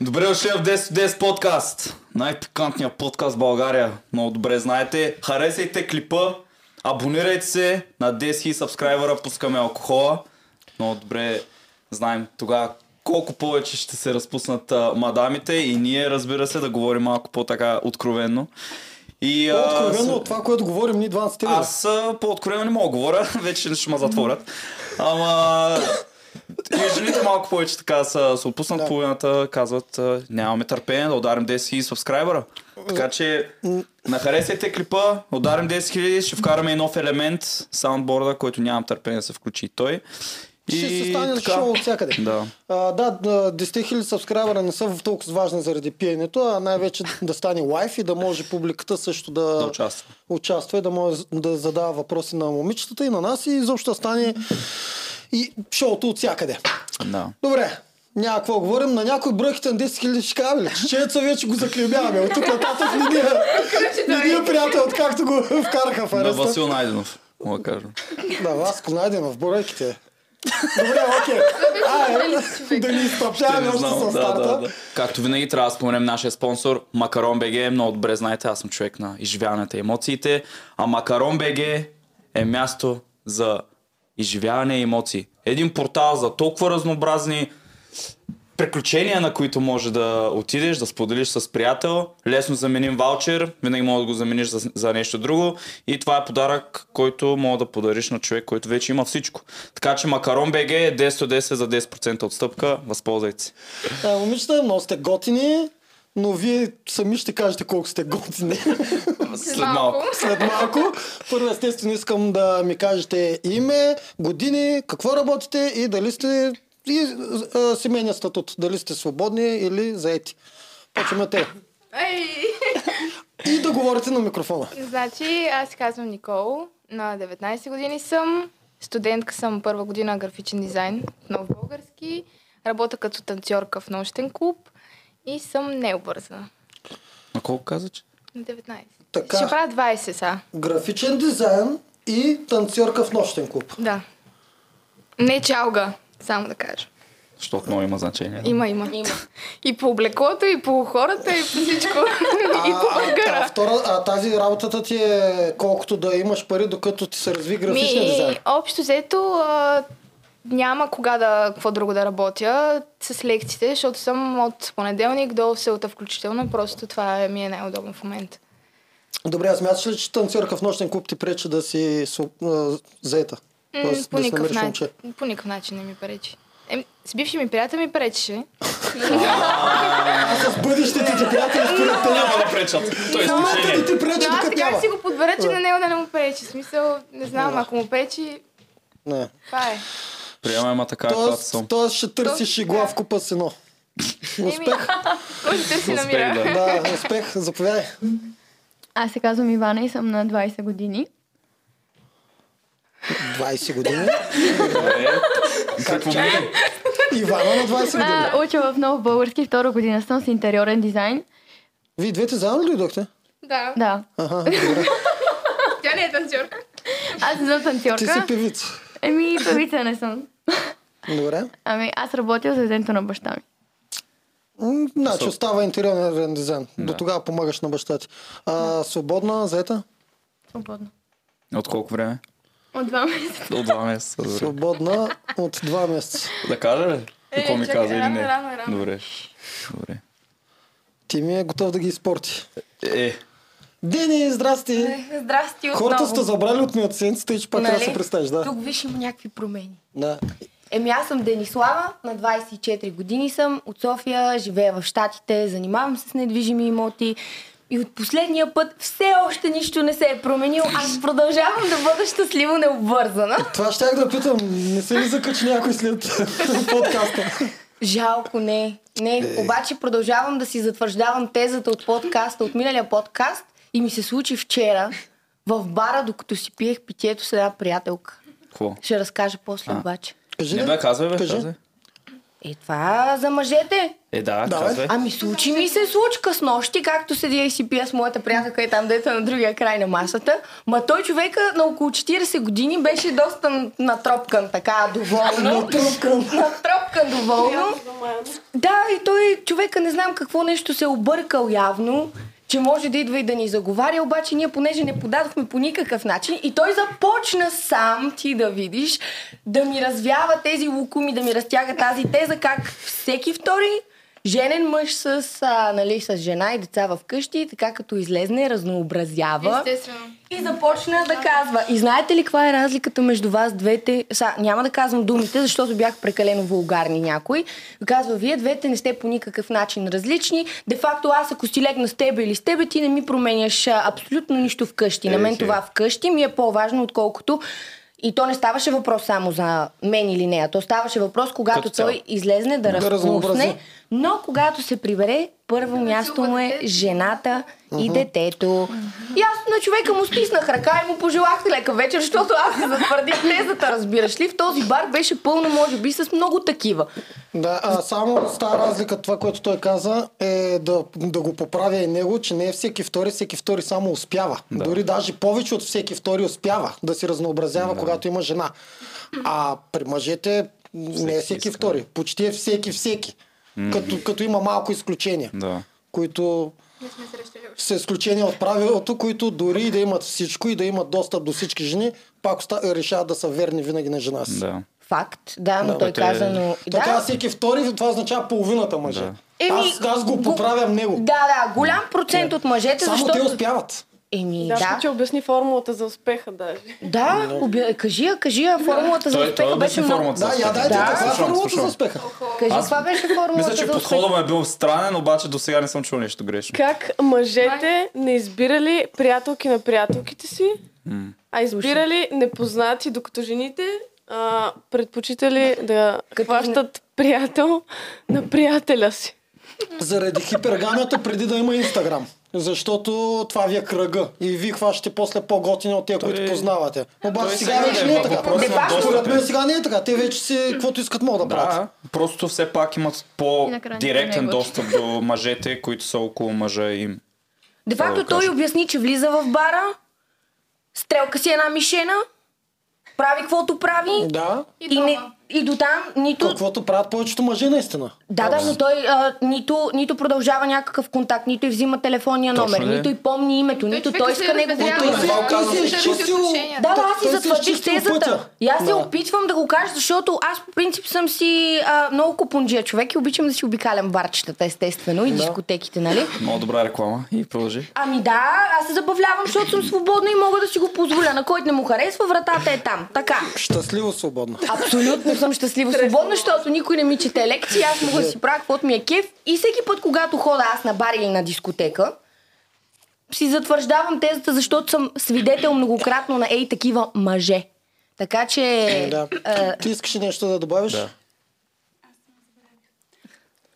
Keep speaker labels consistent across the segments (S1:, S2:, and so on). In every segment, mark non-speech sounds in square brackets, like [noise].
S1: Добре дошли в 10 10 подкаст. Най-пикантният подкаст в България. Много добре знаете. Харесайте клипа, абонирайте се на 10 и сабскрайбъра, пускаме алкохола. Много добре знаем тогава колко повече ще се разпуснат а, мадамите и ние, разбира се, да говорим малко по-така откровенно. И, а,
S2: По-откровено от това, което говорим ние 12 тебе.
S1: аз а, по-откровено не мога да говоря, [laughs] вече ще ме затворят. Ама... И жените малко повече така са, са отпуснат да.
S2: Да.
S1: половината, казват а, нямаме търпение да ударим 10 000 сабскрайбъра. Така че нахаресайте клипа, ударим 10 000, ще вкараме и нов елемент, саундборда, който нямам търпение да се включи и той. И
S2: Ще се стане шоу от всякъде.
S1: Да.
S2: А, да, да, 10 000 сабскрайбера не са толкова важни заради пиенето, а най-вече да стане лайф и да може публиката също да,
S1: Да участва.
S2: участва и да може да задава въпроси на момичетата и на нас и изобщо да стане и шоуто от всякъде.
S1: Да.
S2: Добре, няма какво говорим. На някой бръхите на 10 000 ще кажа, бе, чечеца вече го заклебяваме. От тук нататък не ни е-
S3: Короче,
S2: не ни е
S3: да,
S2: приятел, откакто го вкараха в
S1: На
S2: ареста.
S1: Васил Найденов, мога да кажа.
S2: Да, Васко Найденов, бройките. Добре, окей. Ай, да ни
S1: Те
S2: изтъпчаваме
S1: не
S2: още
S1: знам,
S2: с старта.
S1: Както винаги трябва да споменем нашия спонсор Макарон БГ. Много добре знаете, аз съм човек на изживяването и емоциите. А Макарон БГ е място за изживяване и емоции. Един портал за толкова разнообразни приключения, на които може да отидеш, да споделиш с приятел. Лесно заменим ваучер, винаги може да го замениш за, за нещо друго. И това е подарък, който мога да подариш на човек, който вече има всичко. Така че Макарон БГ е 10-10 за 10% отстъпка. Възползвайте се.
S2: А, момичета, много сте готини, но вие сами ще кажете колко сте готини
S1: След малко.
S2: след малко. Първо, естествено, искам да ми кажете име, години, какво работите и дали сте и а, семейния статут. Дали сте свободни или заети. Почваме те.
S3: Ей!
S2: И да говорите на микрофона.
S3: [laughs] Значи, аз се казвам Никол, на 19 години съм, студентка съм първа година графичен дизайн, нов български, работя като танцорка в нощен клуб и съм необвързана.
S1: На колко каза, че?
S3: На 19.
S2: Така.
S3: Ще правя 20 са.
S2: Графичен дизайн и танцорка в нощен клуб.
S3: Да. Не чалга, само да кажа.
S1: Защото много има значение.
S3: Има, има. има. [laughs] И по облеклото, и по хората, и по всичко. [laughs] и по
S2: а, а,
S3: българа.
S2: втора, а тази работата ти е колкото да имаш пари, докато ти се разви графичен дизайн.
S3: Ми, общо взето а, няма кога да, какво друго да работя с лекциите, защото съм от понеделник до селта включително. Просто това е- ми е най-удобно в момента.
S2: Добре, а смяташ ли, че танцорка в нощен клуб ти пречи да си су- а, заета?
S3: М,
S2: Тоест,
S3: по,
S2: да си
S3: никакъв
S2: намериш
S3: начин,
S2: момче.
S3: по никакъв начин не ми пречи. Е, с бивши ми приятел ми пречеше.
S2: А с бъдещите ти приятели според те няма.
S1: Няма да пречат. Той е
S2: Момента
S1: изключение.
S2: да ти пречи,
S3: Но аз
S2: докато
S3: сега
S2: няма.
S3: ще си го подбера, че
S2: Да.
S3: на него да не му пречи. В смисъл, не знам,
S2: Да.
S3: ако му пречи,
S2: Не.
S3: това е.
S1: Приемаме ма така, каквато
S2: Тоест,
S1: съм.
S2: тоест ще търсиш
S3: Точно
S2: игла
S3: така.
S2: в купа с едно.
S3: [laughs]
S2: Успех.
S3: Може да си
S1: Успех,
S3: намира.
S1: да.
S2: Да, успех. Заповядай.
S4: Аз се казвам Ивана и съм на 20 години.
S2: 20 години.
S1: Добре. Какво ми е?
S2: Ивана на 20 години.
S4: А, уча в Нов Български, втора година съм с интериорен дизайн.
S2: Вие двете заедно ли дойдохте?
S3: Да.
S4: Да,
S2: Аха, добре.
S3: Тя не е танцорка.
S4: аз не съм
S2: Ти си
S4: танцорка.
S2: певица.
S4: Еми, певица не съм.
S2: Добре.
S4: Ами, аз работя за дето на баща ми.
S2: М, Значи
S1: Со-
S2: остава интериорен дизайн. До
S1: Да.
S2: тогава помагаш на баща ти. А, свободна, заета?
S4: Свободно.
S1: От колко време?
S4: От два месеца.
S1: От два месеца. Добре.
S2: Свободна от два месеца.
S1: Да кажа ли? Какво ми
S3: Е, чакай,
S1: каза или
S3: рано,
S1: не?
S3: рано, рано.
S1: Добре. Добре.
S2: Ти ми е готов да ги изпорти.
S1: Е,
S2: Дени, здрасти!
S3: Е,
S5: Е, Здрасти отново.
S2: Хората сте забрали от неоценците и че пак трябва да
S5: Нали?
S2: се представиш, да.
S5: Тук виж има някакви промени.
S2: да.
S5: Еми аз съм Денислава, на 24 години съм, от София, живея в Штатите, занимавам се с недвижими имоти. И от последния път все още нищо не се е променило. Аз продължавам да бъда щастливо необвързана.
S2: Това щях да питам. Не се ли закачи някой след подкаста?
S5: Жалко, не. Не,
S2: Е.
S5: обаче продължавам да си затвърждавам тезата от подкаста, от миналия подкаст. И ми се случи вчера в бара, докато си пиех питието с една приятелка.
S1: какво?
S5: Ще разкажа после
S1: А.
S5: обаче.
S2: Кажи
S1: Не
S2: ли?
S1: бе, казвай бе,
S2: Кажи.
S1: казвай.
S5: Е, това за мъжете.
S1: Е, да,
S2: Да, бе.
S1: казвай.
S5: Ами случи ми се случка с нощи, както седя и си пия с моята приятелка е там дето на другия край на масата. Ма той човека на около 40 години беше доста н- натропкан, така доволно. натропкан. натропкан доволно. да, и той човека не знам какво нещо се е объркал явно че може да идва и да ни заговаря, обаче ние понеже не подадохме по никакъв начин и той започна сам, ти да видиш, да ми развява тези лукуми, да ми разтяга тази теза, как всеки втори женен мъж с, а, нали, с жена и деца в къщи, така като излезне, разнообразява.
S3: Естествено.
S5: И започна да казва. И знаете ли каква е разликата между вас двете? Са, няма да казвам думите, защото бях прекалено вулгарни някой. Казва, вие двете не сте по никакъв начин различни. Де факто аз ако си легна с тебе или с тебе, ти не ми променяш а, абсолютно нищо вкъщи. На мен
S1: Ехе.
S5: това вкъщи ми е по-важно, отколкото и то не ставаше въпрос само за мен или нея. То ставаше въпрос, когато
S1: Като цяло.
S5: той излезне да,
S2: Да
S5: да
S2: разнообрази.
S5: разпусне. Но когато се прибере, първо място му е жената и детето. И аз на човека му стиснах ръка и му пожелах лека вечер, защото аз се затвърдих тезата, разбираш ли? В този бар беше пълно, може би, с много такива.
S2: Да, а само стара разлика това, което той каза, е да, да го поправя и него, че не е всеки втори, всеки втори само успява. Да. Дори даже повече от всеки втори успява да си разнообразява, да. когато има жена. А при мъжете всеки не е всеки
S1: иска.
S2: втори. Почти е всеки всеки. Като, като има малко изключения,
S1: Да.
S2: които
S3: Не сме срещали още.
S2: са изключения от правилото, които дори и да имат всичко и да имат достъп до всички жени, пак оста- решават да са верни винаги на жена си.
S1: Да.
S5: Факт, да, но
S2: Да,
S5: той
S1: бе, те-
S5: каза, но...
S2: Той
S5: да.
S2: казва всеки втори, това означава половината мъже.
S1: Да.
S5: Еми,
S2: аз, аз го поправям него.
S5: Да, да, голям процент от мъжете,
S2: Само
S5: защото...
S2: те успяват.
S5: Еми,
S6: Да,
S5: да.
S6: ще обясни формулата за успеха даже.
S5: Да, оби... кажи я, кажи я, формулата за
S1: Той, той
S5: успеха беше
S1: обясни
S5: много...
S1: формата.
S2: Да, я дайте,
S5: Да.
S2: каква е
S1: Слушам,
S2: формулата за
S1: слушам.
S2: успеха?
S5: Кажи,
S1: Аз-
S5: това беше формулата
S1: Мисля, че
S5: за успеха.
S1: подходът му е бил странен, обаче до сега не съм чул нещо грешно.
S6: Как мъжете не избирали приятелки на приятелките си, а избирали непознати, докато жените а, предпочитали да
S5: Като-
S6: хващат приятел на приятеля си.
S2: Заради хипергамията преди да има Инстаграм. Защото това ви е кръга. И ви хващате после по-готини от тези, които познавате. Обаче
S1: той
S2: сега
S1: сега да
S2: вече
S1: е
S2: не е
S1: въпрос
S2: така.
S1: на
S5: Де факто- достъп,
S2: Според
S1: бе.
S2: мен сега не е така. Те вече си каквото искат могат да правят.
S1: Да, просто все пак имат
S4: И
S5: е
S4: накрая
S1: по-директен
S4: не го.
S1: достъп до мъжете, които са около мъжа им.
S5: Де
S1: Това
S5: факто
S1: да кажа.
S5: той обясни, че влиза в бара, стрелка си е една мишена, прави каквото прави
S2: Да.
S5: и, не, и до там нито...
S2: Каквото правят повечето мъже наистина.
S5: Да, да, но той а, нито, нито продължава някакъв контакт, нито и взима телефония
S1: Точно
S5: номер,
S1: ли?
S5: нито и помни името, нито той иска неговото
S2: разряда.
S5: име.
S2: Той това казва.
S5: Да, да,
S2: Той-
S5: аз си
S2: той си е
S5: затвърдих
S2: изчистил пътя.
S5: тезата. И аз се
S2: Да.
S5: опитвам да го кажа, защото аз по принцип съм си а, много купунджия човек и обичам да си обикалям барчетата, естествено, и дискотеките, нали?
S1: Много добра реклама. И продължи.
S5: Ами да, аз се забавлявам, защото съм свободна и мога да си го позволя. На който не му харесва, вратата е там. Така.
S2: Щастливо свободно.
S5: Абсолютно съм щастлива свободна, защото никой не ми чете лекции, аз мога да си правя каквото ми е кеф. И всеки път, когато хода аз на бар или на дискотека, си затвърждавам тезата, защото съм свидетел многократно на ей такива мъже. Така че...
S2: Да.
S5: е,
S2: Ти искаш ли нещо да добавиш?
S1: Да.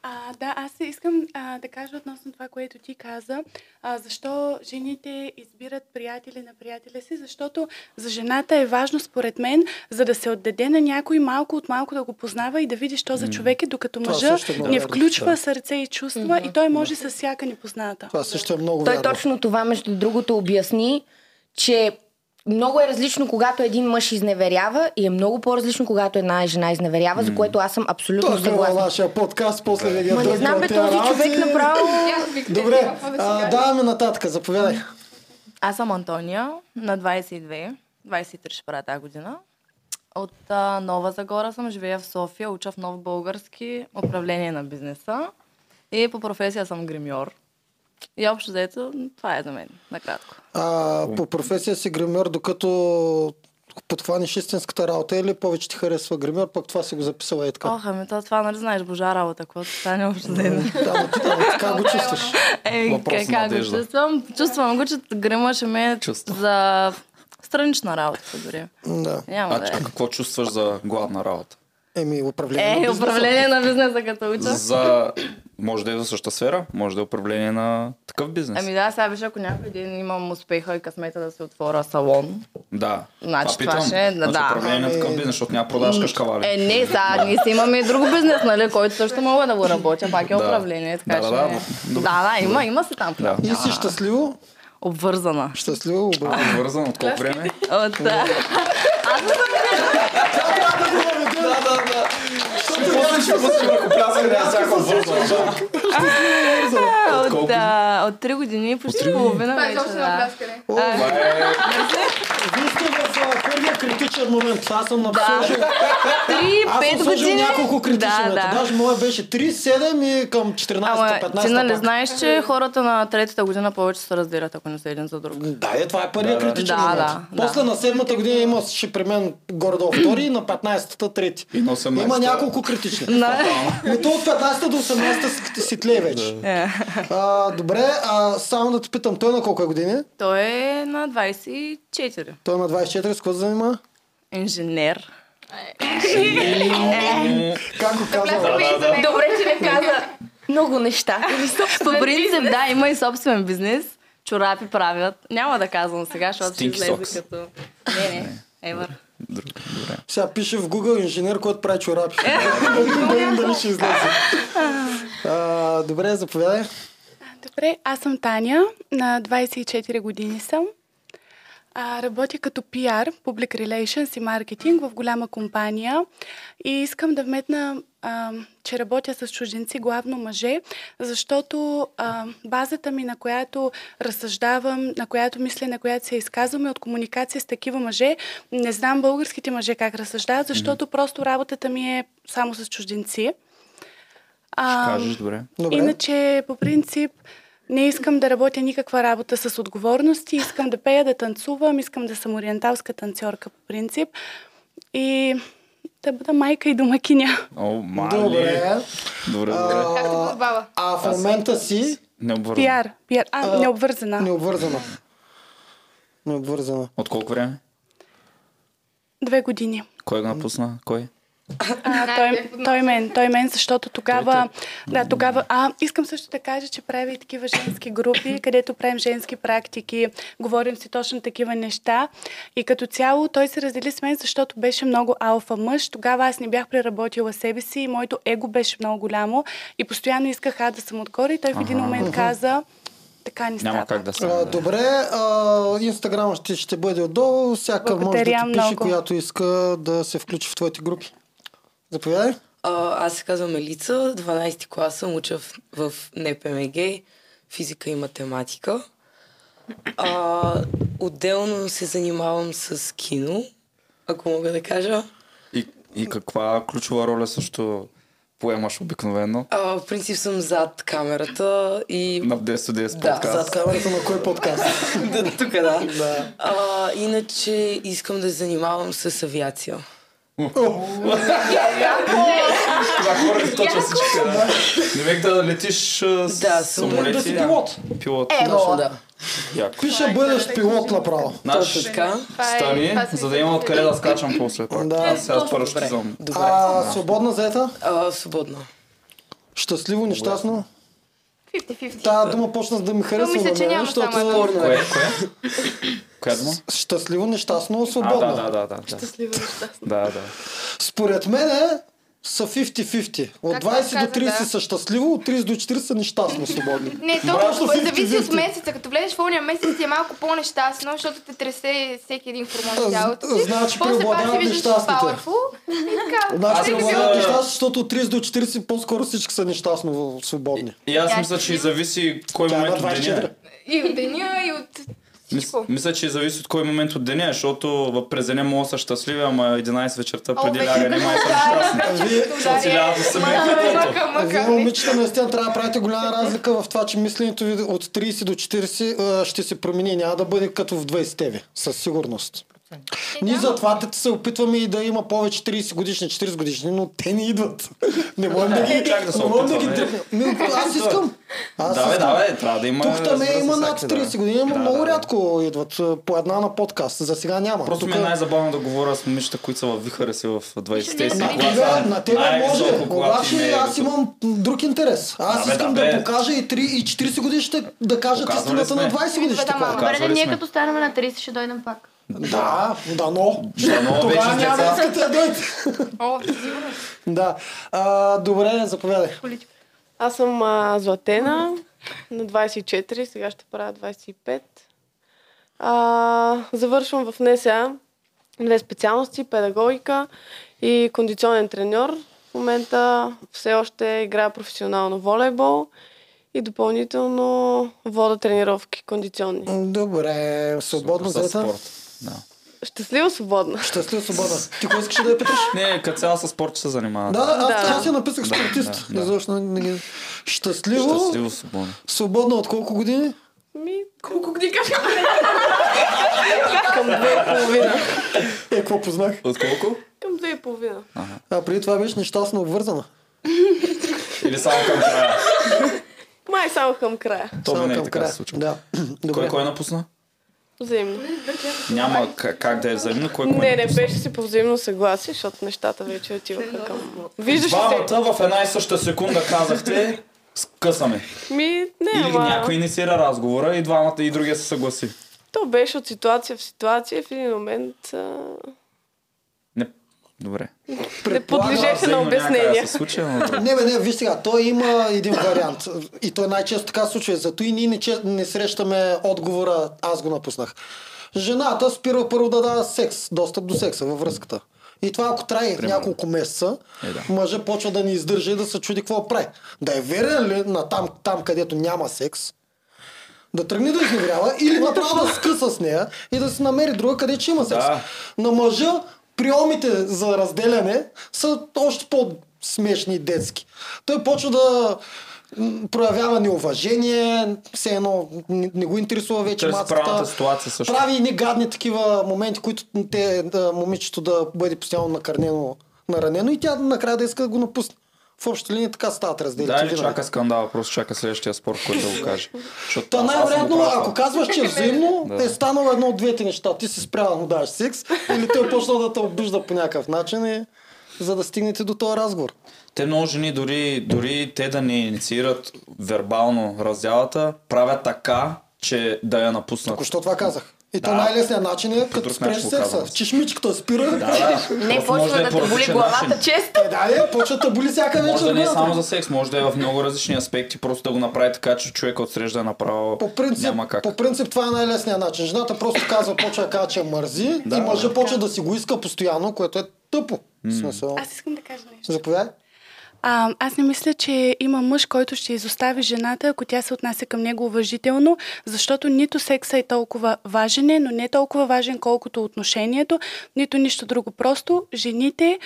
S7: А, да, аз искам а, да кажа относно това, което ти каза. А, защо жените избират приятели на приятеля си? Защото за жената е важно, според мен, за да се отдаде на някой малко от малко да го познава и да види що за човек е, докато
S2: Това
S7: мъжа
S2: също е много
S7: не
S2: вярно,
S7: включва
S2: да.
S7: сърце и чувства и той може с всяка непозната.
S2: Това също е много
S5: Той
S2: вярно.
S5: точно това, между другото, обясни, че много е различно, когато един мъж изневерява и е много по-различно, когато една жена изневерява, за което аз съм абсолютно
S2: Той гледа
S5: съгласна.
S2: нашия подкаст, после да ги
S5: Ма не знам, бе, този човек направо...
S2: Добре, а, даваме нататък, заповядай.
S8: Аз съм Антония, на 22, 23 ще правя тази година. От а, Нова Загора съм, живея в София, уча в нов български управление на бизнеса. И по професия съм гримьор. И общо взето, това е за мен, накратко.
S2: А, по професия си гримьор, докато подхванеш истинската работа или повече ти харесва гримьор, пък това си го записала е така.
S8: Оха, ми, то, това нали знаеш, божа работа, когато стане общо взето.
S2: Да, ама ти, ама така го
S8: [laughs]
S2: чувстваш.
S8: Еми,
S1: Въпрос на
S8: как, как го
S1: надежда.
S8: чувствам? Чувствам го, че грима ще ме е
S1: Чувство.
S8: за странична работа дори.
S2: Да.
S8: Няма
S1: А,
S8: да
S1: че-
S8: е.
S1: а какво чувстваш за гладна работа?
S2: Еми, управление. на
S8: Е,
S2: бизнеса.
S8: управление на бизнеса като уча.
S1: За Може да е за същата сфера, може да е управление на такъв бизнес.
S8: Ами да, сега беше, ако някой ден имам успеха и късмета да се отворя салон.
S1: Да.
S8: Значи това
S1: питам.
S8: ще е-
S1: значи,
S8: да.
S1: управление на такъв
S2: Ами-
S1: бизнес, защото няма продаж кашкавали.
S8: Е, не, сега ние си имаме и друг бизнес, нали, който също мога да го работя, пак е
S1: Да.
S8: управление, така
S1: Да,
S8: че...
S1: да, да.
S8: да, да, има, има си там.
S1: Да.
S2: И си щастливо,
S8: Обвързана.
S2: щастливо обръщам.
S1: А, вързан, от колко време?
S8: От, да.
S1: После ще пусти върху пляска, няма всяко вързан. колко
S8: от, а, от 3 години, почти половина
S3: Това е
S8: вече,
S3: изобщо на
S8: да.
S3: пляскане.
S2: Вие сте в а, първия критичен момент. Аз съм написал, че... Аз съм
S8: 3-5
S2: сложил
S8: години.
S2: няколко критични
S8: да,
S2: момента.
S8: да.
S2: Даже моя беше 3, 7 и към 14-15
S8: Ама ти нали
S2: пак.
S8: знаеш, че хората на третата година повече се разделят, ако не са един за друг.
S2: Да, е, това е първият
S1: Да, да.
S2: критичен
S8: Да,
S2: момент.
S8: да, да.
S2: После на седмата година имаше при мен горе-долу втори и на 15-та трети.
S1: И на 18-та.
S2: Има няколко критични.
S8: Да.
S2: Но то от 15-та до 18-та си- си тле вече.
S8: Е.
S2: А, добре, а само да те питам, той на колко е години?
S8: Той е на 24.
S2: Той е на 24, с какво се занимава?
S8: Инженер.
S2: Как го казва?
S5: Добре, че не каза много неща.
S8: [laughs] По принцип, да, има и собствен бизнес. Чорапи правят. Няма да казвам сега, защото ще
S1: Stinky socks.
S8: излезе като... Не, не. Евър.
S1: Друг, добре.
S2: Сега пише в Google инженер, който прави чорапи.
S8: Е.
S2: Да видим дали ще излезе. А, Добре, заповядай.
S7: Добре, аз съм Таня, на 24 години съм. А, работя като PR, Public Relations и маркетинг в голяма компания и искам да вметна, а, че работя с чужденци, главно мъже, защото а, базата ми, на която разсъждавам, на която мисля, на която се изказвам е от комуникация с такива мъже. Не знам българските мъже как разсъждават, защото просто работата ми е само с чужденци. А,
S1: Кажеш, добре.
S2: Добре.
S7: Иначе, по принцип, не искам да работя никаква работа с отговорности. Искам да пея, да танцувам, искам да съм ориенталска танцорка, по принцип. И да бъда майка и домакиня.
S1: О, мали.
S2: Добре.
S1: Добре, добре.
S3: Как те подбава?
S2: А в момента си
S1: Не обвързвам.
S7: Пиар, пиар. А, необвързана.
S2: необвързана. Необвързана.
S1: От колко време?
S7: Две години.
S1: Кой го напусна? Кой?
S7: А, той, той мен, той мен, защото
S1: е
S7: тогава... Да, тогава... А, искам също да кажа, че правя и такива
S1: [clears throat]
S7: женски групи, където правим женски практики, говорим си точно такива неща. И като цяло той се раздели с мен, защото беше много алфа мъж. Тогава аз не бях преработила себе си и моето его беше много голямо. И постоянно исках а да съм отгоре. И той в един момент каза... Така не става.
S1: Няма как да
S2: А,
S1: стане. да.
S2: добре, а, инстаграм ще, ще бъде отдолу. Всяка може да ти
S7: Благодаря
S2: пише,
S7: много.
S2: която иска да се включи в твоите групи. Заповядай.
S9: А, аз се казвам Елица, 12-ти клас съм, уча в, в НПМГ, физика и математика. А, отделно се занимавам с кино, ако мога да кажа.
S1: И, и каква ключова роля също поемаш обикновено?
S9: А, в принцип съм зад камерата и...
S1: На 10-10
S9: Да,
S1: подкаст.
S9: зад
S2: Камерата на кой подкаст?
S9: да, тук, е, да. да. А, иначе искам да се занимавам с авиация.
S1: Това хора ги точно всички. да. Не бих да летиш а, с
S9: Да, съм-
S2: да
S1: самолети.
S2: си пилот.
S1: Пилот.
S9: Точно, да.
S1: Яко.
S2: Пише бъдеш пилот направо.
S1: Наш
S9: Точно така.
S3: Това е-
S1: стани,
S3: това са
S1: за да има откъде да скачам после пак.
S2: Да.
S1: Аз сега първо ще взема.
S9: Добре. А...
S2: А, свободна заета?
S9: свободно.
S2: Щастливо, нещастно.
S3: 50-50.
S2: Тая дума почна да ми харесва.
S3: мисля,
S2: на
S3: че
S2: мен,
S3: няма
S2: защото-
S3: само едно.
S9: Порно
S1: Кое?
S9: е.
S1: Кое? Коя дума?
S2: Щастливо, нещастно,
S1: А,
S2: свободно.
S1: да, да, да, да. Щастлива Да, да.
S2: Според мен е, са 50-50. От
S3: Както
S2: 20 до
S3: каза,
S2: 30
S3: да.
S2: са щастливо, от 30 до 40 са нещастно свободни.
S3: [laughs] Не,
S2: Мрачно
S3: то зависи
S2: 50-50.
S3: от месеца. Като влезеш в ония месец ти е малко по-нещастно, защото те тресе всеки един хормон в
S2: А,
S3: тялото
S2: з-
S3: си.
S2: значи
S3: После пак се
S2: преобладават
S3: виждаш е
S2: нещастните.
S3: powerful и така.
S2: Значи
S1: Аз
S2: се
S1: съм
S2: владеят
S1: за-
S2: неща, защото от 30 до 40 по-скоро всички са нещастно в- свободни.
S1: И аз мисля, че зависи кой
S2: Тя е
S1: момент
S2: на
S1: от деня. е.
S2: 24.
S3: И от деня, и от
S1: Мис,
S3: всичко.
S1: мисля, че зависи от кой момент от деня, защото в през деня мога да са щастливи, ама 11 вечерта
S3: О,
S1: преди
S3: вече
S1: лягане май съм щастен.
S2: А вие,
S3: Удари.
S1: Си лязо съм
S3: Мъка, мъка,
S2: а вие,
S3: мъка.
S2: момичета, наистина трябва да правите голяма разлика в това, че мисленето ви от 30 до 40 а, ще се промени. Няма да бъде като в 20-те ви, със сигурност. Ние затова те се опитваме и да има повече 30 годишни, 40 годишни, но те не идват. Не можем да ги...
S1: чак да се нали? Е,
S2: не можем да ги
S1: опитваме.
S2: дръпнем. Ми, Аз искам. Аз
S1: Да, бе,
S2: искам-
S1: да, бе, трябва да има,
S2: Тук там е,
S1: разбира се,
S2: има над
S1: всяки, да.
S2: 30 години, но
S1: Да,
S2: много
S1: да, да.
S2: рядко идват а, по една на подкаст. За сега няма.
S1: Просто ми е най-забавно да говоря с момичета, които са в вихара си в 20-те си.
S2: на
S1: когато
S2: тебе,
S1: са
S2: на тебе може,
S1: най-високо, когато им е
S2: обаче аз
S1: готово.
S2: имам друг интерес. Аз
S1: Да, бе,
S2: искам
S1: да,
S2: да
S1: бе.
S2: покажа и 3 и 40 годишните да кажат
S1: Показвали
S2: истината на
S1: сме.
S2: 20 годишните.
S1: Идва, да,
S2: хора.
S1: ма.
S10: Добре,
S1: Казвали
S10: да ние
S1: сме.
S10: като станем на 30 ще дойдем пак.
S2: Да, дано. [laughs]
S1: Дано
S2: Тогава
S1: вече с
S2: няма
S1: деца.
S2: да искате да дойдете.
S3: О, сигурно.
S2: [laughs] Да. А, добре, заповядай.
S6: Аз съм а, Златена, на 24, сега ще правя 25. А, завършвам в НСА две специалности, педагогика и кондиционен треньор. В момента все още играя професионално волейбол и допълнително вода тренировки кондиционни.
S2: Добре, свободно
S1: Супер, с
S2: заета.
S1: спорт.
S6: Щастлива свободна!
S2: Щастлив свобода. Ти кой искаш да я питаш?
S1: Не, като цяло със спорт ще се занимава.
S2: Да, аз, е
S6: Да.
S2: аз я написах спортист.
S1: да, да.
S2: Изобщо не- не ги- Щастливо.
S1: Щастливо свободно.
S2: Свободно от колко години?
S6: Ми,
S5: Колко години
S6: към две и половина.
S2: Е, какво познах?
S1: От колко?
S6: Към две и [laughs] половина.
S2: А преди това беше нещастно обвързана.
S1: Или само към края?
S6: Май само към края.
S1: То
S2: Само
S1: винаги
S2: към
S1: така
S2: края.
S1: се случва.
S2: Да.
S1: Кой
S2: Добре.
S1: кой е напусна?
S6: Взаимно.
S1: Няма к- как да е взаимно, кой кой
S6: Не, не беше си по взаимно съгласие, защото нещата вече отиваха към... Виждаш ли се?
S1: Двамата в една и съща секунда казахте, скъсаме.
S6: Ми, не,
S1: Или
S6: ама...
S1: някой инициира разговора и двамата и другия се съгласи.
S6: То беше от ситуация в ситуация и в един момент а...
S1: Не, добре.
S6: не подлежеше на
S1: Взаимно няма как
S6: обяснение.
S1: да се случи, но добре.
S2: Не, бе, не, виж сега, той има един вариант. И той най-често така се случва. Зато и ние не, че, не срещаме отговора, аз го напуснах. Жената спира първо да дава секс, достъп до секса във връзката. И това ако трае няколко месеца,
S1: Е, да.
S2: мъжа почва да ни издържа и да се чуди какво прави. Да е верен ли на там, там където няма секс, да тръгне да изневерява
S1: Е,
S2: или направо да скъса с нея и да се намери друга, къде че има секс.
S1: Да.
S2: На мъжа приомите за разделяне са още по-смешни и детски. Той почва да м, проявява неуважение, все едно не, не го интересува вече
S1: Чрез правната
S2: мацата.
S1: ситуация също.
S2: Прави и гадни такива моменти, които те, да, момичето да бъде постоянно накърнено, наранено и тя накрая да иска да го напусне. В обща линия така стават разделите.
S1: Да, или
S2: винаги.
S1: чака скандала, просто чака следващия спор, който да го каже. Защото
S2: Та
S1: аз- аз съм
S2: най-вероятно,
S1: го правил.
S2: ако казваш, че е взаимно,
S1: Да.
S2: е станало едно от двете неща. Ти си спряла да му даш секс или той е почнал да те обижда по някакъв начин, и, за да стигнете до този разговор.
S1: Те много жени, дори, дори те да не инициират вербално раздялата, правят така, че да я напуснат.
S2: Току-що това казах. И то
S1: Да.
S2: най-лесният начин е като
S1: друг
S2: спреш
S1: начин го
S2: секса.
S1: казвам.
S2: Чешмичката спира.
S1: Да, да.
S5: Не,
S1: Просто може
S5: почва
S1: е
S5: да
S1: по
S5: те боли
S1: различен
S5: главата
S1: начин.
S5: често.
S2: Е, да, е, почва да боли всяка вечер.
S1: Може да не е
S2: главата.
S1: само за секс, може да е в много различни аспекти, просто да го направи така, че човек отсрежда направо.
S2: по принцип,
S1: няма как.
S2: по принцип това е най-лесният начин. Жената просто казва, почва да казва, че я мързи
S1: Да,
S2: и мъжът почва да си го иска постоянно, което е тъпо. В смисъл.
S7: Аз искам да кажа нещо.
S2: Заповядай.
S7: А, аз не мисля, че има мъж, който ще изостави жената, ако тя се отнася към него уважително, защото нито секса е толкова важен, е, но не е толкова важен, колкото отношението, нито нищо друго. Просто жените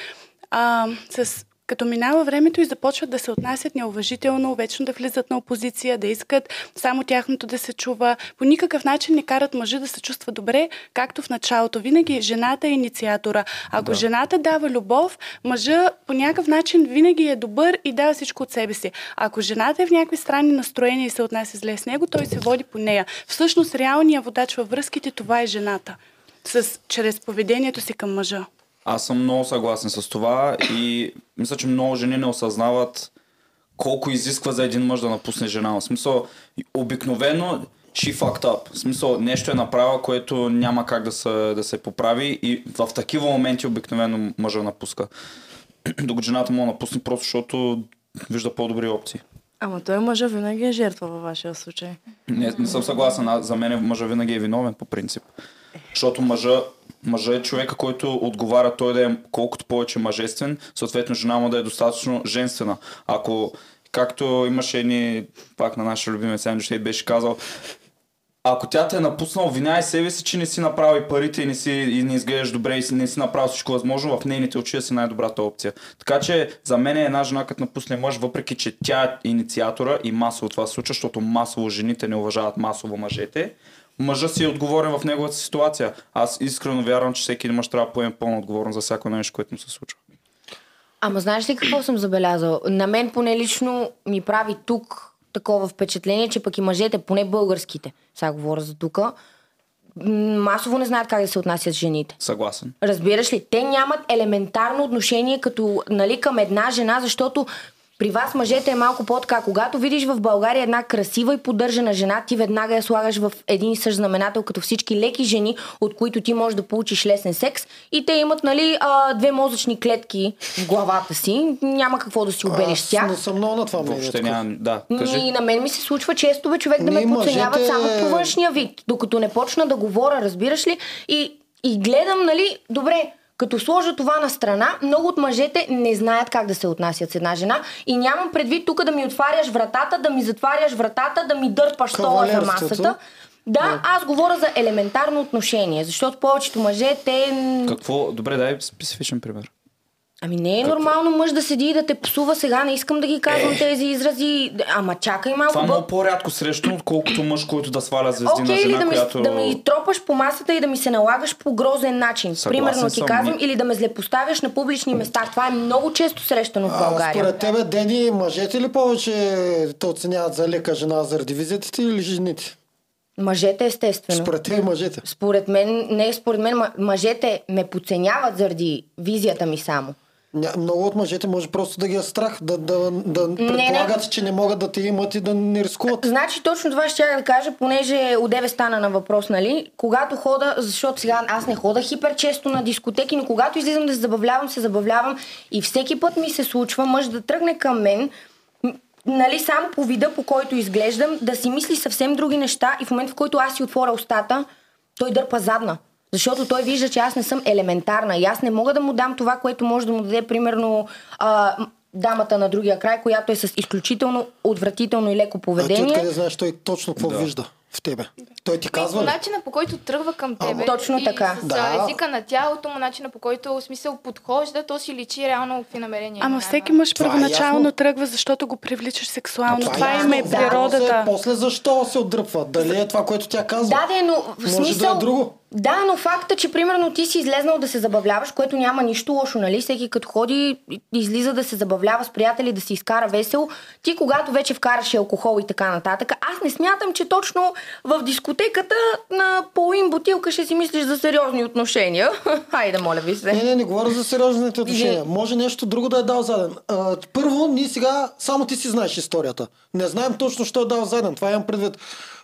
S7: а, с като минава времето и започват да се отнасят неуважително, вечно да влизат на опозиция, да искат само тяхното да се чува. По никакъв начин не карат мъжа да се чувства добре, както в началото. Винаги жената е инициатора. Ако да. жената дава любов, мъжа по някакъв начин винаги е добър и дава всичко от себе си. Ако жената е в някакви странни настроения и се отнася зле с него, той се води по нея. Всъщност реалният водач във връзките това е жената. С, чрез поведението си към мъжа.
S1: Аз съм много съгласен с това и мисля, че много жени не осъзнават колко изисква за един мъж да напусне жена. В смисъл, обикновено she fucked up. В смисъл, нещо е направила, което няма как да се, да се поправи и в такива моменти обикновено мъжа напуска. [clears throat] Докато жената му напусне просто, защото вижда по-добри опции.
S8: Ама той мъжа винаги е жертва във вашия случай.
S1: Не, не съм съгласен. Аз- За мен мъжа винаги е виновен по принцип. Защото мъжа, мъжа е човека, който отговаря той да е колкото повече мъжествен, съответно жена му да е достатъчно женствена. Ако, както имаше едни, пак на нашия любим Сенджо Шейд беше казал, ако тя те е напуснал, вина е себе си, че не си направи парите и не, си, и не изглеждаш добре и си- не си направил всичко възможно, в нейните очи да си най-добрата опция. Така че за мен е една жена, като напусне мъж, въпреки че тя е инициатора и масово това се случва, защото масово жените не уважават масово мъжете, мъжа си е отговорен в неговата ситуация. Аз искрено вярвам, че всеки един мъж трябва да поеме пълна отговорност за всяко нещо, което му се случва.
S5: Ама знаеш ли какво съм забелязала? На мен поне лично ми прави тук такова впечатление, че пък и мъжете, поне българските, сега говоря за тук, масово не знаят как да се отнасят с жените.
S1: Съгласен.
S5: Разбираш ли? Те нямат елементарно отношение като, нали, към една жена, защото при вас мъжете е малко по-така. Когато видиш в България една красива и поддържана жена, ти веднага я слагаш в един и същ знаменател, като всички леки жени, от които ти можеш да получиш лесен секс. И те имат, нали, а, две мозъчни клетки в главата си. Няма какво да си обелиш с тях.
S2: Аз не съм много на
S5: Ами,
S2: това мнение.
S1: Въобще няма... Да, кажи.
S5: И на мен ми се случва често бе човек да
S2: Ние
S5: ме подценяват
S2: мъжете-
S5: само по външния вид, докато не почна да говоря, разбираш ли? И, и гледам, нали, добре, като сложа това на страна, много от мъжете не знаят как да се отнасят с една жена и нямам предвид тук да ми отваряш вратата, да ми затваряш вратата, да ми дърпаш стола за
S11: Кавалерството.
S5: масата. Да, аз говоря за елементарно отношение, защото повечето мъже, те... м,
S1: Какво? Добре, дай специфичен пример.
S5: Ами не е нормално мъж да седи и да те псува сега, не искам да ги казвам тези изрази, ама чакай малко.
S1: Това е
S5: бъл-
S1: много по-рядко срещано, отколкото мъж, който да сваля звезди
S5: Окей
S1: на
S5: ли
S1: жена,
S5: да ми,
S1: която...
S5: да ми тропаш по масата и да ми се налагаш по грозен начин?
S1: Съгласен
S5: Примерно ти
S1: съм,
S5: казвам,
S1: ни-
S5: или да ме злепоставяш на публични места. Това е много често срещано в
S2: А,
S5: България.
S2: според тебе, Дени, мъжете ли повече те оценяват за лека жена заради визитите или жените?
S5: Мъжете, естествено.
S2: Според те и мъжете.
S5: Според мен, не според мен, ма- мъжете ме подценяват заради визията ми само.
S2: Ня, много от мъжете може просто да ги е страх, да, да, да предполагат, че не могат да те имат и да не рискуват.
S5: Значи точно това ще я да кажа, понеже одеве стана на въпрос, нали? Когато хода, защото сега аз не хода хипер често на дискотеки, но когато излизам да се забавлявам, се забавлявам и всеки път ми се случва мъж да тръгне към мен, м, нали, само по вида, по който изглеждам, да си мисли съвсем други неща и в момента, в който аз си отворя устата, той дърпа задна. Защото той вижда, че аз не съм елементарна и аз не мога да му дам това, което може да му даде, примерно, а, м, дамата на другия край, която е с изключително отвратително и леко
S2: А ти
S5: поведение.
S2: откъде знаеш той точно какво вижда в тебе? Той ти казва
S3: Ами, По
S2: ли?
S3: начина по който тръгва към тебе.
S5: Точно
S3: и
S5: така.
S3: С
S2: Да.
S3: да. езика на тялото му, начина по който в смисъл подхожда, то си личи реално какви намерения.
S7: Ама
S3: има.
S7: всеки мъж
S2: Това е
S7: първоначално
S2: ясно.
S7: тръгва, защото го привличаш сексуално. Това, това
S2: ясно.
S7: им е
S2: Да.
S7: природата.
S2: После, после защо се отдръпва? Дали е това, което тя казва?
S5: Да, да, но в
S2: Може
S5: смисъл...
S2: да е друго.
S5: Да, но факта, че примерно ти си излезнал да се забавляваш, което няма нищо лошо, нали? Всеки като ходи, и- излиза да се забавлява с приятели, да си изкара весело. Ти когато вече вкараш и алкохол и така нататък, аз не смятам, че точно в дискотеката на половин бутилка ще си мислиш за сериозни отношения. [laughs] Хайде, моля ви се.
S2: Е, Не, не, не говоря за сериозните отношения. Може нещо друго да е дал заден. А, първо, ние сега, само ти си знаеш историята. Не знаем точно, що е дал заден. Това имам предвид.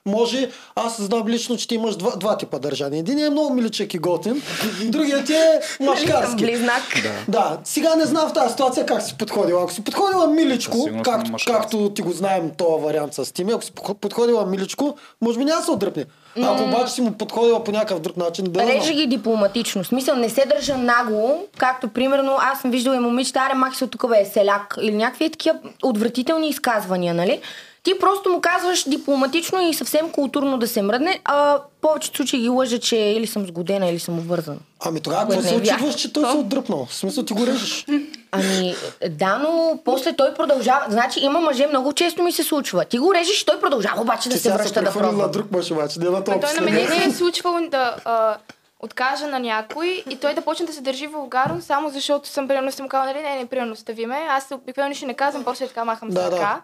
S2: Може, аз знам лично, че ти имаш два, два типа държани. Един е много миличък и готин, другият
S5: [laughs]
S2: е машкарски.
S5: Нали съм близнак?
S2: Да. да. Сега не знам в тази ситуация как си подходила. Ако си подходила миличко,
S1: сигурно съм
S2: както, както ти го знаем този вариант с Тими, ако си подходила миличко, може би няма да се отдръпне. Ако
S5: М.
S2: обаче си му подходила по някакъв друг начин, да. не
S5: Режи
S2: знам.
S5: ги дипломатично. В Смисъл, не се държа нагло, както примерно аз съм виждала и момичета, аре махи се от тук бе, е селяк или някакви е такива отвратителни изказвания, нали? Ти просто му казваш дипломатично и съвсем културно да се мръдне, а в повечето случаи ги лъжа, че или съм сгодена, или съм обвързана.
S2: Ами тогава
S5: Кое
S2: какво се
S5: не е вярно.
S2: очудваш, че той се отдръпнал? В смисъл ти го режеш.
S5: Ами, да, но после той продължава. Значи има мъже, много често ми се случва. Ти го режеш и той продължава обаче да
S2: Че
S5: се
S2: сега
S5: връща да
S2: прехвърлил
S5: пробва.
S2: на друг мъж обаче, да на
S3: Ма
S2: толкова
S3: той на мен не е случвало да а, откажа на някой и той да почне да се държи вулгарно, само защото съм примерно съм казала, нали, не, не, примерно стави ме. Аз обикновено ще не казвам, после така махам
S2: Да,
S3: с
S2: да.
S3: ръка.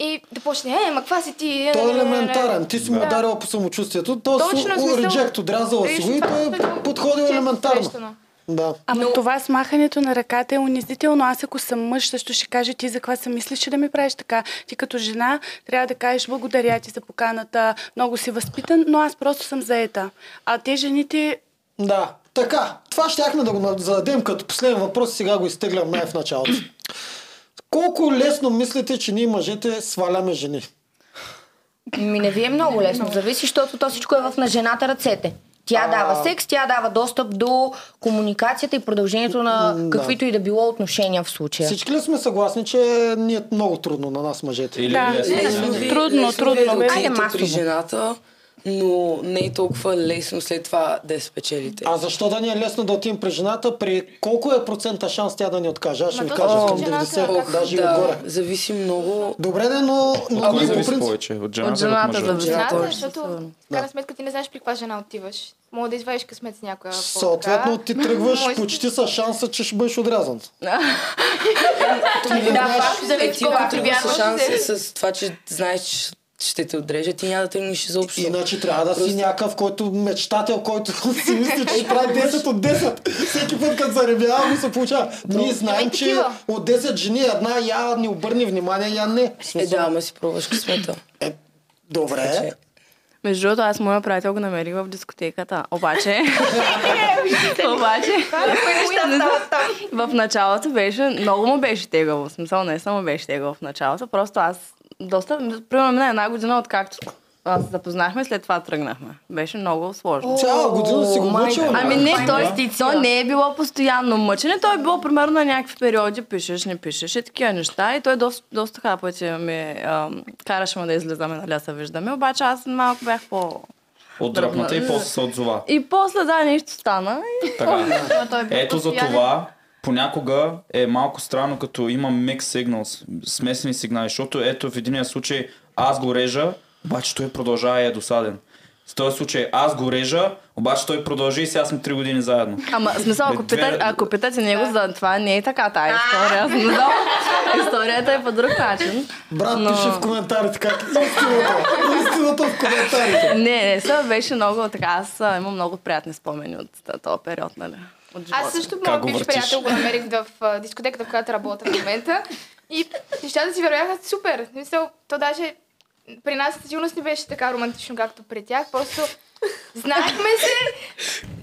S3: И да почне, е, ма каква си ти? Е,
S2: Той е
S3: не, не, не, не, не.
S2: елементарен. Ти си му
S3: Да.
S2: ударила по самочувствието. Той
S3: Точно,
S2: си
S3: в смисъл,
S2: реджект, отрязала си го и
S7: виж,
S2: той е подходил елементарно. Да.
S7: Ама това смахането на ръката е унизително. Аз ако съм мъж, също ще кажа ти за каква съм мислиш, че да ми правиш така. Ти като жена трябва да кажеш благодаря ти за поканата, много си възпитан, но аз просто съм заета. А те жените...
S2: Да. Така, това щяхме да го зададем като последен въпрос, сега го изтеглям най-в началото. Колко лесно мислите, че ние мъжете сваляме жени?
S5: Ми не ви е много лесно, зависи, защото то всичко е в на жената ръцете. Тя
S2: А.
S5: дава секс, тя дава достъп до комуникацията и продължението
S2: М,
S5: на
S2: да.
S5: каквито и да било отношения в случая.
S2: Всички ли сме съгласни, че ни е много трудно на нас мъжете?
S1: Или Да. лесно,
S9: Лесно ви- лесно ви е да
S5: Айде
S9: отидете
S5: масово.
S9: при жената, но не е толкова лесно след това да я спечелите.
S2: А защо да ни е лесно да отидем при жената? При колко е процента шанс тя да ни откаже? Аз ще
S9: Ма
S2: ви
S9: то
S2: кажа,
S9: зависи
S2: към
S9: от жената,
S2: 90,
S9: как-
S2: даже и
S9: да,
S2: отгоре.
S9: Зависи много.
S2: Добре, да, но, но
S1: Ако
S2: ние по
S1: зависи
S2: принцип...
S1: повече от жената,
S9: от жената
S1: от мъжа.
S3: Жената,
S9: повече,
S3: защото
S9: сигурно.
S3: в крайна сметка ти не знаеш при каква жена отиваш. Мога да извадиш късмет с
S9: е
S3: някоя. по-така.
S2: Съответно, ти тръгваш
S3: Може-
S2: почти с шанса, че ще бъдеш отрязан.
S9: Да,
S3: пак
S9: пак
S3: да ви
S9: ти
S3: такова
S9: ако тръгваш с
S3: привярваш се.
S9: шанса с това, че знаеш, че ще те отрежат и няма да тръгнеш изобщо.
S2: Иначе трябва да си някакъв, който мечтател, който [laughs] си мисли, че ще прави 10 от 10. Всеки път, като заребява, му се получава. Ние знаем, че
S9: такива.
S2: от 10 жени една я ни обърне внимание, я не.
S9: Е, да, ама си пробваш късмета.
S2: Е, добре.
S8: Между другото, аз моя приятел го намерих в дискотеката. Обаче... [laughs] обаче... в началото беше... Много му беше тегаво. В смисъл не само беше тегаво в началото. Просто аз доста... Примерно мина една година, откакто аз се запознахме, след това тръгнахме. Беше много сложно.
S2: Цяла година си го
S8: Майка.
S2: мъчил, бе.
S8: Ами не,
S2: Ами
S8: той,
S2: да.
S8: то не е било постоянно мъчене, той е било примерно на някакви периоди, пишеш, не пишеш и такива неща. И той доста, доста така пъти ме ам, караше ме да излизаме, нали да се виждаме. Обаче аз малко бях по...
S1: Отдръпната и после се отзова.
S8: И после да, нещо стана. И... [laughs]
S1: Така.
S8: Ама той е бил
S1: Ето за
S8: постоянен.
S1: това понякога е малко странно, като има микс сигналс, смесени сигнали, защото ето в единия случай аз го режа, обаче той продължава и е досаден. В този случай аз го режа, обаче той продължи и сега сме 3 години заедно. Е,
S8: Ама, в смисъл, ако,
S1: Две-
S8: пита, ако питате него за това, не е така тая история. В
S5: [laughs]
S8: Смисъл, историята е по друг начин.
S2: Брат,
S8: Но-
S2: пише в коментарите как истината. Истината в коментарите.
S8: Не, не, са, беше много така. Аз а, имам много приятни спомени от този период, нали? От живота.
S3: Аз също моят бивш приятел го намерих в а, дискотеката, в която работя в момента. И нещата си вървяха супер. В Смисъл, то даже при нас със сигурност не беше така романтично, както при тях. Просто знаехме се,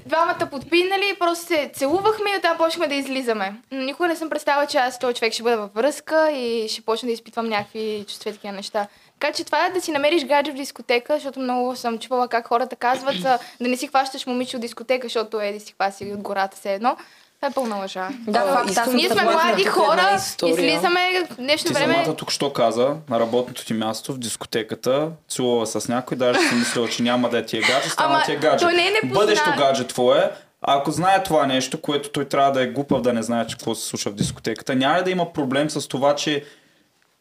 S3: двамата подпинали, просто се целувахме и оттам почнахме да излизаме. Но никога не съм представила, че аз с този човек ще бъда във връзка и ще почна да изпитвам някакви чувства и такива неща. Така че това е да си намериш гадже в дискотека, защото много съм чувала как хората казват а, да не си хващаш момиче от дискотека, защото еди си хваси от гората все едно. Това е пълна лъжа.
S9: Да,
S3: А,
S9: факт, аз съм
S3: Ние сме
S9: съгласна.
S3: млади
S9: Тук е
S3: хора,
S9: една история.
S3: излизаме нещо
S1: Ти
S3: време.
S1: самата тук що каза на работното ти място в дискотеката, целува с някой, даже си мислила, че няма да ти е гадже, стана
S3: Ама,
S1: ти е гадже.
S3: той не е непознат.
S1: Бъдещо гадже твое, ако знае това нещо, което той трябва да е глупав да не знае, че какво се случва в дискотеката, няма ли да има проблем с това, че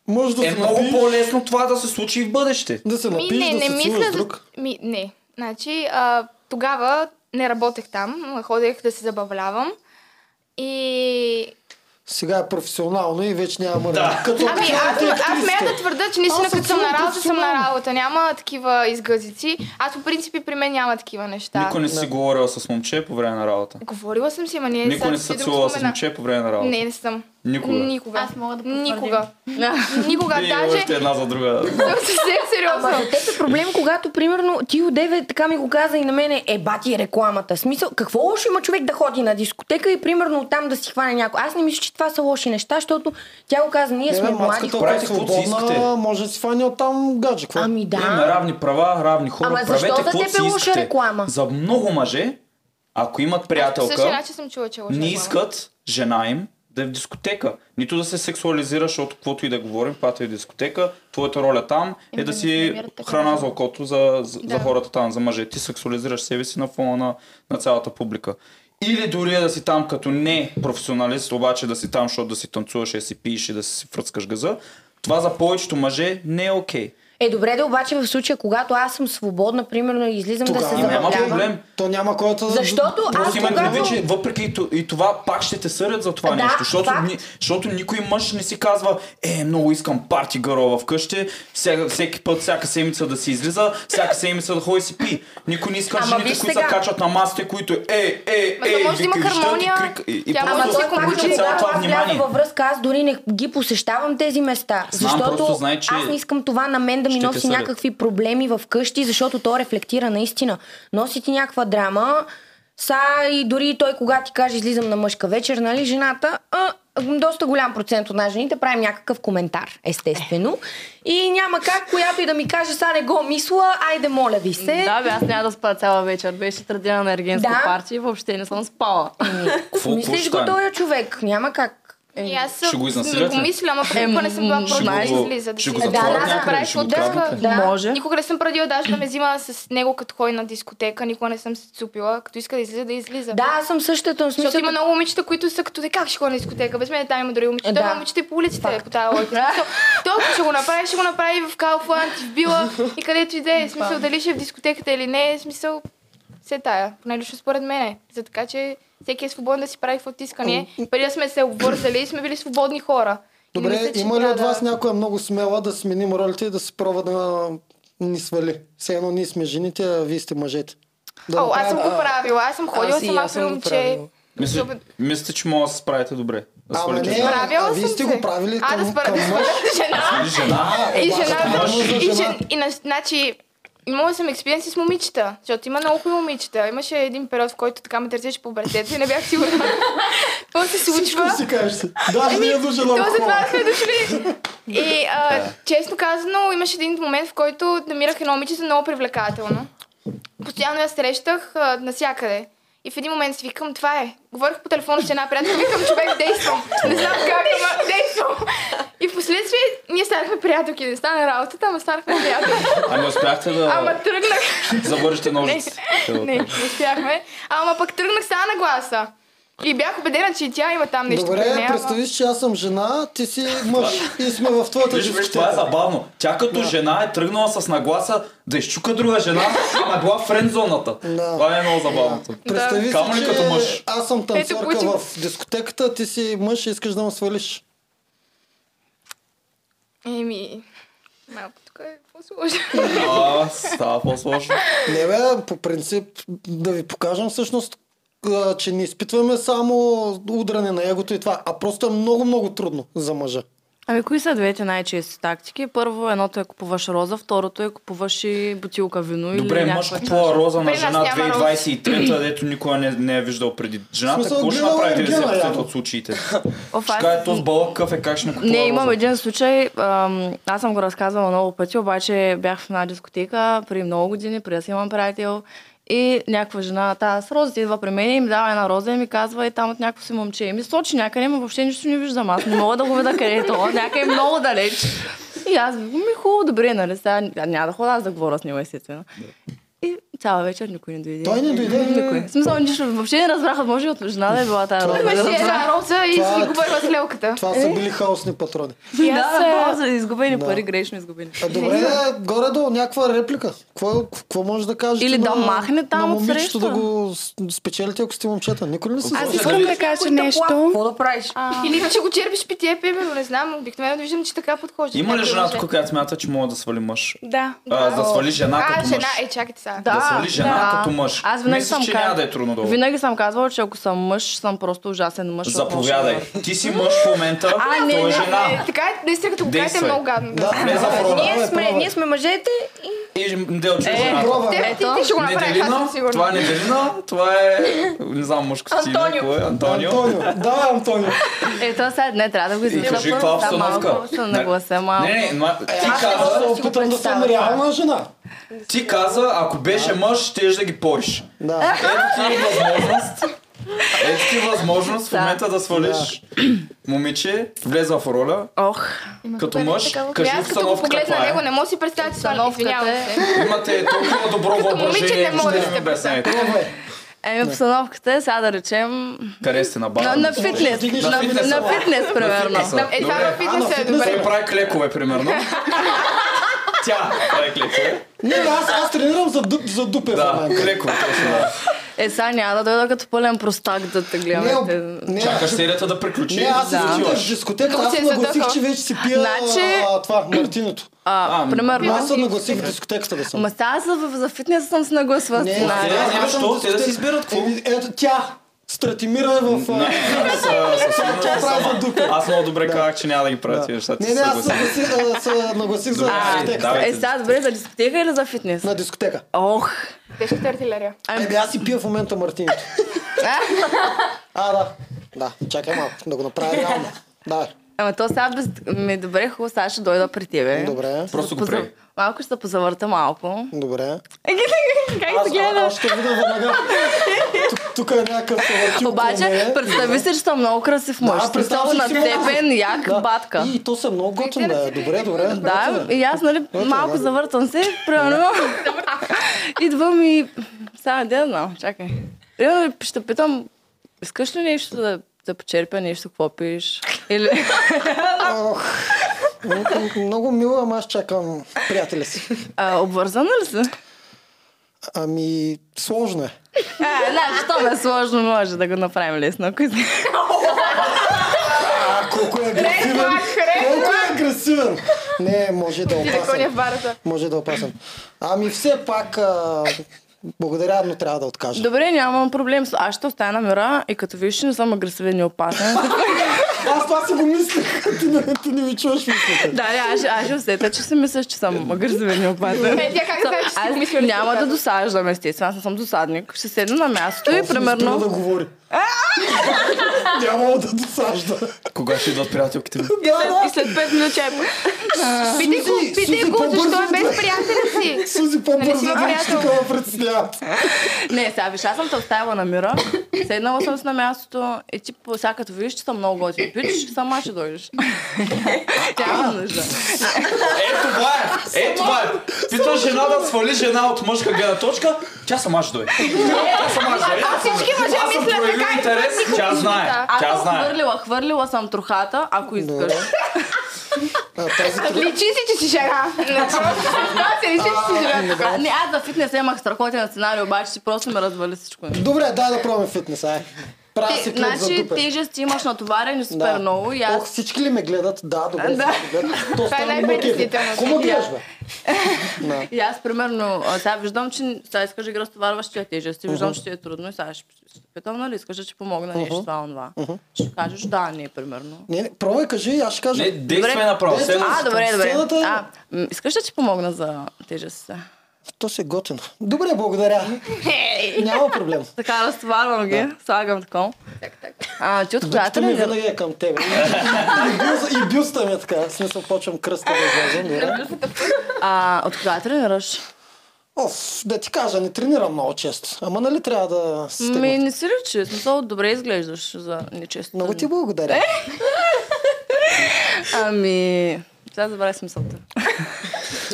S2: Може да
S1: е
S2: се
S1: много
S2: напиеш.
S1: по-лесно това да се случи и в бъдеще.
S2: Да се
S3: Ми, Ами не, не мисля за... Ми, не. Значи, а, тогава не работех там, ходех да се забавлявам. И...
S2: Сега е професионално и вече няма да. Като
S3: Ами, аз, аз смея да твърда, че наистина
S2: Аз съм
S3: като съм на
S2: силно
S3: работа, съм на
S2: професионална.
S3: работа. Няма такива изгъзици. Аз по принцип и при мен няма такива неща.
S1: Никой не си говорил с момче по време на работа.
S3: Говорила съм си, ма ние
S1: Никой не
S3: сега
S1: се
S3: да го
S1: целувал с
S3: спомена.
S1: момче по време на работа.
S3: Не, не съм.
S1: Никога.
S3: Никога. Аз мога да Никога. Никога.
S1: И
S3: Даже
S1: още една за
S3: [laughs]
S1: друга.
S3: [laughs] съвсем сериозно.
S5: Ама за теб е проблем, когато, примерно, ти одеве, така ми го каза и на мене, е бати рекламата. В Смисъл, какво лошо има човек да ходи на дискотека и, примерно, оттам да си хване някой? Аз не мисля, че това са лоши неща, защото тя го каза, ние сме млади
S2: маската, ако
S5: хора.
S2: е свободна, може да си фани от там гадже.
S5: Ами да.
S1: Имаме равни права, равни хора.
S5: Ама защо
S1: Правете
S5: за
S1: каквото
S5: теб е
S1: си
S5: лоша
S1: искате.
S5: реклама?
S1: За много мъже, ако имат
S3: По същия
S1: приятелка,
S3: начин съм чула, че е лоша
S1: не
S3: реклама.
S1: искат жена им да е в дискотека. Нито да се сексуализира, защото каквото и да говорим, когато е в дискотека, твоята роля там е,
S10: Еми,
S1: да
S10: да
S1: си
S10: не намират така
S1: храна
S10: жена.
S1: за окото за, за,
S10: Да.
S1: за хората там, за мъже. Ти сексуализираш себе си на фона на, на цялата публика. Или дори е да си там като не професионалист, обаче да си там, защото да си танцуваш, да си пиеш и да си фръцкаш газа, това за повечето мъже не е окей.
S5: Е, добре да обаче в случая, когато аз съм свободна, примерно, и излизам да се
S1: Тогава няма
S5: забавлявам.
S1: проблем.
S2: То няма който
S5: Защото аз
S1: Просто има
S5: когато-
S1: предвид, че въпреки то- и това пак ще те съдят за това
S5: Да,
S1: нещо, защото,
S5: факт.
S1: ни, защото никой мъж не си казва, е, много искам парти гърла вкъщи, всяка, всеки път, всяка седмица да си излиза, всяка седмица да ходи си пи. Никой не иска
S3: Ама
S1: жените,
S3: виж
S1: които се
S3: сега.
S1: качват на масите, които е, е, е,
S3: Ма то може да има
S1: викат, щят и
S3: хармония,
S1: крик- и- и
S3: тя
S1: просто
S3: може да си
S5: Пак
S1: привличат
S5: че
S1: цялото това
S5: когато аз вляза
S1: внимание.
S5: във връзка, аз дори не ги посещавам тези места.
S1: Знам,
S5: защото
S1: просто знай, че
S5: аз не искам това на мен да ми
S1: ще те
S5: носи
S1: съдят.
S5: някакви проблеми в къщи, защото то рефлектира наистина. Носи ти някаква драма, са и дори той, когато ти каже излизам на мъжка вечер, нали, жената, а, доста голям процент от нас жените правим някакъв коментар, естествено. И няма как, която и да ми каже, са не го мисла, айде моля ви се.
S8: Е, Да, бе, аз няма да спа цяла вечер. Беше традина на ергенско
S5: Да.
S8: партия и въобще не съм спала.
S1: Какво- какво
S5: Мислиш
S1: ще
S5: го
S1: стане?
S5: този човек, няма как. Е.
S3: И аз
S1: Ще го
S3: съм
S1: изнасилят ли?
S3: го мисля, ама преди това не съм била
S1: Ще го-
S3: против, че излиза да
S1: ще
S3: си
S1: го
S3: излиза.
S1: затворят
S3: аз
S1: някъде,
S3: правих
S1: ще го
S3: от детска,
S1: грабнат ли?
S8: Може.
S3: Никога не съм прадила даже да ме взима с него като ходи на дискотека, никога не съм се цупила, като иска да излиза, да излиза.
S5: Да, аз съм същата.
S3: Защото
S5: смисъл-
S3: има много момичета, които са като те, как ще ходи на дискотека, без мен там има други момичета,
S5: Да.
S3: да. момичета и по улиците по тази логика.
S1: [laughs]
S3: Толкова ще го направи, ще го направи в Кауфланд, в Била и където и да е. В Смисъл, дали ще е в дискотеката или не, е смисъл, се тая, поне лично според мене. За така, че всеки е свободен да си прави каквото иска.
S2: Ами,
S3: Ние преди да сме се обвързали, сме били свободни хора. И не
S2: Добре,
S3: мисля, че
S2: има ли
S3: трябва
S2: от
S3: да-
S2: вас някоя много смела да сменим ролите и да се пробва да ни свали? Все едно ние сме жените, а вие сте мъжете. Да
S3: О, аз съм го
S2: направим-
S3: правила, аз съм ходила
S2: Аз и
S3: сама
S2: аз
S3: при
S2: съм го
S3: момче.
S2: правила.
S1: Мисля, мисля, че мога да се справите добре. Да
S2: Ама
S1: свалите
S2: не,
S1: жена.
S3: Правила
S2: а вие
S3: съм
S2: сте
S3: се.
S2: го правили
S3: А, да
S2: към,
S3: според
S2: към
S3: да
S2: мъж.
S3: според жена.
S1: Свали жена.
S3: И
S2: Обаче
S3: жената.
S2: мъж за
S3: И, жен,
S2: жена.
S3: и на, значи, имала съм експириенси с момичета, защото има много хубави момичета. Имаше един период, в който така ме търсеше по братеца и не бях
S2: [laughs]
S3: сигурна. Какво се случва?
S2: Всичко си кажеш си. Даже не е дошъл
S3: То за това
S2: алкохола.
S3: сме дошли. И а, честно казано, имаше един момент, в който намирах едно момиче за много привлекателно. Постоянно я срещах а, насякъде. И в един момент си викам, това е. Говорих по телефона с една приятелка, викам, човек, действам. Не знам как, ама действам. И в последствие ние станахме приятелки. Не стана работата, ама станахме приятелки.
S1: А не успяхте да
S3: Ама тръгнах.
S1: завържете ножици.
S3: Не, не успяхме. Ама пък тръгнах сега на гласа. И бях убедена, че и тя има там нещо. при
S2: Добре,
S3: нея, ама-
S2: представиш, че аз съм жена, ти си мъж и сме в твоята
S1: Виж, виж, това е
S2: дискотека.
S1: забавно. Тя като жена е тръгнала с нагласа да изчука друга жена, ама е била в френдзоната. Това е много забавното.
S2: Представи
S1: Камо
S2: си,
S1: ли като
S2: че
S1: мъж?
S2: аз съм танцорка
S3: получим.
S2: в дискотеката, ти си мъж и искаш да ме свалиш.
S3: Еми, малко тук е по-сложно.
S1: А, става по-сложно.
S2: Не бе, по принцип, да ви покажем всъщност, а, че не изпитваме само удране на егото и това, а просто е много-много трудно за мъжа.
S8: Ами, кои са двете най-чести тактики? Първо, едното е купуваш роза, второто е купуваш и бутилка
S2: Ами,
S8: вино
S1: Добре,
S8: или
S1: мъж
S8: някаква
S1: купува роза на
S3: При нас
S1: жена
S3: няма
S2: [clears throat]
S3: роза.
S1: 2023,
S8: [clears throat]
S1: дето никога не, не е виждал преди. Жената
S2: Смисъл,
S1: какво ще
S2: гледала е
S1: направи
S2: гена,
S1: 90%
S2: явно.
S1: от
S2: [laughs]
S1: случаите?
S8: Оф,
S1: Ще
S8: аз-
S1: каже, този балък къв е, как ще не купува
S8: Не, имам
S1: роза?
S8: един случай. Ам, аз съм го разказвала много пъти, обаче бях в една дискотека при много години, преди да си имам приятел. И някаква жена, тази с розите, идва при мен и ми дава една роза и ми казва, и там от някакво си момче. И ми сочи някъде, но въобще нищо не виждам. Аз не мога да го видя къде е то. Някъде много далеч. И аз ми хубаво, добре, нали? Сега няма да ходя аз да говоря с него, естествено. И цяла вечер никой не дойде.
S2: Той не дойде.
S8: Никой. В смисъл, нищо, въобще не разбраха, може и от жена да е била тази роза.
S3: Имаше една роза и
S2: Това е-
S3: си говорила с лелката.
S2: Това са били хаосни патрони.
S8: И аз
S3: Да,
S2: е.
S8: да, роза, изгубени
S2: Да.
S8: пари, грешно изгубени.
S2: А добре, горе-долу някаква реплика. Какво, какво може да кажете
S8: Или
S2: на,
S8: да махне там
S2: на момичето
S8: отсреща.
S2: да го с- спечелите, ако сте момчета? Никой ли не се
S7: Аз
S2: сложи?
S7: искам да кажа нещо.
S9: Какво да правиш?
S3: Или че го черпиш питие, примерно, не знам, обикновено виждам, че така подхожда.
S1: Има ли жена тук, която смята, че може да свали мъж?
S7: Да.
S1: А, да свали жена
S3: А,
S1: като
S3: жена,
S1: мъж.
S3: е, чакайте сега.
S1: Да свали жена като мъж.
S8: Аз винаги
S1: Мислиш,
S8: съм
S1: че
S8: каз-
S1: няма да е трудно долу.
S8: Винаги съм казвала, че ако съм мъж, съм просто ужасен мъж.
S1: Заповядай. Ти си мъж в момента,
S8: А, не,
S1: той е
S8: не,
S1: жена.
S3: Е, Така е, наистина като го кажете е
S1: Действай.
S3: много гадно.
S2: Да,
S1: Не за
S2: права е,
S1: фронта.
S5: Ние
S2: права е,
S5: сме,
S2: права е.
S5: ние сме мъжете и
S1: И дел че е жената.
S2: Права е.
S3: Те, ти, ти ще го направиш, аз
S1: Неделина,
S3: съм сигурна.
S1: това е Неделина, това е, не знам, мъжко си име,
S5: Антонио.
S1: кое е, Антонио.
S2: Антонио. Да, Антонио.
S8: Ето Е, сега не трябва да го
S1: И
S8: излиза.
S1: кажи каква обстановка.
S8: малко, се наглася малко.
S1: Не, не, ма- ти
S2: Аз се
S1: каза,
S2: опитам да съм реална жена.
S1: ти каза, ако беше мъж, щеш да ги пориш.
S2: Да.
S1: Ето ти е възможност. Ето ти е възможност в момента да свалиш момиче, влезла в роля,
S8: Ох,
S1: като мъж,
S3: Ами
S1: кажи
S3: аз като го
S1: обстановката
S3: погледна
S1: каква е.
S3: него, не мога да си представя, че сваля.
S8: Обстановката
S3: Извинявам
S8: е-
S3: се. [laughs]
S1: Имате толкова добро
S3: момиче не
S1: въображение,
S3: мога да
S1: че
S3: си
S1: не ми обясняете.
S8: еми обстановката е сега да речем
S1: Къде сте на
S8: на,
S1: бара?
S8: на фитнес.
S2: На
S8: На,
S1: фитнеса.
S8: на фитнес, примерно.
S1: фитнеса.
S3: Е, това
S1: Добре.
S3: във фитнеса е добре.
S1: Той прави клекове,
S3: [laughs]
S1: примерно. Тя прави клекове.
S2: Не, не, аз, аз тренирам за, дъп, за дупе в
S1: Да,
S2: момента.
S1: клекове. точно, да.
S8: Е, сега няма да дойда като пълен простак да те гледам.
S2: Не,
S8: Те-
S2: не,
S1: Чакаш серията да приключи.
S2: не, аз се
S1: Да.
S2: да. в
S1: отиваш.
S2: дискотека,
S3: Много
S2: аз
S3: се е
S2: нагласих,
S3: задъхала.
S2: че вече си пия
S8: Значи-
S2: а, това, мартинето.
S8: А,
S1: А,
S8: примерно.
S2: Аз се нагласих в дискотеката да съм.
S8: Ма сега за, за фитнес съм се нагласила.
S2: Не,
S8: сценария.
S1: не,
S2: аз съм
S1: защо?
S2: в
S1: Те да си
S2: дискотека.
S1: избират какво.
S2: Еми, Ето тя, Стратимира е в... а,
S1: Аз, а, със сигурност
S2: Тя
S1: съм
S2: прави
S1: сама.
S2: за дупе.
S1: Аз много добре казах, че няма да ги правя
S2: Да.
S1: тия неща. ти
S2: Не, не,
S1: се
S2: аз се
S1: съгласи.
S2: нагласих, а, се нагласих за
S1: Добре,
S2: дискотеката.
S1: давай.
S8: Е, сега добре, за дискотека или за фитнес?
S2: На дискотека.
S8: Ох,
S3: Тежката артилерия.
S2: Еми аз си пия в момента мартинито. А, да. Да, чакай малко, да го направя реално. Да.
S8: Ама то сега без... Ми, е добре, хубаво, сега ще дойда при тебе.
S2: Добре.
S1: Просто го прей.
S8: Малко ще се позавърта малко.
S2: Добре.
S8: как се гледа?
S2: Аз ще видя веднага. Тук- Тук е някакъв съвъртил.
S8: Обаче, представи си, че съм много красив мъж.
S2: Да, представям
S8: Съм
S2: си,
S8: на
S2: че съм-
S8: степен, як, батка.
S2: И то съм много готин, да. Добре, добре.
S8: Да,
S2: готин е.
S8: и аз, нали,
S2: Готин е,
S8: малко
S2: да.
S8: завъртам се, примерно. Идвам и... Сега, де да знам, чакай. Примерно, ще питам, искаш ли нещо да, да почерпя нещо, какво пиеш? Или...
S2: Ох, м- м- Много мило, ама аз чакам приятеля си.
S8: А, обвързана ли си?
S2: Ами, сложно е.
S8: Е, значи, то е сложно, може да го направим лесно, ако искаш.
S2: А, колко е агресивен! Колко е агресивен! Не, може да е
S3: Силикония
S2: опасен.
S3: в барата.
S2: Може да е опасен. Ами все пак, а, благодаря, но трябва да откажа.
S8: Добре, нямам проблем. с- Аз ще остана на мира и като виж, че не съм агресивен и опасен.
S2: [laughs] Аз това си го мислех. Ти не, ти не ми чуваш мислите.
S8: Да, да, аз, аз ще усета, че си мислиш, че съм агресивен и опасен.
S3: Е, тя как знае, че си го мислила,
S8: аз
S3: не си го
S8: няма да
S3: казала?
S8: досаждам, естествено. Аз не съм досадник. Ще седна на място и
S2: Аз не спира да
S8: примерно...
S2: говори. [laughs] Няма да досажда.
S1: Кога ще идват приятелките ми?
S3: И след, и след 5 минути е. Питай го,
S2: Сузи,
S3: питай
S2: Сузи,
S3: го, защо е
S2: по-бързо
S3: без приятеля
S2: [laughs]
S3: си.
S2: Сузи
S3: Нали
S2: по-бързо
S3: си ми
S2: да
S3: приятел?
S2: такова предстоят.
S8: Не, сега виж, аз съм те оставила на мира. Седнала съм си на мястото и ти по- сега като видиш, че съм много готин. Пич, сама ще
S3: [laughs]
S8: дойдеш. Няма нужда.
S1: Е, това е! Е, това е! Питва жена да свали жена от мъжка гледна точка, тя сама ще дойде. Тя сама ще дойде.
S3: А всички мъже
S1: Аз съм
S3: мислят
S1: проявил
S3: така и това
S1: интерес,
S3: си го
S1: тя
S3: мисли,
S1: знае.
S3: да.
S8: Аз
S1: Тя
S8: съм
S1: знае.
S8: хвърлила, хвърлила съм трухата, ако искаш.
S2: А, тази
S3: Личи си, че си жена. Да, се личи, че си жена.
S8: А, не, аз за фитнес имах страхотен сценарий, обаче ти просто ме развали всичко.
S2: Добре, дай да пробваме фитнес, ай. Правя
S8: Ти,
S2: си клип за
S8: значи
S2: дупе.
S8: тежести имаш натоварени супер
S2: Да.
S8: много и аз...
S2: Ох, всички ли ме гледат? Да, добре.
S8: Да.
S2: всички гледат. То стана
S3: най-притеснителното.
S2: Кому гледаш, бе?
S8: [laughs]
S2: Да.
S8: И аз, примерно, а, сега виждам, че сега искаш да ги разтоварваш тия тежести, виждам, че ти е трудно и сега ще ще питам, нали, искаш да ти помогна нещо, това, онова. Ще кажеш, да, не, примерно.
S2: Не, не, пробвай, кажи, аз ще кажа.
S1: Не, действай направо.
S2: Добре.
S1: Седна
S8: А,
S1: си.
S8: добре, добре.
S2: сцената е-
S8: А, м, искаш да ти помогна за тежестта?
S2: То се готино. Добре, благодаря. Няма проблем.
S8: [laughs] Така, разтоварвам ги, слагам такова. А, ти от
S2: Дупката
S8: която
S2: ми
S8: ли?
S2: винаги е към
S1: [laughs]
S2: тебе. И бюст- И бюста ми е така. В смисъл, почвам кръста да излязам. добре.
S8: А, от кога тренираш?
S2: Оф, да ти кажа, не тренирам много често. Ама нали трябва да се
S8: Ми,
S2: стегна?
S8: Ами, не си речи, смисъл, добре изглеждаш за нечесто.
S2: Много ти благодаря.
S8: Ами, сега забравя смисълта.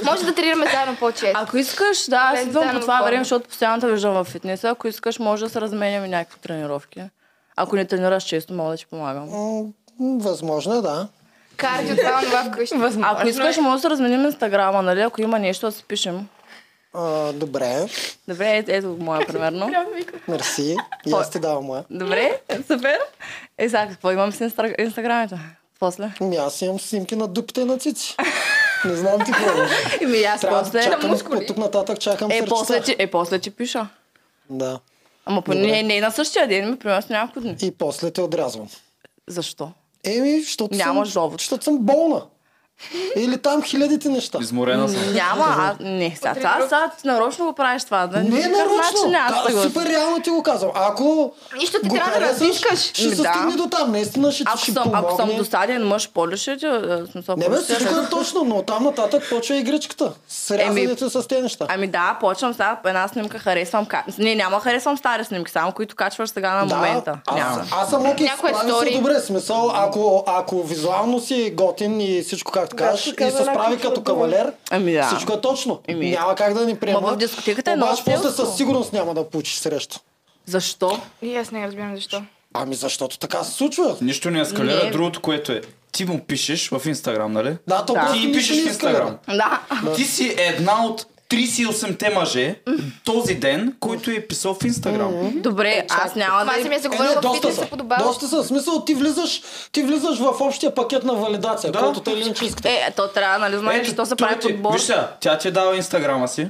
S3: Може да тренираме заедно по-често.
S8: Ако искаш, да, аз
S3: Без
S8: идвам по
S3: заново
S8: това
S3: форма.
S8: време, защото постоянно те виждам в фитнеса. Ако искаш, може да се разменяме някакви тренировки. Ако не тренираш често, мога да ти помагам.
S2: М, Възможно е, да.
S3: Кардио, това, това
S8: [laughs]
S3: вкъщи.
S8: е Ако искаш, може да се разменим инстаграма, нали? Ако има нещо, да си пишем.
S2: А, добре,
S8: Добре, ето, ето моя, примерно.
S2: мерси. И аз ти давам моя.
S8: Добре, [laughs] супер. Е, сега какво имам с инстра... инстаграмите? После.
S2: Ми Ами, аз имам [laughs] снимки на дупите и на цици. Не знам ти какво. имаш.
S8: [laughs] Еми, аз
S2: Трябва да
S8: после...
S2: чакам, от тук нататък чакам
S8: Е,
S2: сърчета.
S8: после, ти, е, после ти пиша.
S2: Да.
S8: Ама по... не, не на същия ден, ми примерно с няколко дни.
S2: И после те отрязвам.
S8: Защо?
S2: Еми, защото
S8: Нямаш
S2: съм,
S8: довод.
S2: защото съм болна. Или там хилядите неща.
S1: Изморена съм.
S8: Няма, а, не, сега, сега, сега нарочно го правиш това. Да,
S2: Не е нарочно.
S8: Значи, аз да
S2: да,
S8: го...
S2: супер реално ти го казвам. Ако
S3: Нищо ти
S2: го
S3: трябва да
S2: харесаш,
S3: разискаш.
S2: Ще се
S8: Ми, да.
S2: стигне до там. Наистина ще ти
S8: Ако
S2: ще
S8: съм,
S2: помогне.
S8: ако съм досаден мъж, по-леше ти е, смисъл.
S2: Не бе,
S8: по-леше ти е.
S2: всичко е точно, но там нататък почва игричката. Срязането с тези неща.
S8: Ами да, почвам сега една снимка, харесвам. ка- Не, няма харесвам стари снимки, само които качваш сега на момента. Няма.
S2: аз, аз съм окей,
S3: Някоя
S2: справи
S3: стори.
S2: се добре, смисъл, ако, ако визуално си готин и всичко както кажеш, и се справи като кавалер,
S8: Ами да.
S2: всичко е точно.
S8: Еми.
S2: Няма как да ни приема.
S8: Ма в дискотеката е
S2: Обаче
S8: много
S2: после
S8: селско.
S2: със сигурност няма да получиш среща.
S8: Защо?
S3: И аз не разбирам защо.
S2: Ами защото така се случва.
S1: Нищо не ескалира.
S8: Не.
S1: Другото, което е. Ти му пишеш в Инстаграм, нали?
S2: Да, то
S8: Да.
S2: просто
S1: Ти им
S2: нищо
S1: пишеш в
S2: не иска, бе.
S1: Инстаграм.
S8: Да.
S1: Ти си една от 38-те мъже този ден, който е писал в Инстаграм.
S8: Добре, аз няма да...
S3: Ама аз ми е
S2: Е, не,
S3: заговорила в
S2: доста
S3: фитнес
S2: са.
S3: се подобава.
S2: Доста са. В смисъл, ти влизаш, ти влизаш в общия пакет на валидация,
S1: Да.
S2: който те или иначе искате.
S8: Е, то трябва, нали, знаеш, че то се
S1: той
S8: прави
S1: ти-
S8: подбор.
S1: Виж сега, тя ти дава Инстаграма си.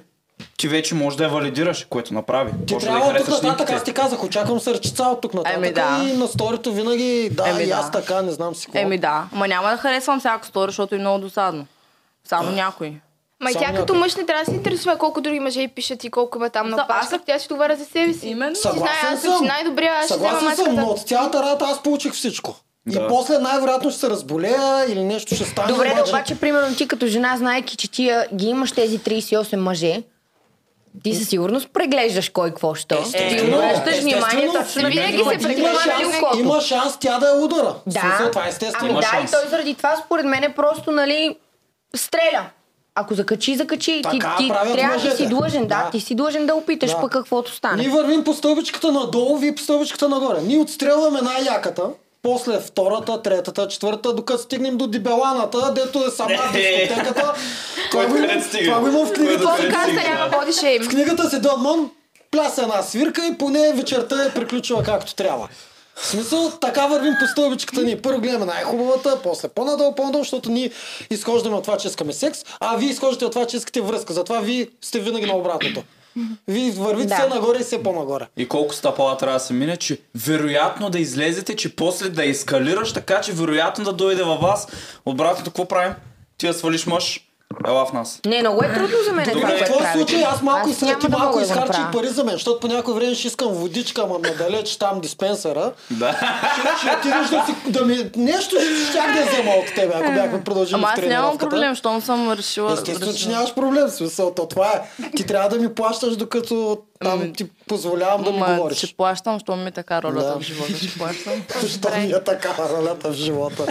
S1: Ти вече може да я валидираш, което направи.
S2: Ти
S1: може
S2: трябва
S1: да
S2: от
S1: й
S2: тук
S1: харесаш
S2: нататък, аз
S1: снимките.
S2: ти казах, очаквам сърчица от тук нататък.
S8: Еми да.
S2: И на сторито винаги, да,
S8: Еми
S2: и
S8: да.
S2: аз така, не знам си какво.
S8: Еми да, ма няма да харесвам всяко стори, защото е много досадно. Само Ами някой.
S3: Ма и
S2: Само
S3: тя като
S2: някой.
S3: мъж не трябва да се интересува колко други мъже и пишат и колко има там
S8: За-
S3: на
S8: аз
S3: пашка. Тя си отговаря за себе си.
S8: Именно.
S3: Ти знае,
S2: Съгласен
S3: аз съм
S2: съм.
S3: най-добрия, аз ще взема
S2: Съгласен съм, но
S3: мачката.
S2: от цялата работа аз получих всичко.
S1: Да.
S2: И после най-вероятно ще се разболея или нещо ще стане.
S5: Добре, да, обаче, примерно ти като жена, знаеки, че ти а, ги имаш тези 38 мъже, ти със сигурност преглеждаш кой какво ще. ти
S2: Естествено,
S5: обръщаш
S2: естествено,
S5: внимание точно на
S2: винаги
S5: тези
S2: се
S5: мъже.
S2: преглежда.
S5: Има
S2: Има
S5: шанс-
S2: шанс- има шанс тя да е удара. В
S5: Да,
S2: смисъл, това е естествено.
S5: Ами
S2: Има
S5: да,
S2: шанс.
S5: и той заради това според мен е просто, нали, стреля. Ако закачи, закачи. ти
S2: Така
S5: ти
S2: правят
S5: трябва да
S2: мъжете.
S5: си длъжен, да, ти си длъжен да опиташ
S2: Да.
S5: пък каквото стане.
S2: Ние вървим по стълбичката надолу, вие по стълбичката нагоре. Ние отстрелваме най-яката, после втората, третата, четвъртата, докато стигнем до дибеланата, дето е сама дискотеката. Това го имам- Това го имам в книгата.
S3: Ходиш им.
S2: В книгата си Донмон пляса една свирка и поне вечерта е приключила както трябва. В смисъл, така вървим по стълбичката ни. Първо гледаме най-хубавата, после по-надолу, по-надолу, защото ние изхождаме от това, че искаме секс, а вие изхождате от това, че искате връзка. Затова вие сте винаги на обратното. Вие вървите
S1: Да.
S2: все нагоре и все по-нагоре.
S1: И колко стъпала трябва да се мине, че вероятно да излезете, че после да ескалираш, така че вероятно да дойде във вас. Обратното, какво правим? Ти я свалиш мъж, ела в нас.
S5: Не, много е трудно за мен.
S1: Добре,
S5: това,
S1: в
S5: което
S1: твой
S5: правите.
S2: случай аз малко
S5: няма
S2: след ти
S5: да мога
S2: малко
S5: да го
S2: изхарчих
S5: направя.
S2: пари за мен, защото по някое време ще искам водичка, ама надалеч там диспенсъра.
S1: Да.
S2: Ще отидеш да, си, да ми... Нещо щях да взема от тебе, ако бяхме продължили
S8: Ама
S2: с
S8: аз нямам
S2: тренировката.
S8: проблем, щом съм решила.
S2: Естествено, че
S8: решила.
S2: нямаш проблем с мисълта. Това е. Ти трябва да ми плащаш, докато там ти позволявам да ми
S8: Ами- Ма,
S2: говориш.
S8: Ще плащам, щом ми е така ролята
S2: Да.
S8: в живота. Ще плащам.
S2: Защо ми е така ролята в живота?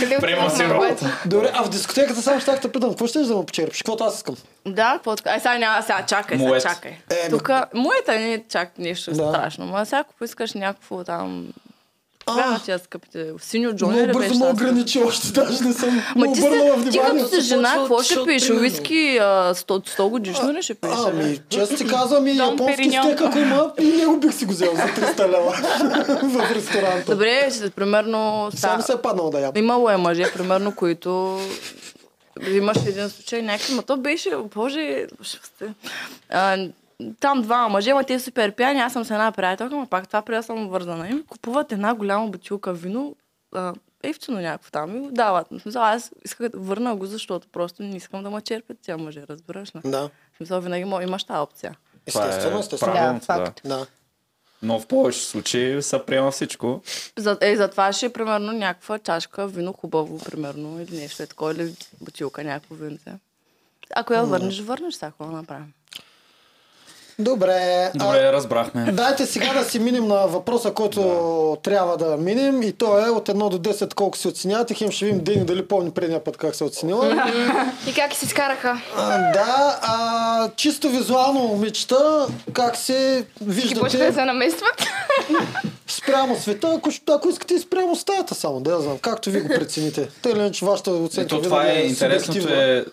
S8: Къде Приемам отиваме, си бе? ролята.
S2: Добре, а в дискотеката само щях да питам. Какво ще да ме почерпиш? Каквото аз искам?
S8: Да, под... Ай, сега няма, сега чакай, сега
S2: Мует.
S8: чакай.
S2: Е,
S8: Тук, моята не е чак нещо страшно, ма сега ако поискаш някакво там... Бяха тия скъпите. Синьо Джони
S2: Много
S8: ли беше?
S2: бързо ме
S8: тази?
S2: ограничи, още даже не съм
S8: Ма
S2: му
S8: ти, си,
S2: обърнала внимание.
S8: ти като си жена, какво ще
S2: Защото,
S8: пиеш?
S2: примерно,
S8: Уиски а, 100, 100 годишно ли ще пиеш?
S2: Ами, често ти казвам и японски стек, ако има, и него бих си го взел за 300 лева [laughs] в ресторанта.
S8: Добре, ще, примерно...
S2: Само се е паднал да ям.
S8: Имало е мъже, примерно, които... Имаше един случай, някакви, ма то беше, боже, ще сте. А, там два мъже, ма те супер пияни, аз съм с една приятелка, ма пак това преди да съм вързана. Им купуват една голяма бутилка вино, а, ефтино някакво там и го дават. В смисъл, аз исках да върна го, защото просто не искам да ме черпят тя мъже, разбираш ли?
S2: Да.
S8: В смисъл, винаги мо- имаш тази опция.
S1: Това е Естествено, естествено. правилното, Да, да. факт.
S2: Да.
S1: Но в повечето случаи се приема всичко.
S8: За, е, за това ще е примерно някаква чашка вино хубаво, примерно, или нещо е такова, или бутилка някакво винце. Ако я
S2: М.
S8: върнеш, върнеш, сега какво да направим.
S2: Добре. а-
S1: Добре, разбрахме.
S2: Дайте сега да си минем на въпроса, който трябва да минем и то е от 1 до 10 колко се оценявате. Хем ще видим Дени дали помни предния път как се е оценила.
S3: [laughs] И как се скараха?
S2: А, да, а, чисто визуално момичета, как се
S3: Ги почнаха да се
S2: виждате
S3: наместват.
S2: спрямо света, ако, щ- ако искате и спрямо стаята само, да я знам, както ви го прецените. Те или иначе вашата
S1: И
S2: оценка
S1: то това
S2: винаги
S1: е интересното
S2: субективна.
S1: е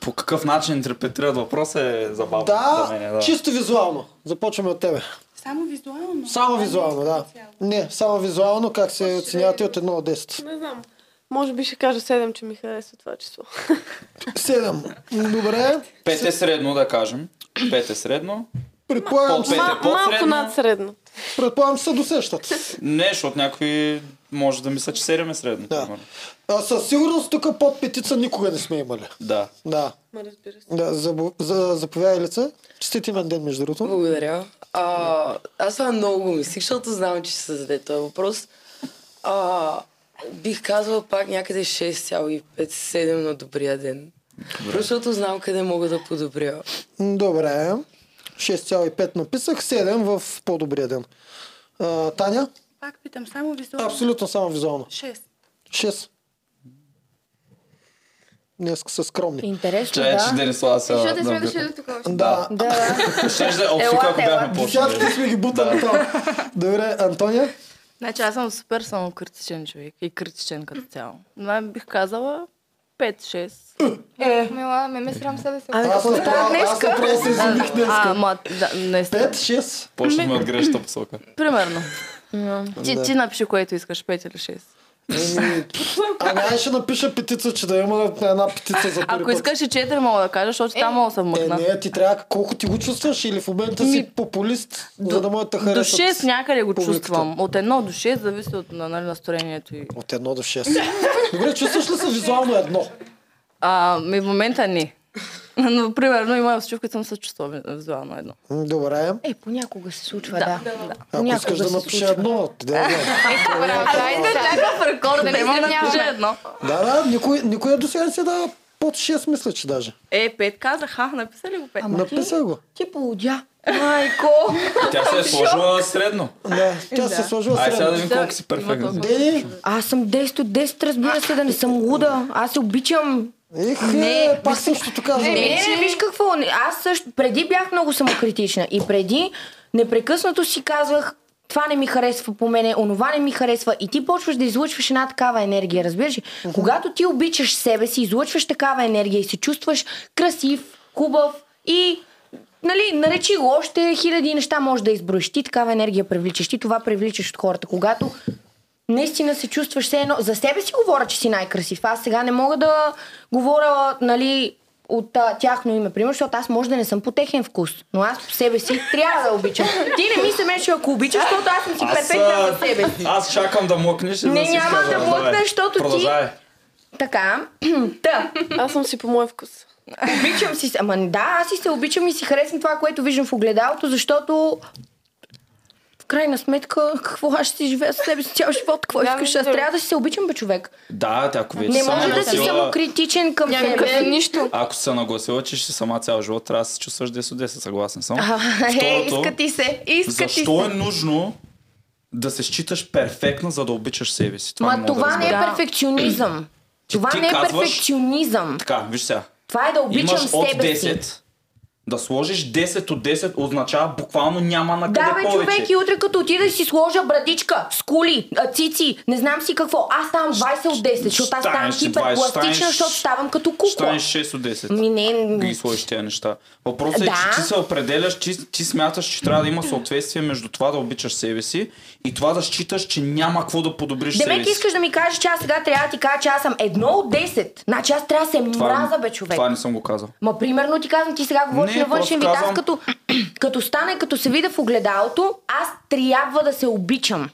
S1: по какъв начин интерпретират въпроса е забавно
S2: Да,
S1: за мен. Да,
S2: чисто визуално. Започваме от тебе.
S7: Само визуално.
S2: Само визуално, да. Не, само визуално как се оценявате от 1 до 10.
S6: Не знам. Може би ще кажа 7, че ми харесва това число.
S2: 7. Добре.
S1: Пет е средно, да кажем. Пет е средно.
S2: Предполагам, че...
S1: По-пет е
S6: Малко
S1: по-средно.
S6: над средно.
S2: Предполагам, че се досещат.
S1: Не, защото някои може да мислят, че 7 е средно. Да.
S2: А, със сигурност тук под петица никога не сме имали.
S1: да.
S2: Да.
S6: Ма разбира се.
S2: да за, за, заповядай лице. Честит имен ден, между другото.
S9: Благодаря. А, аз това много го мислих, защото знам, че ще се зададе този въпрос. А, бих казала пак някъде 6,5-7 на добрия ден. Просто Защото знам къде мога да подобря.
S2: М, Добре. 6,5 написах, 7 в по-добрия ден. А, Таня?
S7: Пак питам, само визуално.
S2: Абсолютно само визуално.
S7: 6.
S2: 6. Днес са скромни.
S5: Интересно,
S1: Че, че Денислава се...
S3: тук още.
S2: Да.
S5: Да.
S1: Щеше да е общо, ако бяхме почнали.
S2: Десятките сме ги бутали там. Добре, Антония?
S8: Значи аз съм супер само критичен човек и критичен като цяло. Но бих казала 5-6.
S3: Е, мила, ме ме срам сега да се
S8: Абе, какво става днеска? Да, а, ма, да, не
S2: 5-6.
S8: Ами-
S1: Почнахме от грешната посока.
S8: Примерно. Ти,
S2: Да.
S8: ти напиши, което искаш, 5 или 6.
S2: Еми, Ами аз ще напиша петица, че да има една петица за първи
S8: Ако
S2: път.
S8: искаш и 4 мога да кажа, защото там мога да съм
S2: Е,
S8: мъкна.
S2: не, ти трябва колко ти го чувстваш или в момента си популист, за да може да
S8: До
S2: харесат.
S8: 6 някъде го
S2: публиката.
S8: чувствам. От 1 до 6 зависи от на- нали, настроението и...
S2: От 1 до 6. Добре, чувстваш ли се визуално едно?
S8: А, ми в момента не. Но примерно има случаи, в които съм се чувствала визуално едно.
S2: Добре.
S5: Е, понякога се случва,
S8: Да, да.
S5: да.
S2: Ако
S5: Понякога
S2: искаш да
S5: се
S2: напиша
S5: случва.
S2: едно, да, да. Е,
S8: Някакъв рекорд, да не имам да кажа едно.
S2: Да, да, никой, никой до сега не си да под 6 мисля, че даже.
S8: Е, пет казах, ха, написа ли го пет?
S2: Написа го.
S5: Ти полудя. Майко!
S1: Тя се е сложила средно.
S2: Да, тя се е
S5: Да.
S2: сложила
S1: Ай, сега да
S2: средно.
S1: видим колко си перфектно.
S2: Дени,
S5: Аз съм 10 от 10, разбира се, да не съм луда. Аз се обичам.
S2: ех,
S5: Не,
S2: е, пак значи. същото казвам.
S5: Не, не, не, виж какво. не, Аз също преди бях много самокритична и преди непрекъснато си казвах това не ми харесва по мене, онова не ми харесва и ти почваш да излъчваш една такава енергия, разбираш ли? Когато ти обичаш себе си, излъчваш такава енергия и се чувстваш красив, хубав и нали, наречи го още хиляди неща може да изброиш. Ти такава енергия привличаш, ти това привличаш от хората. Когато наистина се чувстваш все едно. За себе си говоря, че си най-красив. Аз сега не мога да говоря, нали, от а, тяхно име, примерно, защото аз може да не съм по техен вкус, но аз по себе си трябва да обичам. Ти не ми се мешай, ако обичаш, защото аз съм си
S1: Аз,
S5: перфектна
S1: а,
S5: за себе си.
S1: аз чакам да млъкнеш. и
S5: Не,
S1: да си
S5: няма
S1: изкажа.
S5: да
S1: Давай.
S5: млъкна, защото ти-
S1: Продължай.
S5: Така, [clears throat] та,
S6: Аз съм си по мой вкус.
S5: обичам си се. Ама да, аз си се обичам и си харесвам това, което виждам в огледалото, защото в крайна сметка, [laughs] какво аз ще си живея с себе си цял живот, какво
S3: Да,
S5: искаш, аз
S3: между
S5: трябва да си се обичам, бе, човек.
S1: Да, тя ако вече
S5: Не
S1: се
S5: може да си
S1: нагласила-
S5: самокритичен към себе
S3: Къде
S5: си.
S3: нищо.
S1: Ако си се нагласила, че ще си сама цял живот, трябва да се чувстваш 10 от 10, съгласен съм.
S5: А, Е,
S1: Второто,
S5: иска ти се, иска ти се.
S1: защо е нужно да се считаш перфектна, за да обичаш себе си? Това
S5: Ма
S1: не мога да
S5: това не е
S1: разбера.
S5: перфекционизъм. Това
S1: ти
S5: не е
S1: казваш-
S5: перфекционизъм.
S1: Така, виж сега.
S5: Това е да обичам
S1: Имаш от
S5: себе си.
S1: 10. Да сложиш 10 от 10 означава буквално няма на къде
S5: Да, бе,
S1: повече.
S5: човек, и утре като отида и си сложа брадичка, скули, а, цици, не знам си какво. Аз ставам 20 от 10, защото аз ставам
S1: Станеш си 20,
S5: хиперпластична,
S1: станеш-
S5: защото ставам като
S1: Ще
S5: кукла.
S1: станеш 6 от 10.
S5: Ми не...
S1: ги сложиш тези неща. Въпросът е,
S5: Да.
S1: че ти се определяш, ти, ти смяташ, че трябва да има съответствие между това да обичаш себе си и това да считаш, че няма какво да подобриш себе
S5: Демек
S1: си.
S5: искаш да ми кажеш, че аз сега трябва да ти кажа, че аз съм едно от 10. Значи аз трябва да се мраза, бе, човек.
S1: Това е не съм го казал.
S5: Ма примерно ти казвам, ти сега говориш
S1: Не,
S5: на външен вид,
S1: просто казвам-
S5: аз като, като стана и като се видя в огледалото, аз трябва да се обичам.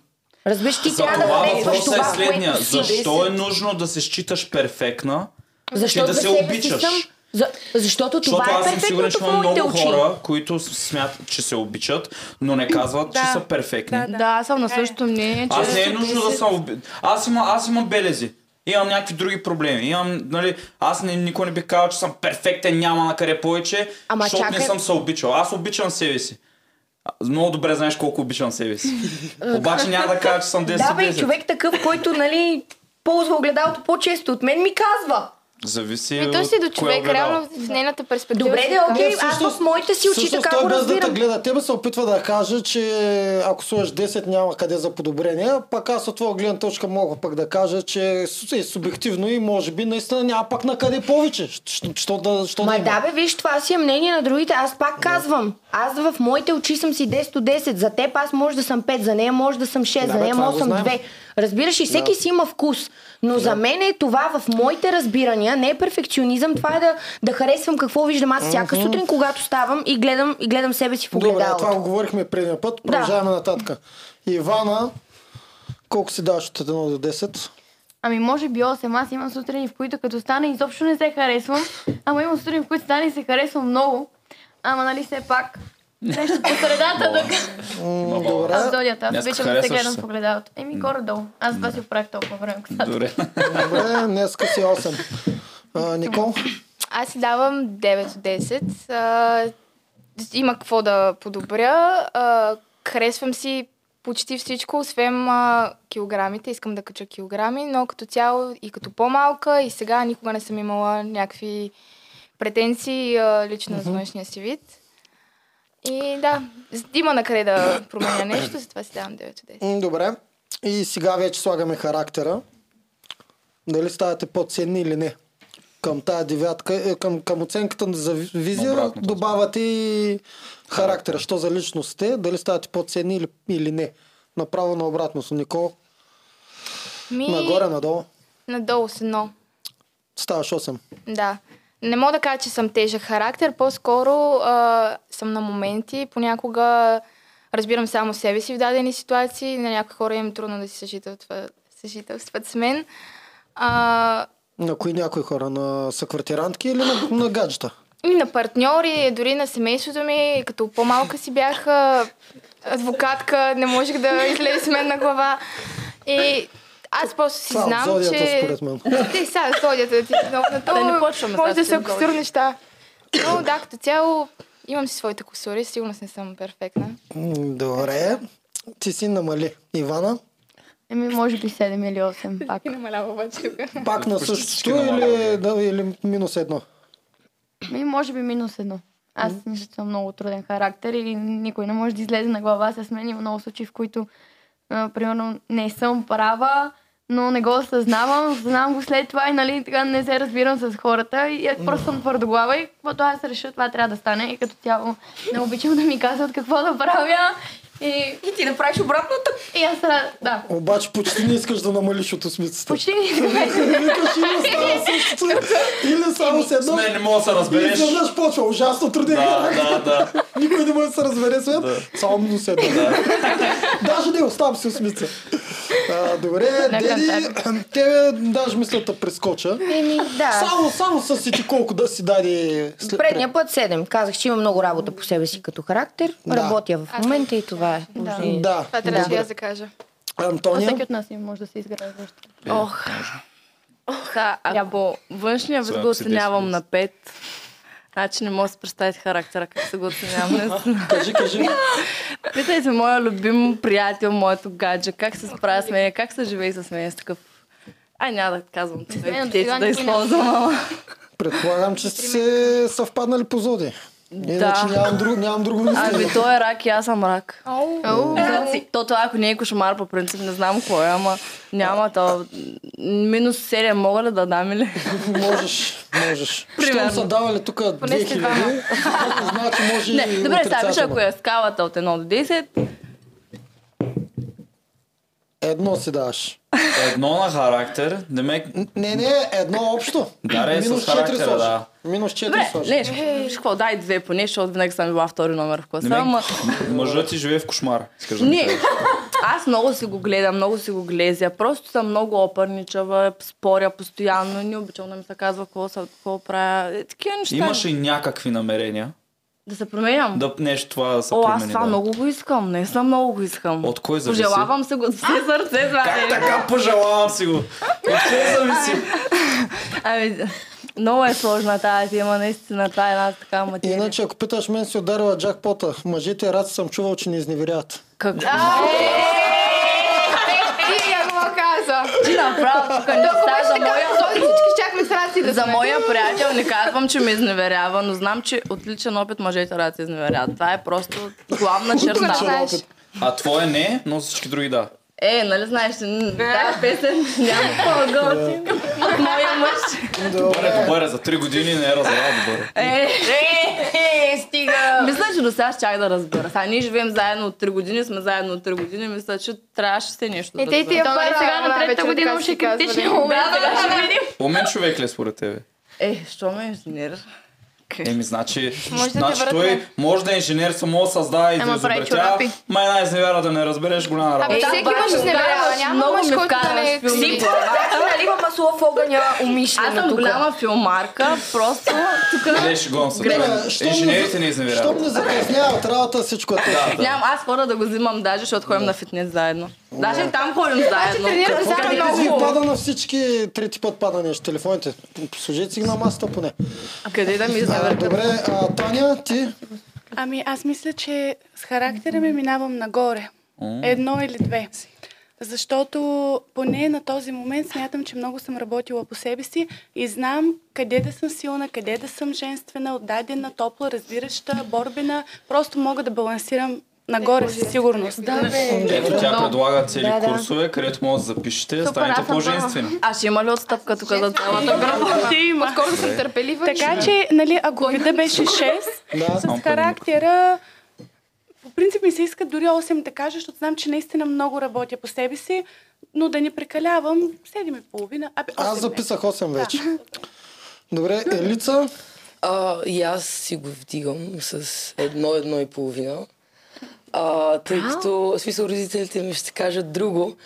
S5: Разбираш, ти
S1: За
S5: трябва да
S1: това
S5: харесваш
S1: въпросът
S5: това,
S1: е следния.
S5: което си.
S1: Защо е нужно да се считаш перфектна?
S5: Защото
S1: да
S5: за
S1: се
S5: себе си
S1: обичаш?
S5: Съм, за, защото това
S1: Защото аз
S5: е
S1: съм сигурен, че
S5: перфектното в
S1: има
S5: моите
S1: много
S5: очи.
S1: хора, които с- смятат, че се обичат, но не казват, че
S7: Да.
S1: са перфектни.
S7: Да,
S8: Да, аз съм на същото мнение, че...
S1: Аз не е нужно да съм оби... Аз, има, аз имам белези. Имам някакви други проблеми. Имам, нали, аз не, никой не би казал, че съм перфектен, няма на къде повече,
S5: Ама
S1: защото не
S5: чакай.
S1: съм се обичал. Аз обичам себе си. А, Много добре знаеш колко обичам себе си. Обаче няма да кажа, че съм 10
S5: Да,
S1: от
S5: бе,
S1: 10.
S5: човек такъв, който, нали, ползва огледалото по-често от мен ми казва.
S1: Зависи
S3: И
S1: от
S3: то си до
S1: кое
S3: човек,
S1: огледало.
S3: реално в нейната перспектива.
S5: Добре,
S3: си
S5: да,
S3: така.
S5: окей,
S2: Не,
S5: аз
S2: всъщност-
S5: в моите си очи
S2: Всъщност
S5: така
S2: той
S5: го
S2: без да те
S5: разбирам.
S2: гледа, тебе се опитва да каже, че ако сложиш 10 няма къде за подобрение, пък аз от твоя гледна точка мога пък да кажа, че с- е субективно и може би наистина няма пак на къде повече. Що, що да, що да
S5: Ма
S2: има?
S5: да бе, виж, това си е мнение на другите. Аз пак казвам. Аз в моите очи съм си 10 от 10. За теб аз може да съм 5, за нея може да съм 6,
S2: Да,
S5: за
S2: бе,
S5: нея
S2: това
S5: може да
S2: го
S5: съм
S2: знаем.
S5: 2. Разбираш и всеки си има вкус. Но за мен е това в моите разбирания не е перфекционизъм, това е да, да харесвам какво виждам аз всяка сутрин, когато ставам и гледам, и гледам себе си в
S2: Добре,
S5: огледалото.
S2: това го говорихме предния път. Продължаваме нататък. Ивана, колко си даваш от 1 до 10?
S10: Ами може би 8. Аз имам сутрини, в които като стана изобщо не се харесвам. Ама имам сутрини, в които стана и се харесвам много. Ама нали все пак нещо по средата да
S1: Ма,
S2: Добре.
S10: Аз зодията, аз
S1: Днеска
S10: обичам да се
S1: харесваш
S10: гледам
S1: се.
S10: в огледалото. Еми, горе-долу. Аз това си оправих толкова време. [laughs] косата.
S1: Добре.
S2: Добре, днеска си 8. А, Никол?
S3: Аз си давам 9 от 10. А, има какво да подобря. А, харесвам си почти всичко, освен а, килограмите. Искам да кача килограми, но като цяло и като по-малка и сега никога не съм имала някакви претенции а, лично за външния си вид. И да, з- има на къде да променя нещо, затова си давам 9 от 10.
S2: М, Добре. И сега вече слагаме характера. Дали ставате по-ценни или не? Към тази девятка, е, към, към оценката за ви- визия
S1: Обратното.
S2: добавяте и характера. Що за личност сте? Дали ставате по-ценни или, или не? Направо на обратното. Никол,
S3: Ми,
S2: нагоре, надолу.
S3: Надолу с едно.
S2: Ставаш 8.
S3: Да. Не мога да кажа, че съм тежък характер, по-скоро а, съм на моменти. Понякога разбирам само себе си в дадени ситуации. На някои хора им е трудно да си съжителстват, съжителстват с мен. А,
S2: На кои някои хора? На съквартирантки или на, на гаджета?
S3: И на партньори, дори на семейството ми, като по-малка си бях а, адвокатка, не можех да излезе с мен на глава. И аз просто си
S2: Това е от
S3: знам,
S2: зодията,
S3: че...
S2: според мен.
S3: Ти сега зодията ти много на
S8: Да не
S3: то,
S8: почваме
S3: Може
S8: сега с
S3: да се
S8: тези
S3: акустират
S8: зодии.
S3: неща. Но да, като цяло имам си своите косури, сигурно не съм перфектна.
S2: М, Добре. Ти си намали. Ивана?
S10: Еми, може би 7 или 8 пак.
S3: намалява обаче тук.
S2: Пак на
S10: Е, Почти
S2: същото
S10: всички
S2: или, е, да, или минус едно?
S10: Ми, може би минус едно. Аз мисля, че съм много труден характер и никой не може да излезе на глава с мен. Има много случаи, в които, а, примерно, не съм права, но не го осъзнавам. Знам го след това и, нали, така не се разбирам с хората. И аз просто съм твърдоглава и каквото аз реша, това трябва да стане. И като цяло не обичам да ми казват какво да правя. И,
S5: и ти направиш обратното.
S10: И аз, ра- да.
S2: Обаче почти не искаш да намалиш от усмицата.
S10: Почти не
S2: Викаш или става същото, или само с едно.
S1: С мен не мога да се разбереш.
S2: И изведнъж почва ужасно труден
S1: Да,
S2: характер.
S1: да,
S2: Никой не може да се разбере с мен. Само минус едно. Даже не оставам с усмица. А, добре,
S5: На
S2: Деди, те даже мислята прескоча.
S5: Еми, да.
S2: Само, само са си ти колко да си даде след...
S5: Предния път 7. Казах, че има много работа по себе си като характер.
S2: Да.
S5: Работя в момента и това е.
S10: Да.
S5: положението.
S2: Да,
S3: Това трябва
S2: добре.
S3: да аз да кажа.
S10: А
S2: Антония? Е.
S10: всеки от нас им може да се изгражда.
S8: Ох. Ох, а ако външния вид
S2: Сега,
S8: го
S2: ако си
S8: оценявам на 5, значи не мога да си представите характера, как се го оценявам. наистина.
S2: [laughs] Кажи, кажи.
S8: Питайте моя любим приятел, моето гадже, как се справя с мен, как се живее с мен с такъв... Ай, няма да казвам това
S10: мен от
S8: епитети
S10: сега
S8: да
S10: никой не
S8: използвам,
S10: знае.
S8: ама...
S2: Предполагам, че сте съвпаднали по зоди. Иначе нямам друго, нямам друго мислене.
S8: Ами той е рак и аз съм рак.
S3: Ау.
S8: Раци. То това ако не е кошмар по принцип, не знам кой е, ама няма то. Минус 7 мога ли да дам или?
S2: Можеш, можеш.
S8: Примерно.
S2: Щом са давали тук 2000, [laughs] значи може
S8: Не,
S2: и
S8: добре, сега виж,
S2: отрицателно.
S8: ако е скалата от 1 до 10,
S2: Едно си даваш.
S1: Едно на характер, демек...
S2: Не, не, едно общо.
S1: Да, бе,
S2: Минус
S1: с
S2: 4
S1: характера,
S2: сложи.
S1: да.
S2: Минус 4
S8: добре,
S2: сложи.
S8: не, виж какво, дай две поне, защото винаги съм била втори номер в класа,
S1: Демек,
S8: ама...
S1: мъжът ти живее в кошмар. Искаш да ми
S8: Не,
S1: кажеш.
S8: аз много си го гледам, много си го глезя. Просто съм много опърничава, споря постоянно, не обичам да ми се казва какво, са- какво правя. Е, такива неща.
S1: Имаш ли някакви намерения
S8: Да се променям.
S1: да нещо това да се
S8: О, аз
S1: промени?
S8: това
S1: да.
S8: много го искам. Не съм много го искам.
S1: От кой зависи?
S8: Пожелавам се го [laughs] с все сърце. Това
S1: Как
S8: е.
S1: така пожелавам си го? От кой
S8: [laughs]
S1: зависи?
S8: Ами, много е сложна тази тема, наистина. Това е една така материя.
S2: Иначе, Значи, ако питаш мен, си ударила джакпота. Мъжите раци съм чувал, че не изневеряват.
S8: Какво? Е!
S1: е!
S3: Ти я го каза.
S8: Ти направо тук не
S3: Толкова
S8: става за
S3: беше така,
S8: моя...
S3: зоди всички щяхме с раци да
S8: За
S3: сме.
S8: моя приятел не казвам, че ме изневерява, но знам, че от личен опит мъжете рад се изневеряват. Това е просто главна черта.
S1: А твое не, но всички други да.
S8: Е, нали знаеш, тази песен няма по-готи от моя мъж.
S1: Добър е, добър е, за 3 години не е разбрал добър. е.
S8: Е,
S5: е, стига!
S8: Мисля, че до сега щях да разбера. Сега ние живеем заедно от 3 години, сме заедно от 3 години, мисля, че трябваше се нещо да
S3: Е, те и тия
S8: разбера.
S3: пара,
S10: сега на
S3: да,
S10: третата
S3: вече
S10: година
S3: така
S10: ще
S3: си казвали.
S10: критичния момент,
S3: Да, да,
S10: сега ще
S3: да, да.
S1: Умен човек ли е според тебе?
S8: Е, що ме инженер?
S1: Еми, значи,
S8: Може да те
S1: значи
S8: върне.
S1: той може да е инженер, само създава и да
S8: Ама прави
S1: изобретява.
S8: чорапи.
S1: Май една изневяра да не разбереш голяма работа.
S5: Ами,
S3: Е,
S5: да,
S3: всеки
S5: обаче,
S3: мъж изневерява,
S5: вкараш,
S3: няма
S5: много
S3: мъж,
S5: ме
S3: който да не е
S5: вкараш в филма.
S3: Сипва.
S5: Аз нали има масло в огъня умишлено
S8: Аз съм
S5: тук.
S8: голяма филмарка, просто тук...
S1: Не шегувам се.
S8: Грешно.
S1: Добре,
S2: щом не
S1: Инженерите
S2: за-
S1: не
S2: Щом не
S1: изневеряват.
S2: закъсняват работа, всичко е
S1: Да,
S5: Значи,
S2: точно.
S1: да.
S8: Нямам, аз хора да го взимам даже, защото ходим на фитнес заедно. Даже и там ходим заедно.
S3: тренирате
S8: Какво
S3: заедно.
S8: къде-
S2: Ти
S3: Много.
S2: пада на всички, трети път пада нещо. Телефоните. Сложете си ги на масата поне.
S8: Къде да ми
S2: А,
S8: изневерят?
S2: добре, а, Таня, ти?
S7: Ами аз мисля, че с характера ми минавам нагоре.
S2: М.
S8: Е,
S7: Едно или две. Защото поне на този момент смятам, че много съм работила по себе си и знам къде да съм силна, къде да съм женствена, отдадена, топла, разбираща, борбена. Просто мога да балансирам нагоре със сигурност.
S8: Да,
S1: е
S8: бе.
S1: Ето тя предлага цели
S7: Да, да.
S1: курсове, където може да запишете,
S8: Супер, аз
S1: станете
S8: съм
S1: по-женствени.
S8: А ще има ли отстъпка тук за цялата група?
S7: Ще има.
S3: Скоро съм търпелива.
S7: Така че, нали, ако вида беше 6,
S2: Да.
S7: с характера... По принцип ми се иска дори 8 да кажа, защото знам, че наистина много работя по себе си, но да не прекалявам, 7 и половина. Абе, 8
S2: Аз записах 8 вече. Добре, Елица?
S9: А, и аз си го вдигам с едно, едно и половина. А, тъй като, в смисъл, родителите ми ще кажат друго,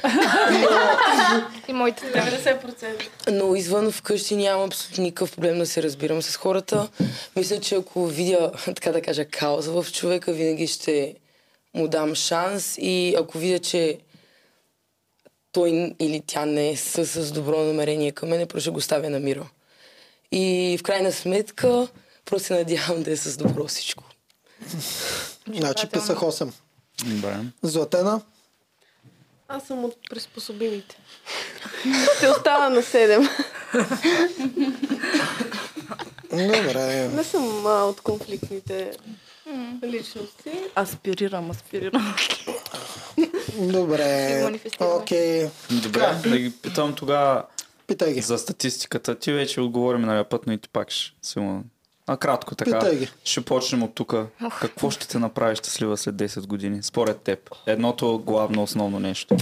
S3: И моите
S7: 90%.
S9: но извън вкъщи нямам абсолютно никакъв проблем да се разбирам с хората. Мисля, че ако видя, [laughs] така да кажа, кауза в човека, винаги ще му дам шанс и ако видя, че той или тя не е с, с добро намерение към мене, просто ще го ставя на мира. И в крайна сметка, просто се надявам да е с добро всичко.
S2: Значи писах 8.
S1: Добре.
S2: Златена.
S6: Аз съм от приспособимите. [laughs] Ще остана на 7.
S1: Е.
S2: Добре.
S6: Не съм а, от конфликтните личности.
S8: Аспирирам, аспирирам.
S2: Добре. Окей.
S1: Добре, да ги питам тогава
S2: Питай ги.
S1: за статистиката. Ти вече отговорим на път, но и ти пак ще сигурно. А кратко така.
S2: Питай ги.
S1: Ще почнем от тук. Какво ще те направи щастлива след 10 години? Според теб. Едното главно основно нещо.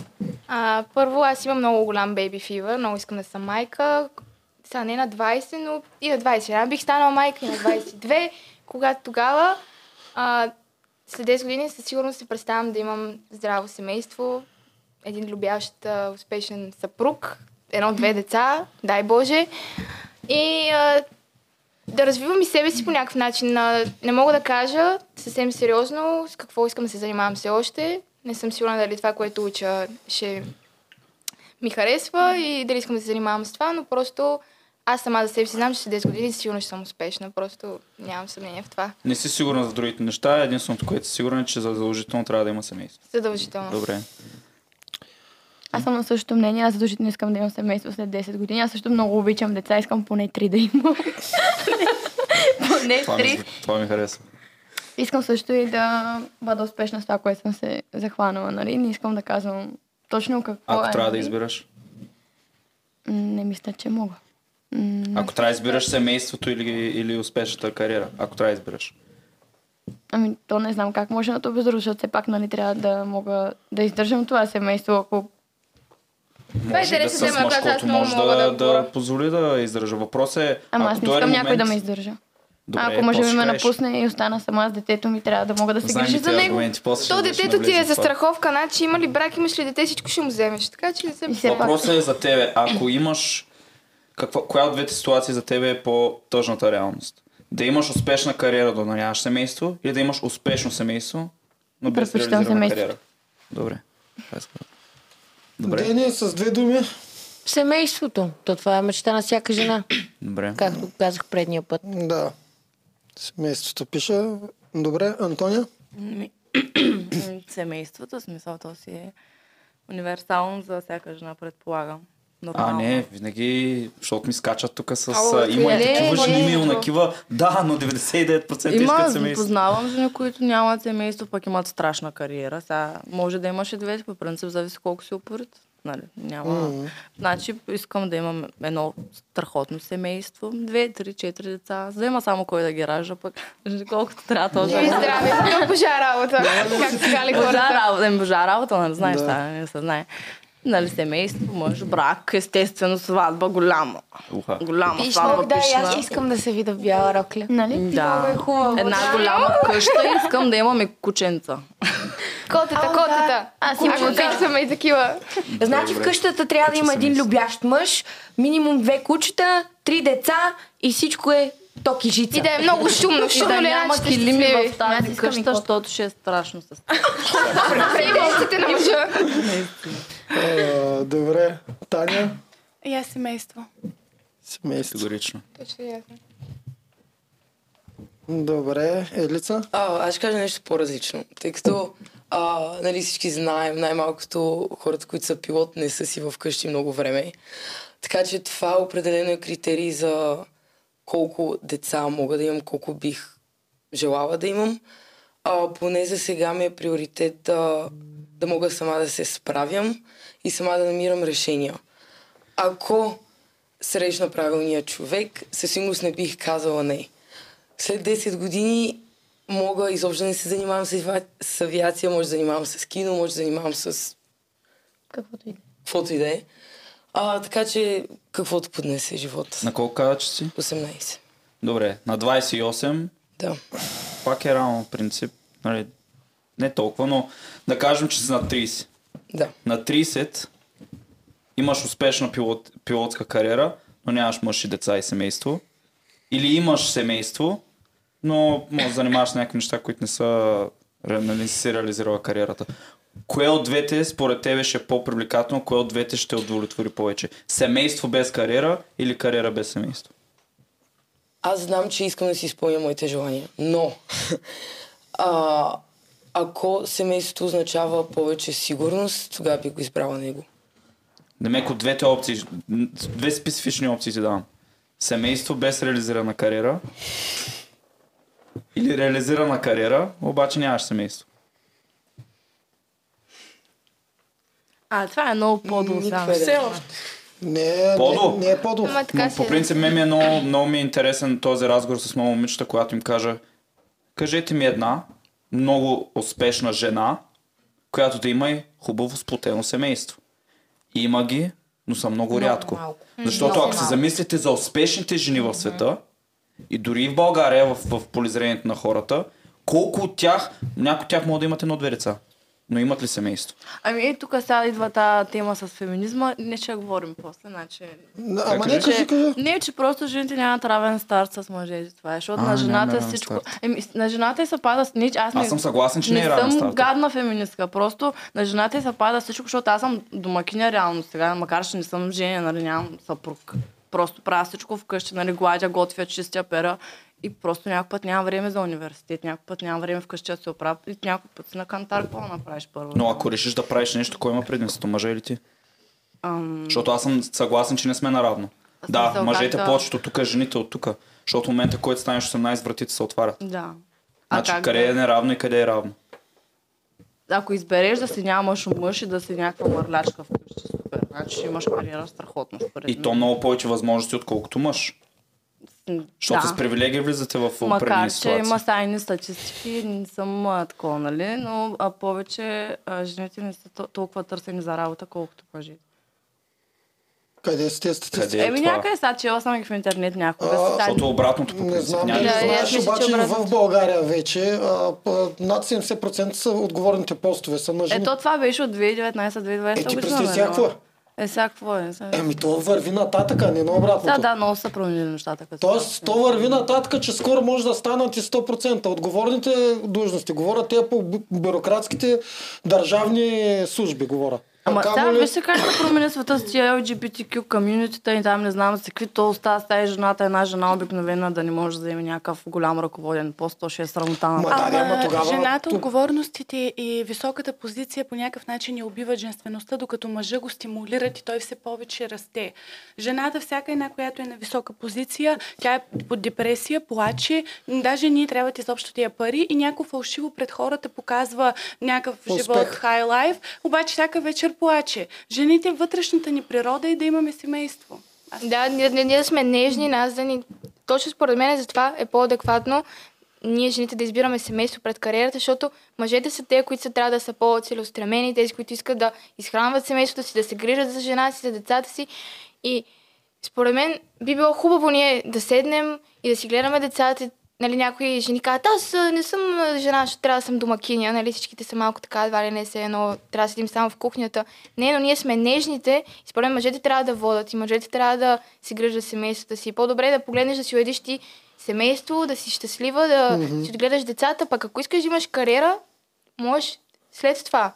S3: А, първо, аз имам много голям бейби фивър, много искам да съм майка. Сега не на 20, но и на 21. Бих станала майка и на 22, когато тогава а, след 10 години със сигурност се представям да имам здраво семейство, един любящ, а, успешен съпруг, едно-две деца, дай Боже. И а, да развивам и себе си по някакъв начин. А, Не мога да кажа съвсем сериозно с какво искам да се занимавам все още. Не съм сигурна дали това, което уча, ще ми харесва и дали искам да се занимавам с това, но просто аз сама за себе си знам, че след 10 години сигурно ще съм успешна. Просто нямам съмнение в това.
S1: Не си сигурна за другите неща. Единственото, което си сигурна е, че задължително трябва да има семейство.
S3: Задължително.
S1: Добре.
S10: Аз съм на същото мнение, аз задължително искам да имам семейство след 10 години. Аз също много обичам деца, искам поне 3
S1: [laughs]
S10: да имам. поне
S1: Това ми,
S10: 3.
S1: зву- това ми харесва.
S10: Искам също и да бъда успешна с това, което съм се захванала, нали? Не искам да казвам точно какво
S1: Ако
S10: е.
S1: трябва да
S10: нали?
S1: избираш.
S10: М, Не мисля, че мога. М,
S1: Ако трябва да избираш семейството или, или успешната кариера. Ако трябва да избираш.
S10: Ами, то не знам как може да то бездруго, защото все пак нали, трябва да мога да издържам това семейство, ако
S3: Това е
S1: Може да
S3: интересна
S1: с
S3: тема,
S1: мъж,
S3: която аз
S1: който
S3: много
S1: може
S3: мога
S1: да,
S3: да
S1: да позволи да издържа. Въпрос е...
S10: Ама
S1: ако
S10: аз не
S1: дойде
S10: искам някой да
S1: момент-
S10: ме издържа.
S1: Добре,
S10: а ако мъжа ми
S1: после
S10: ме
S1: ще кажеш.
S10: напусне и остана сама с детето ми, трябва да мога да се
S1: Знам
S10: грижа
S1: и
S10: за
S1: тези
S10: него.
S1: аргументи, после ще
S3: То
S1: влезеш
S3: детето ти
S1: навлизам в
S3: е
S1: това.
S3: за страховка, значи има ли брак, имаш ли дете, всичко ще му вземеш. Така че не се
S1: Въпросът е за тебе. Ако имаш... Каква, коя от двете ситуации за тебе е по-тъжната реалност? Да имаш успешна кариера, да нямаш семейство, или да имаш успешно семейство, но без
S10: Предпочитам
S1: реализирана
S10: семейството.
S1: кариера? Добре. Това е скъпо. Добре.
S2: Дени с две думи.
S5: Семейството. То това е мечта на всяка жена,
S1: Добре.
S5: както казах предния път.
S2: Да. Семейството пиша. Добре, Антония.
S8: Ми- [clears throat] Семейството, смисъл, то си е универсално за всяка жена, предполагам.
S1: А,
S8: Нормално.
S1: не, винаги, защото ми скачат тук с...
S8: Ало,
S1: а, има и
S8: не,
S1: такива жени,
S8: не.
S1: има такива... Да, но 99%
S8: Има,
S1: искат семейство.
S8: познавам жени, които нямат семейство, пък имат страшна кариера. Сега може да имаш и двете, по принцип зависи колко си упорит. Нали, няма.
S2: Мгм.
S8: Значи искам да имам едно страхотно семейство, две, три, четири деца. За да има само кой да ги ражда, пък [laughs] колкото трябва
S3: Живи
S8: точно.
S3: и здраве, това
S8: [laughs]
S3: е божа работа, както така ли
S8: Божа
S3: хората.
S8: работа, не, божа работа, нали знаеш,
S2: Да.
S8: да. не се знае. Нали, семейство, мъж, брак, естествено, сватба, голяма.
S1: Уха.
S8: Голяма
S5: Пишна,
S8: сватба,
S5: да, и аз
S8: пишна.
S5: искам да се видя в бяла рокля.
S10: Нали?
S5: Много е
S8: Да.
S5: хубаво.
S8: Една голяма къща и искам да имаме кученца.
S3: Котета, котета.
S10: Аз
S3: Аз
S10: имам
S3: имам
S10: да.
S3: обичаме и такива.
S5: Значи в къщата трябва да има един любящ мъж, минимум две кучета, три деца и всичко е токи жица.
S3: И да е много шумно,
S8: И да
S3: шумно ли
S8: няма
S3: начите
S8: килими в
S10: Аз
S8: тази
S10: искам и
S8: къща,
S10: кот.
S8: защото ще е страшно с
S3: Претенциите на мъжа.
S2: А, Е, добре, Таня.
S7: И аз семейство.
S2: Семейство.
S1: Категорично.
S3: Точно ясно.
S2: Добре, Елица.
S9: А, аз ще кажа нещо по-различно, тъй като а, нали, всички знаем, най-малкото хората, които са пилот, не са си вкъщи много време. Така че това определено е критерий за колко деца мога да имам, колко бих желала да имам. А, поне за сега ми е приоритет а, да мога сама да се справям и сама да намирам решения. Ако срещна правилния човек, със сигурност не бих казала не след 10 години мога изобщо да не се занимавам с, ава- с авиация, може да се занимавам с кино, може да се занимавам с
S10: Каквото и да е.
S9: каквото и да е. А, така че каквото поднесе живота.
S1: На колко каза, че си?
S9: 18.
S1: Добре, на 28
S9: Да.
S1: пак е рано, в принцип. Нали, не толкова, но да кажем, че си на 30.
S9: Да.
S1: На 30 имаш успешна пилот, пилотска кариера, но нямаш мъж и деца и семейство. Или имаш семейство, но може да занимаваш с някакви неща, които не са ре- нали, си реализирала кариерата. Кое от двете според тебе ще е по-привлекателно, кое от двете ще удовлетвори повече? Семейство без кариера или кариера без семейство?
S9: Аз знам, че искам да си изпълня моите желания, но [laughs] а, ако семейството означава повече сигурност, тогава би го избрала него.
S1: Демеко, двете опции, две специфични опции ти давам. Семейство без реализирана кариера или реализирана кариера, обаче нямаш семейство.
S8: А, това е много подло само.
S1: идея.
S8: Все още.
S2: Не,
S1: Подло?
S2: не, не е подло.
S8: Ама така
S1: Но
S8: си
S1: по
S8: е, да.
S1: принцип ме ми е много, много ми е интересен този разговор с много момичета, когато им кажа кажете ми една много успешна жена, която да има и хубаво сплотено семейство. Има ги, но са много,
S9: Много
S1: рядко.
S9: малко. М,
S1: Защото
S9: много
S1: ако се
S9: малко.
S1: замислите за успешните жени в света, и дори и в България, в, в полизрението на хората, колко от тях, някои от тях могат да имат едно-две деца. Но имат ли семейство?
S8: Ами и тук сега идва тази тема с феминизма. Не ще я говорим после, значи...
S1: ама Как не, кажи? кажи,
S8: че, не, че просто жените нямат равен старт с мъжете. Това е,
S1: А,
S8: защото на
S1: нямаме
S8: жената е
S1: равен
S8: всичко...
S1: старт.
S8: Еми, с- на жената и се пада... с- Не, че аз, не,
S1: Аз съм съгласен, че не е равен
S8: съм
S1: старт.
S8: гадна феминистка. Просто на жената и се пада всичко, защото аз съм домакиня реално сега, макар че не съм женя, нали, нямам съпруг. Просто правя всичко вкъщи, нали, гладя, готвя, чистя пера и просто някой път нямам време за университет, някой път нямам време вкъщи да се оправя и някой път си на кантар, какво да направиш първо?
S1: Но ако решиш да правиш нещо, кой има предимството, мъжа или ти?
S8: Ам...
S1: Защото аз съм съгласен, че не сме наравно. Да,
S8: Смисъл,
S1: мъжете
S8: как да-
S1: повечето тук, е жените от тук. Защото в момента, който станеш 18, вратите се отварят.
S8: Да. А
S1: Значи
S8: как
S1: къде
S8: да-
S1: е неравно и къде е равно.
S8: Ако избереш да си нямаш мъж и да си някаква мърлячка вкъщи, супер. Значи ще имаш кариера страхотна, според
S1: И то много повече възможности, отколкото мъж.
S8: мен.
S1: Защото
S8: Да.
S1: с привилегия влизате в определени
S8: Макар, че
S1: ситуации.
S8: има сайни статистики, не съм а, такова, нали? Но а, повече а, жените не са то- толкова търсени за работа, колкото мъжите.
S2: Къде сте статистиката?
S8: Еми някъде са, чела съм ги в интернет някога.
S2: А,
S8: са сайни.
S2: защото
S1: обратното по
S2: Не знам дали
S8: Да, и аз
S2: знаеш,
S8: мисля, че
S2: обаче в
S8: обратното.
S2: България вече а, п- над 70% са отговорните постове са на жени.
S8: Ето това беше от 2019-2020
S2: Е, ти
S8: година.
S2: представи
S8: нали?
S2: сега какво е?
S8: Е, сега какво е? Сега-
S2: Еми то върви нататък, а не на обратното.
S8: Да, да, много са променили нещата. Като
S2: Тоест, то върви нататък, че скоро може да станат и 100%. Отговорните длъжности, говоря те по бю- бюрократските държавни служби, говоря.
S8: Ама
S2: Камо
S8: сега
S2: ли-
S8: виж се как се промени света с тия LGBTQ комьюнитита и там не знам с какви то остава сега и жената, една жена обикновена да не може да вземе някакъв голям ръководен пост, то ще е срамота на
S7: Ама жената, отговорностите и високата позиция по някакъв начин я убиват женствеността, докато мъжа го стимулират и той все повече расте. Жената, всяка една, която е на висока позиция, тя е под депресия, плаче, даже ние трябват изобщо тия пари и някакво фалшиво пред хората показва някакъв
S11: Успех.
S7: живот, хай лайф, обаче всяка вечер плаче. Жените, вътрешната ни природа е да имаме семейство.
S3: Да, ние, ние, ние да сме нежни, нас да ни... Точно според мен затова е по-адекватно ние жените да избираме семейство пред кариерата, защото мъжете са те, които са, трябва да са по-целеустремени, тези, които искат да изхранват семейството си, да се грижат за жена си, за децата си. И според мен би било хубаво ние да седнем и да си гледаме децата. Нали, някои жени казват, аз а, не съм а, жена, защото трябва да съм домакиня. Нали, всичките са малко така, едва ли не се едно, трябва да седим само в кухнята. Не, но ние сме нежните и според мен мъжете трябва да водят и мъжете трябва да се грижат за семействата си. По-добре е да погледнеш да си уедиш ти семейство, да си щастлива, да
S2: Мгм.
S3: си отгледаш децата, пък ако искаш да имаш кариера, можеш след това.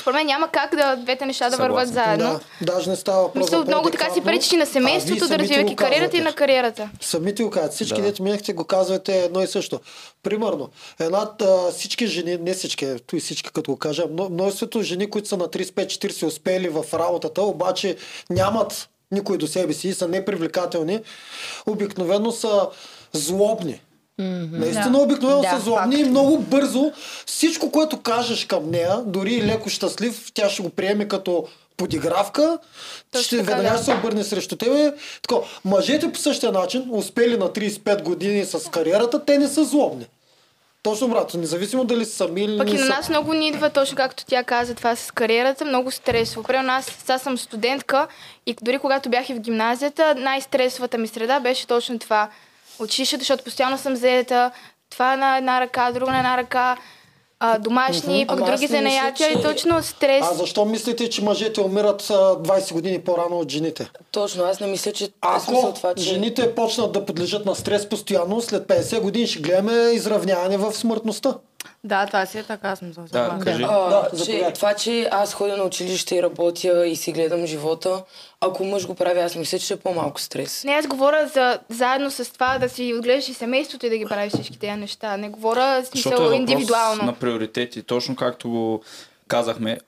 S3: Според мен няма как да двете неща да върват заедно.
S2: Да, даже не става въпрос.
S3: Мисля,
S2: за
S3: много така си
S2: по-адекватно.
S3: пречиш и на
S2: А, вие
S3: семейството, да
S2: самите
S3: развивайки
S2: го
S3: кариерата и
S2: казвате.
S3: на кариерата.
S2: Самите го казват. Всички,
S3: Да.
S2: да. дето минахте, го казвате едно и също. Примерно, една, а, всички жени, не всички, той всички като го кажа, но, множеството жени, които са на 35-40 успели в работата, обаче нямат никой до себе си и са непривлекателни, обикновено са злобни. Наистина
S11: Да.
S2: обикновено
S11: Да,
S2: са злобни и много бързо всичко, което кажеш към нея, дори и леко щастлив, тя ще го приеме като подигравка, ще
S11: така,
S2: веднага
S11: да.
S2: ще се обърне срещу тебе. Така, мъжете по същия начин, успели на 35 години с кариерата, те не са злобни. Точно обратно, независимо дали са сами или
S3: Пък
S2: не
S3: и на
S2: Ами са.
S3: нас много ни идва, точно както тя каза, това с кариерата, много стресово. При нас, сега съм студентка и дори когато бях и в гимназията, най-стресовата ми среда беше точно това. Училището, защото постоянно съм заета, това на една ръка, друго на една ръка. а, домашни и
S2: Мгм.
S3: пък
S2: Ама аз
S3: други
S2: не мисля,
S3: занятия
S2: че-
S3: и точно стрес.
S2: А защо мислите, че мъжете умират а, 20 години по-рано от жените?
S9: Точно, аз не мисля, че... в
S2: Ако
S9: смисъл това, че-
S2: жените почнат да подлежат на стрес постоянно, след 50 години ще гледаме изравняване в смъртността.
S8: Да, това си е така, съм съгласна.
S9: А,
S2: Да,
S9: че,
S2: заповядай.
S9: това, че аз ходя на училище и работя и си гледам живота, ако мъж го прави, аз мисля, че ще е по-малко стрес.
S3: Не, аз говоря за заедно с това да си отглеждаш и семейството и да ги правиш всички тези неща. Не говоря в
S1: Защото е
S3: смисъл
S1: въпрос
S3: индивидуално.
S1: на приоритети. Точно както го казахме,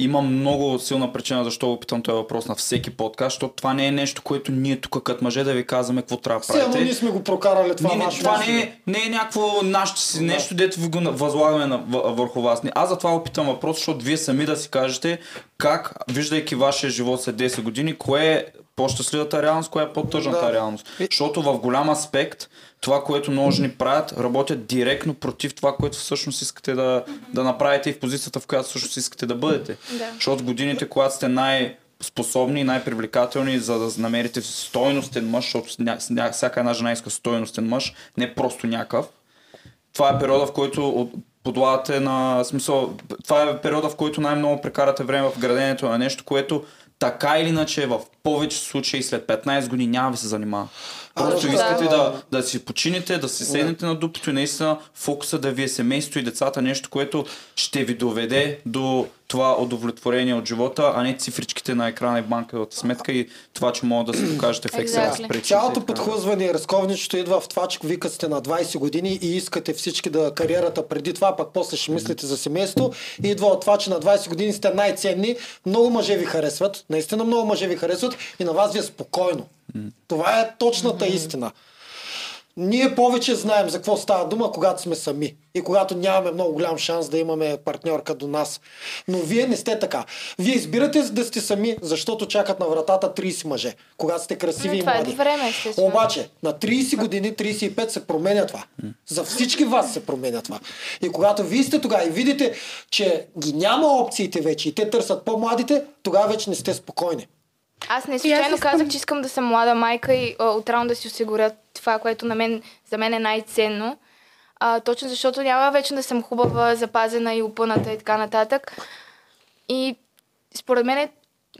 S1: има много силна причина защо го питам този въпрос на всеки подкаст, защото това не е нещо, което ние тук като мъже да ви казваме какво трябва да
S2: Все едно
S1: правите.
S2: ние сме го прокарали това
S1: Ние не-
S2: наше.
S1: това не, е, не е някакво наше си нещо, дето ви го на- възлагаме на, в- върху вас. Не, Аз затова опитам въпрос, защото вие сами да си кажете как, виждайки вашия живот след 10 години, кое е по-щастливата реалност, коя е по-тъжната
S2: Да.
S1: реалност. Защото в голям аспект това, което много жени правят, работят директно против това, което всъщност искате да, да направите и в позицията, в която всъщност искате да бъдете.
S11: Да.
S1: Защото годините, когато сте най- способни и най-привлекателни, за да намерите стойностен мъж, защото ня- с- ня- всяка една жена иска стойностен мъж, не просто някакъв. Това е периода, в който от- подлагате на смисъл. Това е периода, в който най-много прекарате време в граденето на нещо, което така или иначе в повече случаи след 15 години няма ви се занимава. Просто
S2: да.
S1: искате
S2: Да.
S1: да, да си почините, да си седнете на дупето и наистина фокуса да ви е семейство и децата, нещо, което ще ви доведе до това удовлетворение от живота, а не цифричките на екрана и банковата сметка и това, че могат да се покажете в Excel
S2: Да.
S1: с пречите.
S2: Цялото подхлъзване и разковничето идва в това, че вика сте на 20 години и искате всички да кариерата преди това, пък после ще мислите за семейство. И идва от това, че на 20 години сте най-ценни. Много мъже ви харесват. Наистина много мъже ви харесват и на вас ви е спокойно. Това е точната истина. Ние повече знаем за какво става дума, когато сме сами и когато нямаме много голям шанс да имаме партньорка до нас. Но вие не сте така. Вие избирате да сте сами, защото чакат на вратата 30 мъже, когато сте красиви
S3: Но
S2: и
S3: това е
S2: млади.
S3: до време, естествено.
S2: Обаче, на 30 години, 35 се променя това. За всички вас се променя това. И когато вие сте тогава и видите, че ги няма опциите вече и те търсят по-младите, тогава вече не сте спокойни.
S3: Аз не случайно казах, че искам да съм млада майка и а, отрано да си осигуря това, което на мен, за мен е най-ценно. А, точно защото няма вече да съм хубава, запазена и опъната и така нататък. И според мен е,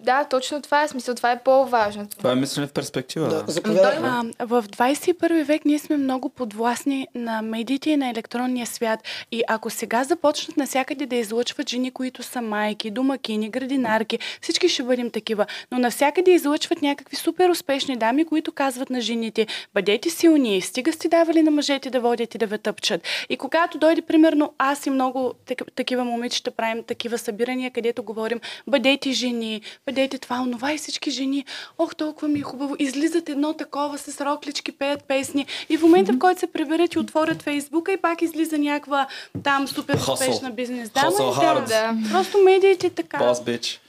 S3: да, точно това е смисъл, това е по-важно.
S1: Това е мислене в перспектива. Да,
S7: А, в 21 век ние сме много подвластни на медиите и на електронния свят. И ако сега започнат навсякъде да излъчват жени, които са майки, домакини, градинарки, всички ще бъдем такива. Но навсякъде излъчват някакви супер успешни дами, които казват на жените, бъдете силни, стига сте давали на мъжете да водят и да ве тъпчат. И когато дойде, примерно, аз и много так- такива момичета правим такива събирания, където говорим, бъдете жени, бъдете това, онова и всички жени. Ох, толкова ми е хубаво. Излизат едно такова с роклички, пеят песни. И в момента, в който се приберат и отворят Фейсбука, и пак излиза някаква там супер
S1: Hustle.
S7: успешна бизнес. дама
S1: Hustle
S7: и
S1: hard.
S7: да. Просто медиите така.
S1: Бас бич.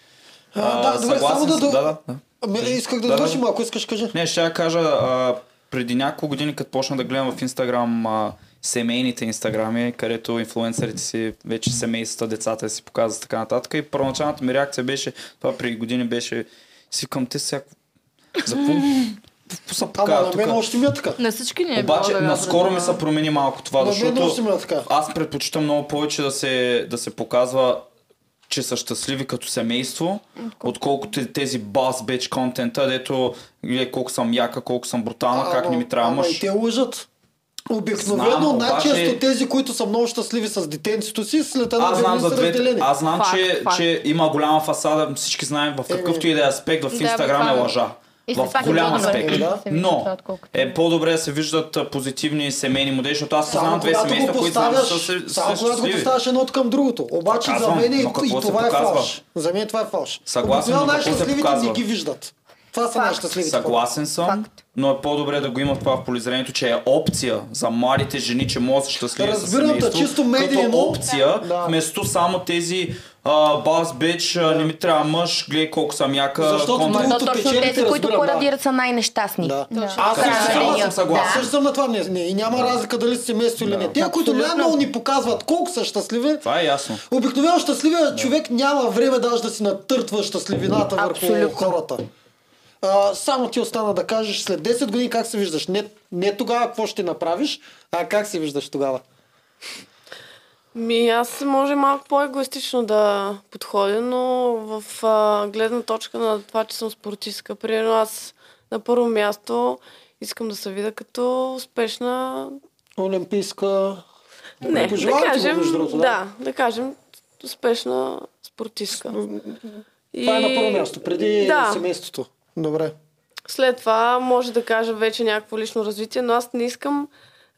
S2: А, да, добре, само да- да- Ами,
S1: Кажи.
S2: исках да
S1: Да, да.
S2: довършим, ако искаш, кажи.
S1: Не, ще я кажа, а, преди няколко години, като почна да гледам в Инстаграм а, семейните инстаграми, където инфлуенсърите си, вече семействата, децата си показват така нататък. И първоначалната ми реакция беше, това преди години беше, си към те сега, за какво? какво са
S2: Ама
S1: показват
S2: на мен
S1: тука?
S2: още ми е така.
S8: На всички ни е
S1: Обаче
S8: било така,
S1: наскоро ми
S8: предполагам.
S1: се промени малко това,
S2: На мен
S1: защото
S2: още ми е така.
S1: аз предпочитам много повече да се, да се показва, че са щастливи като семейство, отколкото тези бас беч контента, дето е колко съм яка, колко съм брутална, как не ми трябва
S2: ама и
S1: мъж.
S2: те лъжат. Обикновено
S1: Знам,
S2: най-често
S1: обаче-
S2: тези, които са много щастливи с детенцето си, след една
S1: Аз знам,
S2: година
S1: за
S2: са
S1: две,
S2: разделени.
S1: аз знам че, че има голяма фасада, всички знаем в какъвто и да е аспект в
S2: Да,
S1: Инстаграм е
S2: буквално.
S1: лъжа.
S2: И след
S1: В
S2: това
S1: голям
S2: като
S1: аспект.
S2: върнем, да.
S1: Но е по-добре да се виждат а, позитивни семейни модели, защото аз познавам две
S2: когато
S1: семейства,
S2: го
S1: които знам, че
S2: поставяш,
S1: са се- са
S2: само когато го
S1: щастливи.
S2: поставяш едно към другото. Обаче
S1: Казвам,
S2: за мен е, и,
S1: но какво
S2: и
S1: се
S2: това е
S1: показва?
S2: фалш. За мен това е фалш.
S1: Съгласен, но
S2: Обикновено
S1: какво се
S2: най-щастливите не
S1: показва?
S2: ги виждат. Това са най-щастливите. хора.
S1: Съгласен съм, но е по-добре да го има това в полизрението, че е опция за младите жени, че могат да са щастливи със
S2: Разбирам те,
S1: семейство.
S2: чисто медийно.
S1: като опция, вместо само тези а, бас, бич, а, не ми трябва мъж, гледай колко съм яка.
S2: Защото
S1: контент.
S5: Но точно тези, които парадират, са най-нещастни.
S2: Да.
S5: Аз
S2: Аз
S3: е.
S2: също съм,
S1: съм съгласен.
S2: Аз също съм на това мнение. И няма разлика дали си семейство или не. Те, които
S1: Абсолютно.
S2: най-много ни показват колко са щастливи,
S1: Това е ясно.
S2: обикновено щастливия човек няма време даже да си натъртва щастливината върху
S1: Абсолютно.
S2: хората. А, само ти остана да кажеш след 10 години как се виждаш. Не, не тогава какво ще направиш, а как се виждаш тогава.
S6: Ми, аз може малко по-егоистично да подходя, но в а, гледна точка на това, че съм спортистка, примерно аз на първо място искам да се видя като успешна...
S2: Олимпийска...
S6: Не, да
S2: Пожелавам ти го,
S6: кажем,
S2: между другото, да.
S6: да, да кажем успешна спортистка.
S2: Това е на първо място, преди
S6: да.
S2: семейството. Добре.
S6: След това може да кажа вече някакво лично развитие, но аз не искам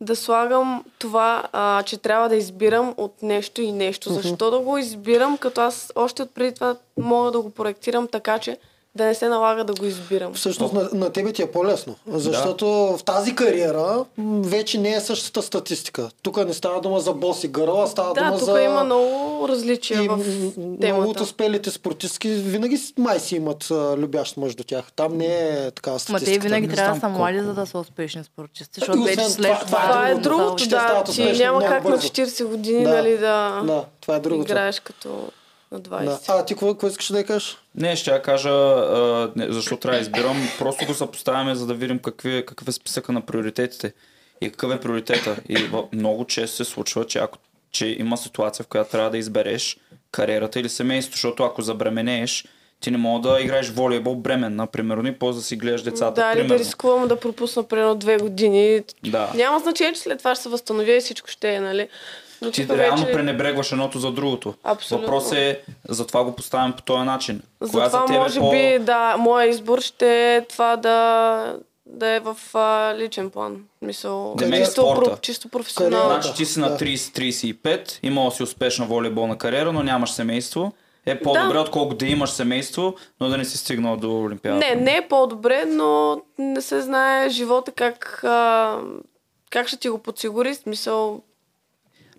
S6: да слагам това, а, че трябва да избирам от нещо и нещо.
S2: Мгм.
S6: Защо да го избирам, като аз още от преди това мога да го проектирам така, че да не се налага да го избирам.
S2: Всъщност на, на тебе ти е по-лесно, защото в тази кариера м, вече не е същата статистика. Тук не става дума за боси гърл, а става
S6: да,
S2: дума
S6: тук
S2: за...
S6: има много различия
S2: И
S6: в
S2: много от
S6: темата.
S2: успелите спортистки винаги с- май си имат а, любящ мъж до тях. Там не е такава
S8: Ма
S2: статистика.
S8: те винаги
S2: Не
S8: трябва да
S2: знам
S8: са
S2: колко.
S8: млади, за да са успешни
S2: И
S8: спортисти, защото
S2: Ами, освен
S8: вече след
S2: това-
S8: това...
S6: Това е другото,
S2: Ще
S6: да,
S2: стават
S6: ти
S2: успешни
S6: няма
S2: много
S6: как на
S2: бързо.
S6: 40 години,
S2: Да,
S6: нали, да,
S2: да, това е другото.
S6: играеш като на 20.
S2: Да. А ти какво какво искаш да я кажеш?
S1: Не, ще я кажа а, не, защо трябва да избирам. Просто го съпоставяме, за да видим какви, какъв е списъка на приоритетите и какъв е приоритета. И в- много често се случва, че, ако, че има ситуация, в която трябва да избереш кариерата или семейството, защото ако забременееш, ти не мога да играеш волейбол бременна, примерно, и после да си гледаш децата.
S6: Да, или
S1: примерно.
S6: да рискувам да пропусна примерно две години.
S1: Да.
S6: Няма значение, че след това ще се възстановя и всичко ще е, нали? Но
S1: Ти
S6: тук
S1: реално
S6: вече-
S1: пренебрегваш едното за другото.
S6: Абсолютно.
S1: Въпрос е, затова го поставям по този начин. Коя за
S6: Затова
S1: теб е
S6: може
S1: по-
S6: би, да, моя избор ще е това да, да е в а, личен план. Мисъл,
S1: Демек
S6: чисто,
S1: е спорта.
S6: про- чисто професионално.
S1: Значи ти си на 30-35, имал си успешна волейболна кариера, но нямаш семейство. Е по-добре,
S6: Да.
S1: отколкото да имаш семейство, но да не си стигнал до Олимпиада.
S6: Не, не е по-добре, но не се знае живота как, а, как ще ти го подсигури. Смисъл,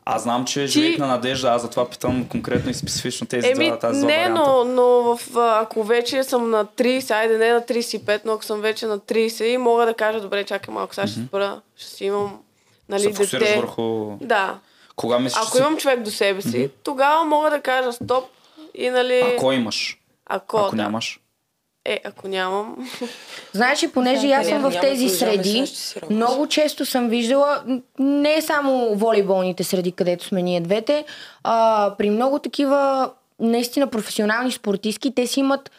S1: Аз знам, че живеех на надежда, аз затова питам конкретно и специфично тези
S6: Еми,
S1: два, Е, тази два
S6: не,
S1: варианта.
S6: но, но в, а, ако вече съм на 30, айде не на 35, но ако съм вече на 30 и мога да кажа, добре, чакай малко, сега ще
S1: Мгм.
S6: спра, ще си имам нали,
S1: се фокусираш
S6: дете.
S1: върху...
S6: Да.
S1: Кога мислиш, че
S6: Ако
S1: Ами си-
S6: имам човек до себе си,
S1: Мгм.
S6: тогава мога да кажа стоп и нали...
S1: Ако имаш.
S6: Ако,
S1: Ако
S6: да.
S1: нямаш.
S6: Е, ако нямам. [laughs]
S5: Значи, понеже и аз съм в
S6: Няма значи,
S5: тези
S6: да продължаваме,
S5: среди,
S6: сега ще си работиш.
S5: много често съм виждала, н- не е само волейболните среди, където сме ние двете, а, при много такива наистина професионални спортистки, те си имат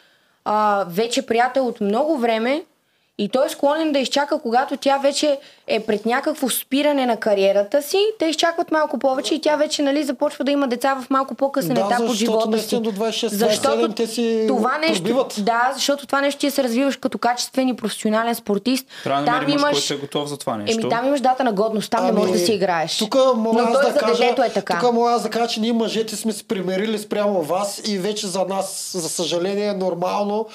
S5: а, вече приятел от много време и той е склонен да изчака, когато тя вече е пред някакво спиране на кариерата си, те изчакват малко повече и тя вече нали, започва да има деца в малко по-късен
S2: Да,
S5: етап от
S2: защото
S5: живота си.
S2: наистина до 26-27
S5: защото
S2: те си
S5: това нещо,
S2: пробиват.
S5: Да, защото това нещо ти се развиваш като качествен и професионален спортист.
S1: Трябва да
S5: там
S1: намерим мъж,
S5: имаш...
S1: който е готов за това нещо.
S5: Еми, там имаш дата на годност, там не можеш да си играеш.
S2: Ами, Тук
S5: Но
S2: мога аз
S5: той
S2: да
S5: за
S2: кажа,
S5: детето е така.
S2: Тук мога аз да кажа, че ние мъжете сме се примирили спрямо вас и вече за нас, за съжаление, е нормално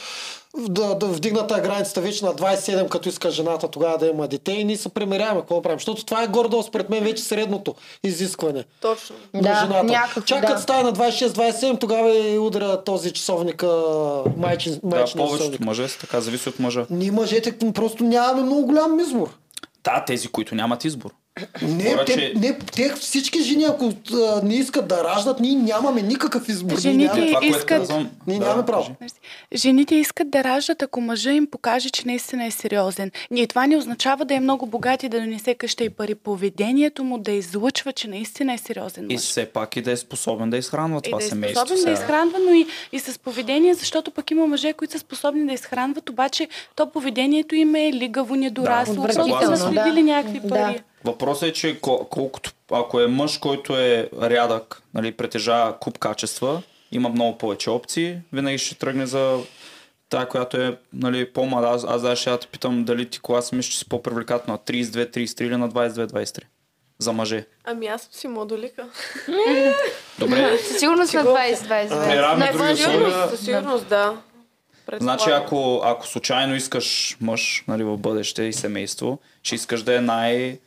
S2: да, да вдигната границата вече на 27, като иска жената тогава да има дете и ние се примиряваме. Какво правим? Защото това е гордо, според мен, вече средното изискване.
S6: Точно.
S2: На
S5: Да,
S2: жената.
S5: някакво,
S2: Чак
S5: да.
S2: като стане на 26-27, тогава и удара този часовник, а, майчин,
S1: Да,
S2: майчин часовник.
S1: повечето мъже са така, зависи от мъжа.
S2: Ние мъжете просто нямаме много голям избор.
S1: Да, тези, които нямат избор.
S2: Не,
S1: Говоря,
S2: те,
S1: че-
S2: не, те всички жени, ако а, не искат да раждат, ние нямаме никакъв избор. Ние
S7: Жените
S2: нямаме-
S7: Това, което искат- казвам-
S2: Ние
S7: да,
S2: нямаме право.
S7: Жените искат да раждат, ако мъжа им покаже, че наистина е сериозен. И това не означава да е много богат и да донесе къща и пари. Поведението му да излъчва, че наистина е сериозен
S1: И все пак и да е способен да изхранва това
S7: и да е
S1: семейство.
S7: способен да
S1: сега.
S7: изхранва, но и, и с поведение, защото пък има мъже, които са способни да изхранват, обаче то поведението им е лигаво, недорасло, да, просто са
S1: Отвратително,
S7: наследили
S5: да.
S7: някакви
S5: Да.
S7: пари.
S1: Въпросът е, че кол- колкото, ако е мъж, който е рядък, нали, притежава куп качества, има много повече опции, винаги ще тръгне за тая, която е нали, по-млада. Аз, аз даже ще я те питам дали ти кога си мислиш, че си по-привлекателна на 32, 33 или на 22, 23. За мъже.
S6: Ами аз си модулика.
S1: [laughs] Добре.
S3: Със сигурност на 20-22.
S1: При равни Е, други условия.
S6: Със сигурност, да.
S1: Значи, ако, ако случайно искаш мъж нали, в бъдеще и семейство, ще искаш да е най-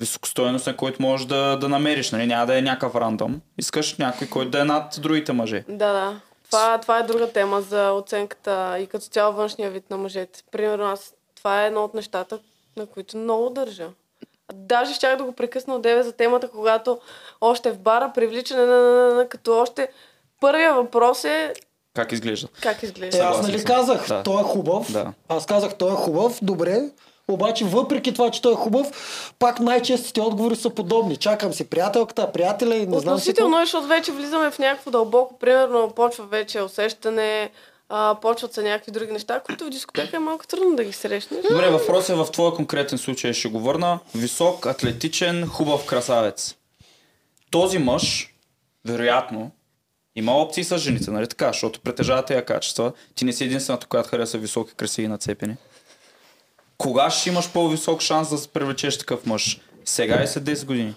S1: високостойностен, който можеш да, да намериш. Нали? Няма да е някакъв рандом. Искаш някой, който да е над другите мъже.
S6: Да, да. Това, това е друга тема за оценката и като цяло външния вид на мъжете. Примерно аз, това е едно от нещата, на които много държа. Даже щях да го прекъсна от деве за темата, когато още в бара привличане на, на, на, на като още първия въпрос е
S1: Как изглеждат?
S6: как
S2: Е,
S6: изглежда.
S2: аз нали казах,
S1: Да.
S2: той е хубав.
S1: Да.
S2: Аз казах, той е хубав, добре. Обаче, въпреки това, че той е хубав, пак най-честите отговори са подобни. Чакам си приятелката, приятеля и не знам си
S6: Относително е, защото вече влизаме в някакво дълбоко, примерно почва вече усещане, а, почват се някакви други неща, които в дискотека е малко трудно да ги срещнеш.
S1: Добре, въпрос е в твоя конкретен случай, ще го върна. Висок, атлетичен, хубав красавец. Този мъж, вероятно, има опции с жените, нали така? Защото притежава тези качества. Ти не си единствената, която харесва високи, красиви и нацепени. Кога ще имаш по-висок шанс да се привлечеш такъв мъж? Сега и след 10 години.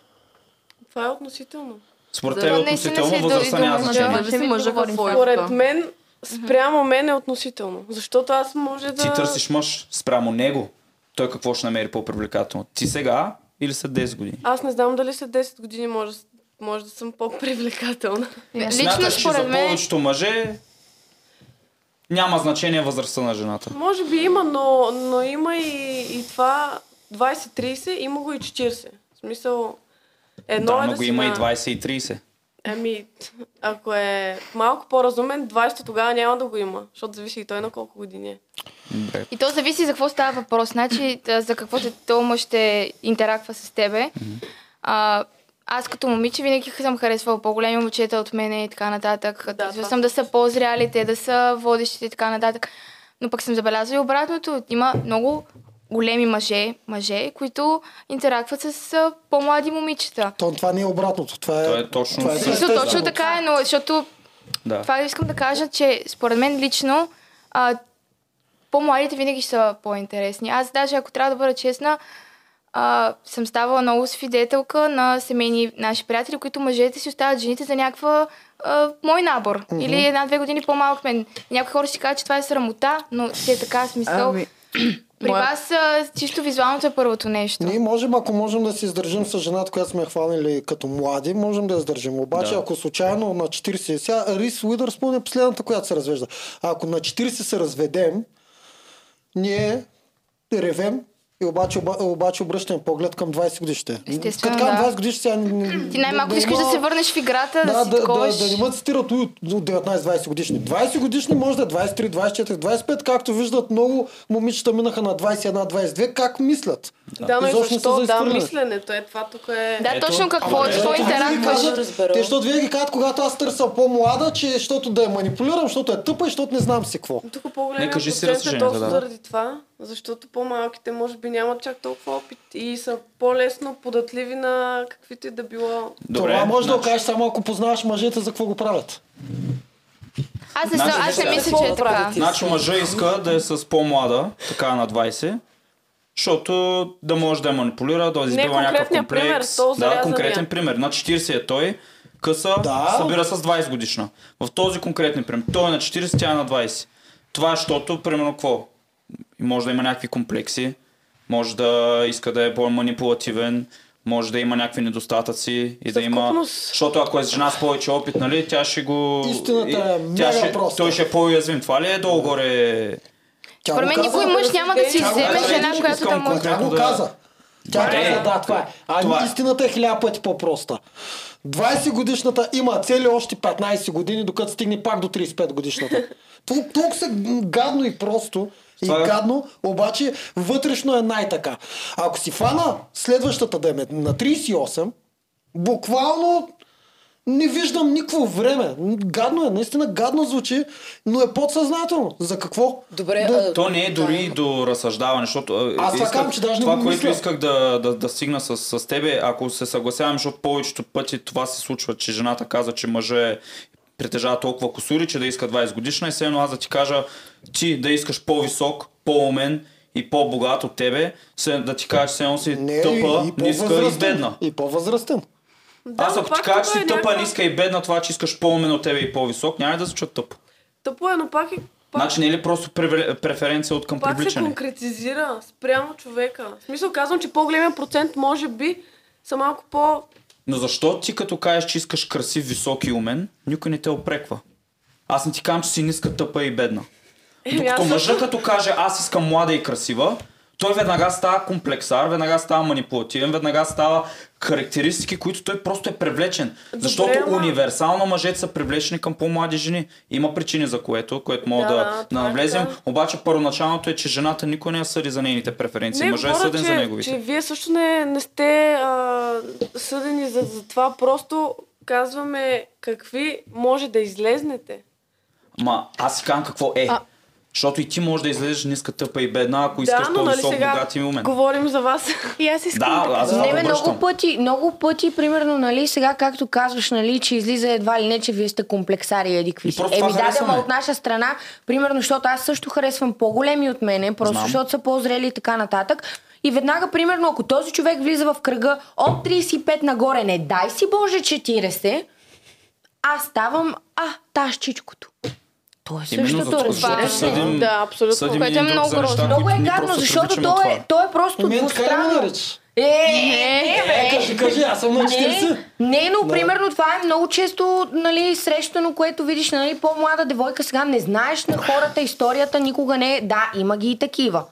S6: Това е относително.
S1: Според теб е относително възрастта няма значение.
S6: Според мен, спрямо мен е относително. Защото аз може да...
S1: Ти търсиш мъж спрямо него. Той какво ще намери по-привлекателно? Ти сега или след 10 години?
S6: Аз не знам дали след 10 години може, да с- може да съм по-привлекателна.
S1: Смяташ, че за повечето мъже няма значение възрастта на жената.
S6: Може би има, но, но има и, и това 20-30, има го и 40. В смисъл, едно
S1: да,
S6: е
S1: но
S6: да
S1: го
S6: си
S1: има
S6: на...
S1: и 20 и 30.
S6: Ами, т- ако е малко по-разумен, 20 тогава няма да го има, защото зависи и той на колко години е.
S1: Добре.
S3: И то зависи за какво става въпрос. Значи, а, за какво те този мъж ще интераква с тебе. А, аз като момиче винаги съм харесвала по-големи момчета от мене и така нататък. Да, съм да са по-зрели, те да са водещите и така нататък. Но пък съм забелязала и обратното. Има много големи мъже, мъже, които интеракват с а, по-млади момичета.
S2: То, това не е обратното. Това е,
S1: това е точно
S2: това е,
S3: Също,
S2: естествено.
S3: точно така е, но защото
S1: Да.
S3: това е искам да кажа, че според мен лично а, по-младите винаги ще са по-интересни. Аз даже, ако трябва да бъда честна, а, съм ставала много свидетелка на семейни наши приятели, които мъжете си оставят жените за някаква а, мой набор.
S11: Мгм.
S3: Или една-две години по-малък от мен. Някои хора ще кажат, че това е срамота, но си е така смисъл.
S2: Ами,
S3: При
S2: моя-
S3: вас а, чисто визуалното е първото нещо.
S2: Ние можем, ако можем да се издържим с жената, която сме я хванали като млади, можем да я издържим. Обаче,
S1: Да.
S2: ако случайно на 40, сега Рис Уидърспун е последната, която се развежда. Ако на 40 се разведем, ние ревем и обаче, оба- обаче обръщаме поглед към 20 годишните.
S3: Естествено,
S2: Като казвам
S3: да.
S2: 20 годишни, сега... н-
S3: Ти най-малко
S2: да
S3: искаш да
S2: има-
S3: се върнеш в играта, да,
S2: да,
S3: си
S2: да, да,
S3: таковаш.
S2: да не ме цитират от 19-20 годишни. 20 годишни може да е 23, 24, 25, както виждат много момичета минаха на 21-22, как мислят.
S6: Да, но и
S2: Изобщо не са за
S6: защо? Да,
S2: изхвърляне.
S6: мисленето е това тук е...
S3: Да, точно какво е, какво
S2: Защото винаги
S3: интерактуваш.
S2: казват- Те, защото винаги казват, когато аз търся по-млада, че защото да я манипулирам, защото е тъпа и защото не знам си какво.
S6: Тук по-големия
S2: Не, кажи си
S6: процент е
S2: разрешенията,
S6: точно
S2: да.
S6: заради това, защото по-малките може би нямат чак толкова опит и са по-лесно податливи на каквито и да било.
S2: Добре, Това може да окажеш само ако познаваш мъжете за какво го правят.
S3: Аз не, съм,
S1: Значи,
S3: аз не
S1: вижте,
S3: мисля, че е така.
S1: Значи мъжа иска да е с по-млада, така на 20, защото да може да я манипулира, да избива някакъв
S6: конкретния
S1: комплекс.
S6: пример, то
S1: да,
S6: зарязания.
S1: конкретен пример. На 40 е той, къса, събира с 20 годишна. В този конкретен пример. Той е на 40, тя е на 20. Това е защото, примерно, какво? Може да има някакви комплекси, може да иска да е по-манипулативен, може да има някакви недостатъци и да има...
S2: Съвкупност.
S1: Защото ако е жена с повече опит, нали, тя ще го...
S2: Истината е
S1: тя
S2: мега
S1: ще,
S2: проста.
S1: той ще е по-уязвим. Това ли е долу-горе?
S3: Според мен никой мъж няма да си
S2: Тя го
S3: вземе
S2: каза,
S3: жена,
S2: че
S3: която
S2: искам
S3: да му...
S2: Тя го каза. Тя
S1: Добре.
S2: каза, да, това е. А
S1: Това е.
S2: истината е хиляда пъти по-проста. 20 годишната има цели още 15 години, докато стигне пак до 35 годишната. Тол- Толкова се гадно и просто. И
S1: Това е.
S2: гадно, обаче вътрешно е най-така. Ако си фана следващата да е на 38, буквално не виждам никакво време. Гадно е, наистина гадно звучи, но е подсъзнателно. За какво? Добре,
S1: То не е дори и до разсъждаване, защото а,
S2: Аз това казвам, че даже не
S1: това
S2: го
S1: което
S2: мисля.
S1: исках да, да, да стигна с, с тебе, ако се съгласявам, защото повечето пъти това се случва, че жената каза, че мъже е- притежава толкова косури, че да иска 20 годишна и все едно аз да ти кажа, ти да искаш по-висок, по-умен и по-богат от тебе, се, да ти кажа, че все едно си
S2: Е,
S1: тъпа,
S2: и
S1: ниска и
S2: по-възрастен.
S1: бедна.
S2: И по-възрастен.
S6: Да,
S1: Аз
S6: но
S1: ако
S6: пак
S1: ти кажа, че
S6: тук е
S1: си тъпа,
S6: някаква-
S1: ниска и бедна, това, че искаш по-умен от тебе и по-висок, няма ли да звучат тъпо.
S6: Тъпо е, но пак, е,
S1: Значи не е ли просто превер- преференция от към
S6: пак се
S1: Ами привличане?
S6: конкретизира спрямо човека. В смисъл казвам, че по-големия процент може би са малко по...
S1: Но защо ти като кажеш, че искаш красив, висок и умен, никой не те опреква? Аз не ти казвам, че си ниска, тъпа и бедна.
S6: Еми,
S1: Докато
S6: Е, Ами аз
S1: мъжа
S6: също-
S1: като каже, аз искам млада и красива, той веднага става комплексар, веднага става манипулативен, веднага става характеристики, които той просто е привлечен.
S11: Добре,
S1: Защото
S11: ама-
S1: универсално мъжете са привлечени към по-млади жени. Има причини за което, което мога
S6: Да,
S1: да,
S6: да,
S1: да,
S6: това е
S1: навлезем.
S6: така.
S1: Обаче първоначалното е, че жената никой не я съди за нейните преференции. Мъжът е
S6: говоря,
S1: съден
S6: че,
S1: за неговите.
S6: Че вие също не, не сте а, съдени за, за това. Просто казваме какви може да излезнете.
S1: Ма аз си казвам какво е.
S6: А.
S1: Защото и ти можеш да излезеш ниска, тъпа и бедна, ако искаш
S8: нали
S1: по-висок, богат и умен.
S6: говорим за вас.
S5: И аз
S1: искам Да, да аз кажа. това
S5: не, бе,
S1: обръщам.
S5: много пъти, много пъти, примерно, нали, сега, както казваш, нали, че излиза едва ли не, че вие сте комплексари, еди какви
S9: И
S5: си.
S9: просто
S5: Еми,
S9: това
S5: да, да,
S9: харесваме.
S5: ма от наша страна, примерно, защото аз също харесвам по-големи от мене, просто
S9: Знам.
S5: защото са по-зрели и така нататък. И веднага, примерно, ако този човек влиза в кръга от 35 нагоре, не дай си Боже 40, аз ставам, а, тащичкото. То е
S9: Именно за
S5: същото,
S9: това,
S5: разбираш
S9: защото
S5: ли?
S9: съдим- Да, абсолютно. съдим
S5: Което е
S9: един друг
S5: много
S9: за неща,
S5: грозно. Много
S9: които
S5: е
S9: ние
S5: гадно,
S9: просто
S5: защото
S9: привличаме
S5: то е,
S9: това.
S5: то е просто
S2: Мен така ли ме
S5: двустранно.
S2: наричаш?
S5: Е,
S2: Не, бе. Е, кажи, кажи, аз съм на
S5: Не,
S2: 40.
S5: Не, но
S2: Да.
S5: примерно това е много често нали, срещано, което видиш нали, по-млада девойка сега. Не знаеш на хората, историята никога не е. Да, има ги и такива.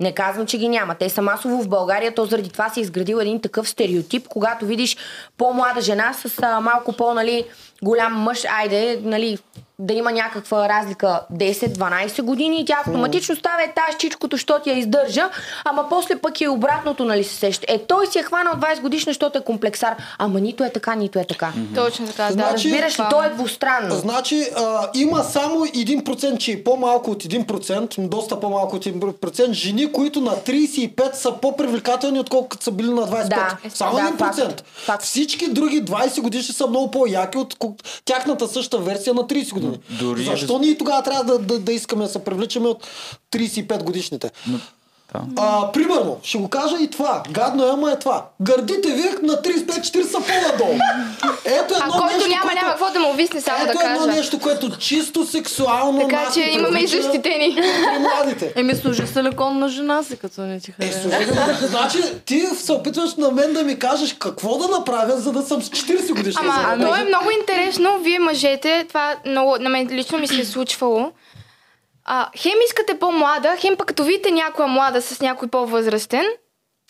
S5: Не казвам, че ги няма. Те са масово в България, то заради това се е изградил един такъв стереотип, когато видиш по-млада жена с а, малко по-голям мъж, айде, нали, да има някаква разлика 10-12 години и тя автоматично става е тази чичкото, що ти я издържа, ама после пък е обратното, нали се сеща. Е, той си е хванал 20 годишна, защото е комплексар, ама нито е така, нито е така.
S3: Точно така, да.
S5: Разбираш ли, то е двустранно.
S2: Значи а, има само 1%, че е по-малко от 1%, доста по-малко от 1%, жени, които на 35 са по-привлекателни, отколкото са били на 25.
S5: Да,
S2: само
S5: да,
S2: 1%. Всички други 20 годишни са много по-яки от ко- тяхната същата версия на 30 години.
S1: Дори-
S2: Защо ние тогава трябва да, да, да искаме да се привличаме от 35 годишните? А, примерно, ще го кажа и това. Гадно е, ама е това. Гърдите ви на 35-40 са по-надолу. Ето едно
S3: А който
S2: нещо,
S3: няма,
S2: което...
S3: няма какво да му висне, само
S2: Ето
S3: да
S2: едно
S3: кажа.
S2: нещо, което чисто сексуално
S3: Така
S2: нас
S3: че
S2: ни
S3: имаме и
S2: привлича
S3: защитени.
S2: при младите.
S8: Еми, служи силикон на жена си, като не ти
S2: Е,
S8: хареса.
S2: слушай, значи ти се опитваш на мен да ми кажеш какво да направя, за да съм с 40 годишна.
S3: Ама,
S2: за да
S3: то
S2: може-
S3: е много интересно. Вие мъжете, това много, на мен лично ми се е случвало. А, хем искате по-млада, хем пък като видите някоя млада с някой по-възрастен,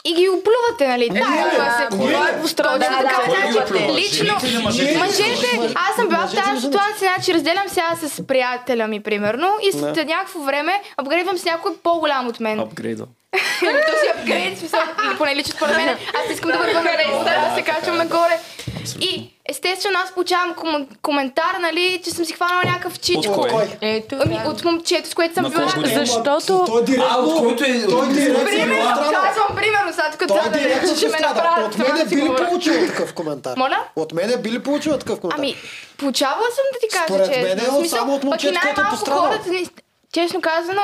S3: и ги оплювате, нали?
S5: Е, Не,
S3: да, това се
S5: не,
S3: това е
S5: не. Да,
S3: двустранно.
S5: да,
S3: така,
S5: кой ги
S3: значи,
S5: оплюва?
S3: Лично,
S5: Жените или мъжете?
S3: мъжете, аз съм била в
S5: Мъжете или
S3: тази ситуация, значи разделям сега с приятеля ми, примерно, и след
S1: Да.
S3: някакво време апгрейдвам с някой по-голям от мен.
S1: Апгрейдъл.
S3: Ами то си апгрейд, в смисъл, или поне лично според мен. Аз искам да вървам
S1: Да,
S3: нареста, да се
S1: така е.
S3: качвам нагоре. И естествено аз получавам кому- коментар, нали, че съм си хванала някакъв чичко.
S1: От кой?
S3: Ето, ами, от момчето, с което съм
S1: На
S3: била.
S1: колко години?
S2: Той директно...
S1: А, от който е...
S2: Той директно...
S3: Примерно,
S2: страда.
S3: казвам, примерно, сега тук
S2: Той
S3: трябва да
S2: директно
S3: ще
S2: ще
S3: ме
S2: страда.
S3: направят.
S2: От
S3: това
S2: мене
S3: да си
S2: би ли
S3: говоря.
S2: получила такъв коментар?
S3: Моля?
S2: От мене би ли получила такъв коментар?
S3: Ами, получавала съм да ти кажа,
S2: Според
S3: че...
S2: мен е от- само от момчето, което е пострадало.
S3: Хората, не- честно казано,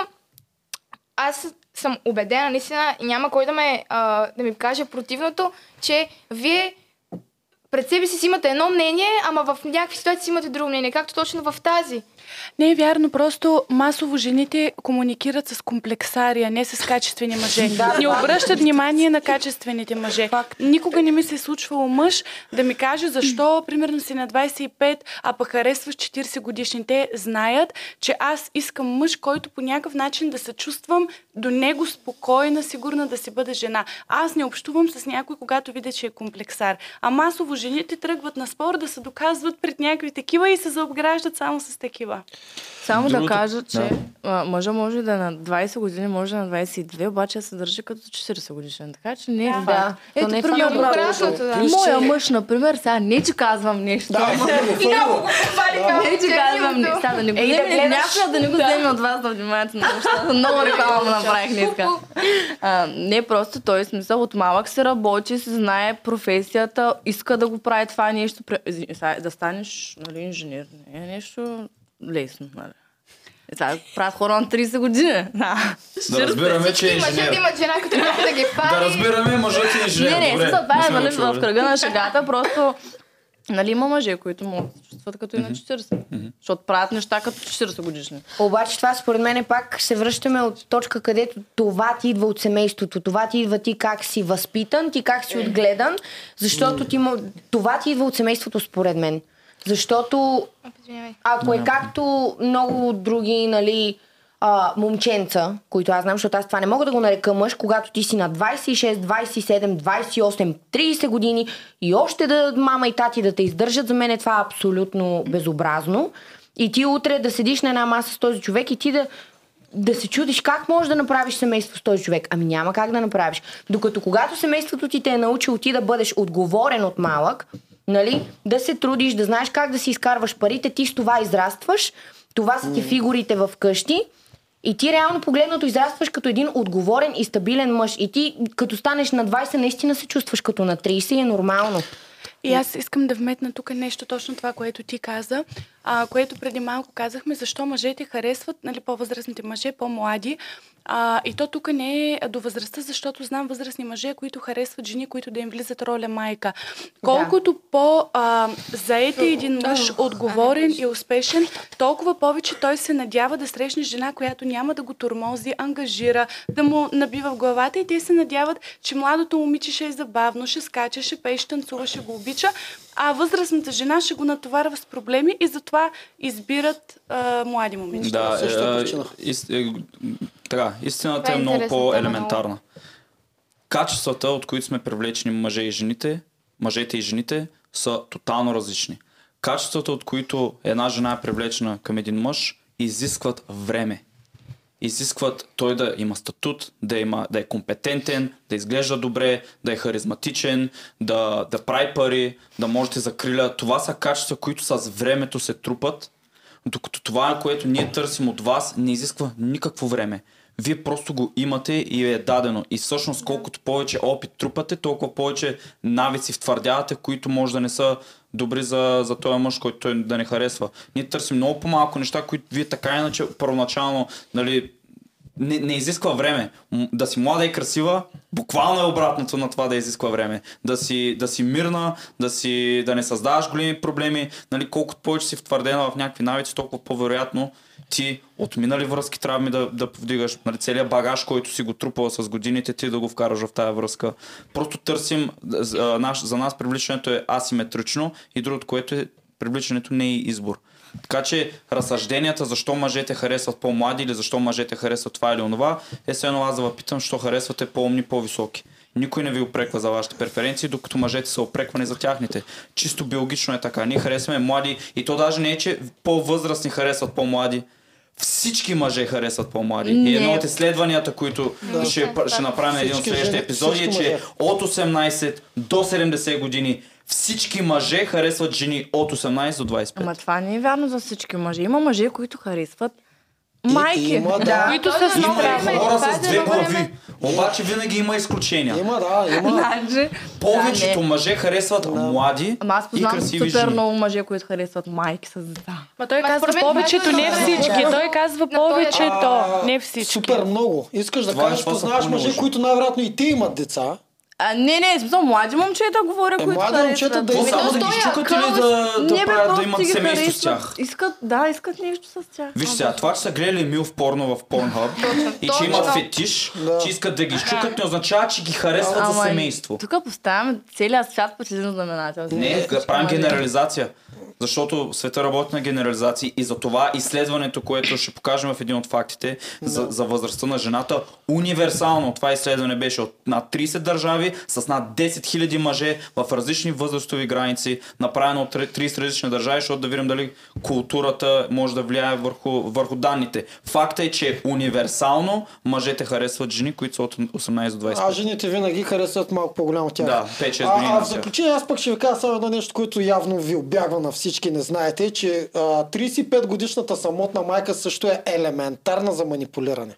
S3: аз съм убедена, наистина, и няма кой да, ме, а, да ми каже противното, че вие пред себе си си имате едно мнение, ама в някакви ситуации си имате друго мнение, както точно в тази.
S7: Не е вярно, просто масово жените комуникират с комплексария, не с качествени мъже.
S5: Да,
S7: не
S5: да.
S7: обръщат внимание на качествените мъже. Никога не ми се е случвало мъж да ми каже защо, примерно си на 25, а пък харесваш 40 годишни. Те знаят, че аз искам мъж, който по някакъв начин да се чувствам до него спокойна, сигурна да си бъда жена. Аз не общувам с някой, когато видя, че е комплексар. А масово жените тръгват на спор да се доказват пред някакви такива и се заобграждат само с такива.
S8: Само да
S7: Е, Другото-
S8: кажа, че
S7: да.
S8: а, мъжа може да е на 20 години, може да е на 22, обаче да се държи като 40 годишен. Така че не е
S5: Да.
S8: факт.
S5: Да. То
S8: Ето,
S5: не е факт.
S8: примерно,
S5: Обратното, да. Плюс,
S8: моя
S5: че-
S8: мъж, например, сега не че казвам
S2: [laughs]
S8: нещо.
S5: Да,
S8: ама-
S5: фърво,
S8: И
S5: фърво.
S8: много го похвали,
S5: Да.
S8: казвам, Не че
S5: Е,
S8: казвам
S5: да.
S8: неща, да не го
S5: Е, и да
S8: вземе
S5: гледаш.
S8: някоя, да не го
S5: Да.
S8: вземе [laughs] от вас да вниманието на нещата. [laughs] Много реклама му направих днеска. А, не, просто той в смисъл от малък се работи, се знае професията, иска да го прави това нещо. Пре- извини, сега, е Да станеш нали, инженер не е нещо лесно. Нали. Е, Сега правят хора на 30 години. Да,
S1: Да разбираме, че е
S3: Мъжът
S1: инженер.
S3: имат жена, като трябва да ги
S1: Да
S3: пази.
S1: разбираме, мъжът е инженер.
S8: Не, не,
S1: Добре,
S8: смисъл, това е
S1: не сме го
S8: нали,
S1: чували.
S8: в кръга на шегата, просто Нали има мъже, които могат да се чувстват като и на 40. Защото правят неща като 40 годишни.
S5: Обаче това според мен е пак се връщаме от точка, където това ти идва от семейството, това ти идва ти как си възпитан, ти как
S3: Е.
S5: си отгледан, защото ти, мо- това ти идва от семейството според мен. Защото ако е както много други, нали, а, момченца, които аз знам, защото аз това не мога да го нарека мъж, когато ти си на 26, 27, 28, 30 години и още да мама и тати да те издържат, за мен е това абсолютно безобразно. И ти утре да седиш на една маса с този човек и ти да да се чудиш как можеш да направиш семейство с този човек. Ами няма как да направиш. Докато когато семейството ти те е научило ти да бъдеш отговорен от малък, нали, да се трудиш, да знаеш как да си изкарваш парите, ти с това израстваш, това са ти
S11: М.
S5: фигурите в къщи и ти реално погледнато израстваш като един отговорен и стабилен мъж. И ти като станеш на 20, наистина се чувстваш като на 30 и е нормално.
S7: И аз искам да вметна тук нещо точно това, което ти каза, а, което преди малко казахме, защо мъжете харесват нали, по-възрастните мъже, по-млади. А, и то тук не е до възрастта, защото знам възрастни мъже, които харесват жени, които да им влизат роля майка. Колкото по-заед е един мъж, отговорен и успешен, толкова повече той се надява да срещне жена, която няма да го тормози, ангажира, да му набива в главата и те се надяват, че младото момиче ще е забавно, ще скача, ще пее, ще танцува, ще го обича, а възрастната жена ще го натоварва с проблеми и затова избират а, млади момичета.
S1: Да, е, е, ист, е, така, истината
S7: Това
S1: е
S7: е
S1: много
S7: интересна тема,
S1: по-елементарна. Качествата, от които сме привлечени мъже и жените, мъжете и жените, са тотално различни. Качествата, от които една жена е привлечена към един мъж, изискват време. Изискват той да има статут, да, има, да е компетентен, да изглежда добре, да е харизматичен, да, да прави пари, да може да те закриля. Това са качества, които с времето се трупат докато това, което ние търсим от вас, не изисква никакво време. Вие просто го имате и е дадено. И всъщност колкото повече опит трупате, толкова повече навици втвърдявате, които може да не са добри за, за този мъж, който той да не харесва. Ние търсим много по-малко неща, които вие така иначе първоначално нали, не, не изисква време. М- Да си млада и красива, буквално е обратното на това да изисква време. Да си, да си мирна, да, си, да не създаваш големи проблеми. Нали, колкото повече си втвърдена в някакви навици, толкова по-вероятно ти от минали връзки трябва да, да повдигаш нали, целият багаж, който си го трупал с годините, ти да го вкараш в тая връзка. Просто търсим, за, наш, за нас привличането е асиметрично и другото, което е привличането не е избор. Така че разсъжденията защо мъжете харесват по-млади или защо мъжете харесват това или онова, е все едно аз да ви питам, защо харесвате по-умни, по-високи. Никой не ви опреква за вашите преференции, докато мъжете са опреквани за тяхните. Чисто биологично е така. Ние харесваме млади и то даже не е, че по-възрастни харесват по-млади. Всички мъже харесват по-млади.
S12: Не.
S1: И едно от изследванията, които
S12: Да.
S1: ще, ще направим един от
S12: Всички
S1: следващите
S12: жени,
S1: епизоди, е,
S12: всички
S1: че
S12: мъже.
S1: от 18 до 70 години всички мъже харесват жени от 18 до 25.
S8: Ама това не е вярно за всички мъже. Има мъже, които харесват майки,
S1: има, да.
S8: които са
S1: Има
S8: с
S1: и
S8: време.
S1: хора
S8: Това е
S1: с две
S8: едно време.
S1: глави. Обаче винаги има изключения. Има,
S2: да,
S8: Значи,
S1: Повечето
S8: да, не.
S1: мъже харесват млади
S8: Ама аз
S1: и
S8: познавам
S1: красиви
S8: супер
S1: жени.
S8: много мъже, които харесват майки с деца.
S6: Ма той казва
S8: според мен
S6: повечето,
S8: това е
S6: не
S8: много
S6: всички.
S8: важно.
S6: Той казва
S3: е
S6: повечето, не всички.
S2: Супер много. Искаш да
S1: Това е,
S2: кажеш,
S1: това са
S2: познаваш
S1: по-много
S2: мъже,
S1: жени.
S2: които най-вероятно и те имат деца.
S8: А, не, не, смисъл, млади момчета говоря,
S2: Е,
S8: които
S2: млади момчета да
S8: Ами,
S2: искат.
S8: то
S2: Само да ги
S8: той е
S2: щукат или
S8: акъл,
S2: да- да
S8: не, бе,
S1: правят да
S8: просто
S1: имат
S8: ги
S1: семейство с
S8: харесват.
S1: тях?
S8: Искат, да, искат нещо с тях.
S1: Виж сега, това, че са гледали мил в порно в Pornhub и че
S8: точно.
S1: имат фетиш, че искат да ги щукат, не означава, че ги харесват за
S8: Ама и
S1: семейство.
S8: Тук поставяме целият свят под един знаменател.
S1: Не, да правим генерализация. Защото света работи на генерализации и за това изследването, което ще покажем в един от фактите за, за възрастта на жената, универсално това изследване беше от над 30 държави с над 10 000 мъже в различни възрастови граници, направено от 30 различни държави, защото да видим дали културата може да влияе върху, върху данните. Факта е, че универсално мъжете харесват жени, които са от 18 до 25.
S2: А жените винаги харесват малко по-голямо тях.
S1: Да, 5-6 години
S2: А, а
S1: на
S2: в
S1: тях.
S2: заключение аз пък ще ви кажа само едно нещо, което явно ви обягва на всички, не знаете, че а, 35 годишната самотна майка също е елементарна за манипулиране.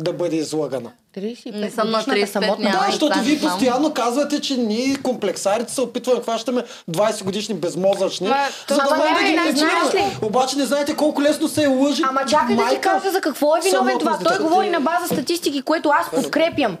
S2: Да бъде излагана.
S5: 35
S8: Не съм на
S5: годишната
S8: 35,
S5: самотна
S8: няма
S2: Да,
S8: и
S2: защото
S8: това не
S2: вие
S8: знам.
S2: постоянно казвате, че ние комплексарите се опитваме да хващаме 20 годишни безмозъчни.
S5: Ма,
S2: за да
S5: това
S2: можем
S5: е,
S2: да ги
S5: не знаеш
S2: манипулираме. Обаче не знаете колко лесно се е лъжи.
S5: Ама чакай да ти
S2: майка
S5: кажа за какво е виновен
S2: самотно
S5: това.
S2: с
S5: Той
S2: дете.
S5: говори на база статистики, което аз подкрепям.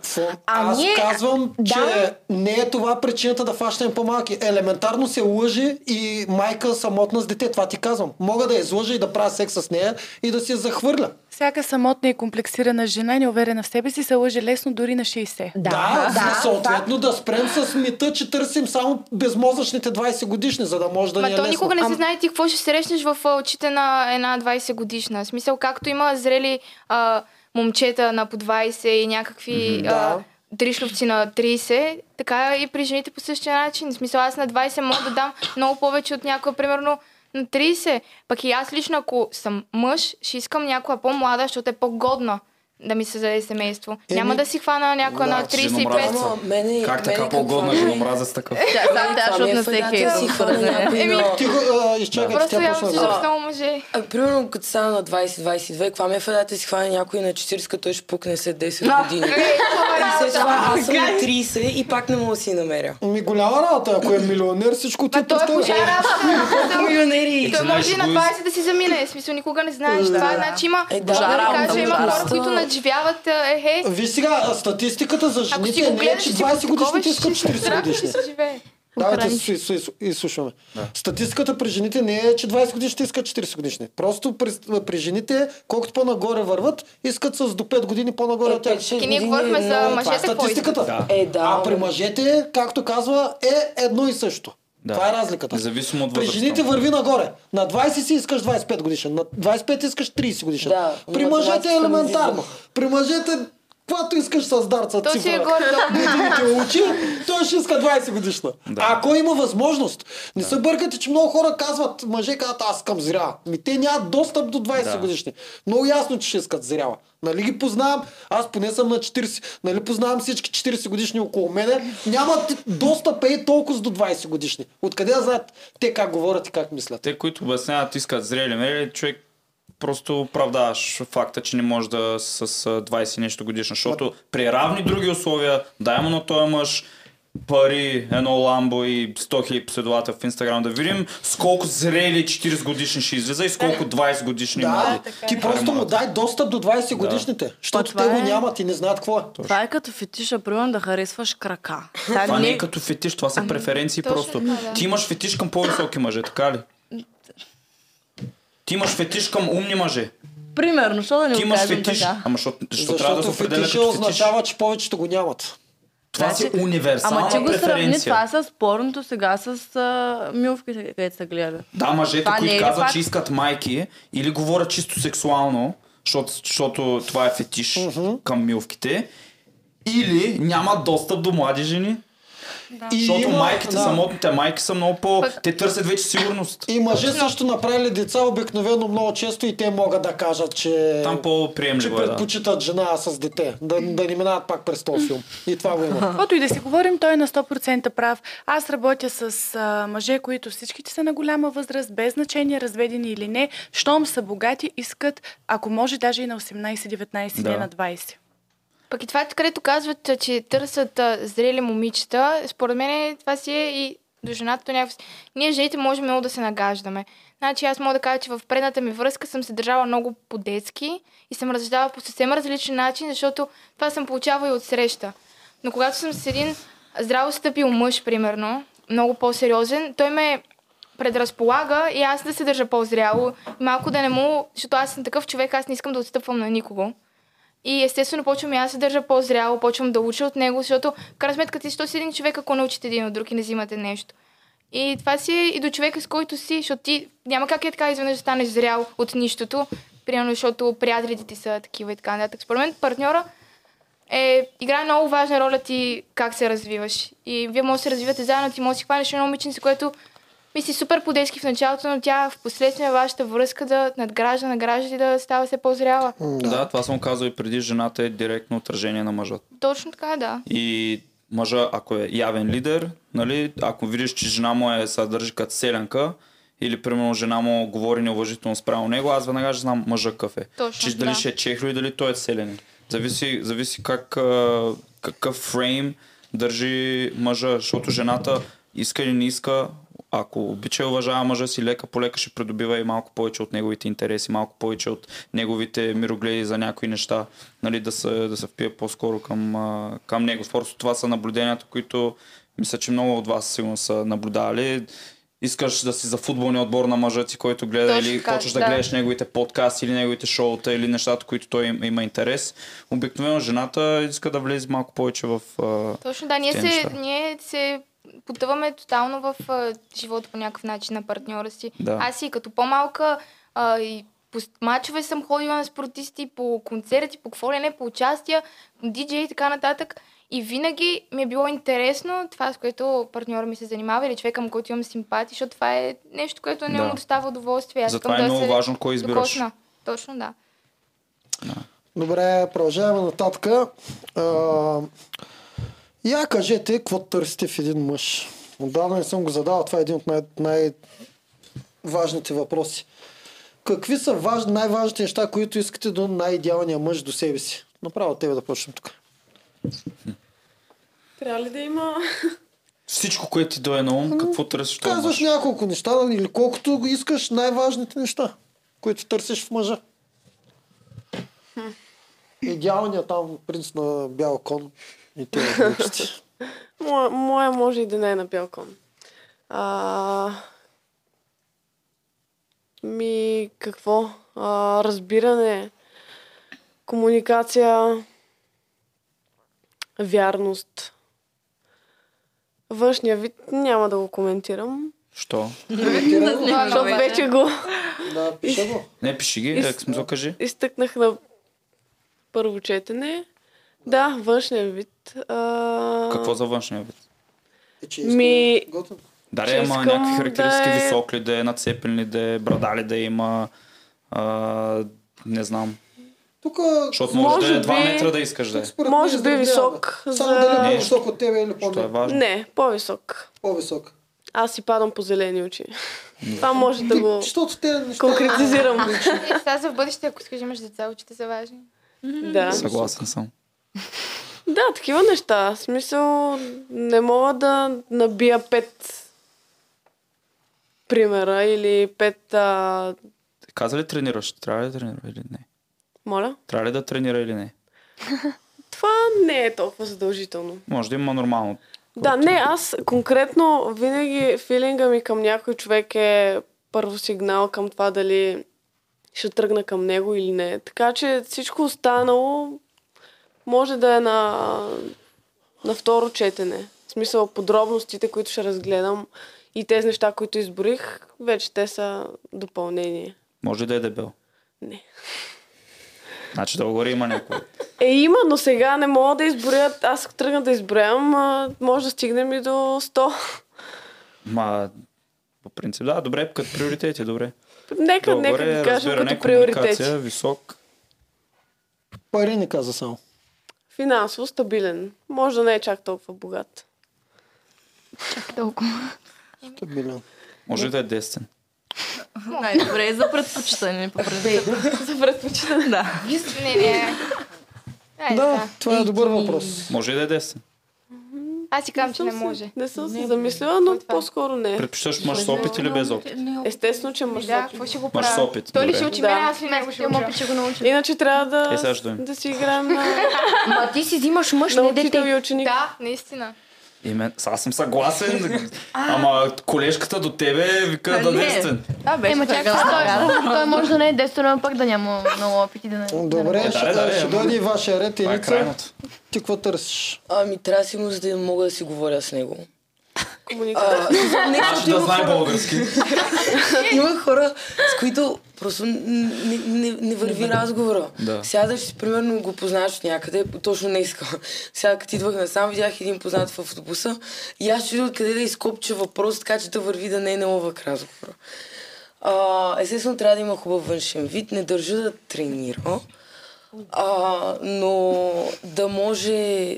S5: А
S2: Аз
S5: ние...
S2: казвам,
S5: Да.
S2: че не е това причината да фащаме по-малки. Елементарно се лъжи и майка самотна с дете. Това ти казвам. Мога да я излъжа и да правя секс с нея и да си я захвърля.
S7: Всяка самотна и комплексирана жена, неуверена в себе си, се лъже лъже лесно дори на 60.
S2: Да, да, съответно да спрем с мита, че търсим само безмозъчните 20 годишни, за да може да
S3: Ма
S2: ни е
S3: то
S2: лесно.
S3: никога не се знае ти какво ще срещнеш в а, очите на една 20 годишна. В смисъл, както има зрели а, момчета на по 20 и някакви
S5: Мгм.
S3: а,
S5: Да.
S3: тришловци на 30, така и при жените по същия начин. В смисъл, аз на 20 мога да дам много повече от някоя, примерно на 30. Пък и аз лично, ако съм мъж, ще искам някоя по-млада, защото е по-годна да ми се заде семейство.
S9: Еми,
S3: Няма да си хвана някоя
S1: значи,
S3: на 35.
S9: Ама, мене,
S1: Как
S9: мене
S1: така по-годна
S9: какво-
S1: женомразец такъв?
S9: да, да, защото на всеки е
S3: Еми,
S9: Ти го,
S2: а, изчакай,
S3: Просто тя явно почна да- си само мъже.
S9: А, примерно, като стана на 20-22, каква ми е федата си хване някой на 40, като той ще пукне след 10 години.
S2: е, това е
S9: и след това
S2: работа.
S9: аз съм на
S2: Гай.
S9: 30 и пак не мога да си намеря.
S2: Ми Ами, голяма работа, Ами, ако е милионер, всичко ти
S3: Той е пожара. [laughs]
S9: Милионери.
S3: Той може и на 20 да си замине. В смисъл, никога не знаеш.
S2: Да.
S3: Това значи има,
S2: Е, да,
S3: да,
S2: да,
S3: да, кажа,
S2: да,
S3: има
S2: да.
S3: хора, които надживяват ехе.
S2: Виж сега, а, статистиката за
S3: Ако си го
S2: жените не е,
S3: гледаш,
S2: че
S3: ще
S2: 20 годишните
S3: подковаш,
S2: искат
S3: ще си
S2: 40
S3: страх, ще
S2: годишни.
S3: си живее.
S2: Давайте су- су- су- изслушваме. Статистиката при жените не е, че 20 годишните искат 40 годишни. Просто при, при жените, колкото по-нагоре върват, искат с до 5 години по-нагоре от тях.
S9: Е, ние говорихме за
S2: Това е
S9: мъжете, какво искат.
S2: статистиката.
S9: Е, да,
S2: а при
S9: бе.
S2: мъжете, както казва, е едно и също. Това е разликата.
S1: Независимо от
S2: При
S1: възрастта.
S2: жените върви нагоре. На 20 си искаш 25 годишен, на 25 искаш 30 годишен.
S9: Да,
S2: при
S9: но
S2: мъжете е
S9: 20
S2: елементарно. При мъжете каквото искаш с дарца
S3: То си
S2: цифра.
S3: е горе-долу.
S2: Не ти те учи, той ще иска 20 годишна. Ако има възможност. Не се бъркате, че много хора казват, мъже казват, аз искам зряла. Ми те нямат достъп до 20
S1: Да.
S2: годишни. Много ясно, че ще искат зряла. Нали ги познавам, аз поне съм на 40, нали познавам всички 40 годишни около мене, нямат достъп е толкова до 20 годишни. Откъде да знаят те как говорят и как мислят?
S1: Те, които обясняват, искат зрели, мрели, човек просто оправдаваш факта, че не може да с а, 20 нещо годишна, защото при равни други условия, дай му на този мъж пари, едно ламбо и 100 хиляди последовател в Инстаграм, да видим с колко зрели 40 годишни ще излиза и с колко 20 годишни
S2: Да,
S1: млади.
S2: ти просто му дай достъп до 20 годишните, защото те го нямат и не знаят какво е.
S8: е- Това е като фетиша, примерно да харесваш крака. Ами,
S1: Това не е като фетиш, това са преференции
S8: точно
S1: просто.
S8: така, да.
S1: Ти имаш фетиш към по-високи мъже, така ли? Ти имаш фетиш към умни мъже.
S8: Примерно, защото да не
S1: Ти
S8: го
S1: имаш
S8: кажем
S1: фетиш.
S8: така.
S1: Ама защото, защото трябва да се
S2: Защото
S1: определя
S2: фетиша
S1: като фетиш.
S2: означава, че повечето го нямат.
S1: Това си
S8: Значи-
S1: универсална
S8: Ама че го сравни
S1: преференция.
S8: това с порното сега с а, милфките, където се гледа.
S1: Да, мъжете,
S8: Това не
S1: които
S8: е ли
S1: казват,
S8: факт?
S1: че искат майки или говорят чисто сексуално, защото, защото това е фетиш към милвките, или нямат достъп до млади жени.
S2: Да.
S1: Защото
S2: има-
S1: майките,
S2: да.
S1: самотните майки са много по... Те търсят вече сигурност.
S2: И мъже също направили деца обикновено много често и те могат да кажат, че,
S1: Там
S2: че
S1: по-приемливо е, да.
S2: предпочитат жена с дете. Да, да не минават пак през този филм. И това го има.
S7: [laughs] Каквото и да си говорим, той е на 100% прав. Аз работя с а, мъже, които всичките са на голяма възраст, без значение разведени или не. Щом са богати, искат, ако може, даже и на 18-19,
S3: Да.
S7: не на 20.
S3: Пък и това, където казват, а, че търсят а, зрели момичета, според мен това си е и до жената до някакво. Ние жените можем много да се нагаждаме. Значи аз мога да кажа, че в предната ми връзка съм се държала много по-детски и съм разсъждавала по съвсем различен начин, защото това съм получавала и от среща. Но когато съм с един здраво стъпил мъж, примерно, много по-сериозен, той ме предразполага и аз да се държа по-зряло. и Малко да не му, защото аз съм такъв човек, аз не искам да отстъпвам на никого. И естествено почвам и аз да се държа по-зряло, почвам да уча от него, защото в крайна сметка ти що си един човек, ако научите един от друг и не взимате нещо. И това си е и до човека, с който си, защото ти няма как е така изведнъж да станеш зрял от нищото, примерно защото приятелите ти са такива и така нататък. Според мен партньора е, играе много важна роля ти как се развиваш. И вие може да се развивате заедно, ти може да си хванеш едно момиченце, което мисли е супер по-детски в началото, но тя в последствие вашата връзка да надгражда, награжда и да става все по-зряла.
S1: Да, това съм казал и преди, жената е директно отражение на мъжът.
S3: Точно така, да.
S1: И мъжа, ако е явен лидер, нали, ако видиш, че жена му е се държи като селянка, или примерно жена му говори неуважително спрямо него, аз веднага ще знам мъжа какъв е.
S11: Точно,
S1: че дали
S11: да.
S1: ще е чехло и дали той е селянин. Зависи, зависи как, а, какъв фрейм държи мъжа, защото жената иска или не иска, ако обича и уважава мъжа си, лека по лека ще придобива и малко повече от неговите интереси, малко повече от неговите мирогледи за някои неща, нали, да, се, да се впие по-скоро към, а, към него. Просто това са наблюденията, които мисля, че много от вас сигурно са наблюдавали. искаш да си за футболния отбор на мъжа ти, който гледа,
S11: Точно
S1: или
S11: така,
S1: почваш да,
S11: да.
S1: гледаш неговите подкасти, или неговите шоута, или нещата, които той им- има интерес. Обикновено жената иска да влезе малко повече в. а,
S3: Точно, да, ние
S1: в тези
S3: се,
S1: неща.
S3: ние се потъваме тотално в а, живота по някакъв начин на партньора си.
S1: Да.
S3: Аз и като по-малка а, и по с- мачове съм ходила на спортисти, по концерти, по какво ли не, по участия, диджей и така нататък. И винаги ми е било интересно това, с което партньора ми се занимава или човека, към който имам симпатия, защото това е нещо, което не
S1: Да.
S3: му достава удоволствие. Аз
S1: Затова
S3: искам
S1: е
S3: да
S1: много
S3: се
S1: важно кой избираш.
S3: докосна. Точно, да.
S2: Добре, продължаваме нататък. А, я кажете, какво търсите в един мъж? Отдавна не съм го задал, това е един от най- най-важните въпроси. Какви са важ... най-важните неща, които искате до най-идеалния мъж до себе си? Направо от тебе да почнем тук.
S6: Трябва ли да има... [laughs]
S1: Всичко, което ти дойде на ум, какво търсиш това?
S2: Казваш няколко неща да, или колкото искаш най-важните неща, които търсиш в мъжа. Идеалният там принц на бял кон и тези [laughs] глупости.
S6: Моя, моя може и да не е на бял кон. А, ми, какво? А, разбиране, комуникация, вярност. Външния вид няма да го коментирам.
S1: Що?
S6: Защото вече го
S2: Да, пише го.
S1: Не, пиши ги,
S6: Из-
S1: как смисъл кажи.
S6: изтъкнах на първо четене. Да, външния вид. А...
S1: Какво за външния вид?
S2: Е,
S6: Ми...
S1: Да,
S6: че
S1: да, има
S6: искам
S1: някакви характеристики,
S6: да е-
S1: висок ли да е, нацепен ли да е, брада ли да има, а, не знам.
S2: Тук...
S1: Защото може, да е 2 метра да искаш да е.
S2: Според
S6: Може
S2: мен
S6: би
S2: изразява.
S6: висок
S2: Само
S6: за-
S2: дали
S1: Не.
S2: е по-висок от тебе или
S1: Що е
S2: по-висок.
S1: важно.
S6: Не, по-висок.
S2: По-висок.
S6: Аз си падам по зелени очи. Това може да го
S2: Защото те неща...
S6: конкретизирам.
S3: И Е, сега за в бъдеще, ако искаш да имаш деца, очите са важни.
S6: Да.
S1: Съгласен съм.
S6: Да, такива неща. В смисъл, не мога да набия пет примера или пет... А...
S1: Каза ли тренираш? Трябва ли да тренира или не?
S6: Моля?
S1: Трябва ли да тренира или не?
S6: Това не е толкова задължително.
S1: Може да има нормално.
S6: Да, не, аз конкретно винаги филинга ми към някой човек е първо сигнал към това дали ще тръгна към него или не. Така че всичко останало може да е на, на второ четене. В смисъл подробностите, които ще разгледам и тези неща, които изборих, вече те са допълнение.
S1: Може да е дебел.
S6: Не.
S1: Значи да горе има някой.
S6: Е, има, но сега не мога да изборя. Аз ако тръгна да изброям, а, може да стигнем и до 100.
S1: Ма, по принцип, да, добре, като приоритети, добре.
S6: Нека,
S1: Долу-горе
S6: нека ги кажем
S1: разбиране,
S6: като приоритети.
S1: комуникация, Висок.
S2: Пари не каза само.
S6: Финансово стабилен. Може да не е чак толкова богат.
S4: Чак толкова.
S2: Стабилен.
S1: Може да е десен.
S8: [laughs] Най-добре е за предпочитане, по принцип.
S1: Е.
S8: [laughs] за предпочитане, да.
S3: Не, не. Ай,
S2: Да, това е добър въпрос.
S1: Може и да е десен.
S3: Аз си казвам, че не е
S6: съм
S3: може.
S6: Не съм се замислила, но по-скоро не.
S1: Предпочиташ мъж с опит или без опит?
S6: Естествено, че мъж
S3: Да, какво ще го
S1: Мъж с
S3: правя?
S1: опит.
S3: Той ли
S1: добре.
S3: ще учи
S6: Да.
S3: мен, аз ли него ще уча?
S4: Ще го науча.
S6: Иначе трябва да,
S1: Е, сега ще дойдем.
S6: да си играем на,
S5: Ма ти си взимаш мъж,
S6: на
S5: не
S6: учител
S5: дете.
S6: и ученик.
S3: Да, наистина.
S1: И мен, са- аз съм съгласен, ама колежката до тебе вика да е
S8: не.
S1: десен.
S8: Това Нали? беше
S4: Ема чакай,
S8: прекрасно.
S4: той, той може да не е десто, но пък да няма много опит и да не...
S2: Добре,
S1: Е, да,
S2: ще,
S1: да, да,
S2: ще
S1: е.
S2: дойде и вашия ред и
S1: Това е
S2: лица.
S1: крайното.
S2: Ти какво търсиш?
S9: Ами трябва сигурно, за да мога да си говоря с него.
S6: Комуникация.
S9: А, не, защото
S1: Да
S9: има
S1: знае
S9: хора,
S1: български.
S9: [laughs] има хора, с които просто н- не, не, не върви разговора.
S1: Да.
S9: Сядаш, си, примерно го познаваш от някъде, точно не искам. Сега като идвах насам, видях един познат в автобуса и аз чудя откъде да изкопча въпрос, така че да върви да не е налъвък разговора. А, естествено, трябва да има хубав външен вид. Не държа да тренира, а, но да може,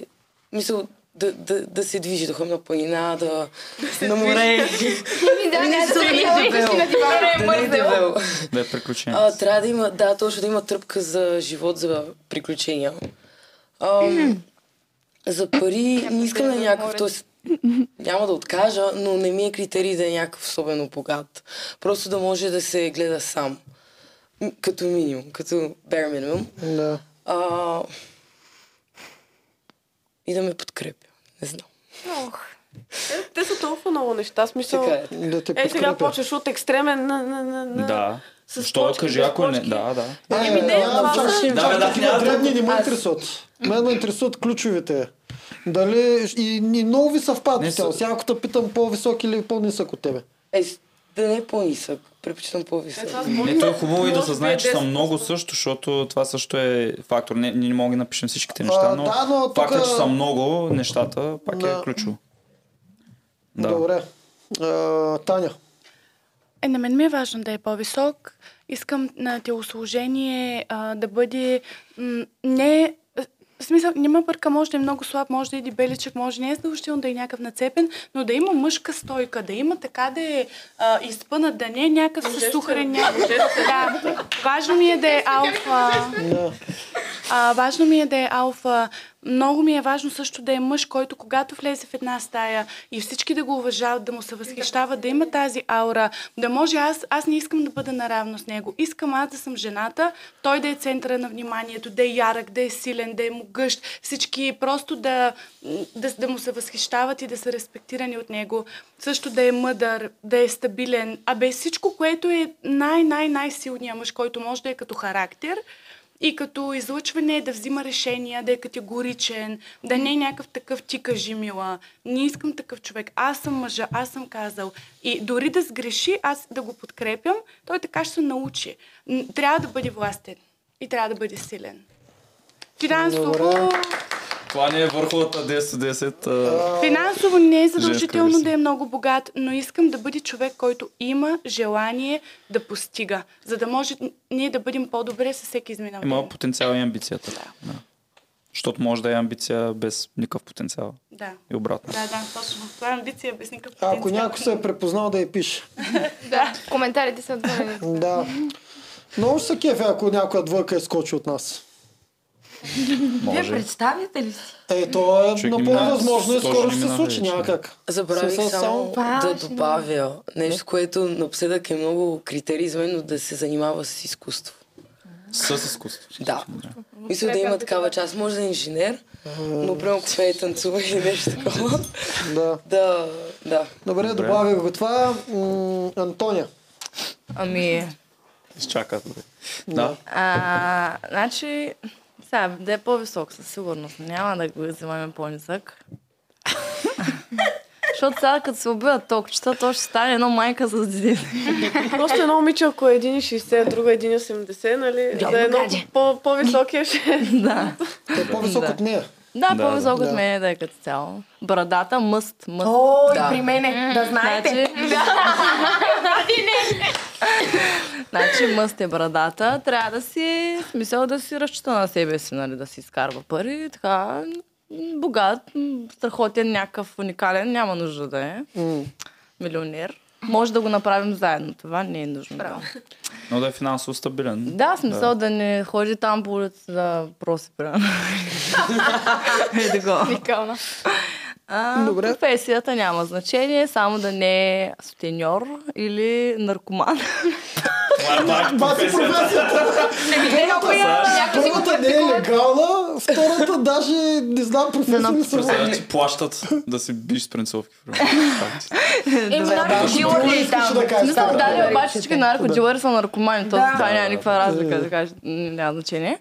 S9: мисъл, да, да, да се движи, да ходим на планина, да, на море.
S3: Ами да,
S9: Ами,
S3: не,
S9: не,
S3: да,
S9: да не е дебел. Да не е дебел.
S1: Да е приключение.
S9: А, трябва да има, да, точно да има тръпка за живот, за приключения. А, за пари не искам да е някакъв, т.е. няма да откажа, но не ми е критерий да е някакъв особено богат. Просто да може да се гледа сам. М, Като минимум, като bare minimum.
S2: Да.
S9: А, и да ме подкрепя. Не знам.
S3: Ох,
S6: Е, те са толкова много неща. Смисъл,
S1: Така е.
S2: Да те
S6: е, сега
S2: подкрепя.
S6: почваш от екстремен на... на, на, на...
S1: Да.
S6: С
S1: Що
S6: почки,
S1: кажи,
S6: без
S1: ако не...
S6: почки.
S1: Да, да.
S9: Е,
S2: Ами
S6: Еми, не, това
S2: чак-
S6: са-
S2: чак
S1: Да, бе, да,
S2: такива
S1: няма
S2: дребни не ме
S1: аз-
S2: интересуват. Мен ме интересуват ключовите. Дали и, и много ви съвпадат
S9: Не
S2: с тях.
S9: са-
S2: Сега ако те питам по-висок или по-нисък от тебе.
S9: Е, с- да не е по-нисък. Предпочитам по-висък.
S1: Не, то е хубаво и да се знае, че са
S7: е
S1: много също, защото това също е фактор. Не, ние не мога да напишем всичките неща,
S2: А,
S1: но,
S2: да, но тук-
S1: факта, че са много, нещата пак
S2: Да.
S1: е ключово.
S2: Да. Добре. А, Таня.
S7: Е, на мен ми е важно да е по-висок. Искам на телосложение а, да бъде м- не... В смисъл, не ме бърка, може да е много слаб, може да е дебеличък, може не е задължително да е някакъв нацепен, но да има мъжка стойка, да има така да е а, изпънат, да не е някакъв със сухарен някакъв. Да, важно ми е да е алфа.
S2: Да.
S7: А, важно ми е да е алфа. Много ми е важно също да е мъж, който когато влезе в една стая и всички да го уважават, да му се възхищават, да има тази аура, да може аз, аз не искам да бъда наравно с него. Искам аз да съм жената, той да е центъра на вниманието, да е ярък, да е силен, да е могъщ, всички просто да, да, да му се възхищават и да са респектирани от него. Също да е мъдър, да е стабилен, а бе всичко, което е най-най-най-силният мъж, който може да е като характер и като излъчване да взима решения, да е категоричен, да не е някакъв такъв ти кажи мила. Не искам такъв човек. Аз съм мъжа, аз съм казал. И дори да сгреши, аз да го подкрепям, той така ще се научи. Н- Трябва да бъде властен и трябва да бъде силен. Финансово,
S1: Добре. Това не е върховата 10-10. а,
S7: финансово не е
S1: женска
S7: задължително
S1: версия.
S7: да е много богат, но искам да бъде човек, който има желание да постига, за да може н- ние да бъдем по-добре с всеки изминал ден.
S1: Има потенциал и амбицията. Да. Защото може да е амбиция без никакъв потенциал.
S7: Да.
S1: И обратно.
S7: Да, да, точно. Това е амбиция без никакъв
S2: А Ако някой се е препознал да я пише.
S3: Да, коментарите са отворени.
S2: Да. Много ще се кефя, ако някоя двойка е скочи от нас.
S5: Вие представяте ли си?
S2: Е, то е
S9: Човек
S2: напълно
S9: мина-
S2: възможно и
S9: точно
S2: скоро ще се
S9: мина
S2: случи,
S9: вече.
S2: няма как.
S9: Забравих
S2: Смисъл,
S9: само, да добавя нещо, което напоследък е много критерий за мен, но да се занимава с изкуство.
S1: С изкуство.
S9: Да. Мисля да има такава част. Може да е инженер, но прямо ако пее танцува или нещо такова.
S2: Да.
S9: Да, да.
S2: Добре, добавих го това. М, Антония.
S8: Ами,
S1: Изчака. добре. Да.
S8: а, значи, сега, да е по-висок със сигурност. Няма да го взимаме по-нисък. [laughs] Защото сега, като се убиват токчета, то ще стане едно майка с
S5: [laughs]
S8: дедин.
S6: Просто едно момиче, ако е 1,60, друго 1,80, нали?
S8: Да,
S6: да е едно
S8: гадже.
S6: по- по-високия ще...
S8: [laughs] да.
S2: Е по-висок от нея.
S8: Да,
S6: Да,
S8: по-висок
S6: да.
S8: от мене да е като цяло. Брадата, мъст, мъст.
S5: О, и
S8: да.
S5: при мене, да знаете. [laughs]
S8: Значи,
S5: Ти
S8: [laughs] значи мъст е брадата. Трябва да си, в смисъл да си разчита на себе си, нали, да си изкарва пари. Така, м, богат, м, страхотен, някакъв уникален, няма нужда да е. Милионер. Може да го направим заедно. Това не е нужно. Да.
S1: Но да е финансово стабилен.
S8: Да, смисъл да. не ходи там по улица да проси, примерно. Ей да го.
S3: Никълна.
S8: А,
S3: Добре.
S8: Професията няма значение, само да не е сутеньор или наркоман.
S2: Това си професията.
S3: Е,
S8: Еми, те
S2: Първата-
S8: някоя- някоя си го
S2: Първата не е легална, втората даже не знам професия ли са.
S1: Представя, ти плащат да си биш с принцовки.
S8: Еми,
S1: Добре.
S8: наркодилъри
S1: Да,
S8: и Е, там.
S1: ще да кажеш,
S8: Смисъл,
S1: да,
S8: да,
S1: да.
S2: е
S8: да, обаче всички наркодилъри са наркомани, то
S5: Да.
S8: това няма никаква разлика,
S5: Да.
S8: да кажеш, н- няма значение.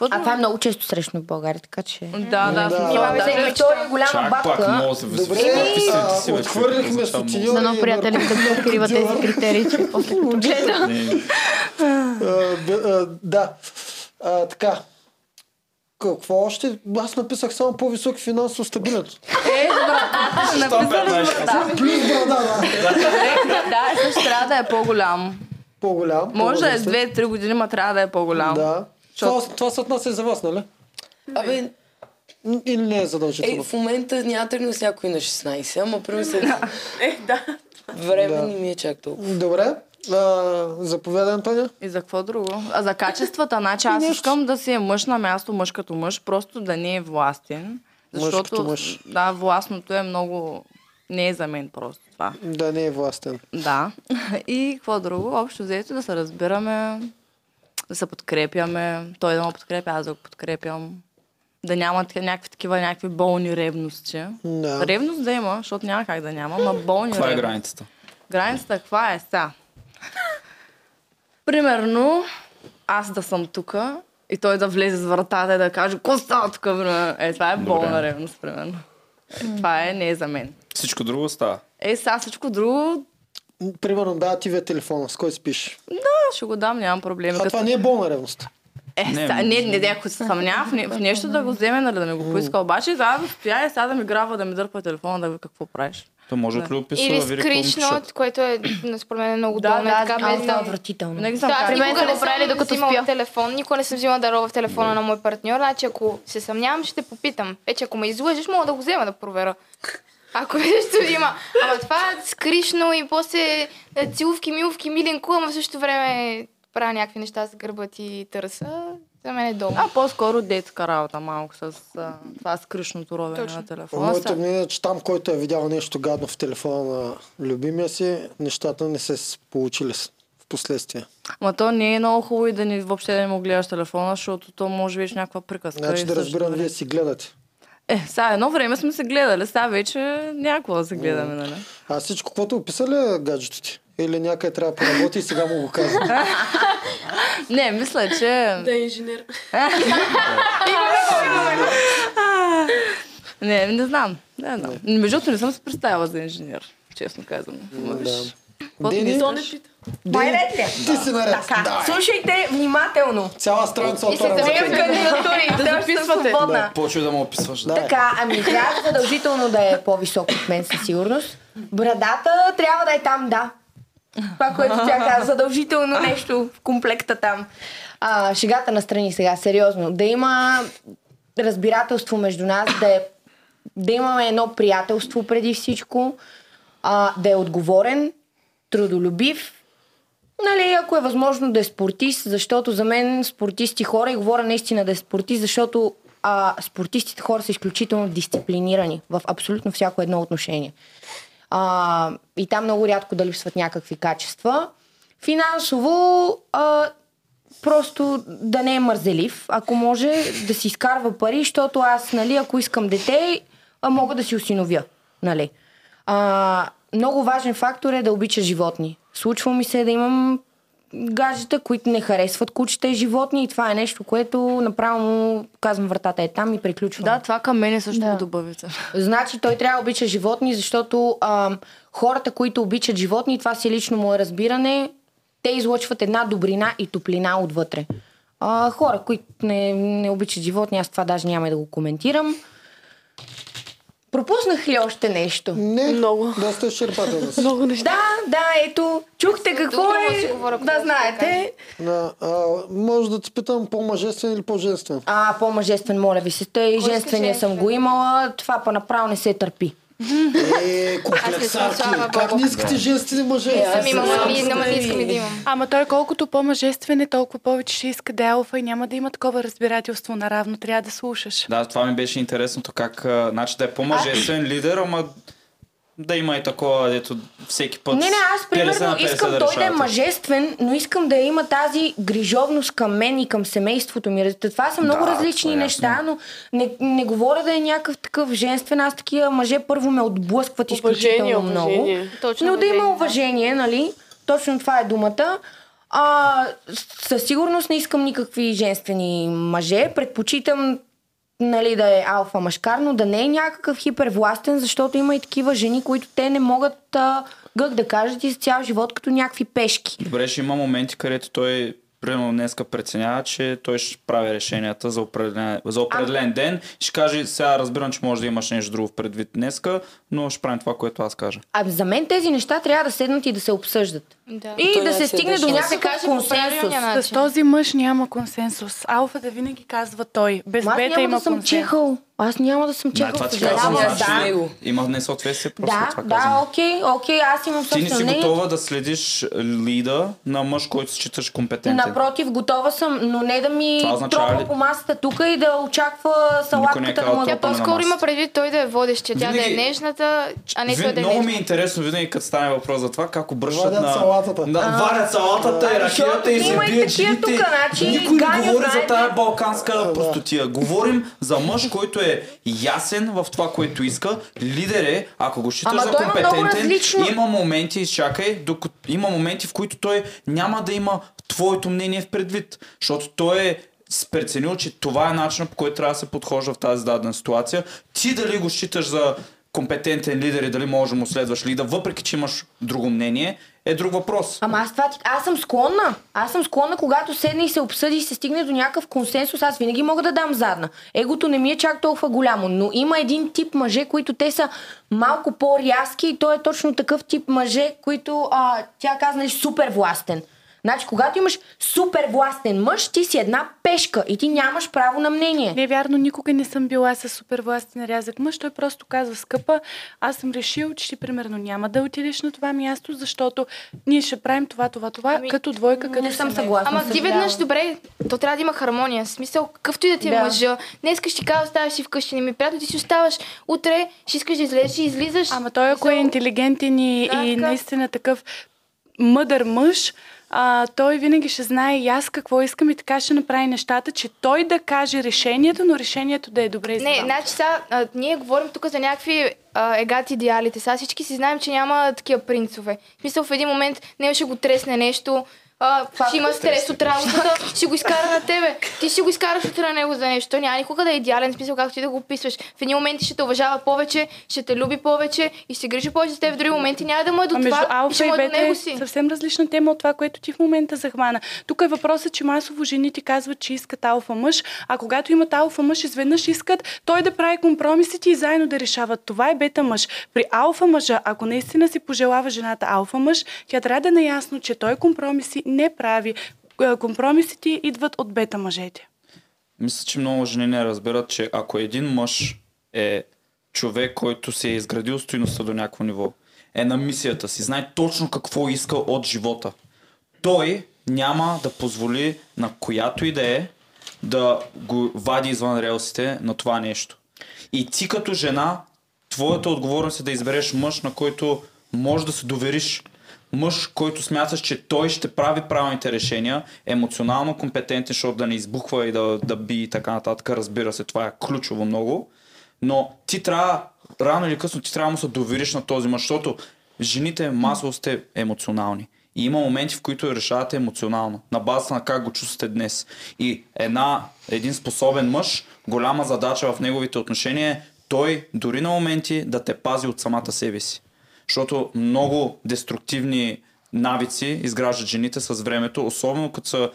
S5: А това е много често срещано в България, така че...
S8: Да, да, в смисъл, е
S5: Имаме
S8: да.
S5: за Виктория голяма
S1: Чак
S5: бабка.
S1: пак мога да се
S2: Добре,
S1: висвиш. Какви си-
S2: а,
S1: ти си, бе, човек, какво
S2: отхвърлихме
S1: означава
S2: сутеньори.
S1: мозък?
S4: Дано приятелите да откриват тези критерии, че после като гледа.
S8: [laughs]
S2: А, бе- а, Да. А, Така. Какво още? Аз написах само по-висок финансово стабилен.
S8: Е, брадата ще написали с брада.
S2: Плюс брада,
S8: Да, също трябва да е по-голям.
S2: По-голям.
S8: Може да е с
S2: по-възрастен.
S8: 2-3 години, ма трябва да е по-голям.
S2: Да. Това, това се отнася и за вас, нали?
S9: Абе,
S2: Или не е
S9: е,
S2: задължително?
S9: в момента няма тръгнал с някой на 16, ама примерно след... Е, да. Време
S2: Да.
S9: не ми е чак толкова.
S2: Добре. А, заповядай, Антония.
S8: И за какво друго? А за качествата, значи аз
S2: Нещо.
S8: искам да си е мъж на място, мъж като мъж, просто да не е властен.
S2: Мъж
S8: Защото,
S2: като мъж.
S8: да, властното е много... Не е за мен просто това.
S2: Да не е властен.
S8: Да. [laughs] И какво друго? Общо взето да се разбираме, да се подкрепяме. Той да ме подкрепя, аз да го подкрепям. да нямат някакви такива някакви болни ревности.
S2: Да.
S8: Ревност да има, защото няма как да няма, ма болни
S1: Каква е
S8: ревности.
S1: границата?
S8: Границата каква е сега? Примерно, аз да съм тука и той да влезе с вратата и да каже, какво става тук, примерно? Е, това е
S1: Добре.
S8: болна ревност, примерно. Е, това е, не е за мен.
S1: Всичко друго става.
S8: Е, сега всичко друго,
S2: Примерно, да, ти ви е телефона, с кой спиш.
S8: да, ще го дам, нямам проблеми.
S2: А това не е болна ревност.
S8: Е, не, са, не, не, не, ако се съмнява в, не, в нещо да го вземе, нали, да ми го поиска. Обаче, сега да стоя и сега да ми грабва, да ми дърпа телефона, да ви какво правиш.
S1: То може от
S8: Да.
S1: Любопис
S3: Или скрично, което е, на според мен, е много долно. Да, така,
S10: е
S3: без да,
S5: отвратително.
S10: Нали,
S8: Не
S3: Да,
S8: знам
S3: аз
S8: как.
S3: никога не
S10: са го
S3: съм
S10: правили, докато
S3: докато взимала
S10: спя.
S3: телефон, никога не съм взимала да рова в телефона на мой партньор, значи ако се съмнявам, ще те попитам. Вече ако ме излъжеш, мога да го взема да проверя. Ако [laughs] нещо има. Ама това е скришно и после е, целувки, миловки, милен кул, ама в същото време правя някакви неща с гърба ти и търса. За мен е долу.
S8: А, по-скоро детска работа малко с а, това скришното ровене на телефона.
S2: Моето
S8: Са-
S2: мнение е, че там, който е видял нещо гадно в телефона на любимия си, нещата не се с- получили с- в последствие.
S8: Ма то не е много хубаво и да ни, въобще да не му гледаш телефона, защото то може вече някаква приказка.
S2: Значи
S8: и
S2: да
S8: също
S2: разбирам,
S8: време.
S2: вие си гледате.
S8: Е, сега едно време сме се гледали, сега вече някакво да се гледаме, нали?
S2: А всичко, което описали е гаджето ти. Или някъде трябва да поработи и сега му го
S8: [laughs]
S2: казвам.
S8: Не, мисля, че...
S7: Да е инженер.
S8: [laughs] Не, не знам. Не, знам. Между другото, не съм се представила за инженер, честно казвам. Ма виж. Какво ти
S2: Дени,
S8: мислиш?
S5: Байрет ли?
S2: ти си наред.
S5: Така,
S2: Давай.
S5: слушайте внимателно.
S2: Цяла страница
S5: И се
S2: отворена.
S5: вземем кандидатури. Да
S8: записвате.
S5: записвате. Свободна.
S1: Почва да му описваш. Да.
S2: Давай.
S5: Така, ами трябва задължително да е по-висок от мен със сигурност. Брадата трябва да е там, да. Това, което тя каза, задължително нещо в комплекта там. А, шегата настрани сега, сериозно. Да има разбирателство между нас, да, е, да имаме едно приятелство преди всичко, а, да е отговорен, трудолюбив, Нали, ако е възможно да е спортист, защото за мен спортисти хора, и говоря наистина да е спортист, защото а, спортистите хора са изключително дисциплинирани в абсолютно всяко едно отношение. А, и там много рядко да липсват някакви качества. Финансово, а, просто да не е мързелив, ако може да си изкарва пари, защото аз, нали, ако искам дете, а, мога да си осиновя, нали. А, много важен фактор е да обича животни. Случва ми се да имам гаджета, които не харесват кучета и животни и това е нещо, което направо му казвам вратата е там и приключвам.
S8: Да, това към мене също
S10: Да.
S8: го добавите.
S5: Значи той трябва да обича животни, защото а, хората, които обичат животни, това си е лично мое разбиране, те излъчват една добрина и топлина отвътре. А, хора, които не, не обичат животни, аз това даже няма и да го коментирам. Пропуснах ли още нещо?
S2: Не,
S6: Много.
S2: доста изчерпателно си.
S6: Много неща.
S5: Да, да, ето, чухте какво
S3: Добре,
S5: е,
S3: си говоря, какво
S5: да
S3: ще
S5: знаете.
S2: Да, а, може да те питам по-мъжествен или по-женствен.
S5: А, по-мъжествен, моля ви се, тъй
S3: иска
S5: женствения съм го
S3: женствен?
S5: имала, това па направо не се търпи.
S2: Е, комплексарки.
S3: слава
S2: Как
S3: Богу.
S2: не искате женствени мъже?
S3: Не
S2: Аз
S3: съм имала,
S2: съм-
S3: ами, ама не искам и да имам.
S7: Ама той е колкото по-мъжествен е, толкова повече ще иска да е алфа и няма да има такова разбирателство наравно. Трябва да слушаш.
S1: да, това ми беше интересното. Как, а, значи да е по-мъжествен лидер, ама да има и такова, дето всеки път...
S5: Не, не, аз
S1: 50
S5: примерно
S1: на 50
S5: искам той да е
S1: решавате.
S5: мъжествен, но искам да има тази грижовност към мен и към семейството ми. Раз- Това са много
S1: Да,
S5: различни
S1: това е
S5: неща, но не, не говоря да е някакъв такъв женствен. Аз такива мъже първо ме отблъскват
S6: Уважение,
S5: изключително много.
S6: уважение.
S3: Точно
S5: Но да има
S3: уважение,
S5: уважение, нали? Точно това е думата. А, с- със сигурност не искам никакви женствени мъже. Предпочитам нали, да е алфа мъжкар, но да не е някакъв хипервластен, защото има и такива жени, които те не могат а, гък да кажат из цял живот като някакви пешки.
S1: Добре, ще има моменти, където той Примерно днеска преценява, че той ще прави решенията за определен, за определен ден. Ще каже, сега разбирам, че може да имаш нещо друго в предвид днеска, но ще правим това, което аз кажа.
S5: А за мен тези неща трябва да седнат и да се обсъждат.
S3: Да.
S5: И
S9: Той
S5: да
S9: да
S5: се
S9: се
S5: стигне до
S9: държи.
S3: се
S5: някакъв
S3: каже по
S5: консенсус.
S3: правилния
S7: С
S3: начин.
S7: този мъж няма консенсус. Алфата винаги казва той. Без
S5: Ма Аз
S7: бета
S5: няма
S7: има
S5: да съм
S7: консенсус.
S5: чехал. Аз няма да съм
S1: Да,
S5: чехал.
S1: това ти
S5: съжалявам.
S1: казвам,
S9: да.
S1: значи
S9: Да.
S1: има несъответствие, просто
S5: Да,
S1: това казвам.
S5: да, окей, окей, аз имам
S1: Ти не
S5: собствено е.
S1: си
S5: мнение.
S1: готова да следиш лида на мъж, който считаш компетентен.
S5: Напротив, готова съм, но не да ми
S1: Това означава
S5: тропа
S1: ли?
S5: по масата тук и да очаква
S1: не е
S5: салатката да
S1: казал
S5: му
S1: това.
S5: да
S3: Тя
S1: топа на
S3: по-скоро
S1: масата.
S3: има предвид той да е водещ, че тя да е
S1: Винаги-
S3: нежната, салата, а не
S1: Ви,
S3: той да
S1: много
S3: е.
S1: ми е интересно винаги като стане въпрос за това как обръщат
S2: Вадят
S1: на...
S2: салатата.
S1: Да,
S2: А,
S1: варят салатата и
S2: защото
S1: ракията и се
S2: има и
S1: бият
S2: такива
S1: жените.
S2: тука, значи,
S1: Никой не
S2: Ганю
S1: говори
S2: знаете.
S1: за тая балканска простотия. Говорим за мъж, който е ясен в това, което иска. Лидер е, ако го считаш
S11: Ама
S1: за
S11: той има много
S1: компетентен,
S11: различно.
S1: има моменти, изчакай, докато има моменти, в които той няма да има твоето мнение в предвид. Защото той е с- преценил, че това е начинът по който трябва да се подхожда в тази дадена ситуация. Ти дали го считаш за компетентен лидер и дали можеш да му следваш лида, въпреки че имаш друго мнение, е друг въпрос.
S5: Ама аз това ти... Аз съм склонна. Аз съм склонна, когато седне и се обсъди и се стигне до някакъв консенсус, аз винаги мога да дам задна. Егото не ми е чак толкова голямо, но има един тип мъже, които те са малко по-рязки и той е точно такъв тип мъже, които а, тя каза, нали, супер властен. Значи, когато имаш супер властен мъж, ти си една пешка и ти нямаш право на мнение.
S7: Не е вярно, никога не съм била с супер властен рязък мъж. Той просто казва, скъпа, аз съм решил, че ти примерно няма да отидеш на това място, защото ние ще правим това, това, това,
S5: Ами,
S7: като двойка, като семейство.
S3: Ама ти веднъж добре, то трябва да има хармония. В смисъл, какъвто и да ти е
S7: Да.
S3: мъжа. Днес ще ти кажа, оставаш си вкъщи, не ми е приятно, ти си оставаш. Утре ще искаш да излезеш и излизаш.
S7: Ама той, ако е интелигентен и,
S3: Да,
S7: и
S3: така.
S7: наистина такъв мъдър мъж, а, той винаги ще знае и аз какво искам и така ще направи нещата, че той да каже решението, но решението да е добре за
S3: Не,
S7: двамата.
S3: значи сега а, ние говорим тук за някакви а, егати идеалите. Сега всички си знаем, че няма такива принцове. В смисъл в един момент не ще го тресне нещо, а, ще има стрес от работата, ще го изкара на тебе. Ти ще го изкараш утре на него за нещо. Той няма никога да е идеален, в смисъл както ти да го описваш. В един момент ти ще те уважава повече, ще те люби повече и ще се грижи повече за теб. В други моменти няма да му е до
S7: а между
S3: това и
S7: Ами, алфа
S3: ще
S7: и
S3: му е до
S7: бета е
S3: него си.
S7: съвсем различна тема от това, което ти в момента захвана. Тук е въпросът, че масово жените казват, че искат алфа мъж, а когато имат алфа мъж, изведнъж искат той да прави компромисите и заедно да решават. Това е бета мъж. При алфа мъжа, ако наистина си пожелава жената алфа мъж, тя трябва да е наясно, че той компромиси не прави. Е, Компромисите идват от бета мъжете.
S1: Мисля, че много жени не разбират, че ако един мъж е човек, който се е изградил стойността до някакво ниво, е на мисията си, знае точно какво иска от живота. Той няма да позволи на която и да е да го вади извън релсите на това нещо. И ти като жена, твоята отговорност е да избереш мъж, на който можеш да се довериш. Мъж, който смяташ, че той ще прави правилните решения, емоционално компетентен, защото да не избухва и да, да би и така нататък. Разбира се, това е ключово много. Но ти трябва, рано или късно, ти трябва да му се довериш на този мъж, защото жените масово сте емоционални. И има моменти, в които решавате емоционално, на базата на как го чувствате днес. И една, един способен мъж, голяма задача в неговите отношения е той дори на моменти да те пази от самата себе си. Защото много деструктивни навици изграждат жените с времето, особено като са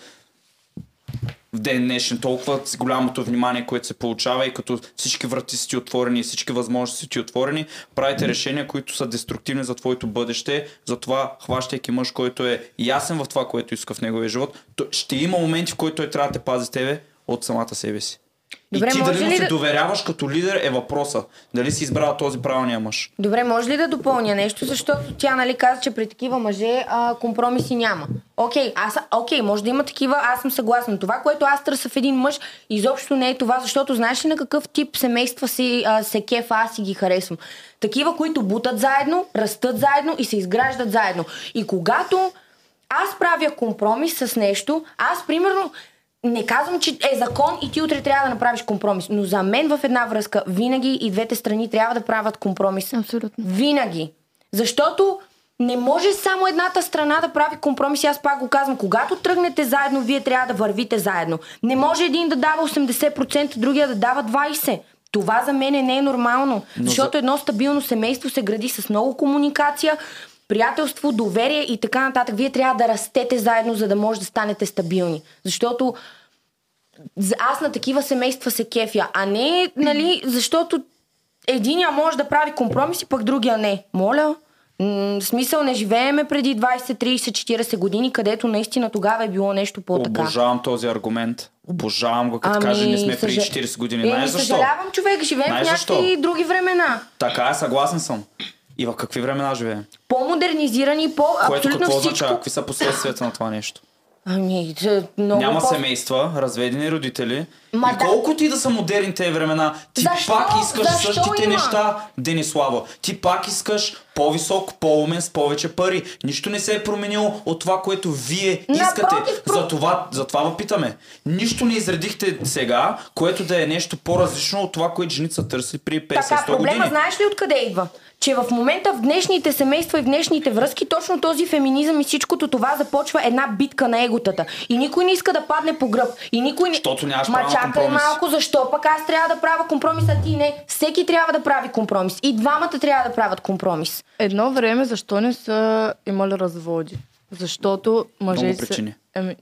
S1: в ден днешен толкова с голямото внимание, което се получава и като всички врати са ти отворени и всички възможности са ти отворени, правите решения, които са деструктивни за твоето бъдеще, затова хващайки мъж, който е ясен в това, което иска в неговия живот, то ще има моменти, в които той трябва да те пази тебе от самата себе си.
S5: Добре,
S1: и ти
S5: може
S1: дали му
S5: ли
S1: се
S5: да-
S1: доверяваш като лидер е въпроса. Дали си избрал този правилния мъж?
S5: Добре, може ли да допълня нещо, защото тя нали каза, че при такива мъже а, компромиси няма. Окей, аз, окей, може да има такива, аз съм съгласна. Това, което аз търся в един мъж, изобщо не е това, защото знаеш ли на какъв тип семейства си а, се кефа, аз си ги харесвам. Такива, които бутат заедно, растат заедно и се изграждат заедно. И когато аз правя компромис с нещо, аз примерно не казвам, че е закон и ти утре трябва да направиш компромис, но за мен в една връзка винаги и двете страни трябва да правят компромис.
S10: Абсолютно.
S5: Винаги. Защото не може само едната страна да прави компромис. Аз пак го казвам, когато тръгнете заедно, вие трябва да вървите заедно. Не може един да дава 80%, другия да дава 20%. Това за мен не е нормално.
S12: Но
S5: защото
S12: за-
S5: едно стабилно семейство се гради с много комуникация, приятелство, доверие и така нататък. Вие трябва да растете заедно, за да може да станете стабилни. Защото за- аз на такива семейства се кефя, а не, нали, защото единия може да прави компромиси, пък другия не. Моля, М, в смисъл не живееме преди 20, 30, 40 години, където наистина тогава е било нещо по-така.
S1: Обожавам този аргумент. Обожавам го, като каже, не сме преди
S5: Ами, съжа-
S1: 40 години.
S5: Еми,
S1: Знаеш защо?
S5: Е, Съжалявам, човек, живеем в
S1: Знаеш
S5: някакви
S1: защо?
S5: други времена.
S1: Така е, съгласен съм. И в какви времена живеем?
S5: По-модернизирани, по...
S1: Което
S5: абсолютно
S1: какво значи?
S5: всичко.
S1: означава? Какви са последствията на това нещо?
S5: Ами, че много
S1: Няма
S5: по-
S1: семейства, разведени родители.
S5: Ма
S1: и
S5: да.
S1: колко ти да са модерни тези времена, ти
S5: Защо?
S1: пак искаш
S5: Защо
S1: същите
S5: има?
S1: неща, Денислава. Ти пак искаш по-висок, по-умен, с повече пари. Нищо не се е променило от това, което вие искате. За това, за това ви питаме. Нищо не изредихте сега, което да е нещо по-различно от това, което жените са търсили при 50-100
S5: Така, проблема
S1: години.
S5: знаеш ли откъде идва? Че в момента в днешните семейства и в днешните връзки точно този феминизъм и всичкото това започва една битка на еготата. И никой не иска да падне по гръб. И никой не...
S1: Защото нямаш
S5: Ма
S1: право на
S5: чакай
S1: компромис.
S5: малко, защо пък аз трябва да правя компромис, а ти не? Всеки трябва да прави компромис. И двамата трябва да правят компромис.
S8: Едно време защо не са имали разводи? Защото мъже
S1: Много
S8: се-
S1: причини.
S8: Еми,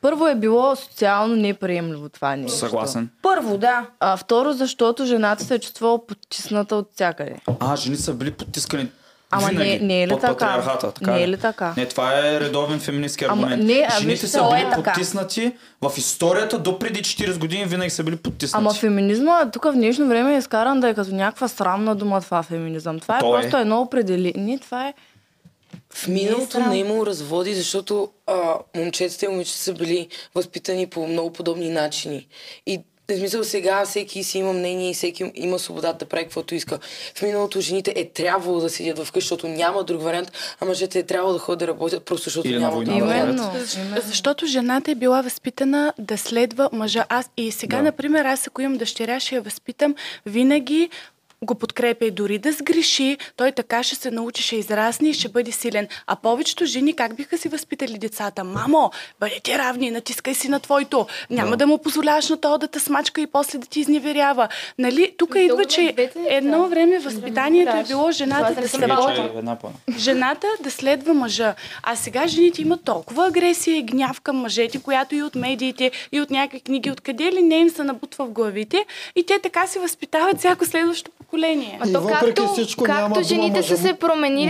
S8: първо е било социално неприемливо това нещо.
S1: Съгласен.
S5: Първо, да.
S8: А второ, защото жената се е чувствала потисната от всякъде.
S1: А, жени са били потискани
S8: Ама не,
S1: винаги
S8: не е ли
S1: под
S8: така?
S1: патриархата. Така
S8: не е ли така?
S1: Не, това е редовен феминистски
S8: Ама
S1: аргумент.
S8: не, а
S1: Жените
S8: вижте,
S1: са били
S8: е така.
S1: потиснати в историята до преди 40 години винаги са били потиснати.
S8: Ама феминизма тук в днешно време е изкаран да е като някаква срамна дума това феминизъм. Това е
S9: То е.
S8: просто едно определение. Това е...
S9: В миналото не е имало разводи, защото а, момчетата и момичетата са били възпитани по много подобни начини. И в смисъл сега всеки си има мнение и всеки има свободата да прави каквото иска. В миналото жените е трябвало да седят вкъщи, защото няма друг вариант, а мъжете е трябвало да ходят да работят, просто защото
S1: Или е на
S9: няма
S1: война
S9: друг
S1: да
S9: вариант.
S7: Защ- Защото жената е била възпитана да следва мъжа. Аз и сега,
S9: Да.
S7: например, аз ако имам дъщеря, ще я възпитам винаги го подкрепя и дори да сгреши, той така ще се научи, ще израсне и ще бъде силен. А повечето жени как биха си възпитали децата? Мамо, бъдете равни, натискай си на твоето. Няма да, му позволяваш на то да те смачка и после да ти изневерява. Нали? Тук идва, че едно време възпитанието е било жената да се
S1: Вече е една по-на.
S7: жената да следва мъжа. А сега жените имат толкова агресия и гняв към мъжете, която и от медиите, и от някакви книги, откъде ли не им се набутва в главите и те така се възпитават всяко следващо поколение.
S2: И въпреки всичко няма дума мъже-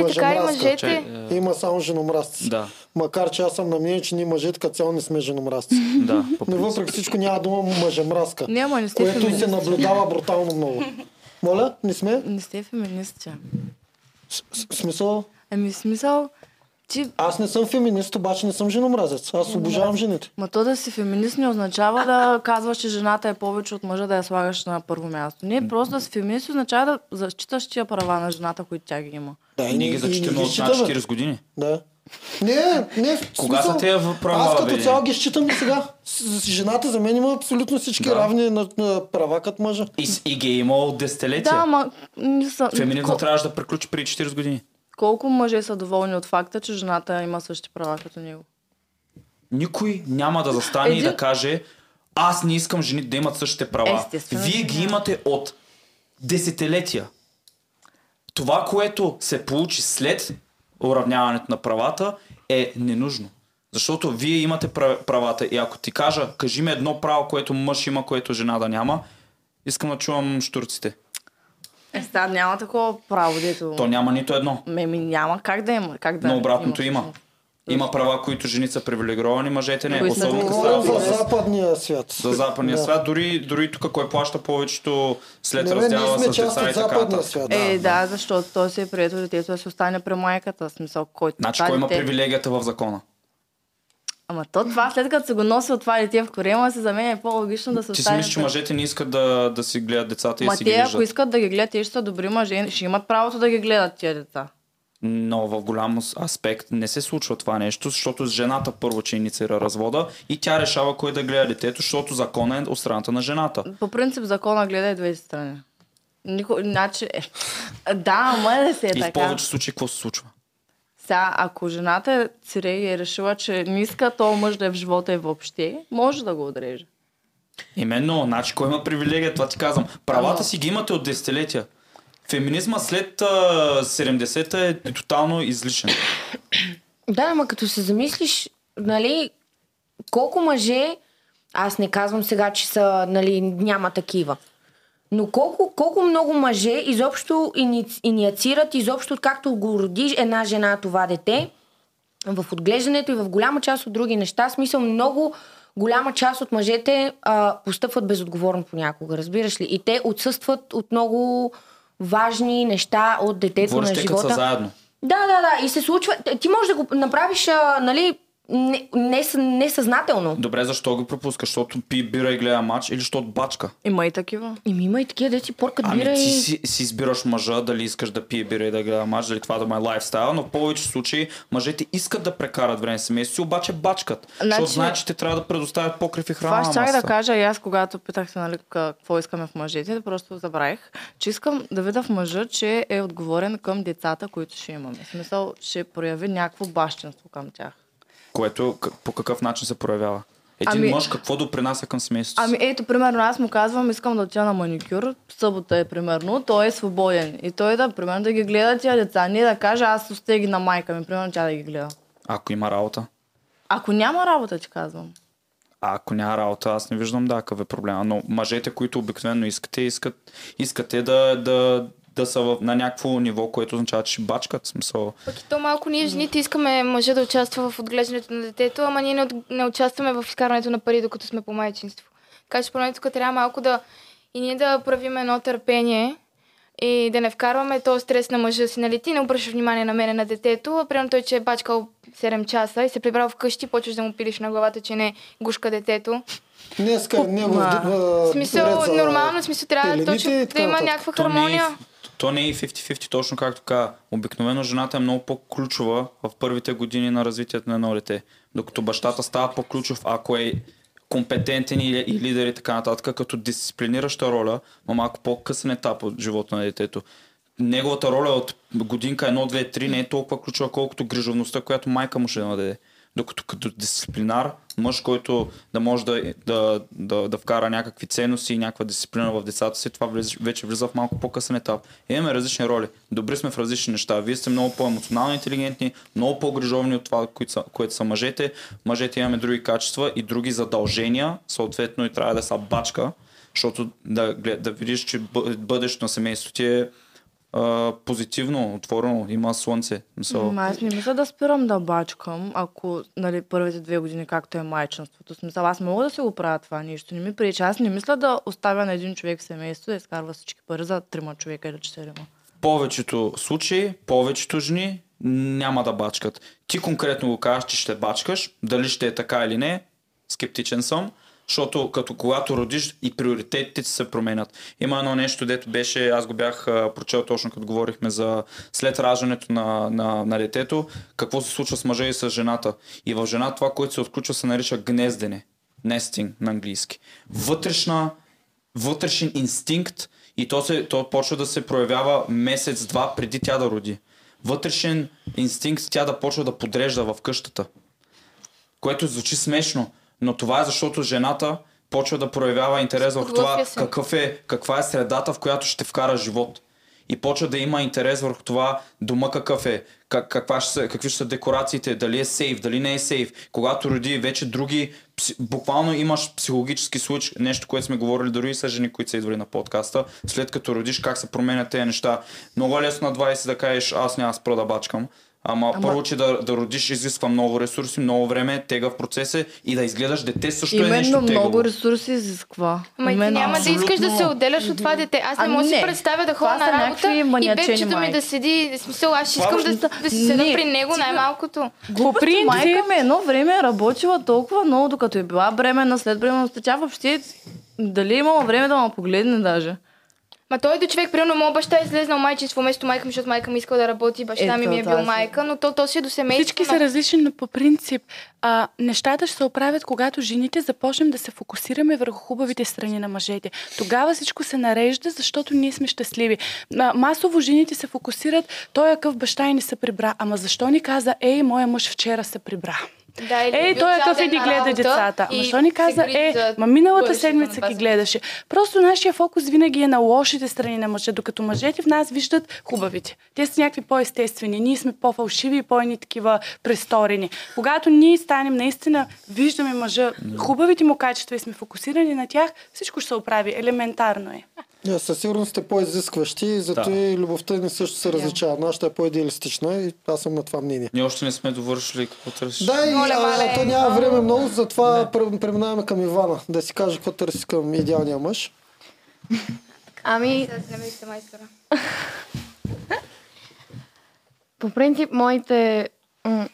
S2: мъжемразка. е. Има само женомразци.
S1: Да.
S2: Макар че аз съм на мнение, че ние мъжете като цяло не сме женомразци.
S1: [laughs] Да,
S2: Но въпреки всичко няма дума мъжемразка.
S8: Няма, не сте
S2: Което и се
S8: феминистки.
S2: наблюдава брутално много. Моля, не сме?
S8: Не сте феминистче.
S2: В смисъл?
S8: Еми, в Ами, смисъл, ти...
S2: Аз не съм феминист, обаче не съм женомразец. Аз обожавам жените.
S8: Ма то да си феминист не означава да казваш, че жената е повече от мъжа, да я слагаш на първо място. Не, просто да си феминист означава да зачиташ тия права на жената, които тя ги има.
S2: Да,
S1: и ние ги зачитаме от над 40 години.
S2: Да. Не, Е, не. в
S1: Кога
S2: смисъл,
S1: са тези в- права
S2: Аз като
S1: въведени?
S2: цяло ги считам и сега. С- с- Жената за мен има абсолютно всички равни на, на права като мъжа.
S1: И, с- и ги е имало от десетилетия.
S8: Да, ама не са...
S1: Феминизма
S8: кол-
S1: трябваше да приключи преди 40 години.
S8: Колко мъже са доволни от факта, че жената има същи права като него?
S1: Никой няма да застане и
S8: Един-
S1: да каже аз не искам жените да имат същите права.
S8: Естествено,
S1: Вие
S8: че
S1: ги имате от десетилетия. Това, което се получи след уравняването на правата е ненужно. Защото вие имате пра- правата и ако ти кажа, кажи ми едно право, което мъж има, което жена да няма, искам да чувам штурците.
S8: Е, сега няма такова право, дето...
S1: То няма нито едно.
S8: Меми, няма как да има. Как да
S1: Но обратното
S8: има.
S1: има. Има права, които жени са привилегировани, мъжете не.
S8: Кои са?
S1: Особено като става
S2: Говорим за
S1: въпрос
S2: западния свят.
S1: за западния
S2: Да.
S1: свят, дори, дори тук кой плаща повечето след
S2: Не, бе, ние
S1: раздяла с
S2: сме
S1: деца
S2: част от
S1: и така
S2: западния
S1: нататък.
S2: свят.
S8: Е, да, защото той се е прието детето да се остане при майката. В смисъл, който
S1: Значи
S8: това
S1: кой има
S8: дете-
S1: привилегията в закона?
S8: Ама то това, след като се го носи от това дете в корема, се за мен е по-логично да се
S1: Ти си
S8: остане.
S1: мислиш, че
S8: при-
S1: мъжете не искат да, да си гледат децата и
S8: Ма
S1: си
S8: те,
S1: ги
S8: ако
S1: виждат.
S8: искат да ги гледат, те ще са добри мъже, ще имат правото да ги гледат тия деца.
S1: Но в голям с- аспект не се случва това нещо, защото жената първо, че инициира развода и тя решава кой да гледа детето, защото законът е от страната на жената.
S8: По принцип, закона гледа и двете страни. Нико... Значи, е, да, ама да се е
S1: и в
S8: така.
S1: повече случаи какво се случва?
S8: Сега, ако жената е цире и е решила, че не иска то мъж да е в живота и въобще, може да го отреже.
S1: Именно, значи кой има привилегия, това ти казвам. Правата си ги имате от десетилетия. Феминизма след а, 70-та е тотално излишен.
S5: Да, ама като се замислиш, нали, колко мъже, аз не казвам сега, че са, нали, няма такива, но колко, колко много мъже изобщо ини- инициират, изобщо както го роди една жена това дете, в отглеждането и в голяма част от други неща, в смисъл много голяма част от мъжете а, постъпват безотговорно понякога, разбираш ли? И те отсъстват от много важни неща от детето
S1: Говориш
S5: на
S1: те,
S5: живота.
S1: като са заедно.
S5: Да, да, да. И се случва. Ти можеш да го направиш, а, нали, не, не, несъзнателно.
S1: Добре, защо го пропускаш? Защото пи бира и гледа матч или защото бачка?
S8: Има и такива.
S5: Еми, има и такива, де си поркат
S1: Ами
S5: бира
S1: ти
S5: и...
S1: си, си избираш мъжа, дали искаш да пие бира и да гледа матч, дали това да му е лайфстайл, но в повечето случаи мъжете искат да прекарат време с семейството си, обаче бачкат. Значи... Защото
S8: Значи-
S1: знаят, че те трябва да предоставят покрив и храна
S8: Това
S1: на
S8: ще чак да
S1: масата.
S8: кажа и аз, когато питах се, нали, ка- какво искаме в мъжете, просто забравих, че искам да видя в мъжа, че е отговорен към децата, които ще имаме. В смисъл, ще прояви някакво бащинство към тях.
S1: Което к- по какъв начин се проявява? Един
S8: Ами-
S1: мъж какво допринася към семейството? си?
S8: Ами ето, примерно, аз му казвам, искам да отида на маникюр, събота е, примерно, той е свободен. И той да, примерно, да ги гледа тия деца, не да каже, аз оставя ги на майка ми, примерно, тя да ги гледа.
S1: Ако има работа.
S8: Ако няма работа, ти казвам.
S1: А ако няма работа, аз не виждам да какъв е проблема. Но мъжете, които обикновено искате, искат, искате да, да, да са в, на някакво ниво, което означава, че ще бачкат. в Смисъл.
S3: Пък и то малко ние жените искаме мъжа да участва в отглеждането на детето, ама ние не, от- не участваме в изкарването на пари, докато сме по майчинство. Така че поне тук трябва малко да и ние да правим едно търпение и да не вкарваме този стрес на мъжа си. Нали ти не обръщаш внимание на мене, на детето, а примерно той, че е бачкал 7 часа и се е прибрал вкъщи, почваш да му пилиш на главата, че не е гушка детето.
S2: Днеска него
S3: В смисъл, нормално, в смисъл трябва
S2: пелените и
S3: точно да
S2: така
S3: има
S2: нататък.
S3: някаква
S1: То не е
S3: хармония.
S1: ф- То не е и 50-50, точно както каза. Обикновено жената е много по-ключова в първите години на развитието на едно дете. Докато бащата става по-ключов, ако е компетентен и, и лидер и така нататък, като дисциплинираща роля, но малко по-късен етап от живота на детето. Неговата роля от годинка 1, 2, 3 не е толкова ключова, колкото грижовността, която майка му ще нададе. Докато като дисциплинар, мъж, който да може да, да, да, да вкара някакви ценности и някаква дисциплина в децата си, това влез, вече влиза в малко по-късен етап. Имаме различни роли. Добри сме в различни неща. Вие сте много по-емоционално интелигентни, много по-грижовни от това, които са, което са мъжете. Мъжете имаме други качества и други задължения, съответно и трябва да са бачка, защото да, глед- да видиш, че бъ- бъдещето на семейството ти е а, позитивно, отворено, има слънце. Мисъл,
S8: М, Аз не мисля да спирам да бачкам, ако нали, първите две години, както е майчинството. В Смисъл, аз мога да си го правя това нещо. Не ми пречи. Аз не мисля да оставя на един човек в семейство да изкарва всички пари за трима човека или четирима.
S1: повечето случаи, повечето жени няма да бачкат. Ти конкретно го кажеш, че ще бачкаш, дали ще е така или не, скептичен съм, защото като когато родиш и приоритетите ти се променят. Има едно нещо, дето беше, аз го бях а, прочел точно като говорихме за след раждането на, на, на детето, какво се случва с мъжа и с жената. И в жена това, което се отключва, се нарича гнездене. Нестинг на английски. Вътрешна вътрешен инстинкт и то, се, то почва да се проявява месец-два преди тя да роди. Вътрешен инстинкт тя да почва да подрежда в къщата. Което звучи смешно, но това е защото жената почва да проявява интерес в това
S3: Подготвя се.
S1: какъв е, каква е средата, в която ще вкара живот. И почва да има интерес върху това дома какъв е, как, каква ще са, какви ще са декорациите, дали е сейф, дали не е сейф. Когато роди вече други, пси- буквално имаш психологически случай, нещо, което сме говорили дори и с жени, които са идвали на подкаста, след като родиш, как се променят тези неща. Много е лесно на 20 да кажеш, аз няма да спра да бачкам. Ама,
S8: Ама-
S1: първо, че да, да родиш изисква много ресурси, много време, тега в процесе и да изгледаш дете също е нещо
S8: Именно
S1: тегаво.
S8: много ресурси изисква.
S3: Ама и ти
S8: Именно.
S3: няма да искаш да се отделяш от това дете. Аз не
S8: Ами
S3: мога да си
S8: не.
S3: представя да ходя
S8: Това са
S3: на работа
S8: някакви
S3: и
S8: маниачени
S3: бебчето ми
S8: майки.
S3: да седи. В Смисъл, аз ще
S8: Това
S3: искам да,
S8: просто-
S3: да си седа
S8: Не,
S3: при него
S8: стига.
S3: най-малкото.
S8: По принцип... Майка ми едно време е работила толкова много, докато е била бременна след бременността. Тя въобще дали е имала време да ме погледне даже.
S3: Ма той до човек, примерно, моят баща е излезнал майчинство вместо майка ми, защото майка ми искала да работи, баща ми
S8: Ето,
S3: ми е
S8: това
S3: бил
S8: си.
S3: майка, но то, то си е до семейство.
S7: Всички са различни, но по принцип а, нещата ще се оправят, когато жените започнем да се фокусираме върху хубавите страни на мъжете. Тогава всичко се нарежда, защото ние сме щастливи. А, масово жените се фокусират, той е къв баща и не се прибра. Ама защо ни каза, ей, моя мъж вчера се прибра?
S3: Да, или
S7: Ей,
S3: бил
S7: той е
S3: цял
S7: къв
S3: ден
S7: еди
S3: на
S7: гледа
S3: работа
S7: децата.
S3: и
S7: Ама що ни
S3: се
S7: каза,
S3: грижи
S7: е,
S3: за
S7: ма миналата
S3: бъдещето на
S7: седмица ги
S3: вас.
S7: гледаше. Просто нашия фокус винаги е на лошите страни на мъжа, докато мъжете в нас виждат хубавите. Те са някакви по-естествени, ние сме по-фалшиви и по-ни такива престорени. Когато ние станем наистина, виждаме мъжа, хубавите му качества и сме фокусирани на тях, всичко ще се оправи. Елементарно е.
S2: Да, със сигурност сте по-изискващи, и зато
S1: Да.
S2: и любовта ни също се различава. Нашата е по-идеалистична и аз съм на това мнение.
S1: Ние още не сме довършили какво търсиш.
S2: Да, и
S1: Моля,
S2: а,
S1: мале.
S2: то няма време много, затова пре- преминаваме към Ивана, да си каже какво търси към идеалния мъж.
S4: Ами,
S3: Не ме вижте майстора.
S4: по принцип, моите м-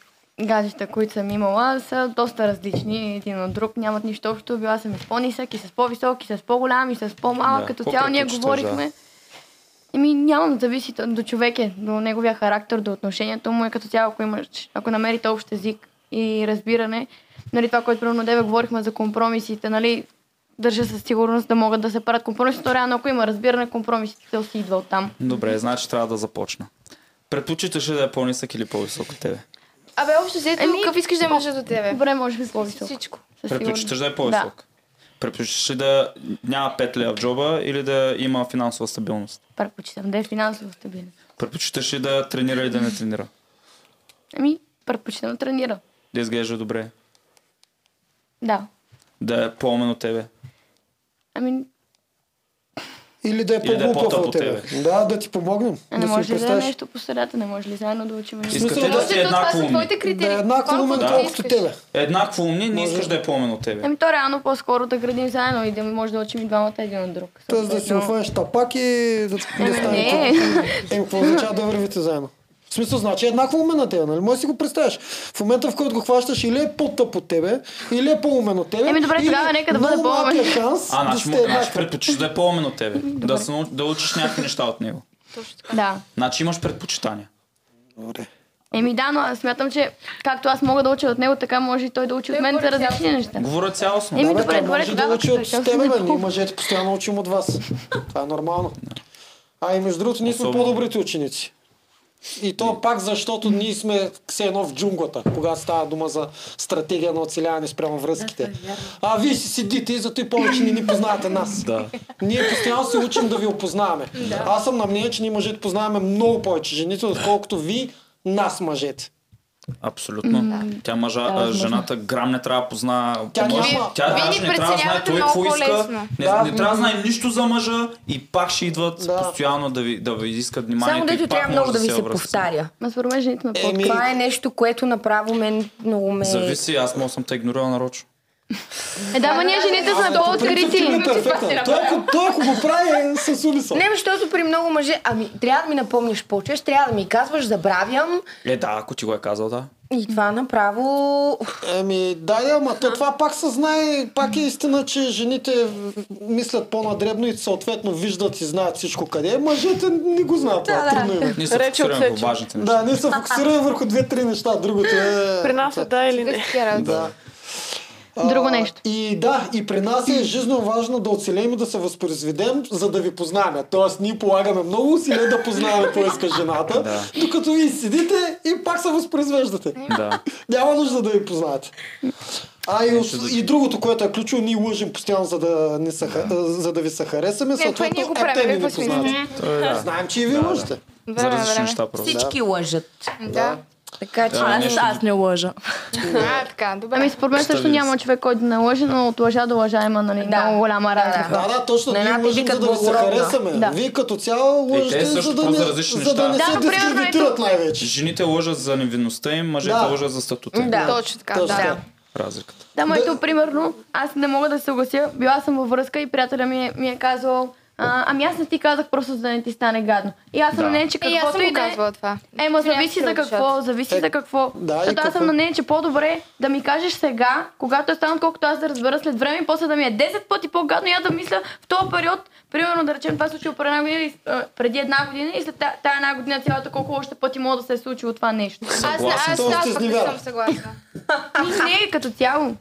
S10: гаджета, които съм имала, са доста различни един от друг. Нямат нищо общо. Била съм и с по-нисък, и с по-висок, и с по-голям, и с по-малък.
S11: Да,
S10: Като
S11: какво
S10: цяло ние
S11: предпочиташ, да?
S10: говорихме. Еми, няма да зависи т- до човек, е, до неговия характер, до отношението му и като цяло, ако, имаш, ако намерите общ език и разбиране, нали, това, което примерно тебе говорихме за компромисите, нали, държа със сигурност да могат да се правят компромиси, то реално ако има разбиране, компромисите си идва от там.
S1: Добре, значи трябва да започна. Предпочиташ ли да е по-нисък или по-висок от тебе?
S3: Абе, общо взето,
S10: Еми,
S3: какъв искаш да имаш до тебе?
S10: Добре, може би по-високо.
S3: Всичко.
S1: Предпочиташ да е по-висок? Предпочиташ ли да няма 5 лева в джоба или да има финансова стабилност?
S10: Да, предпочитам да е финансово стабилен.
S1: Предпочиташ ли да тренира или да не тренира?
S10: Ами, предпочитам да тренира.
S1: Да изглежда добре?
S10: Да.
S1: Да е по-умен от тебе?
S10: Ами,
S2: Или да е
S1: Или да е
S2: по-глупав
S1: по-тъп
S2: от
S1: от
S2: тебе.
S1: тебе.
S2: Да, да ти помогнем.
S10: а не
S2: да си
S10: може
S2: го
S10: ли да е
S2: представиш.
S10: нещо по средата? Не може ли заедно да учим?
S1: Искате Смисъл, да да си еднакво
S10: това са
S1: умни.
S10: твоите
S2: Да
S10: критерии.
S2: е еднакво умен,
S1: Да.
S2: колкото тебе.
S1: Еднакво умни, не искаш да е по-умен от тебе.
S10: Ами то реално по-скоро да градим заедно и да може да учим и двамата един от друг.
S2: Тоест да си
S10: Съответно-
S2: офаеш тапак и да, да
S10: Ами
S2: стане
S10: не.
S2: това. Еми, какво означава да вървите заедно? В смисъл, значи е еднакво умен на тебе, нали? Може да си го представиш. В момента, в който го хващаш, или е по-тъп от тебе, или е по-умен от тебе.
S10: Еми, добре,
S2: или
S10: тогава нека да бъде
S2: много малкият
S10: по-умен.
S2: шанс
S1: А,
S2: да
S1: значи,
S2: сте
S1: му- значи
S2: еднакви.
S1: предпочиташ да е по-умен от тебе. Да, се, нау- да учиш някакви неща от него.
S10: Да.
S1: Значи имаш предпочитания.
S2: Добре.
S10: Еми да, но аз смятам, че както аз мога да уча от него, така може и той да учи от мен за различни неща.
S1: Говоря цялостно.
S10: Еми,
S2: Да, бе,
S10: добре,
S2: той
S10: добре,
S2: може да
S10: тогава
S2: учи от
S10: като
S2: тебе, бе.
S10: дойде.
S2: Ние мъжете постоянно учим от вас. Това е нормално. А и между другото, ние сме
S1: Особено.
S2: по-добрите ученици. И то пак защото ние сме все едно в джунглата, когато става дума за стратегия на оцеляване спрямо връзките. А вие си седите и зато и повече не ни познавате нас.
S1: Да.
S2: Ние постоянно се учим да ви опознаваме.
S11: Да.
S2: Аз съм на мнение, че ние мъжете познаваме много повече жените, отколкото ви нас мъжете.
S1: Абсолютно.
S2: Да.
S1: Тя мъжа,
S5: е
S2: Да,
S1: а,
S2: възможно.
S1: жената грам не трябва да познава.
S2: Тя
S1: мъж.
S2: няма.
S1: Тя
S2: Вие
S1: даже
S2: ни
S1: не трябва да знае
S2: преценявате
S1: той
S2: много
S1: какво иска.
S2: по-лесно.
S1: Не,
S2: Да.
S1: не трябва да знае нищо за мъжа и пак ще идват постоянно да ви, да ви искат вниманието.
S5: Само
S1: и
S5: дето
S1: пак
S5: трябва
S1: може
S5: много да ви се
S1: обръщат.
S5: повтаря.
S10: Ма според мен жените ме
S1: Еми-
S5: Това е нещо, което направо мен много ме...
S1: Зависи, аз мога съм те игнорирал нарочно.
S10: Е, да, ма ние жените сме по-открити.
S2: Е,
S5: е
S2: Той ако го прави е с умисъл.
S5: Не, защото при много мъже... Ами, трябва да ми напомняш по-чеш, трябва да ми казваш, забравям.
S1: Е, да, ако ти го е казал, да.
S5: И това направо...
S2: Еми, да, да, ама то това пак се знае, пак е истина, че жените в- мислят по-надребно и съответно виждат и знаят всичко къде е. Мъжете не го знаят това,
S6: Да, да.
S2: трудно им е.
S1: Ние се Речи фокусираме отсече. върху важните неща.
S2: Да, ние се фокусираме върху две-три неща, другото е...
S6: При нас е да или не.
S2: Да.
S10: Друго нещо.
S2: И да, и при нас е жизненно важно да оцелеем и да се възпроизведем, за да ви познаваме. Тоест, ние полагаме много усилия да познаваме какво иска жената,
S1: Да.
S2: докато вие седите и пак се възпроизвеждате.
S1: Да.
S2: Няма нужда да ви познавате. А
S5: Е,
S2: и, ос- и другото, което е ключово, ние лъжим постоянно, за да, не са, ха- за да ви се харесаме.
S5: Не, това ние го
S2: съответно,
S5: правим,
S2: е, те ни
S5: какво
S2: не
S5: си
S2: познавате.
S5: мислим? Той, е, да.
S2: Знаем, че и ви
S5: Да, да.
S2: лъжете.
S5: Време на време. Всички
S2: Да.
S5: лъжат.
S3: Да.
S5: Така че...
S1: Да, Аз- нещо- аз
S5: не
S8: [laughs]
S10: лъжа.
S3: А, така, добре.
S10: Ами според мен също
S1: Представи
S10: няма човек, който да не лъже, но от лъжа до лъжа има нали, много голяма разлика.
S2: Да, да, точно. Ние лъжим, за да ви се харесаме. Вие като цяло
S1: Е,
S2: лъжете,
S1: те
S2: за
S1: също
S2: да
S1: да
S2: не,
S1: за различни
S2: за
S1: неща.
S2: да не се дискредитират най-вече.
S1: Жените лъжат за невинността им, мъжете
S10: Да.
S1: лъжат за статута им.
S10: Да. Точно така, Точно да. така.
S1: Разликата.
S10: Да, ма ето, примерно, аз не мога да се съглася. Била съм във връзка и приятеля ми е, ми е казал, а, ами аз не ти казах просто за да не ти стане гадно. И аз съм на
S3: Да.
S10: нея, че
S3: И аз
S10: каквото
S3: съм
S10: и
S3: го
S10: да е-
S3: казвала това.
S10: Е, ма
S3: Трябва
S10: зависи
S3: да
S10: за
S3: се
S10: какво,
S3: обучат.
S10: зависи за какво.
S3: да, и
S10: Защото аз
S3: какво?
S10: съм на нея, че по-добре да ми кажеш сега, когато е станало, отколкото аз да разбера след време и после да ми е 10 пъти по-гадно и аз да мисля в този период, примерно да речем това се случило преди една година, и, а, преди една година и след та- тая една година цялата колко още пъти мога да се е случило това нещо.
S3: Аз, аз,
S1: Съгласен
S3: аз,
S1: съм.
S3: пък не съм
S10: [laughs]
S3: съгласна.
S10: Не, като цяло.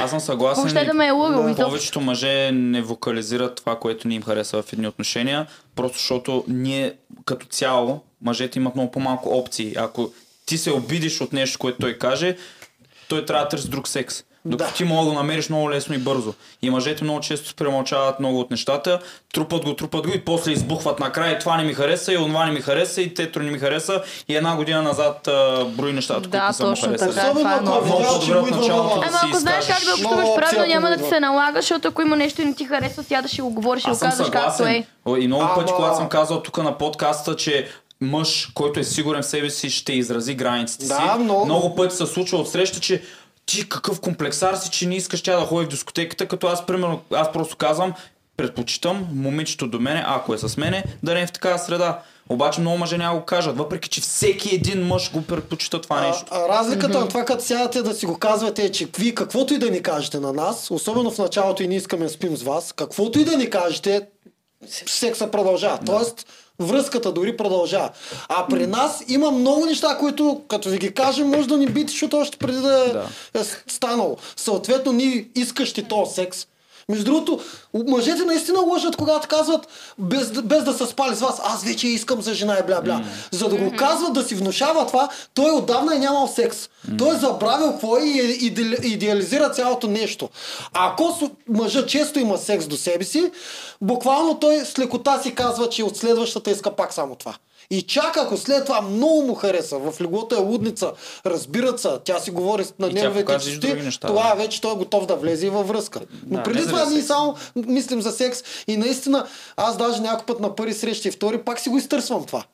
S1: Аз съм съгласен.
S10: Въобще да ме е лъгал,
S1: Да.
S10: изобщо.
S1: Повечето мъже не вокализират това, което ни им харесва в едни отношения, просто защото ние като цяло, мъжете имат много по-малко опции. Ако ти се обидиш от нещо, което той каже, той трябва да търси друг секс. Докато ти мога да го намериш много лесно и бързо. И мъжете много често премълчават много от нещата, трупат го, трупат го и после избухват накрая. И това не ми хареса, и онова не ми хареса, и тетро не ми хареса. И една година назад а, брои нещата, които не са му
S8: точно
S1: харесали.
S8: така, Особено това е ако много. видял,
S1: Много
S2: че
S1: по-добре
S2: му
S1: от
S2: идва
S1: началото да
S10: Ама
S1: си
S10: ако знаеш как
S1: изкажеш.
S10: да общуваш правилно, няма да ти се налага, защото ако има нещо и не ти харесва, сяда ще го говориш и
S1: Аз
S10: го
S1: съм
S10: казваш както
S1: съгласен.
S10: е.
S1: И много пъти, когато съм казал тук на подкаста, че мъж, който е сигурен в себе си, ще изрази границите
S2: Да,
S1: си.
S2: много.
S1: много пъти се случва от среща, че ти какъв комплексар си, че не искаш тя да ходи в дискотеката, като аз, примерно, аз просто казвам, предпочитам момичето до мене, ако е с мене, да не е в такава среда. Обаче много мъже няма го кажат, въпреки че всеки един мъж го предпочита това нещо.
S2: А разликата на това, като сядате да си го казвате, е, че вие каквото и да ни кажете на нас, особено в началото и не искаме да спим с вас, каквото и да ни кажете, секса продължава. Тоест, връзката дори продължава. А при нас има много неща, които като ви ги кажем, може да ни бити, защото още преди да, е с- станало. Съответно, ние искащи то секс. Между другото, мъжете наистина лъжат, когато казват, без, да- без да са спали с вас, аз вече искам за жена и бля-бля. За да го казват, да си внушава това, той отдавна е нямал секс. Той е забравил какво е и е иде- идеализира цялото нещо. Ако с- мъжът често има секс до себе си, буквално той с лекота си казва, че от следващата иска пак само това. И чак ако след това много му хареса, в леглото е лудница, разбират се, тя си говори с- на
S1: И тя
S2: нервите
S1: покаже и други
S2: чести,
S1: неща,
S2: това
S1: да.
S2: е вече той е готов да влезе и във връзка. Но
S1: Да,
S2: преди
S1: не
S2: това
S1: заради
S2: ние
S1: секса.
S2: само мислим за секс и наистина аз даже някой път на първи срещи и втори пак си го изтърсвам това.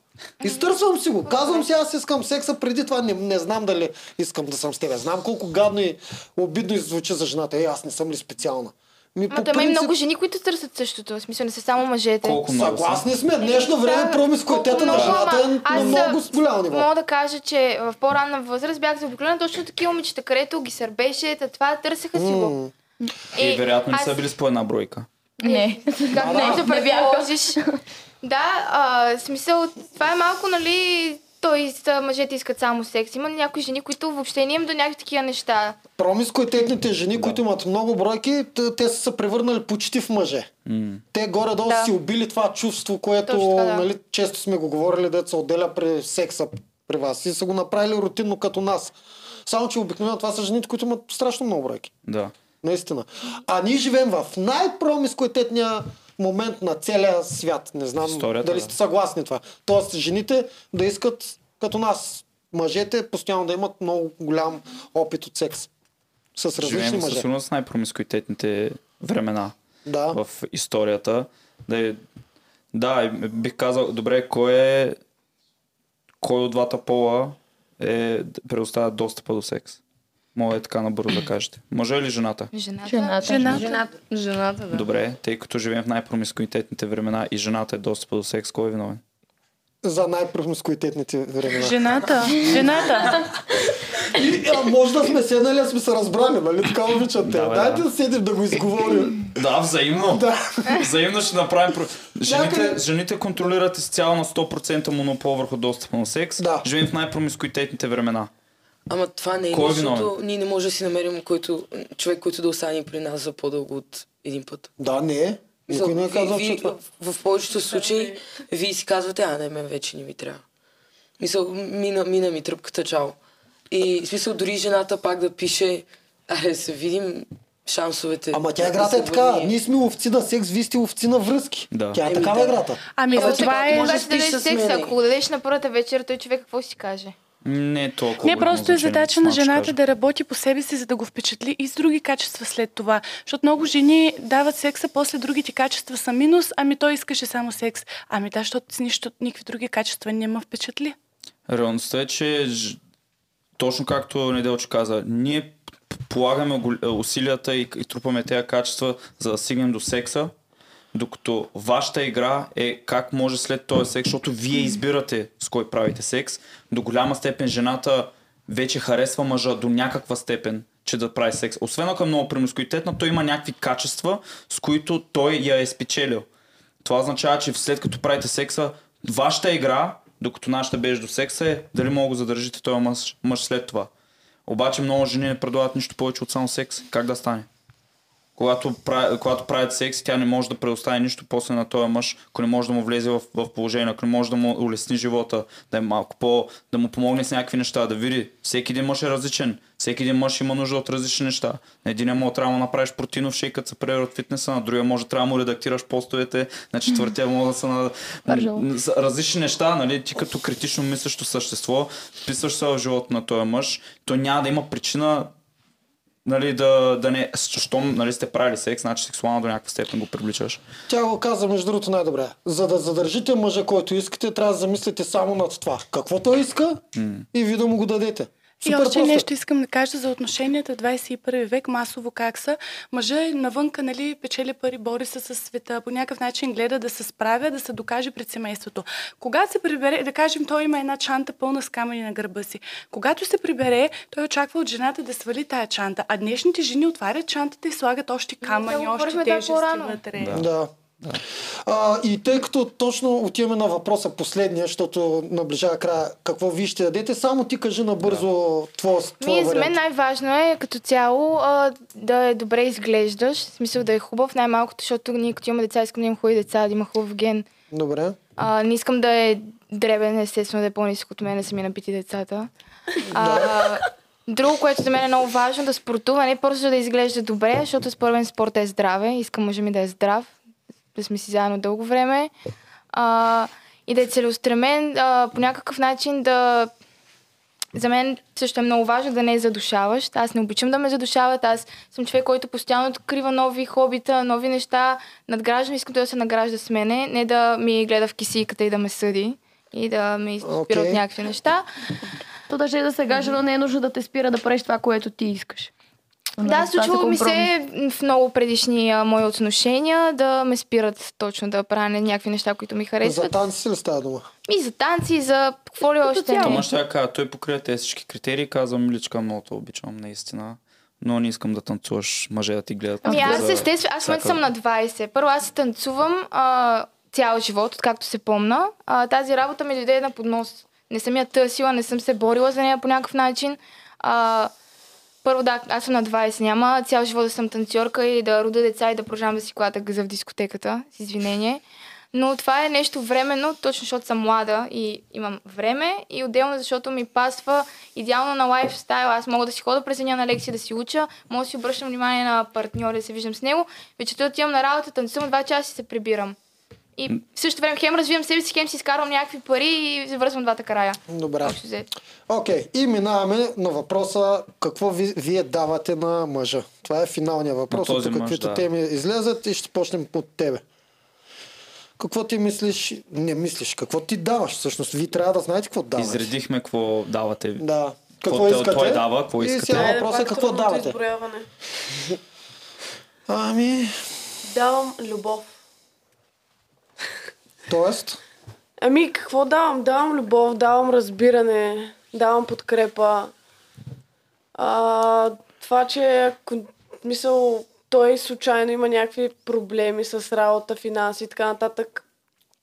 S2: Изтърсвам си го. Казвам си, аз искам секса преди това. Не, не знам дали искам да съм с тебе. Знам колко гадно и обидно звучи за жената. Е, аз не съм ли специална? Ми,
S3: Ма да, има и много жени, които търсят същото. В смисъл не са само мъжете.
S2: Съгласни сме. Днешно време промискуитета на
S3: много,
S2: жената
S3: ама
S2: е на
S3: аз,
S2: много
S3: а,
S2: голямо ниво.
S3: Мога да кажа, че в по-ранна възраст бях заобиколена точно от такива момичета, където ги сърбеше, та това
S2: е,
S3: търсеха си го.
S1: И Е, вероятно не
S10: Е,
S3: аз-
S1: са били с по една бройка.
S3: Не. Как
S1: Да,
S3: да,
S1: да.
S3: да предположиш. Да, а, смисъл, това е малко, нали, той са, мъжете искат само секс. Има някои жени, които въобще не им до някакви такива неща.
S2: Промискуитетните е жени, които имат много бройки, те, те са се превърнали почти в мъже. те горе-долу
S3: Да.
S2: си убили това чувство, което
S3: Точно така, да.
S2: нали, често сме го говорили, да се отделя при секса при вас. И са го направили рутинно като нас. Само, че обикновено това са жените, които имат страшно много бройки.
S1: Да.
S2: Наистина. А ние живеем в най-промискуитетния момент на целия свят. Не знам
S1: Историята,
S2: дали
S1: да.
S2: сте съгласни това. Тоест, жените да искат като нас. Мъжете постоянно да имат много голям опит от секс. С различни
S1: Живеем със
S2: мъже.
S1: сигурност в най-промискуитетните времена
S2: Да.
S1: в историята. Да, е- да, и бих казал, добре, кой е кой от двата пола е, предоставя достъпа до секс? Мога е така набързо да кажете. Мъже или жената?
S3: Жената.
S4: Жената.
S8: Жената. Жената. Жената, да.
S1: Добре, тъй като живеем в най-промискуитетните времена и жената е достъпа до секс, кой е виновен?
S2: За най-промискуитетните времена.
S7: Жената. Жената.
S2: И, а, може да сме седнали, а сме се разбрали, нали? Така обичат те.
S1: Да, бе,
S2: Дайте
S1: да.
S2: да седим да го изговорим.
S1: Да, взаимно.
S2: Да.
S1: Взаимно ще направим... про- Жените,
S2: Някъде-
S1: жените контролират изцяло на 100% монопол върху достъпа на секс.
S2: Да.
S1: Живеем в най-промискуитетните времена.
S9: Ама това не е
S1: Кой е
S9: защото ние не може да си намерим който, човек, който да остане при нас за по-дълго от един път.
S2: Да, не е. Никой не е казал,
S9: ви,
S2: че това.
S9: В, в повечето случаи вие си казвате, а не, мен вече не ми трябва. Мисъл, мина, мина ми тръпката, чао. И в смисъл, дори жената пак да пише, аре, се видим, шансовете.
S2: Ама тя
S9: да
S2: играта
S9: се
S2: е така.
S9: върне.
S2: Ние сме овци на секс, вие сте овци на връзки.
S1: Да.
S2: Тя е
S9: Еми,
S2: такава
S9: да.
S2: играта.
S7: Ами
S9: Ама
S7: затова е...
S9: може да
S3: Обаче да
S9: спиш
S3: дадеш
S9: с
S3: секс,
S9: мен.
S3: ако го дадеш на първата вечер, той човек какво ще си каже?
S1: Не е толкова.
S7: Не,
S1: голямо
S7: просто е
S1: значение,
S7: задача
S1: само
S7: на
S1: ще
S7: жената
S1: кажа.
S7: да работи по себе си, за да го впечатли и с други качества след това. Защото много жени дават секса, после другите качества са минус, ами той искаше само секс. Ами да, защото с нищо, никакви други качества не ме впечатли.
S1: Реалността е, че ж- точно както Неделчо каза, ние п- полагаме гол- е, усилията и, и трупаме тези качества, за да стигнем до секса, докато вашата игра е как може след този секс, защото вие избирате с кой правите секс, до голяма степен жената вече харесва мъжа до някаква степен, че да прави секс. Освен ако е много премискуитетна, той има някакви качества, с които той я е спечелил. Това означава, че след като правите секса, вашата игра, докато нашата беше до секса е, дали мога да го задържите този мъж, мъж след това. Обаче много жени не предлагат нищо повече от само секс. Как да стане? Когато, прави, когато правят секс, тя не може да предостави нищо после на този мъж, ако не може да му влезе в, в положение, ако не може да му улесни живота, да е малко по... да му помогне с някакви неща, да види. Всеки един мъж е различен. Всеки един мъж има нужда от различни неща. На един му трябва да му направиш протинов шейк, като се превер от фитнеса, на другия може трябва да му редактираш постовете, на четвъртия може да са на
S4: Пържало.
S1: с- различни неща, нали? Ти като критично мислещо същество, вписваш се в живота на този мъж, то няма да има причина нали, да, да не... с- Щом нали, сте правили секс, значи сексуално до някаква степен го привличаш.
S2: Тя го каза, между другото, най-добре. За да задържите мъжа, който искате, трябва да замислите само над това. Какво той иска и ви да му го дадете.
S7: И
S2: Супер
S7: още
S2: просто.
S7: нещо искам да кажа за отношенията 21 век, масово как са. Мъжа е навънка, нали, печели пари, бори се с света, по някакъв начин гледа да се справя, да се докаже пред семейството. Когато се прибере, да кажем, той има една чанта пълна с камъни на гърба си. Когато се прибере, той очаква от жената да свали тая чанта, а днешните жени отварят чантата и слагат още камъни, още
S3: говорихме това
S7: тежести
S3: по-рано.
S7: вътре.
S2: Да. А, и тъй като точно отиваме на въпроса последния, защото наближава края, какво вие ще дадете, само ти кажи набързо да. твоя, твоя
S3: Ми, за мен
S2: вариант.
S3: най-важно е като цяло а, да е добре изглеждаш, в смисъл да е хубав, най-малкото, защото ние като имаме деца, искам да имам хубави деца, да има хубав ген.
S2: Добре.
S3: А, не искам да е дребен, естествено да е по-нисък от мен, да са ми напити децата. А, друго, което за мен е много важно, да спортува, не просто да изглежда добре, защото според мен спорт е здраве. Искам мъжа ми да е здрав, да сме си заедно дълго време. А, и да е целеустремен, а, по някакъв начин да... За мен също е много важно да не е задушаващ. Аз не обичам да ме задушават. Аз съм човек, който постоянно открива нови хобита, нови неща. Надграждам, искам той да се награжда с мене, не да ми гледа в кисийката и да ме
S10: е.
S3: съди и да ме изпира
S10: Окей.
S3: от някакви неща.
S10: То даже и да се каже, но не е нужно да те спира да правиш това, което ти искаш.
S3: Да,
S10: Нали, това са
S3: случвало ми се
S10: компромиси.
S3: в много предишни а, мои отношения да ме спират точно да правя някакви неща, които ми
S2: За
S3: харесват.
S2: танци си ли става дума?
S3: И за танци, и за какво ли още не.
S1: Ама ще я кажа, той покрива тези всички критерии, казвам, миличка, много те обичам, наистина. Но не искам да танцуваш мъже да ти гледат.
S3: Ами аз
S1: за
S3: естествено, аз в момента
S1: всяка-
S3: съм на 20. Първо аз си танцувам а, цял живот, откакто се помна. А, тази работа ми дойде на поднос. Не съм я търсила, не съм се борила за нея по някакъв начин. А, първо да, аз съм на 20, няма цял живот да съм танцорка и да рода деца и да прожам да си клатък за в дискотеката, с извинение. Но това е нещо временно, точно защото съм млада и имам време и отделно защото ми пасва идеално на лайфстайл. Аз мога да си хода през деня на лекции да си уча, мога да си обръщам внимание на партньори, да се виждам с него. Вечерта отивам на работа, танцувам два часа и се прибирам. И в същото време хем развивам себе си, хем си изкарвам някакви пари и завързвам двата края.
S2: Добре.
S3: Общо взето.
S2: Окей, и минаваме на въпроса какво ви, вие давате на мъжа. Това е финалния въпрос,
S1: На този
S2: от
S1: мъж,
S2: каквито
S1: да.
S2: теми излезат и ще почнем от тебе. Какво ти мислиш? Не мислиш. Какво ти даваш? Всъщност, вие трябва да знаете какво давате.
S1: Изредихме какво давате.
S2: Да. Какво
S1: Какво те-
S2: искате?
S1: той дава, какво
S2: И
S1: искате.
S2: сега
S6: Айде,
S2: въпросът е
S6: пак
S2: какво
S6: трудното
S2: давате?
S6: изброяване.
S2: Ами,
S6: Давам любов.
S2: Тоест?
S6: Ами, какво давам? Давам любов, давам разбиране, давам подкрепа. А, това, че ако- мисъл, той случайно има някакви проблеми с работа, финанси и така нататък,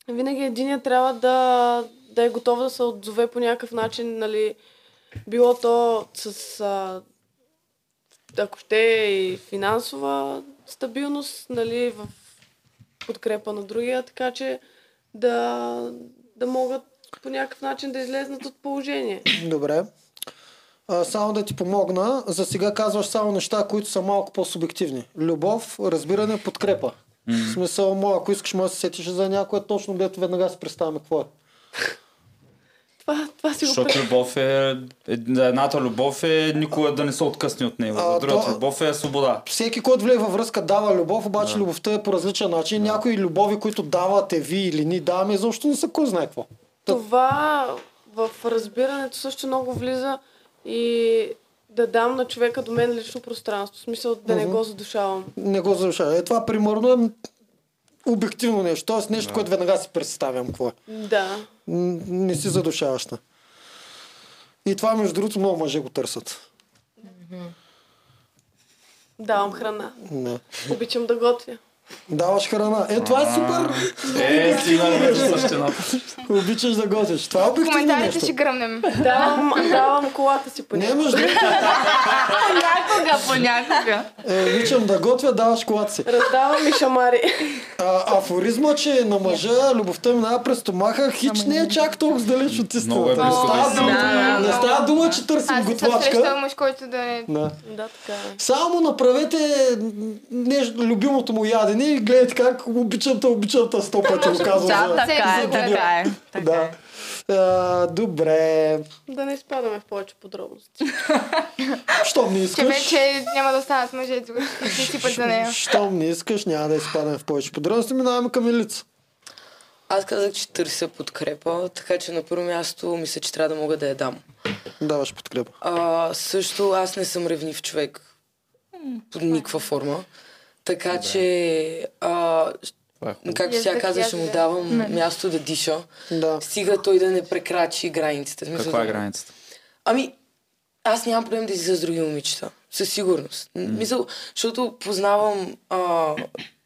S6: винаги единия трябва да, да е готов да се отзове по някакъв начин, нали, било то с, а, ако ще е и финансова стабилност, нали, в подкрепа на другия, така че да, да могат по някакъв начин да излезнат от положение.
S2: Добре. А, само да ти помогна. За сега казваш само неща, които са малко по-субективни. Любов, разбиране, подкрепа. В смисъл, мой, ако искаш, може да се сетиш за някое точно, дето веднага си представяме какво е.
S6: Това, това си го
S1: Защото любов е... ед- Едната любов е никога да не се откъсни от него.
S2: А,
S1: Другата
S2: то-
S1: любов е свобода.
S2: Всеки, който влее във връзка, дава любов, обаче
S1: Да.
S2: любовта е по различен начин. Някои любови, които давате ви или ни даваме, изобщо не са кой знае какво.
S6: Това в разбирането също много влиза и да дам на човека до мен лично пространство. В смисъл да не
S2: Мгм.
S6: го задушавам.
S2: Не го завършава. Е, това примерно е обективно нещо. Тоест нещо, което веднага си представям какво е.
S6: Да.
S2: М, не си задушаваща. И това, между другото, много мъже го търсят.
S6: Давам храна.
S2: Не.
S6: Обичам да готвя.
S2: Даваш храна. Е, това е супер!
S1: Е, стигнали вече същина.
S2: Обичаш да готвиш. Това е
S3: В
S2: обективно
S3: коментарите
S2: нещо.
S3: ще гръмнем.
S6: Давам, давам колата си
S2: Не, между
S1: е.
S2: другото,
S8: Понякога, понякога.
S2: е, обичам да готвя, даваш колата си.
S6: Раздавам и шамари.
S2: А, афоризма, че на мъжа любовта минава през стомаха, хич не е чак толкова далеч от истината.
S1: Много е близко до
S2: Не става
S1: истината.
S2: дума-
S3: Да,
S2: Не става дума, че търсим
S3: Аз не съм срещала
S2: готвачка.
S3: мъж, който да е...
S2: Да.
S6: Да, така е.
S2: Само направете нещо, любимото му ядене и гледайте как обичам те, обичам те сто пъти, го казвам.
S8: Да,
S2: за-
S8: така е,
S2: за деня.
S8: така е.
S2: Да. А, добре.
S6: Да не изпадаме в повече подробности.
S2: Щом не
S3: Че
S2: искаш,
S3: вече е няма да останат мъжете, [laughs] които ще си сипат за нея.
S2: щом не искаш, няма да изпадаме в повече подробности, минаваме към Елица.
S9: Аз казах, че търся подкрепа, така че на първо място мисля, че трябва да мога да я дам.
S2: Даваш подкрепа.
S9: А, също аз не съм ревнив човек. Под никаква форма. Така че, а, както
S5: Ние
S9: сега
S5: сме
S9: каза, ще му
S5: приятели.
S9: давам
S5: Не.
S9: място да диша. Стига той да не прекрачи границите. В смисъл
S1: Каква е
S9: да-
S1: границата?
S9: Ами, аз нямам проблем да излиза с други момичета. Със сигурност. М, Мисъл, защото познавам а,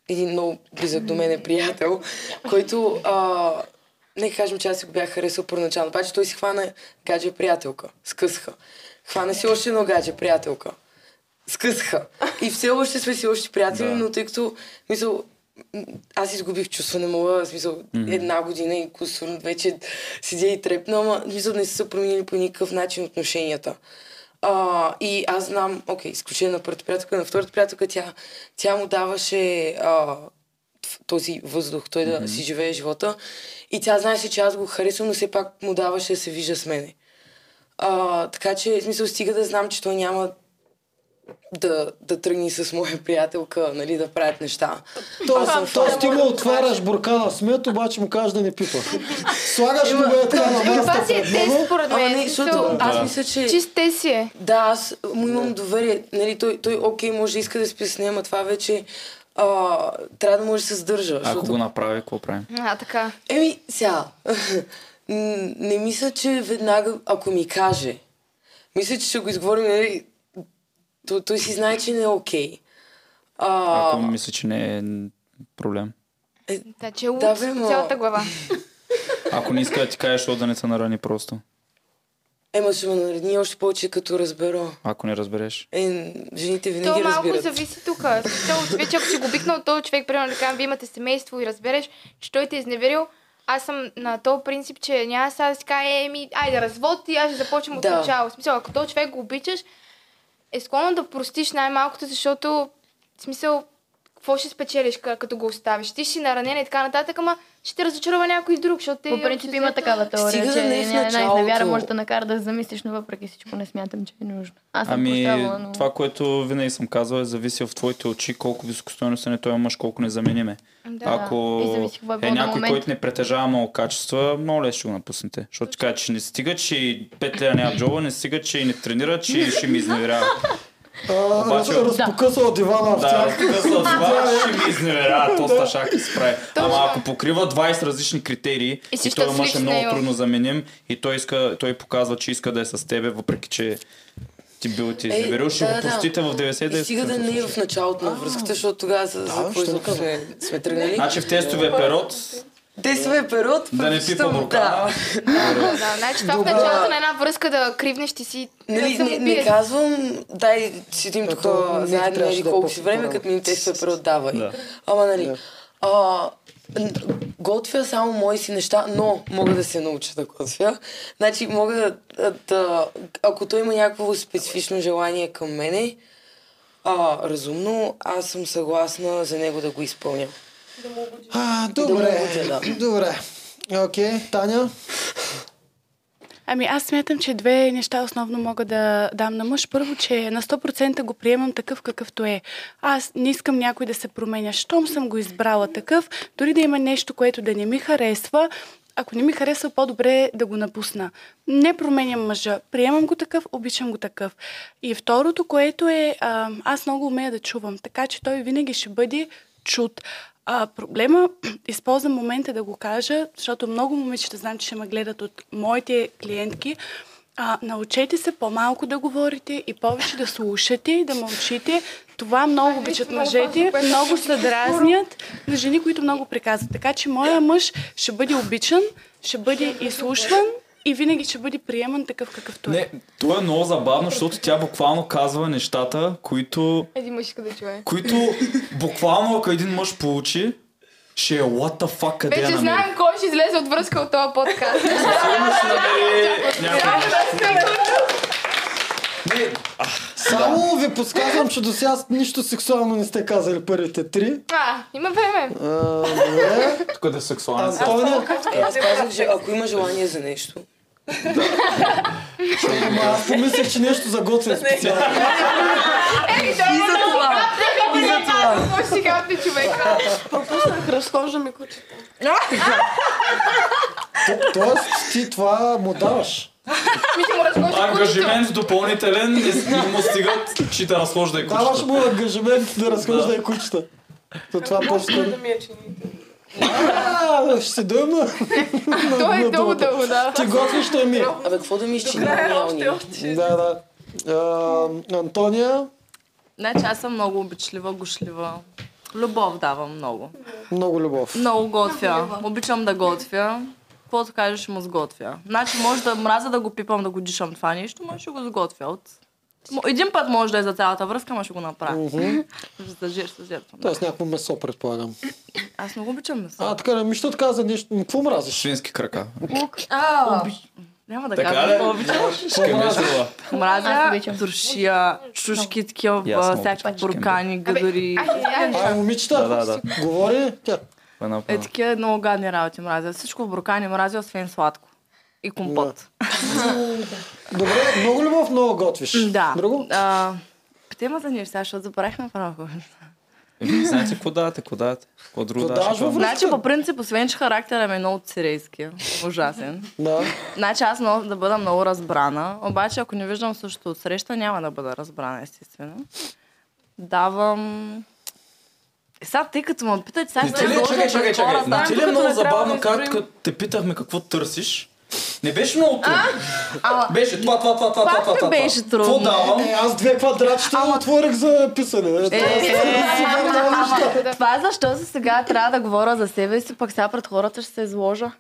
S9: един много близък до мене приятел, който, а, нека кажем, че аз си го бях харесал първоначално. Обаче той си хвана гадже приятелка. Скъсха. Хвана си още едно гадже приятелка. Скъсха. И все още сме си още приятели,
S11: Да.
S9: но тъй като, мисъл, м, аз изгубих чувства, не мога, в смисъл,
S11: Мгм.
S9: една година и кусурно вече седя и трепна, ама в смисъл не са се променили по никакъв начин отношенията. А, и аз знам, окей, изключение на първата приятелка, на втората приятелка тя, тя му даваше а, в- този въздух, той да
S11: Мгм.
S9: си живее живота. И тя знаеше, че аз го харесвам, но все пак му даваше да се вижда с мене. А, така че, в смисъл, стига да знам, че той няма да, да тръгне с моя приятелка, нали, да правят неща.
S2: То,
S9: Аз съм
S3: е
S2: то
S9: фен.
S2: ти му е отваряш буркана смет, обаче му кажеш да не пипа. Слагаш му го е така на
S3: Това
S2: масата
S3: си е
S2: пред него.
S3: тест, според
S9: Ама
S3: мен.
S9: не, защото аз мисля, че...
S3: Чист тест си е.
S9: Да, аз му имам доверие. Нали, той, той, окей, може да иска да спи с нея, ама това вече а, трябва да може да се задържа.
S1: Ако го направи, какво правим?
S3: А, така.
S9: Еми, сега, [laughs] м, не мисля, че веднага, ако ми каже, мисля, че ще го изговорим, нали, той, той си знае, че не е окей. А,
S1: Ако мисля, че не е проблем.
S9: е,
S3: да, че е луд
S9: бе, ма.
S3: цялата глава.
S1: Ако не иска да ти кажеш, защото да не се нарани просто.
S9: Ема ще ме наредни още повече, като разбера.
S1: Ако не разбереш.
S9: Е, жените
S3: То
S9: винаги
S3: малко
S9: разбират.
S3: зависи тук. Смисъл, Вече ако си го бикнал този човек, примерно да кажем, вие имате семейство и разбереш, че той те е изневерил, аз съм на този принцип, че няма сега да си кажа, е, еми, айде развод и аз ще започвам от
S9: Да.
S3: начало. В Смисъл, ако този човек го обичаш, е склонен да простиш най-малкото, защото, в смисъл, какво ще спечелиш, ка- като го оставиш? Ти ще си наранен и така нататък, ама ще те разочарова някой друг, защото те...
S10: По принцип има такава теория,
S3: Стига
S10: че
S3: да не е в
S10: една
S3: началото.
S10: изневяра може да накара да замислиш, но въпреки всичко не смятам, че е нужно. Аз съм
S1: ами,
S10: прощавала, но...
S1: това, което винаги съм казал, е зависи в твоите очи колко високостойностен е този мъж, колко незамениме.
S10: Да.
S1: Ако
S10: И зависи какво е
S1: е,
S10: било до
S1: някой,
S10: момента.
S1: който не притежава много качества, много лесно ще го напуснете. Защото ти кажа, че не стига, че и пет лева няма в джоба, не стига, че и не тренира, че и ще ми изневерява.
S2: А,
S1: Обаче-
S2: раз- Разпокъсал дивана в
S1: Да,
S2: тях. е-
S1: разпита с това,
S2: Да,
S1: ще ми изневерява, тоста шак се справи. Ама ако покрива 20 различни критерии
S2: И
S1: и,
S2: си
S1: този
S2: щастлив
S1: мъж е
S2: с
S1: много
S2: него.
S1: трудно заменим и той, иска, той показва, че иска да е с тебе, въпреки че ти бил ти
S9: Е,
S1: изневерил, ще
S9: да,
S1: го
S9: да.
S1: простите в 99%.
S9: И стига да не е в началото на връзката, защото тогава за, за какво изобщо сме, сме тръгнали.
S1: Значи в тестовия период
S9: Тестовия период.
S1: да не пипа
S9: включително,
S1: буркана.
S3: Да, значи това в
S9: Добре.
S3: началото на една връзка да кривнеш ти си...
S9: Нали,
S3: да
S9: не, не, казвам, дай седим тук
S2: то не
S9: заедно
S2: трябваше
S9: или
S2: да е
S9: колко си време,
S2: по-скоро.
S9: като ми те се преотдавай. Ама, нали, а, н- готвя само мои си неща, но мога да се науча да готвя. Значи, мога да, да ако той има някакво специфично желание към мене, а, разумно, аз съм съгласна за него да го изпълня.
S2: А,
S9: Да
S2: добре,
S9: му бъде, да.
S2: добре. Окей, Таня.
S7: Ами аз смятам, че две неща основно мога да дам на мъж. Първо, че на 100% го приемам такъв какъвто е. Аз не искам някой да се променя. Щом съм го избрала такъв, дори да има нещо, което да не ми харесва, ако не ми харесва, по-добре е да го напусна. Не променям мъжа. Приемам го такъв, обичам го такъв. И второто, което е, а, аз много умея да чувам, така че той винаги ще бъде чут. А, проблема, [clears throat] използвам момента да го кажа, защото много момичета знам, че ще ме гледат от моите клиентки. А, научете се по-малко да говорите и повече да слушате и да мълчите. Това много обичат
S3: много
S7: мъжете,
S3: важно, което
S7: много
S3: ще
S7: се дразнят на жени, които много приказват. Така че моя мъж ще бъде обичан, ще бъде изслушван и винаги ще бъде приеман такъв какъвто е.
S1: Не, това е много забавно, защото тя буквално казва нещата, които
S3: Един мъж иска да чуе.
S1: които буквално ако един мъж получи, ще е what the fuck, къде я
S3: Вече
S1: намери?
S3: знаем кой ще излезе от връзка от този
S2: [laughs]
S3: подкаст.
S2: нали?
S1: Някой Не,
S2: Само ви подсказвам, че до сега нищо сексуално не сте казали първите три.
S3: А, има време.
S2: А, добре.
S1: Тук да е сексуален.
S2: Антония?
S9: Е, аз казах, че ако има желание за нещо,
S2: Ама Аз помислих, че нещо за готвен специално.
S3: Ей, той
S11: И
S3: има
S11: за
S3: друго.
S11: това.
S3: Да,
S11: И за
S3: не
S11: това.
S3: казва, Какво ще си гатне човека?
S6: Пропуснах, разхождам и кучета.
S2: Тоест, ти това му даваш.
S3: Ми ще му разгоша кучето.
S1: Ангажимент допълнителен и с- не му стигат, че да разхожда и кучета.
S2: Даваш му ангажимент да разхожда и кучета. За това по-скоро.
S6: Да ми е чините.
S2: А, Ще се дойма.
S3: [laughs] Той е дълго, дълго, да.
S2: Ти готвиш, той ми.
S9: Абе, какво да ми изчини?
S2: Да, да. А, Антония,
S8: Значи аз съм много обичлива, гошлива. Любов давам много.
S2: много любов.
S8: Много готвя. Обичам да готвя. Каквото кажеш, му сготвя. Значи може да мразя да го пипам, да го дишам това нещо, може ще го сготвя от... Мо- Един път може да е за цялата връзка, ма ще го направя.
S2: Мгм.
S8: За жир, за жертва.
S2: Тоест някакво месо, предполагам.
S8: Аз много обичам месо.
S2: А, така, ми ще отказа нещо. Какво мразиш?
S1: Свински крака.
S8: А, Няма да
S1: Така
S8: кажа
S1: ли?
S8: какво обичам.
S1: Искам нещо да.
S10: Аз
S8: Мразя
S10: обичам.
S8: туршия, чушки, такива,
S1: Ясно,
S8: всякакви
S1: обичам.
S8: буркани, гадори.
S2: Ай, момичета,
S1: Да, да, да.
S2: говори тя.
S1: Пана, пана.
S8: Е, такива много гадни работи мразя. Всичко в буркани мразя, освен сладко. И компот.
S2: Добре, много любов, много готвиш.
S8: Да.
S2: Друго?
S8: А, по темата ни сега, защото забравихме право.
S1: Е, вие знаете какво давате, какво давате? Какво друго
S2: Какво даваш
S1: даваш?
S2: във
S8: Значи, по принцип, освен че характера ми е много сирейски. Ужасен.
S2: Да.
S8: Значи аз много, да бъда много разбрана, обаче ако не виждам също от среща, няма да бъда разбрана, естествено. Давам... Е, Сега, тъй като ме питат, сега ще
S1: Чакай, чакай, чакай, чакай. Не ти ли е
S6: Тук
S1: много
S6: не трябва
S1: забавно,
S6: да
S1: как
S6: изброим.
S1: като те питахме какво търсиш? Не беше много трудно. Беше това, това, това, това, това, това,
S8: Пак
S1: това.
S8: ми беше
S1: Какво
S8: трудно.
S1: давам?
S2: Е, аз две квадратчета отворих за писане.
S8: Е,
S2: Е,
S8: е, е, Това е защо за сега трябва да говоря за себе си, пък сега пред хората ще се изложа.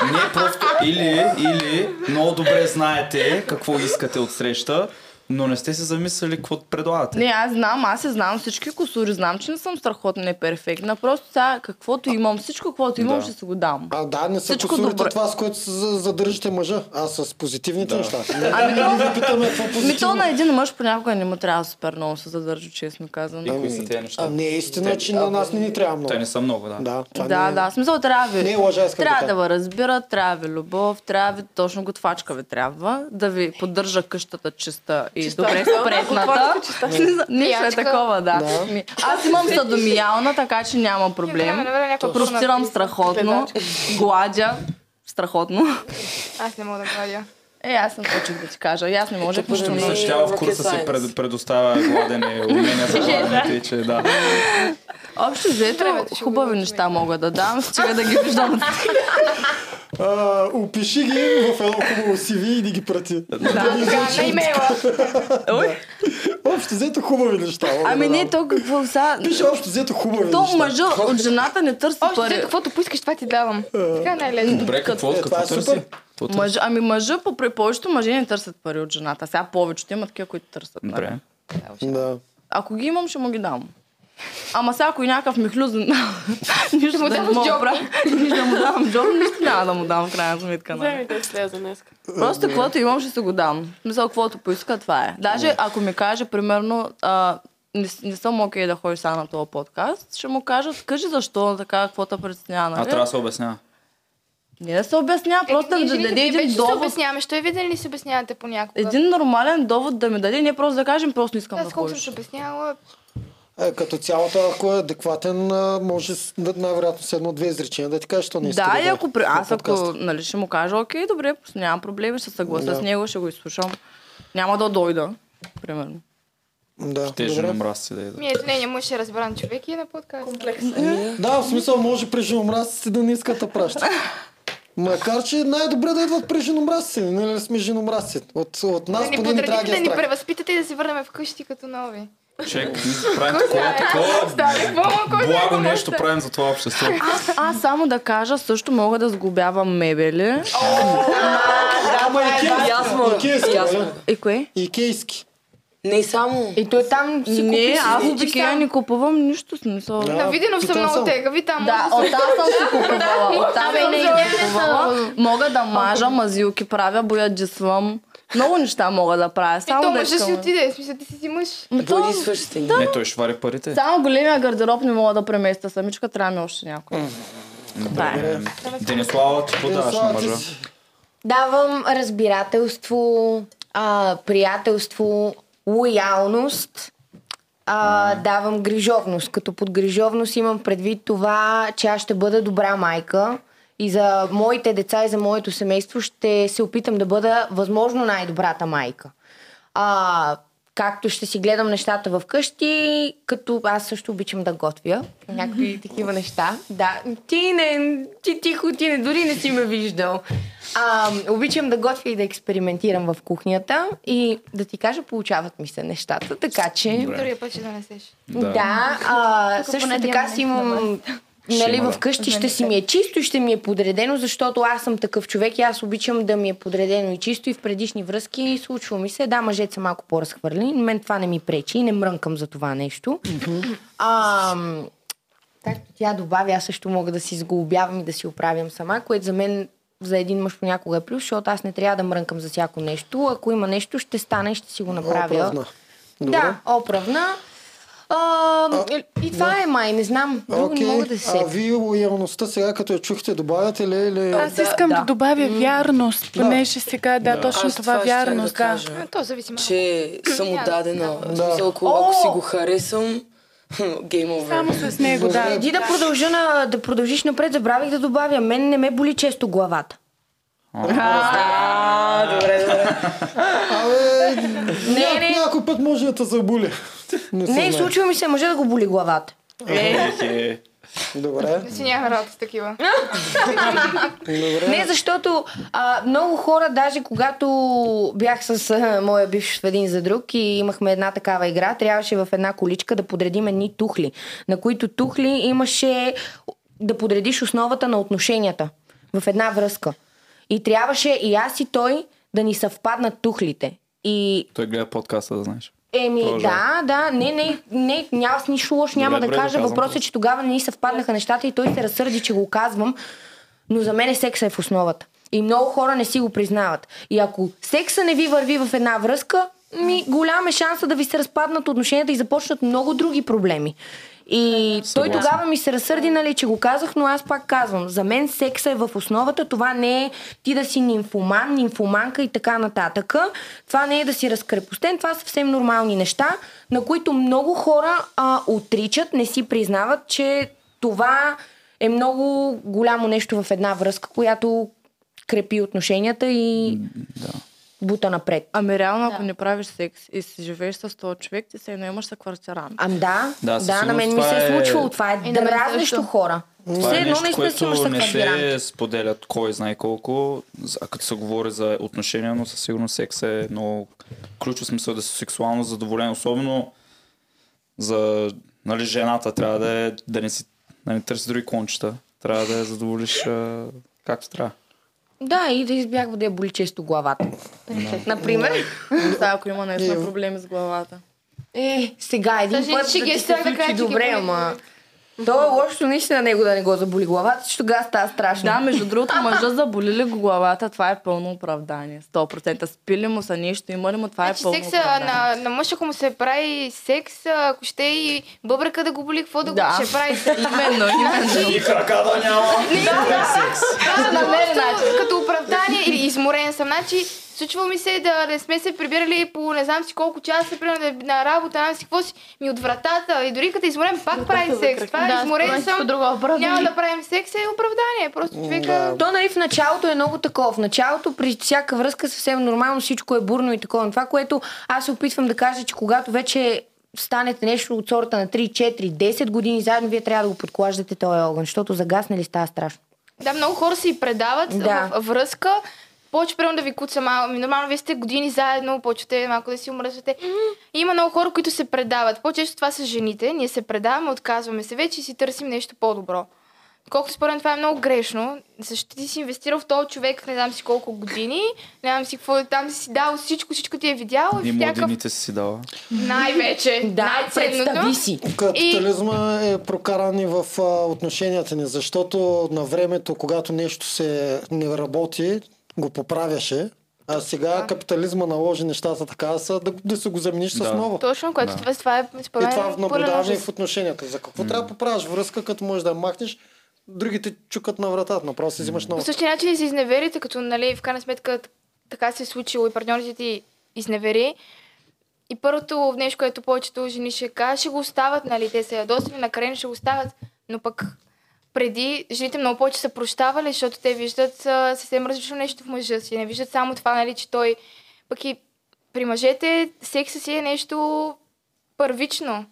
S1: Не, Е, просто или, или много добре знаете какво искате от среща, но не сте се замислили какво предлагате.
S8: Не, аз знам, аз се знам всички косури, знам, че не съм страхотно неперфектна, просто сега каквото имам, всичко, каквото имам,
S1: Да.
S8: ще си го дам.
S2: А, да, не са
S8: Всичко е.
S2: косурите
S8: добре.
S2: това, с което се за- задържате мъжа, а с позитивните
S1: Да. [laughs]
S2: неща. Ами да ви питаме какво
S8: Ми то
S2: позитивно.
S8: на един мъж понякога не му трябва супер много се задържа, честно
S1: И
S8: казано.
S1: кои са тези неща?
S2: А не е истина, че на нас не ни трябва много.
S1: Те не са много, да.
S2: Да, това
S8: Да,
S2: не е-
S8: да, в смисъл трябва ви.
S2: Не е лъжа, искам да
S8: трябва да
S2: кажа.
S8: ви разбират, трябва ви любов, трябва ви точно готвачка ви трябва, да ви поддържа къщата чиста и добре спретната. [laughs] Нищо е
S3: Пиячка.
S8: такова, да.
S2: Да.
S8: Ми, Аз имам съдомиялна, така че няма
S3: Време
S8: проблем.
S3: на време някаква
S8: Профитирам
S3: пушна-
S8: страхотно, гладя страхотно.
S3: Аз не мога да гладя.
S8: Е, аз съм почех да ти кажа. И аз не може
S9: Тук
S8: нищо
S9: не
S8: много.
S9: е.
S1: Същава в курса
S9: rocket
S1: се
S9: science.
S1: пред, предоставя гладене, умения за гладене, тъй че да.
S8: Общо взето,
S3: Времето ще го
S8: хубави
S3: научим.
S8: неща мога да дам, стига да ги виждам.
S2: А, опиши ги в едно хубаво CV и ни ги прати.
S8: Да.
S3: Така, на имейла.
S8: Ой.
S2: Общо взето хубави неща.
S8: Ами не,
S2: то...
S8: то какво сега...
S2: Пише общо взето хубави
S8: То
S2: неща.
S8: мъжа от жената не търси
S3: Още
S8: пари.
S3: взето, каквото поискаш, това ти давам. Така е най-лесно.
S1: Добре, какво,
S2: Е, това
S1: какво
S2: е супер.
S1: търси? Какво търси?
S8: Мъж, ами мъжа, по при повечето мъже не търсят пари от жената. Сега повечето има такива, които търсят. нали?
S1: Добре.
S2: Да.
S8: Ако ги имам, ще му ги дам. Ама сега, ако и някакъв михлюз, [laughs] нищо
S3: му
S8: да не
S3: даваш
S8: мога
S3: джоб.
S8: правя. Нищо да му давам джоб, нищо няма да му дам в крайна сметка. нали?
S6: Вземи 10 лева за днес.
S8: Просто каквото имам, ще се го дам. Мисля, каквото поиска, това е. Даже ако ми каже, примерно, а, не, с- не съм окей да ходиш сега на този подкаст, ще му кажа, кажи защо така, какво те притеснява.
S1: А
S8: Нали?
S1: трябва да се обяснява.
S8: Не да се обяснява, просто да
S3: Е,
S8: ми
S3: ние жените
S8: даде
S3: вече
S8: един
S3: се
S8: довод.
S3: обясняваме. Що е видели ли се обяснявате понякога?
S8: Един нормален довод да ми даде, не просто да кажем, просто не искам да
S3: Аз колко съм
S8: ходиш.
S3: ще обясняла,
S2: Е, като цялото, ако е адекватен, а, може с- да- най-вероятно с едно-две изречения да ти каже, що не иска
S8: Да, и
S2: дойде
S8: ако при...
S2: на
S8: аз ако
S2: подкаста.
S8: нали, ще му кажа, окей, добре, просто нямам проблеми, ще се съглася
S2: Да.
S8: с него, ще го изслушам. Няма да дойда, примерно.
S2: Да,
S1: Те жена
S2: добре.
S1: мразци да идат.
S3: ми ето нейният мъж е разбран човек и е на подкаст.
S2: Е. Да, в смисъл може при женомразците да не искат да пращат. Макар, че най-добре да идват при женомразците. Ние ли сме женомразци? От, от нас
S3: Да ни
S2: поне не трябва да
S3: подредите,
S2: ги е
S3: да ни
S2: страх.
S3: превъзпитате и да се върнем вкъщи като нови.
S1: Чек, ние правим такова, такова
S3: Стане, какво малко е
S1: благо
S3: толкова
S1: нещо
S3: мъжта?
S1: правим за това общество.
S8: Аз само да кажа, също мога да сглобявам мебели.
S2: Ама
S8: е
S9: И аз мога.
S2: и кейски.
S9: И аз
S2: Икейски.
S9: мога.
S2: бе.
S8: И кое?
S2: Икейски.
S9: Не само.
S5: И той там си купи
S8: Не,
S5: си
S8: аз от
S5: личи
S8: Икея
S5: сам.
S8: не купувам нищо смисъл.
S2: Да.
S3: На Виденов
S2: Тотал
S3: съм много
S2: съм.
S3: тега, ви там.
S8: Да,
S3: може
S8: оттам съм
S3: [laughs]
S8: си купувала. Оттам
S3: Да,
S8: не
S3: да, да,
S8: ги купувала. Мога да мажа мазилки, правя бояджислам. Много неща мога да правя.
S3: да се- И то
S8: Само да
S3: мъжът си
S8: искам.
S3: отиде, в смисъл ти си си мъж.
S5: Ами
S8: Ма то-
S9: Води свършите ни.
S1: Не, той ще вари парите.
S8: Само големия гардероб не мога да преместя самичка, трябва ми е още някой. Това е.
S1: Е, Денислава, ти какво даваш на
S2: Слава ти
S1: мъжа?
S2: си.
S5: Давам разбирателство, а, приятелство, лоялност. А, давам грижовност. Като под грижовност имам предвид това, че аз ще бъда добра майка и за моите деца и за моето семейство ще се опитам да бъда възможно най-добрата майка. А, както ще си гледам нещата в къщи, като аз също обичам да готвя някакви такива неща. Да, ти не, ти тихо, ти не, дори не си ме виждал. А, обичам да готвя и да експериментирам в кухнята и да ти кажа, получават ми се нещата, така че...
S1: Добре.
S3: Другия път ще донесеш.
S5: Да, да а,
S4: Тук
S5: също
S4: поне да
S5: така
S4: имаме нещо
S5: си
S4: на
S5: имам...
S1: Ще
S5: Нали,
S1: има, да.
S5: вкъщи ще си ми е чисто и ще ми е подредено, защото аз съм такъв човек и аз обичам да ми е подредено и чисто и в предишни връзки случва ми се. Да, мъжете са малко по-разхвърлени, но мен това не ми пречи и не мрънкам за това нещо. А, както тя добави, аз също мога да си сглобявам и да си оправям сама, което за мен за един мъж понякога е плюс, защото аз не трябва да мрънкам за всяко нещо. Ако има нещо, ще стане и ще си го направя.
S2: Оправна. Добре.
S5: Да, оправна. А, и това е май, не знам. Друго не мога да се
S2: а
S5: сетя.
S2: вие лоялността сега, като я чухте, добавяте ли? Или...
S7: Аз искам да,
S5: да.
S7: добавя вярност,
S2: Да.
S7: понеже сега, да,
S1: Да.
S7: точно
S9: Аз
S7: това,
S9: щях
S7: вярност,
S9: да.
S7: да.
S9: Кажа,
S3: А, то зависи малко.
S9: че съм
S3: Няма.
S9: отдадена.
S2: Да.
S9: Да. Смисъл, ако,
S5: О!
S9: ако си го харесам, [laughs] гейм овер.
S7: Само с него, да.
S5: Преди да, продължа на, да продължиш напред, забравих да добавя. Мен не ме боли често главата.
S2: Абе,
S5: Не, не.
S2: някой път може да те заболи. Не, се
S5: Не,
S2: знае.
S5: случва ми се мъжа да го боли главата.
S1: Е,
S2: Добре,
S3: Не си няма работа
S5: [laughs]
S3: с такива.
S2: добре.
S5: [laughs] Не, защото а, много хора, даже когато бях с а, моя бивш в един за друг и имахме една такава игра, трябваше в една количка да подредим едни тухли, на които тухли имаше да подредиш основата на отношенията в една връзка. И трябваше и аз и той да ни съвпаднат тухлите. И
S1: Той гледа подкаста, да знаеш.
S5: Еми,
S1: Продължавай.
S5: да, да, не, не, не, няма с нищо лошо, няма
S1: Добре,
S5: да
S1: добре,
S5: кажа.
S1: доказвам
S5: Въпросът е, че тогава не ни съвпаднаха нещата и той се разсърди, че го казвам. Но за мен секса е в основата. И много хора не си го признават. И ако секса не ви върви в една връзка, ми голям е шанса да ви се разпаднат отношенията и започнат много други проблеми. И той
S1: Е, Съгласен.
S5: тогава ми се разсърди, нали, че го казах, но аз пак казвам, за мен секса е в основата, това не е ти да си нимфоман, нимфоманка и така нататък. Това не е да си разкрепостен, това са съвсем нормални неща, на които много хора а, отричат, не си признават, че това е много голямо нещо в една връзка, която крепи отношенията и бута напред.
S8: Ами реално, ако не правиш секс и си живееш с този човек, ти се едно имаш са квартирант.
S5: Ам да,
S1: Да,
S5: да,
S1: със
S5: да на мен ми
S1: сигурност
S5: се е
S1: това е-
S5: случвало. Това е
S4: И на мен
S5: дразнещо
S4: също.
S5: хора.
S1: Това
S5: Все
S1: е
S5: едно
S1: нещо,
S5: наистина си имаш
S1: което не
S5: съквартирант.
S1: се споделят кой знае колко, за- а като се говори за отношения, но със сигурност секс е много ключов смисъл да си сексуално задоволен, особено за нали, жената трябва да, е, да, не си, да не търси други кончета. Трябва да я задоволиш а, както трябва.
S5: Да, и да избягва да я боли често главата. Например,
S3: Ами
S8: Да, ако има наистина проблеми с главата.
S5: е, сега един
S3: Съжи,
S5: път
S3: че
S5: ще
S3: ги
S5: ти
S3: е
S5: се
S3: страх да кажа,
S5: случи
S3: че ги
S5: добре,
S3: боли
S5: ама... То е лошо наистина него да не го заболи главата, защото тогава става страшно.
S8: Да, между другото, мъжа заболили го главата, това е пълно оправдание. 100%. Спили му са нещо, има ли му, това е
S3: Значи
S8: пълно
S3: секса
S8: оправдание.
S3: на, на мъж, ако му се прави секс, а, ако ще и бъбрека да го боли, какво да,
S8: Да.
S3: го
S5: [laughs]
S3: ще прави
S8: [laughs]
S3: секс?
S8: Именно, именно.
S1: И крака да няма!
S3: Да, намерен начин. Като оправдание или изморен съм. Значи, случва ми се да не сме се прибирали по не знам си колко часа, примерно да- на работа, не знам си какво си, ми от вратата. И дори като е изморен, пак прави секс. Това е изморен съм.
S4: друго
S3: Няма да правим секс, е оправдание. Просто човека...
S2: Да.
S5: То, нали, в началото е много такова. В началото при всяка връзка съвсем нормално всичко е бурно и такова. Но това, което аз се опитвам да кажа, че когато вече станете нещо от сорта на 3, 4, 10 години заедно, вие трябва да го подклаждате този огън, защото загасне ли става страшно.
S3: Да, много хора се и предават
S5: Да.
S3: в връзка. Почва примерно да ви куца малко. Ми, Нормално вие сте години заедно, почвате малко да си умръзвате. И Има много хора, които се предават. По-често това са жените. Ние се предаваме, отказваме се вече и си търсим нещо по-добро. Колкото според мен това е много грешно, защото ти си инвестирал в този човек не знам си колко години, не знам си какво, е там си дал всичко, всичко ти е видял и
S1: И
S3: в някакъв
S1: младените си си дала.
S3: най-вече,
S5: Да, представи
S3: най-ценното.
S5: си.
S2: Капитализма е прокаран и в а, отношенията ни, защото на времето, когато нещо се не работи, го поправяше, а сега капитализма наложи нещата така, са да, да се го замениш
S1: Да.
S2: с ново.
S3: Точно, което това, това е
S2: И
S3: според
S2: това
S3: мен пълен
S2: наблюдаваме и
S3: ужас.
S2: в отношенията. За какво трябва да поправиш връзка, като можеш да я махнеш, другите чукат на вратата, направо си взимаш
S3: По
S2: нова.
S3: същия начин се изневерите, като нали, в крайна сметка т- така се е случило и партньорите ти изневери. И първото нещо, което повечето жени ще кажат, ще го остават, нали, те са ядосани, накарени ще го остават, но пък преди жените много повече са прощавали, защото те виждат а, съвсем различно нещо в мъжа си. Не виждат само това, нали, че той... Пък и при мъжете секса си е нещо първично.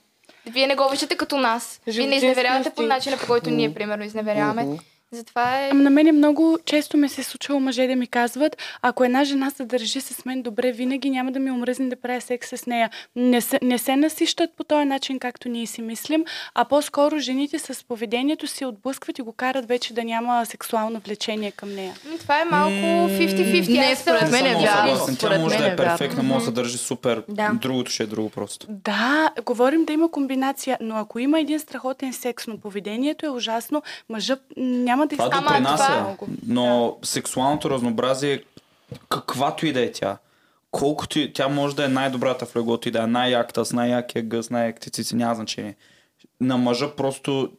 S3: Вие не го виждате като нас. Вие не
S7: Животински
S3: изневерявате по
S7: инстинкт.
S3: начина, по който ние, примерно, изневеряваме.
S7: Мгм.
S3: Затова е...
S7: Ами на мен много често ми се е случило мъже да ми казват, ако една жена се държи с мен добре, винаги няма да ми омръзне да правя секс с нея. Не се, не се насищат по този начин, както ние си мислим, а по-скоро жените с поведението си отблъскват и го карат вече да няма сексуално влечение към нея.
S3: Ами, Това е малко 50-50.
S1: М,
S3: Аз
S1: не,
S3: съм-
S1: според мен е
S3: съм
S1: вярно.
S3: съгласен.
S1: Тя може да е перфектна,
S7: Мгм.
S1: може да държи супер.
S7: Да.
S1: Другото ще е друго просто.
S7: Да, говорим да има комбинация, но ако има един страхотен секс, но поведението е ужасно, мъжът няма да
S1: Това
S7: изтърпи
S1: допринася, но сексуалното разнообразие, каквато и да е тя, колкото и, тя може да е най-добрата в леглото и да е най-якта, с най-якия гъс, най-яките цици, няма значение. На мъжа просто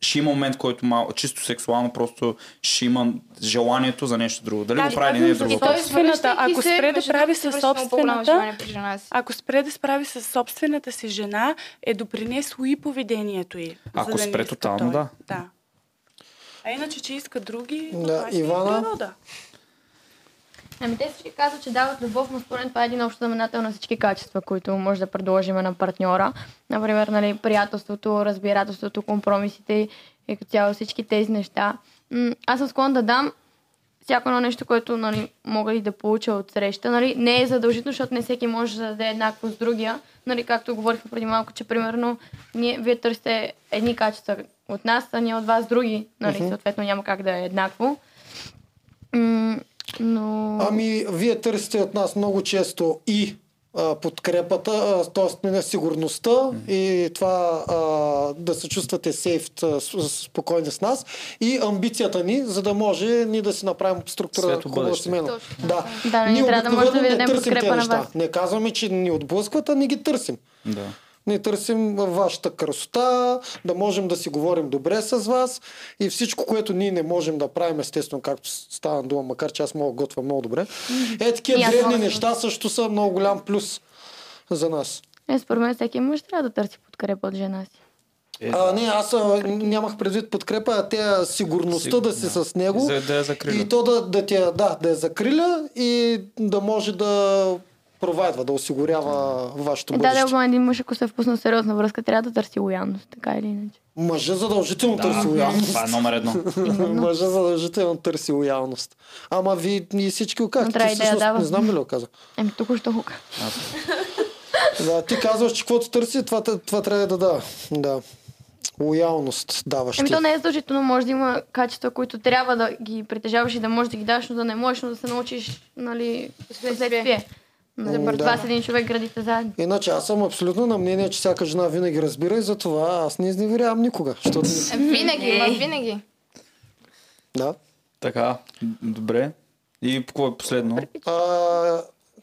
S1: ще има момент, който мал, чисто сексуално просто ще има желанието за нещо друго. Дали
S7: Да,
S1: го
S7: ти
S1: прави, не е
S7: казвам,
S1: друго.
S7: и той е Собствената, ако
S3: се,
S7: спре да
S3: между
S7: прави
S3: другото,
S7: със
S3: връща много по-голямо
S7: собствената,
S3: желание при жена си.
S7: ако спре да справи с собствената си жена, е допринесло и поведението й. за
S1: Ако
S7: да не е
S1: спре
S7: иска
S1: тотално,
S7: той.
S1: да.
S7: да. А
S8: Значи,
S7: иначе, че иска други,
S2: Да,
S7: да, това си е
S2: Ивана?
S7: природа.
S10: Ами те всички казват, че дават любов, но според мен това е един общ знаменател на всички качества, които може да предложим на партньора. Например, нали, приятелството, разбирателството, компромисите и като цяло всички тези неща. М, Аз съм склонна да дам всяко едно нещо, което нали, мога и да получа от среща. Нали, не е задължително, защото не всеки може да даде еднакво с другия. Нали, както говорихме преди малко, че примерно ние, вие търсите едни качества от нас, а ние от вас други. Нали,
S2: Мгм.
S10: Съответно няма как да е еднакво. М, Но...
S2: Ами, вие търсите от нас много често и а, подкрепата, т.е. сигурността и това а, да се чувствате сейф, а, с- с- спокойни с нас и амбицията ни, за да може ние да си направим структура
S1: Светло
S2: хубава
S1: бъдеще.
S2: семейна. Да.
S10: Да, ние трябва да може да
S2: обикновено не
S10: ви дадем
S2: търсим тези
S10: подкрепа на
S2: неща.
S10: вас.
S2: Не казваме, че ни отблъскват, а ни ги търсим.
S1: Да.
S2: Ние търсим вашата красота, да можем да си говорим добре с вас и всичко, което ние не можем да правим, естествено, както с- стана дума, макар че аз мога да готвя много добре. Е, такива
S10: И аз
S2: древни
S10: мога.
S2: неща също са много голям плюс за нас.
S10: Е, според мен всеки мъж трябва да търси подкрепа от жена си.
S1: Е,
S2: а, не, аз а, нямах предвид подкрепа, а тя сигурността да си с него.
S1: За, да я закриля.
S2: И то да, да, те, да, да я закриля и да може да провайдва, да осигурява вашето
S10: Е, да,
S2: бъдеще.
S10: да, обаче един мъж, ако се впусна в сериозна връзка, трябва да търси лоялност, така или иначе.
S2: Мъжа задължително
S1: Да,
S2: търси лоялност.
S1: това е номер едно.
S2: [laughs] Мъжа задължително търси лоялност. Ама ви ние всички го казахте.
S10: трябва
S2: Ти
S10: и да я
S2: всъщност
S10: дава.
S2: Не знам ли го каза.
S10: Еми, тук що го казах.
S2: Да, ти казваш, че каквото търси, това, те- това трябва да дава. Да. Лоялност даваш
S10: Еми,
S2: ти.
S10: то не е задължително, може да има качества, които трябва да ги притежаваш и да можеш да ги даш, но да не можеш, но да се научиш, нали, следствие.
S2: М,
S10: Нали, да.
S2: да.
S10: Това с един човек градите заедно.
S2: Иначе аз съм абсолютно на мнение, че всяка жена винаги разбира и затова аз не изневерявам никога. Защото...
S3: Е, Винаги, ма, винаги.
S2: Да.
S1: Така, добре. И какво е последно?
S2: А,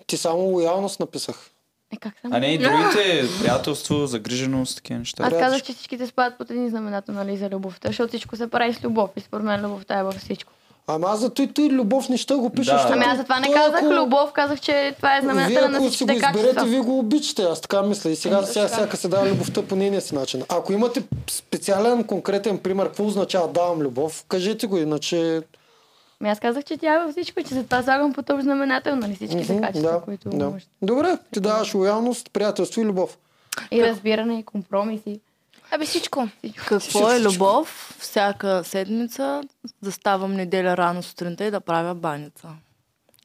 S2: ти само лоялност написах.
S10: Е, как само?
S1: А не и другите, приятелство, загриженост, такива неща.
S10: Аз казах, че всичките спадат под един знаменател, нали, за любовта, защото всичко се прави с любов и според мен любовта е във всичко.
S2: Ама аз за той, той любов не ще го пиша.
S1: Да.
S2: защото
S10: Ами аз затова не
S2: той,
S10: казах
S2: ако-
S10: любов, казах, че това е
S2: Вие
S10: знаменателя
S2: ако
S10: на
S2: си го
S10: всичките качества.
S2: изберете, вие го обичате. Аз така мисля. И сега
S3: Ами,
S10: Еми,
S2: сега
S10: точно.
S2: всяка се дава любовта по нейния си начин. Ако имате специален, конкретен пример, какво означава давам любов, кажете го, иначе...
S10: Ами аз казах, че тя е във всичко, че затова слагам под общ знаменател, нали всичките
S2: Мгм,
S10: качества, които
S2: да.
S10: може.
S2: Добре, ти даваш лоялност, приятелство и любов.
S10: И разбиране, и компромиси.
S3: Абе всичко.
S8: Какво е любов? Всяка седмица да ставам неделя рано сутринта и да правя баница.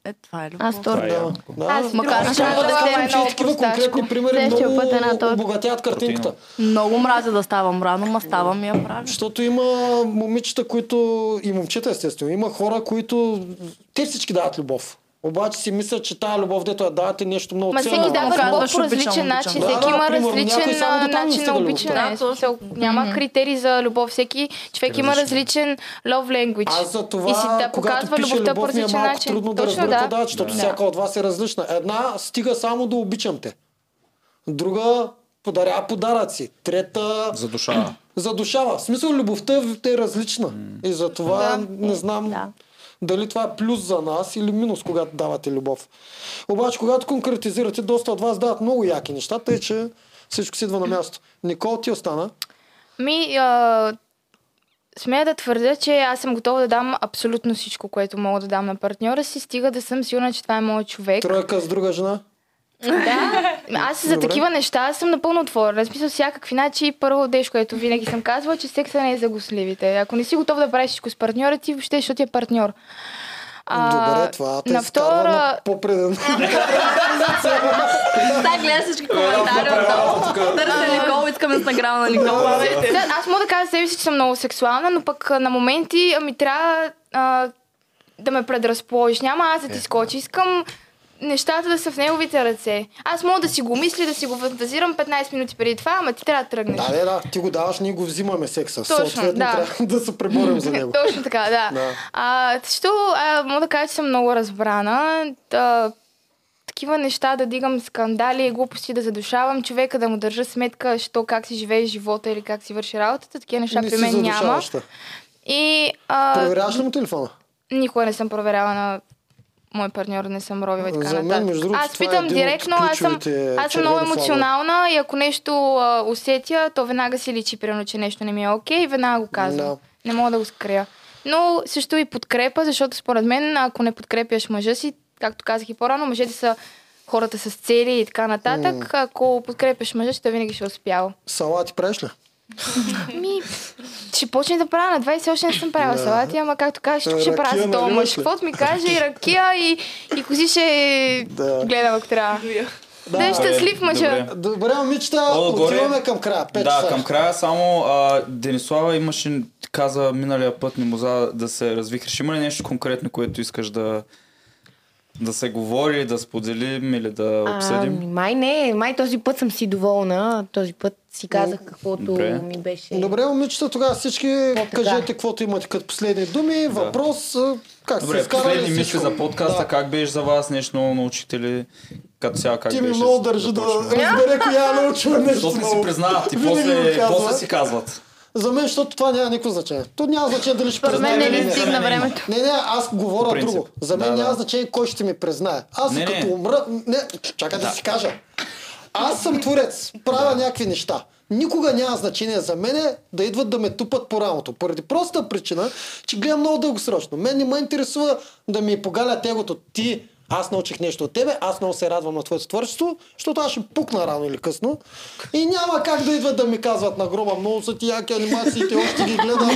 S8: Е, това е любов.
S10: Аз второ.
S2: Да. Да. Макар
S8: Аз макар
S2: че
S8: че
S2: да
S8: да
S2: даваме
S8: дете
S2: че такива конкретни примери
S10: Следващия път една
S2: много
S10: тортата.
S2: обогатяват картинката.
S8: Много мразя да ставам рано, ма ставам и я правя.
S2: Защото има момичета, които... И момчета, естествено. Има хора, които... Те всички дават любов. Обаче си мислят, че тая любов, дето я давате нещо много
S3: Ма всеки
S2: ценно.
S3: дава любов
S8: Казваш,
S3: по
S8: обичам,
S3: различен
S8: обичам.
S3: начин,
S2: Да,
S3: всеки
S2: да,
S3: има
S2: примерно, някой
S3: различен
S2: само
S3: а,
S2: до там
S3: начин
S2: стига
S3: на
S2: любовта.
S3: обичане.
S8: Да,
S3: Смисъл, Няма критерии за любов, всеки човек има различен love language.
S2: Аз за това,
S3: и си да
S2: когато
S3: показва
S2: пише
S3: любовта по
S2: любов, ми е
S3: различен
S2: малко
S3: начин.
S2: трудно да
S3: Точно
S2: разбера какво
S3: да.
S2: дават, защото всяка от вас е различна. Една стига само да обичам те. Друга подаря подаръци. Трета
S1: За душа.
S2: задушава. В смисъл, любовта е различна. И затова
S3: Да.
S2: не знам
S10: Да.
S2: дали това е плюс за нас или минус, когато давате любов. Обаче, когато конкретизирате, доста от вас дават много яки неща, тъй че всичко си идва на място. Никол, ти остана.
S3: Ми, а, смея да твърдя, че аз съм готова да дам абсолютно всичко, което мога да дам на партньора си, стига да съм сигурна, че това е моят човек.
S2: Тройка с друга жена.
S3: Да, Ами, аз за
S2: Добре.
S3: такива неща съм напълно отворена. В смисъл всякакви начини. Първо нещо, което винаги съм казвала, че секса не е за госливите. Ако не си готов да правиш всичко с партньора ти, въобще, защото ти е партньор.
S2: Добре, това те
S3: на втора...
S2: вкарва по-преден.
S8: Сега гледа всички коментари отдолу. Търся Никол, искаме с награва на Никол.
S3: Да, аз мога да кажа за себе си, че съм много сексуална, но пък а, на моменти а, ми трябва а, да ме предразположиш. Няма аз да
S2: Е.
S3: ти скочи. Искам нещата да са в неговите ръце. Аз мога да си го мисля, да си го фантазирам 15 минути преди това, ама ти трябва да тръгнеш.
S2: Да, да, да, ти го даваш, ние го взимаме секса.
S3: Точно,
S2: Съответно
S3: да.
S2: трябва [laughs] да се преборим
S3: [laughs]
S2: за него.
S3: Точно така, да.
S2: Да.
S3: А, защо а, мога да кажа, че съм много разбрана. Та, такива неща да дигам скандали и глупости, да задушавам човека, да му държа сметка, що как си живее живота или как си върши работата, такива неща
S2: Не
S3: при
S2: си
S3: мен няма.
S2: задушаваща.
S3: И, а,
S2: Проверяваш ли му телефона?
S3: Никога не съм проверяла на мой партньор, не съм робила и така
S2: За мен,
S3: нататък.
S2: между другото,
S3: аз
S2: това е
S3: питам
S2: един от
S3: директно, аз съм,
S2: ключовите
S3: аз съм много
S2: червени флагове.
S3: емоционална и ако нещо а, усетя, то веднага си личи, примерно, че нещо не ми е окей и веднага го казвам.
S2: Да.
S3: Не мога да го скрия. Но също и подкрепа, защото според мен, ако не подкрепяш мъжа си, както казах и по-рано, мъжете са хората с цели и така нататък.
S2: М.
S3: Ако подкрепяш мъжа си, той винаги ще успява.
S2: Салати правиш ли?
S3: Ми, ще почне да правя на 20, още не съм правила
S2: Да.
S3: салати, ама както кажеш, тук ще
S2: Ракия
S3: правя с този
S2: наливаш
S3: мъж.
S2: ли?
S3: Каквото ми каже и ракия, и, и кози ще
S2: Да.
S3: гледам, ако трябва. Да е щастлив мъжа.
S1: Добре.
S2: Добре, момичета,
S1: О, горе.
S2: отиваме към края. Пет
S1: да,
S2: часа.
S1: към края само а, Денислава имаше, каза миналия път, не моза да се развихреш. Има ли нещо конкретно, което искаш да, да се говори, да споделим или да обсъдим?
S5: Ами, май не, май този път съм си доволна. Този път си казах каквото
S1: Добре.
S5: ми беше.
S2: Добре, момичета, тогава всички кажете каквото имате като последни думи, въпрос, а, как
S1: Добре,
S2: се вкарали
S1: последни
S2: всичко.
S1: мисли за подкаста,
S2: Да.
S1: как беше за вас, нещо ново научите ли, като цяло как
S2: Ти ми
S1: беше?
S2: много държи да разбере коя е научила нещо
S1: Защото не си
S2: ново.
S1: признават и
S2: Винаги го
S1: после,
S2: казва.
S1: после си казват.
S2: За мен, защото това няма никакво значение. То няма значение дали ще
S1: Според
S2: признае.
S1: мен не
S2: или
S1: ни стигна
S2: Не,
S1: времето.
S2: Не, не, аз
S1: По
S2: говоря
S1: принцип.
S2: друго. За мен
S1: Да, да.
S2: няма значение кой ще ми признае. Аз
S1: Не, не.
S2: като умра... Не, ч- чакай да. си кажа. Аз съм творец. Правя някакви неща. Никога няма значение за мене да идват да ме тупат по рамото. Поради проста причина, че гледам много дългосрочно. Мен не ме интересува да ми погалят егото. Ти, аз научих нещо от тебе, аз много се радвам на твоето творчество, защото аз ще пукна рано или късно. И няма как да идват да ми казват на гроба, много са ти яки анимациите, още ги гледам.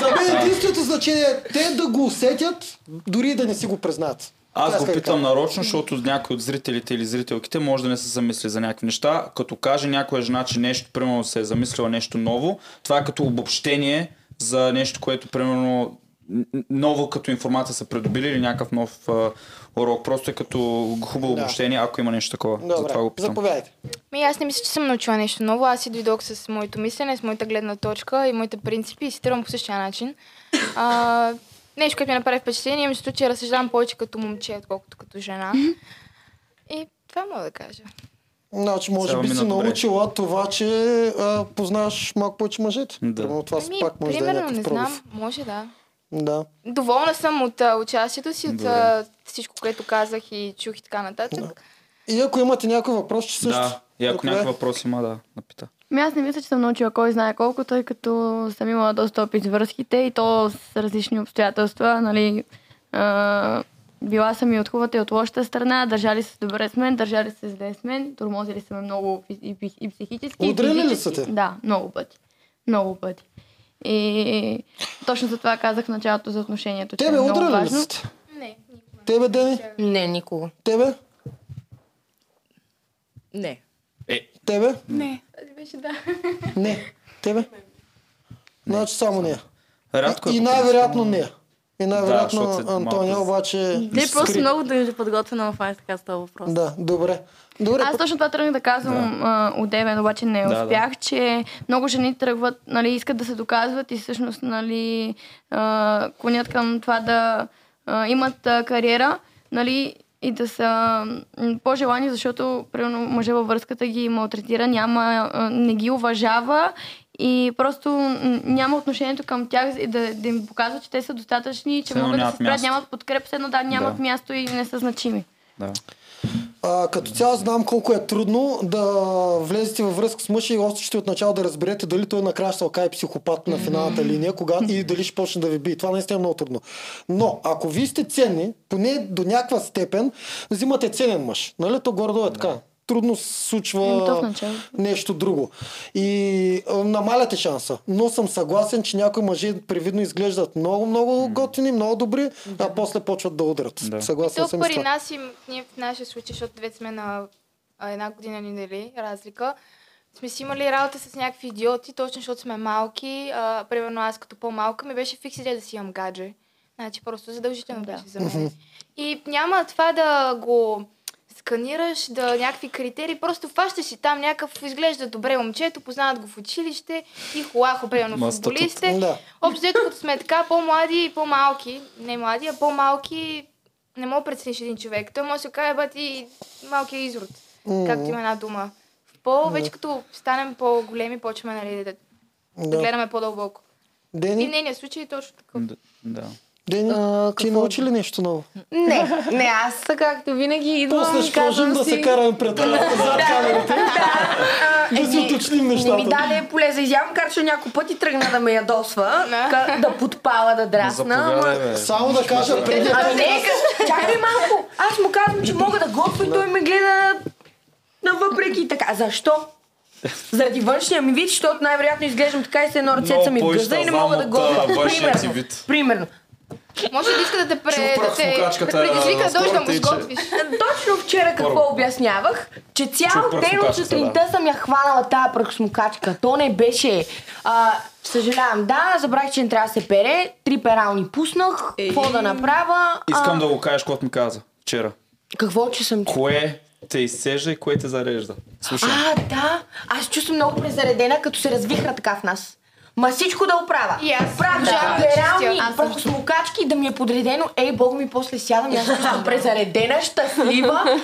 S2: За мен единственото значение е те да го усетят, дори и да не си го признаят. е Това
S1: Аз го
S2: искам да
S1: питам
S2: кажа.
S1: нарочно, защото някой от зрителите или зрителките може да не се замисли за някакви неща. Като каже някоя жена, че нещо, примерно, се е замислила нещо ново, това е като обобщение за нещо, което, примерно, н- н- ново като информация са придобили или някакъв нов а, урок. Просто е като хубаво
S2: Да.
S1: обобщение, ако има нещо такова.
S2: Добре,
S1: Затова го питам.
S2: заповядайте.
S3: Ми, Ами, аз не мисля, че съм научила нещо ново. Аз си дойдох с моето мислене, с моята гледна точка и моите принципи и си тръгвам по същия начин. А, нещо, което ми направи впечатление, ми се че разсъждавам повече като момче, отколкото като жена. И това мога да кажа.
S2: Значи, може
S1: Сега
S2: би
S1: мина
S2: си
S1: добре.
S2: научила това, че а, познаваш малко повече мъжете.
S1: Да.
S2: Примерно това
S3: Ами,
S2: пак може да е
S3: примерно, не
S2: някакъв
S3: знам,
S2: пробив.
S3: може да.
S2: Да.
S3: Доволна съм от а, участието си, от
S2: Добре.
S3: а, всичко, което казах и чух и така нататък.
S2: И ако имате някой въпрос, че също...
S1: Да, и ако
S2: Добре.
S1: някакъв въпрос има, да, напита.
S10: Ми Ами аз не мисля, че съм научила кой знае колко, тъй като съм имала доста опит с връзките и то с различни обстоятелства. Нали, а, била съм и от хубавата и от лошата страна, държали се добре с мен, държали се зле с мен, тормозили са ме много и, и, псих- и психически.
S2: Удрили ли
S10: и
S2: са
S10: физически.
S2: те?
S10: Да, много пъти. Много пъти. И точно за това казах в началото за отношението, че
S2: Тебе
S10: е много
S2: удрали ли
S10: важно.
S2: са те? Тебе, Дени?
S5: Не, никога.
S2: Тебе?
S8: Не.
S1: Е.
S2: Тебе?
S7: Не.
S3: Ами Беше да.
S2: Не. Тебе? Значи само нея.
S1: Рядко е
S2: И
S1: по
S2: най-вероятно нея. И най-вероятно
S1: защото се
S2: Антония
S1: малко-
S2: обаче...
S8: Те просто
S2: скри.
S8: много да е подготвена в аз така с този въпрос.
S2: Да, добре. Добре,
S10: Аз точно това тръгнах да казвам да. отдебен, обаче не
S8: Да, да.
S10: успях, че много жени тръгват, нали, искат да се доказват и всъщност, нали, а, клонят към това да а, имат а, кариера, нали, и да са м, по-желани, защото, примерно, мъжа във връзката ги малтретира, няма, а, не ги уважава и просто м, няма отношението към тях и да, да им показва, че те са достатъчни, че
S1: Все едно
S10: могат да се
S1: нямат
S10: справят,
S1: място.
S10: нямат подкреп, все едно да нямат
S1: Да.
S10: място и не са значими.
S1: Да.
S2: А, като цяло знам колко е трудно да влезете във връзка с мъжа и още ще от начало да разберете дали той накрая ще окаже психопат на финалната линия кога, и дали ще почне да ви бие. Това наистина е много трудно. Но ако вие сте ценни, поне до някаква степен, взимате ценен мъж. Нали? То гордо е така. Трудно се
S10: Еми, то в
S2: случва
S10: началото.
S2: нещо друго. И а, намаляте шанса. Но съм съгласен, че някои мъже привидно изглеждат много-много готини, много добри, а после почват да удрят. Съгласен
S3: Тук
S2: съм и с
S3: при
S2: това.
S3: нас и ние в нашия случай, защото двете сме на а, една година ни дали разлика, сме си имали работа с някакви идиоти, точно защото сме малки. А, примерно аз като по-малка ми беше фикс идея да си имам гадже. Значи просто задължително беше за мен. И няма това да го сканираш, да някакви критерии, просто фащаш си там някакъв, изглежда добре момчето, познават го в училище и хуахо, примерно
S1: Ма статут.
S3: футболисте.
S1: Да.
S3: Общо взето, като сме така по-млади и по-малки, не млади, а по-малки, не мога да прецениш един човек. Той може да се окаже, бати, малкия изрод,
S2: М.
S3: както има една дума. В по,
S2: Да.
S3: вече като станем по-големи, почваме нали, да, да
S2: Да.
S3: гледаме по-дълбоко.
S2: Дени?
S3: И в нейния случай е точно така.
S1: Да.
S2: Дени, ти научи ли нещо ново?
S5: Не, не, аз както винаги идвам
S2: После ще продължим
S5: казвам
S2: да
S5: си...
S2: се караме пред камерата, зад камерите.
S5: Да,
S2: Да си
S5: еми,
S2: уточним
S5: Не ми
S2: нещата.
S5: даде поле за изява, макар че няколко пъти тръгна да ме ядосва, ка- да подпала, да драсна. ама-
S2: Само да кажа преди
S5: А не, къс- чакай малко. Аз му казвам, че мога да готвя и той ме гледа на въпреки така. Защо? Заради външния ми вид, защото най-вероятно изглеждам така и с едно ръце
S1: Много
S5: съм ми в гъзда и не мога да
S1: по-изтързан от,
S5: готвя.
S1: а, външния ти
S5: Примерно.
S1: вид.
S5: Примерно.
S3: Може да иска да те пре,
S1: прах
S3: да
S1: в
S3: те да
S1: мукачката,
S3: предизвика, да
S1: а,
S3: дойдеш да му
S1: скоро ти, че-
S3: сготвиш.
S5: Точно вчера какво
S3: Първо.
S5: обяснявах, че цял
S3: Чух пръст
S5: ден
S3: му
S5: от
S3: качката,
S5: сутринта съм я хванала тая пръхсмукачка. То не беше. А, съжалявам, да, забравих, че не трябва да се пере. Три перални пуснах. Какво да направя?
S1: Искам
S5: А,
S1: да го кажеш, което ми каза вчера.
S5: Какво, че съм...
S1: Кое те изсежда и кое те зарежда? Слушай.
S5: А, да. Аз се чувствам много презаредена, като се развихра така в нас. Ма всичко да оправя.
S3: И аз
S5: Правда,
S3: обожавам да
S5: перални,
S3: чистя. Аз съм-
S5: пръхосмокачки, да ми е подредено. Ей, Бог ми, после сядам, и аз се
S3: [laughs]
S5: чувствам презаредена, щастлива.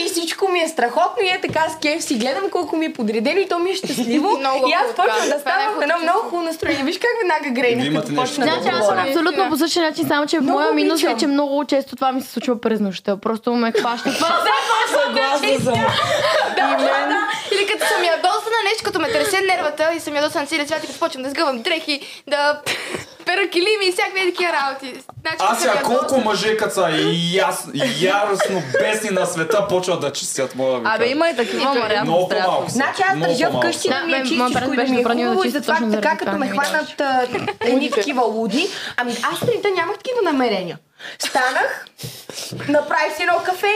S5: И всичко ми е страхотно и е така с кеф си гледам колко ми е подредено и то ми е щастливо.
S3: [laughs] Много
S5: и аз
S3: хубаво
S5: почвам
S3: каза.
S5: да
S3: Това е
S5: ставам в едно много хубаво настроение. Виж как веднага
S1: Вие
S5: грейна,
S1: имате
S5: като
S1: нещо
S5: почна да
S10: Значи аз съм
S5: говоря.
S10: абсолютно по същия начин, само че
S5: Много
S10: моя минус е,
S5: обичам.
S10: че много често това ми се случва през нощта. Просто ме
S3: [laughs]
S10: хваща това.
S9: Съгласна съм.
S3: Да, да. Или като съм ядосана нещо, като ме тресе нервата и съм ядосана на целия свят и като почвам да сгъвам дрехи, да пера килими и всякакви такива работи. Значи,
S1: Аз
S3: съм
S1: сега колко
S3: ядосана.
S1: мъже, като са яс, яростно бесни на света, почват да чистят, мога да ви
S8: Абе,
S1: кажа.
S8: има и такива, ама реално
S1: Много
S8: страшно.
S1: по-малко. са.
S5: Значи аз
S1: Много
S5: държа
S1: по-малко са.
S5: вкъщи да ми е
S10: Да, мен- моят
S5: чистичко и
S10: брат
S5: да
S10: беше
S5: ми е
S10: забранил да
S5: хубаво и
S10: чисти
S5: затова
S10: точно
S5: така
S10: заради
S5: като
S10: това,
S5: ме
S10: не ми е даваше.
S5: хванат а, едни такива луди. Ами аз сутринта нямах такива намерения. Станах, направих си едно кафе,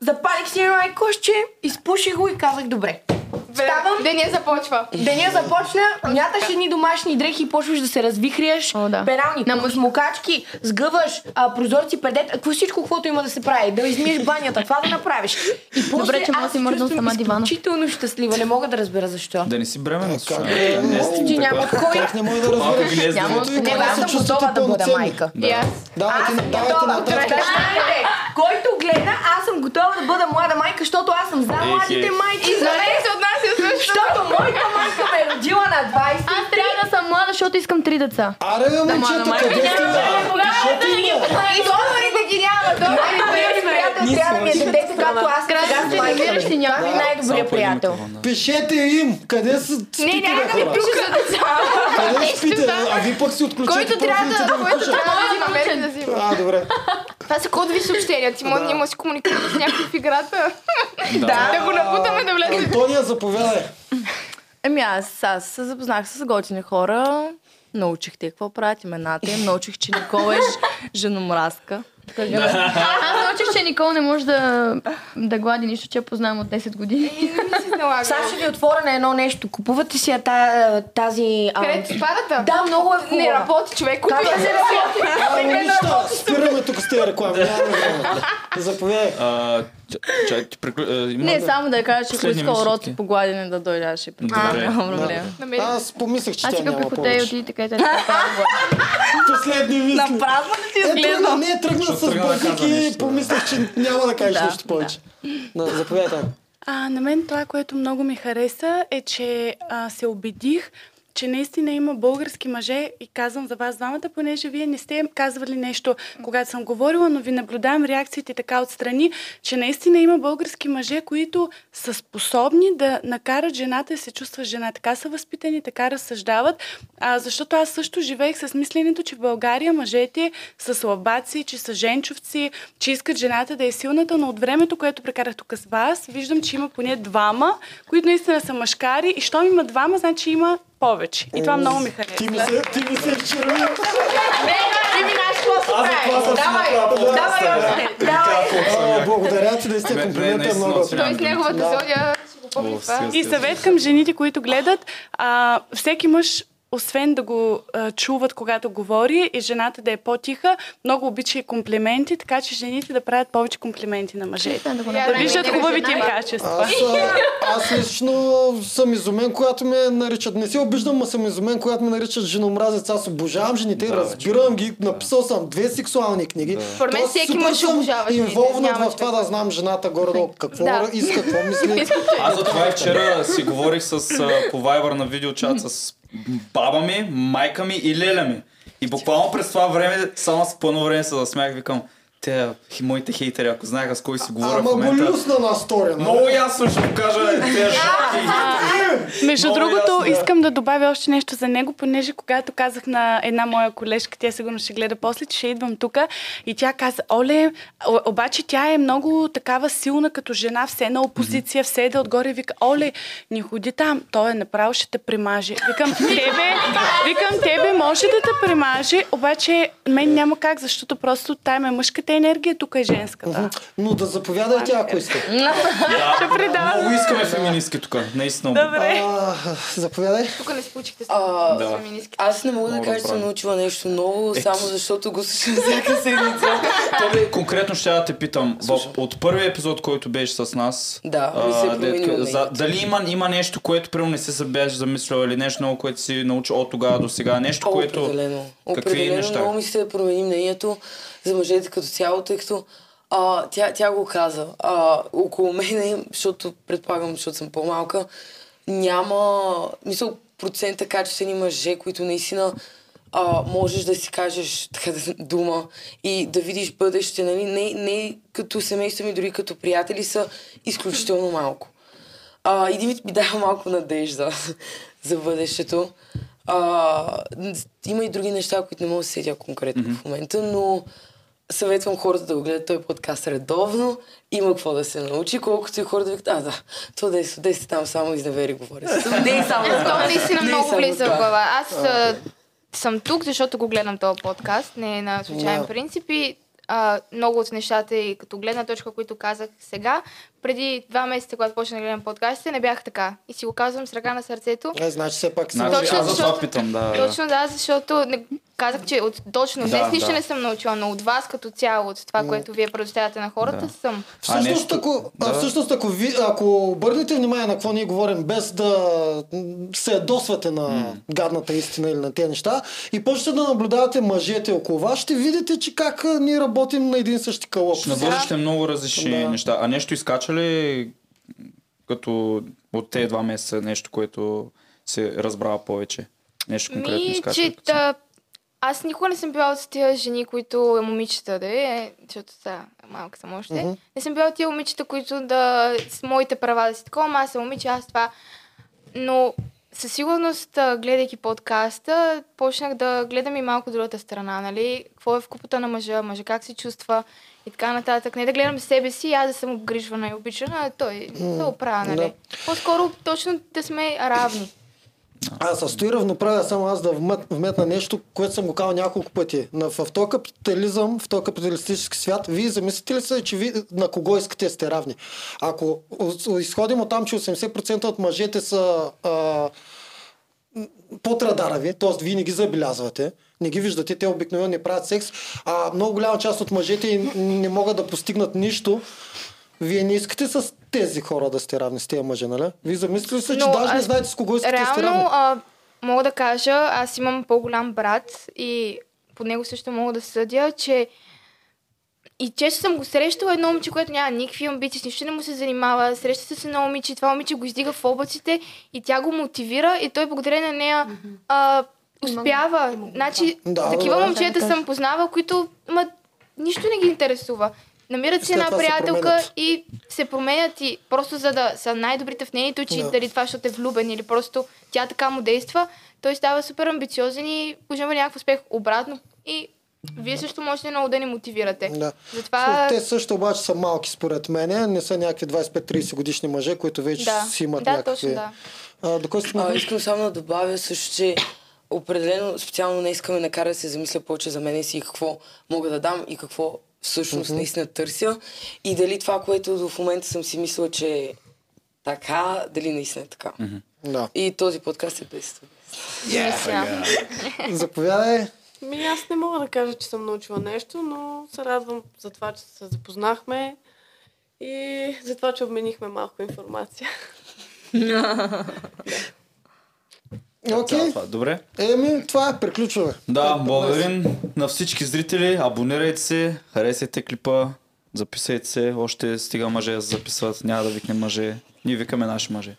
S5: запалих си едно айкосче, изпуших го и казах добре. Ставам,
S3: Деня започва.
S5: деня започна, мяташ едни домашни дрехи и почваш да се развихряш,
S10: О, да.
S5: перални, смукачки, сгъваш, а, прозорци, предет, какво всичко, каквото има да се прави, да измиеш банята, това да направиш. И после
S10: Добре, че мога
S5: аз
S10: да си
S5: се
S10: мърдам
S5: чувствам
S10: сама дивана.
S5: изключително щастлива, не мога да разбера защо.
S1: Да не си бременна, слушай.
S2: Е,
S1: Не
S2: много.
S1: сте
S5: Ти няма от кой.
S2: Как не мога да разбера?
S1: Малко гнездо.
S2: Не,
S5: Не, аз съм готова да бъда майка.
S3: И аз.
S2: Давайте, давайте
S5: Готова.
S2: нататък.
S5: Знаете, който гледа, аз съм готова да бъда млада майка, защото аз съм за
S3: Е,
S5: младите
S1: ех.
S5: майки.
S3: И за мен се отнася също.
S5: Защото моята майка ме е родила на 20.
S10: Аз трябва да съм млада, защото искам три деца.
S2: Аре, бе, момчета, къде сте? Пишете има.
S3: И долари да ги няма, долари да
S5: Моят приятел трябва да ми е дете, както аз сега
S10: Ти
S5: съм майка.
S10: намираш си
S5: Това ми
S10: някой.
S5: е най-добрия приятел.
S2: Пишете им! Къде са
S3: Не,
S2: спите,
S3: няма
S2: бе,
S3: да ми
S2: хора?
S3: пука за деца.
S2: Къде спите? А ви пък си отключете
S3: Който трябва
S2: профилите
S3: да,
S2: ви
S3: който
S2: пишат.
S3: трябва да взима, без да взима.
S2: А, добре.
S3: Това са кодови съобщения, ти може да има да си комуникираме с някой в играта.
S5: Да.
S3: Да го напутаме да влезе.
S2: Антония, заповядай.
S8: Еми Ами аз, аз се запознах с готини хора, научих те какво правят имената им, научих, че Никол е ж- женомразка.
S10: Аз научих, че Никол не може да, да глади нищо, че я познавам от 10 години.
S3: И не ми се налага.
S5: Сега ще ви отворя на едно нещо. Купувате си я та- тази... а,
S3: Където спадата?
S5: Да, много е
S3: Не
S5: хубава.
S3: работи човек, купила
S5: Как да
S3: се
S5: се
S2: А, момичета, спираме тук с тези реклами. Нямаме време. Заповядай.
S1: А, ч- Чай, ти приклю... а, има
S8: Не,
S1: да-
S8: само да кажа, че ако
S1: Последни
S8: иска уроци
S1: мисълки.
S8: по гладене е да дойде, аз ще
S1: Добре.
S8: приключа. Няма проблем.
S3: намери.
S2: Аз помислих, че
S10: Аз
S2: тя
S10: си купих
S2: няма
S10: хотел и
S2: повече.
S10: отиди така и така.
S2: [laughs] Последни мисли.
S8: Празно ли ти
S2: Е, тръгна,
S8: изгледам?
S2: не, тръгна с
S1: тръгна да казва
S2: бързик и
S1: нещо, да.
S2: помислих, че няма да кажеш
S8: Да,
S2: нещо повече. Да, Заповядай.
S7: А, на мен това, което много ми хареса е, че а, се убедих, че наистина има български мъже и казвам за вас двамата, понеже вие не сте казвали нещо, когато съм говорила, но ви наблюдавам реакциите така отстрани, че наистина има български мъже, които са способни да накарат жената да се чувства жена. Така са възпитани, така разсъждават, а, защото аз също живеех с мисленето, че в България мъжете са слабаци, че са женчовци, че искат жената да е силната, но от времето, което прекарах тук с вас, виждам, че има поне двама, които наистина са мъжкари и щом има двама, значи има повече. И това много ми харесва.
S2: Ти ми се, ти ми се изчерви.
S5: Не, ти ми знаеш какво се
S2: Аз за това съм
S5: прави.
S2: си
S5: Давай,
S2: направил
S5: давай
S2: подкаста.
S5: още. Давай.
S2: А, Благодаря ти да сте
S1: Абе,
S2: комплимента е
S1: наистина
S2: много.
S1: си радвам.
S3: Неговата
S2: Да.
S3: зодия ще го помни
S1: О,
S3: това.
S1: силски.
S7: И съвет към жените, които гледат. А, всеки мъж, освен да го а, чуват, когато говори, и жената да е по-тиха, много обича и комплименти, така че жените да правят повече комплименти на мъжете.
S10: Да го
S3: Я
S7: Да
S10: направим.
S7: виждат хубавите им качества.
S2: Аз, а, аз лично съм изумен, когато ме наричат. Не се обиждам, но съм изумен, когато ме наричат женомразец. Аз обожавам жените,
S1: Да,
S2: разбирам ги. Написал съм две сексуални книги.
S3: Според мен
S2: Тоест,
S3: всеки
S2: супер
S3: мъж
S2: съм
S3: обожава жените,
S2: Инволвнат
S3: няма
S2: в това
S3: човек.
S2: да знам жената горе какво
S3: Да.
S2: иска, какво
S3: [laughs]
S2: мисли.
S1: Аз за това и вчера си говорих с, а, по Viber на видеочат с баба ми, майка ми и леля ми. И буквално през това време, само с пълно време се засмях, викам, те, хи- моите хейтери, ако знаеха с кой си говоря в
S2: Ама го
S1: момента.
S2: люсна на стори. нали?
S1: Много ясно ще покажа тези жопки.
S7: Между
S1: Много
S7: другото,
S1: ясно е.
S7: искам да добавя още нещо за него, понеже когато казах на една моя колежка, тя сигурно ще гледа после, че ще идвам тук, и тя каза, Оле, о- обаче тя е много такава силна като жена, все на опозиция, все да е отгоре, вика, Оле, не ходи там, той е направо ще те примаже. Викам, тебе, викам, тебе може да те примаже, обаче мен няма как, защото просто там е мъжката енергия, тук е
S1: [laughs]
S7: женската.
S2: Но да заповяда тя, ако иска.
S7: Ще предавам.
S1: Много искаме феминистки тук, наистина.
S7: Добре.
S2: А, Заповядай.
S3: Тук не се получихте с
S9: А,
S3: с
S1: да.
S3: феминистки.
S9: Аз не мога да
S1: Много
S9: кажа, че съм
S1: направи.
S9: научила нещо ново,
S1: Е,
S9: само
S1: ти-
S9: защото го слушам всяка
S1: [laughs]
S9: седмица.
S1: Тебе конкретно ще я да те питам, в, от първия епизод, който беше с нас,
S9: Да,
S1: а,
S9: ми се
S1: дет-
S9: промени
S1: за,
S9: умението.
S1: дали има, има нещо, което примерно не си се беше замислила или нещо ново, което си научил от тогава до сега, нещо,
S9: О,
S1: което...
S9: Определено.
S1: Какви
S9: определено
S1: неща?
S9: много ми се промени мнението за мъжете като цяло, тъй като а, тя, тя го каза. А, около мен, защото предполагам, защото съм по-малка, няма мисъл процента качествени мъже, които наистина а, можеш да си кажеш така да- дума и да видиш бъдеще. Нали? Не, не като семейство ми, дори като приятели са изключително малко. А, един вид ми дава малко надежда [laughs] за бъдещето. А, н- има и други неща, които не мога да седя конкретно mm-hmm. в момента, но съветвам хората да го гледат този подкаст редовно. Има какво да се научи, колкото и хората да викат, а да, то да е с Одеса там само изневери [laughs] говори. С- Не е само за това.
S3: То наистина
S9: Не е
S3: много
S9: само
S3: влиза
S9: това.
S3: в глава. Аз а, съм тук, защото го гледам този подкаст, не е на случайен
S2: Да.
S3: принцип и а, много от нещата и като гледна точка, които казах сега, преди два месеца, когато почнах да гледам подкастите, не бях така. И си го казвам с ръка на сърцето.
S2: Е, значи все пак си
S1: Значи,
S3: Точно,
S1: аз за това
S3: защото-
S1: питам, да. да.
S3: Точно да, защото не, казах, че от точно
S1: Да,
S3: днес нищо
S1: да.
S3: не съм научила, но от вас като цяло, от това, което вие предоставяте на хората,
S1: Да.
S3: съм.
S1: А
S2: Всъщност,
S1: нещо-
S2: ако,
S1: да.
S2: а, всъщност ако, ви, ако обърнете внимание на какво ние говорим, без да м, се ядосвате на гадната истина или на тези неща, и почнете да наблюдавате мъжете около вас, ще видите, че как а, ние работим на един и същи кълъп.
S1: На бъдеще много различни
S2: Да.
S1: неща. А нещо изкача ли като от тези два месеца нещо, което се разбрава повече? Нещо конкретно
S3: Ми,
S1: изкача? ли
S3: че
S1: като-
S3: та, аз никога не съм била от тия жени, които е момичета да е, защото са малка съм още.
S2: Мгм.
S3: Не съм била от тия момичета, които да с моите права да си такова, ама аз съм момиче, аз това. Но със сигурност, а, гледайки подкаста, почнах да гледам и малко другата страна, нали? Какво е в купата на мъжа, мъжа как се чувства и така нататък. Не да гледам себе си, и аз да съм обгрижвана и обичана, а той се оправя, нали?
S2: да.
S3: По-скоро точно да сме равни.
S2: Аз аз стои равноправя, само аз да вмет- вметна нещо, което съм го казал няколко пъти. На, в този капитализъм, в този капиталистически свят, вие замислите ли се, че ви, на кого искате сте равни? Ако о- изходим от там, че 80% от мъжете са а, под радара ви, т.е. вие не ги забелязвате, не ги виждате, те обикновено не правят секс, а много голяма част от мъжете и не могат да постигнат нищо. Вие не искате с тези хора да сте равни, с тези мъже, нали? Вие замислите ли се, че
S3: Но,
S2: даже не
S3: аз-
S2: знаете с кого искате да сте равни?
S3: Реално, а, мога да кажа, аз имам по-голям брат и по него също мога да съдя, че И често съм го срещала едно момиче, което няма никакви амбиции, с нищо не му се занимава. Среща се с едно момиче, и това момиче го издига в облаците и тя го мотивира и той благодарение на нея а, успява. Значи,
S2: Да,
S3: такива
S2: да.
S3: момчета съм познавала, които ма, нищо не ги интересува. Намират си
S2: След
S3: една
S2: това се
S3: приятелка
S2: променят.
S3: и се променят и просто за да са най-добрите в нейните очи,
S2: Да.
S3: дали това, защото е влюбен или просто тя така му действа, той става супер амбициозен и пожелава някакъв успех обратно и вие също можете много да ни мотивирате.
S2: Да.
S3: Затова...
S2: Те също обаче са малки според мен, не са някакви 25-30 годишни мъже, които вече
S3: Да.
S2: си имат
S3: Да,
S2: някакви...
S3: точно, да.
S2: А, до кой сме?
S9: А, искам само да добавя също, че определено специално не искаме накара да се замисля повече за мене си и какво мога да дам и какво всъщност
S2: Мгм.
S9: наистина търся. И дали това, което в момента съм си мислила, че е така, дали наистина е така.
S2: Да.
S9: И този подкаст е действа.
S8: [laughs]
S2: Заповядай.
S6: Ми, аз не мога да кажа, че съм научила нещо, но се радвам за това, че се запознахме и за това, че обменихме малко информация.
S2: Окей.
S1: Цяло това. Добре.
S2: Еми, това е, приключваме.
S1: Да, благодарим на всички зрители. Абонирайте се, харесайте клипа, записайте се. Още стига мъже да се записват. Няма да викнем мъже. Ние викаме наши мъже.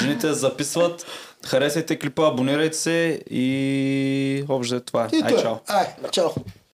S1: Жените се записват. Харесайте клипа, абонирайте се и общо е това. е.
S2: И
S1: Ай,
S2: той.
S1: чао.
S2: Ай, чао.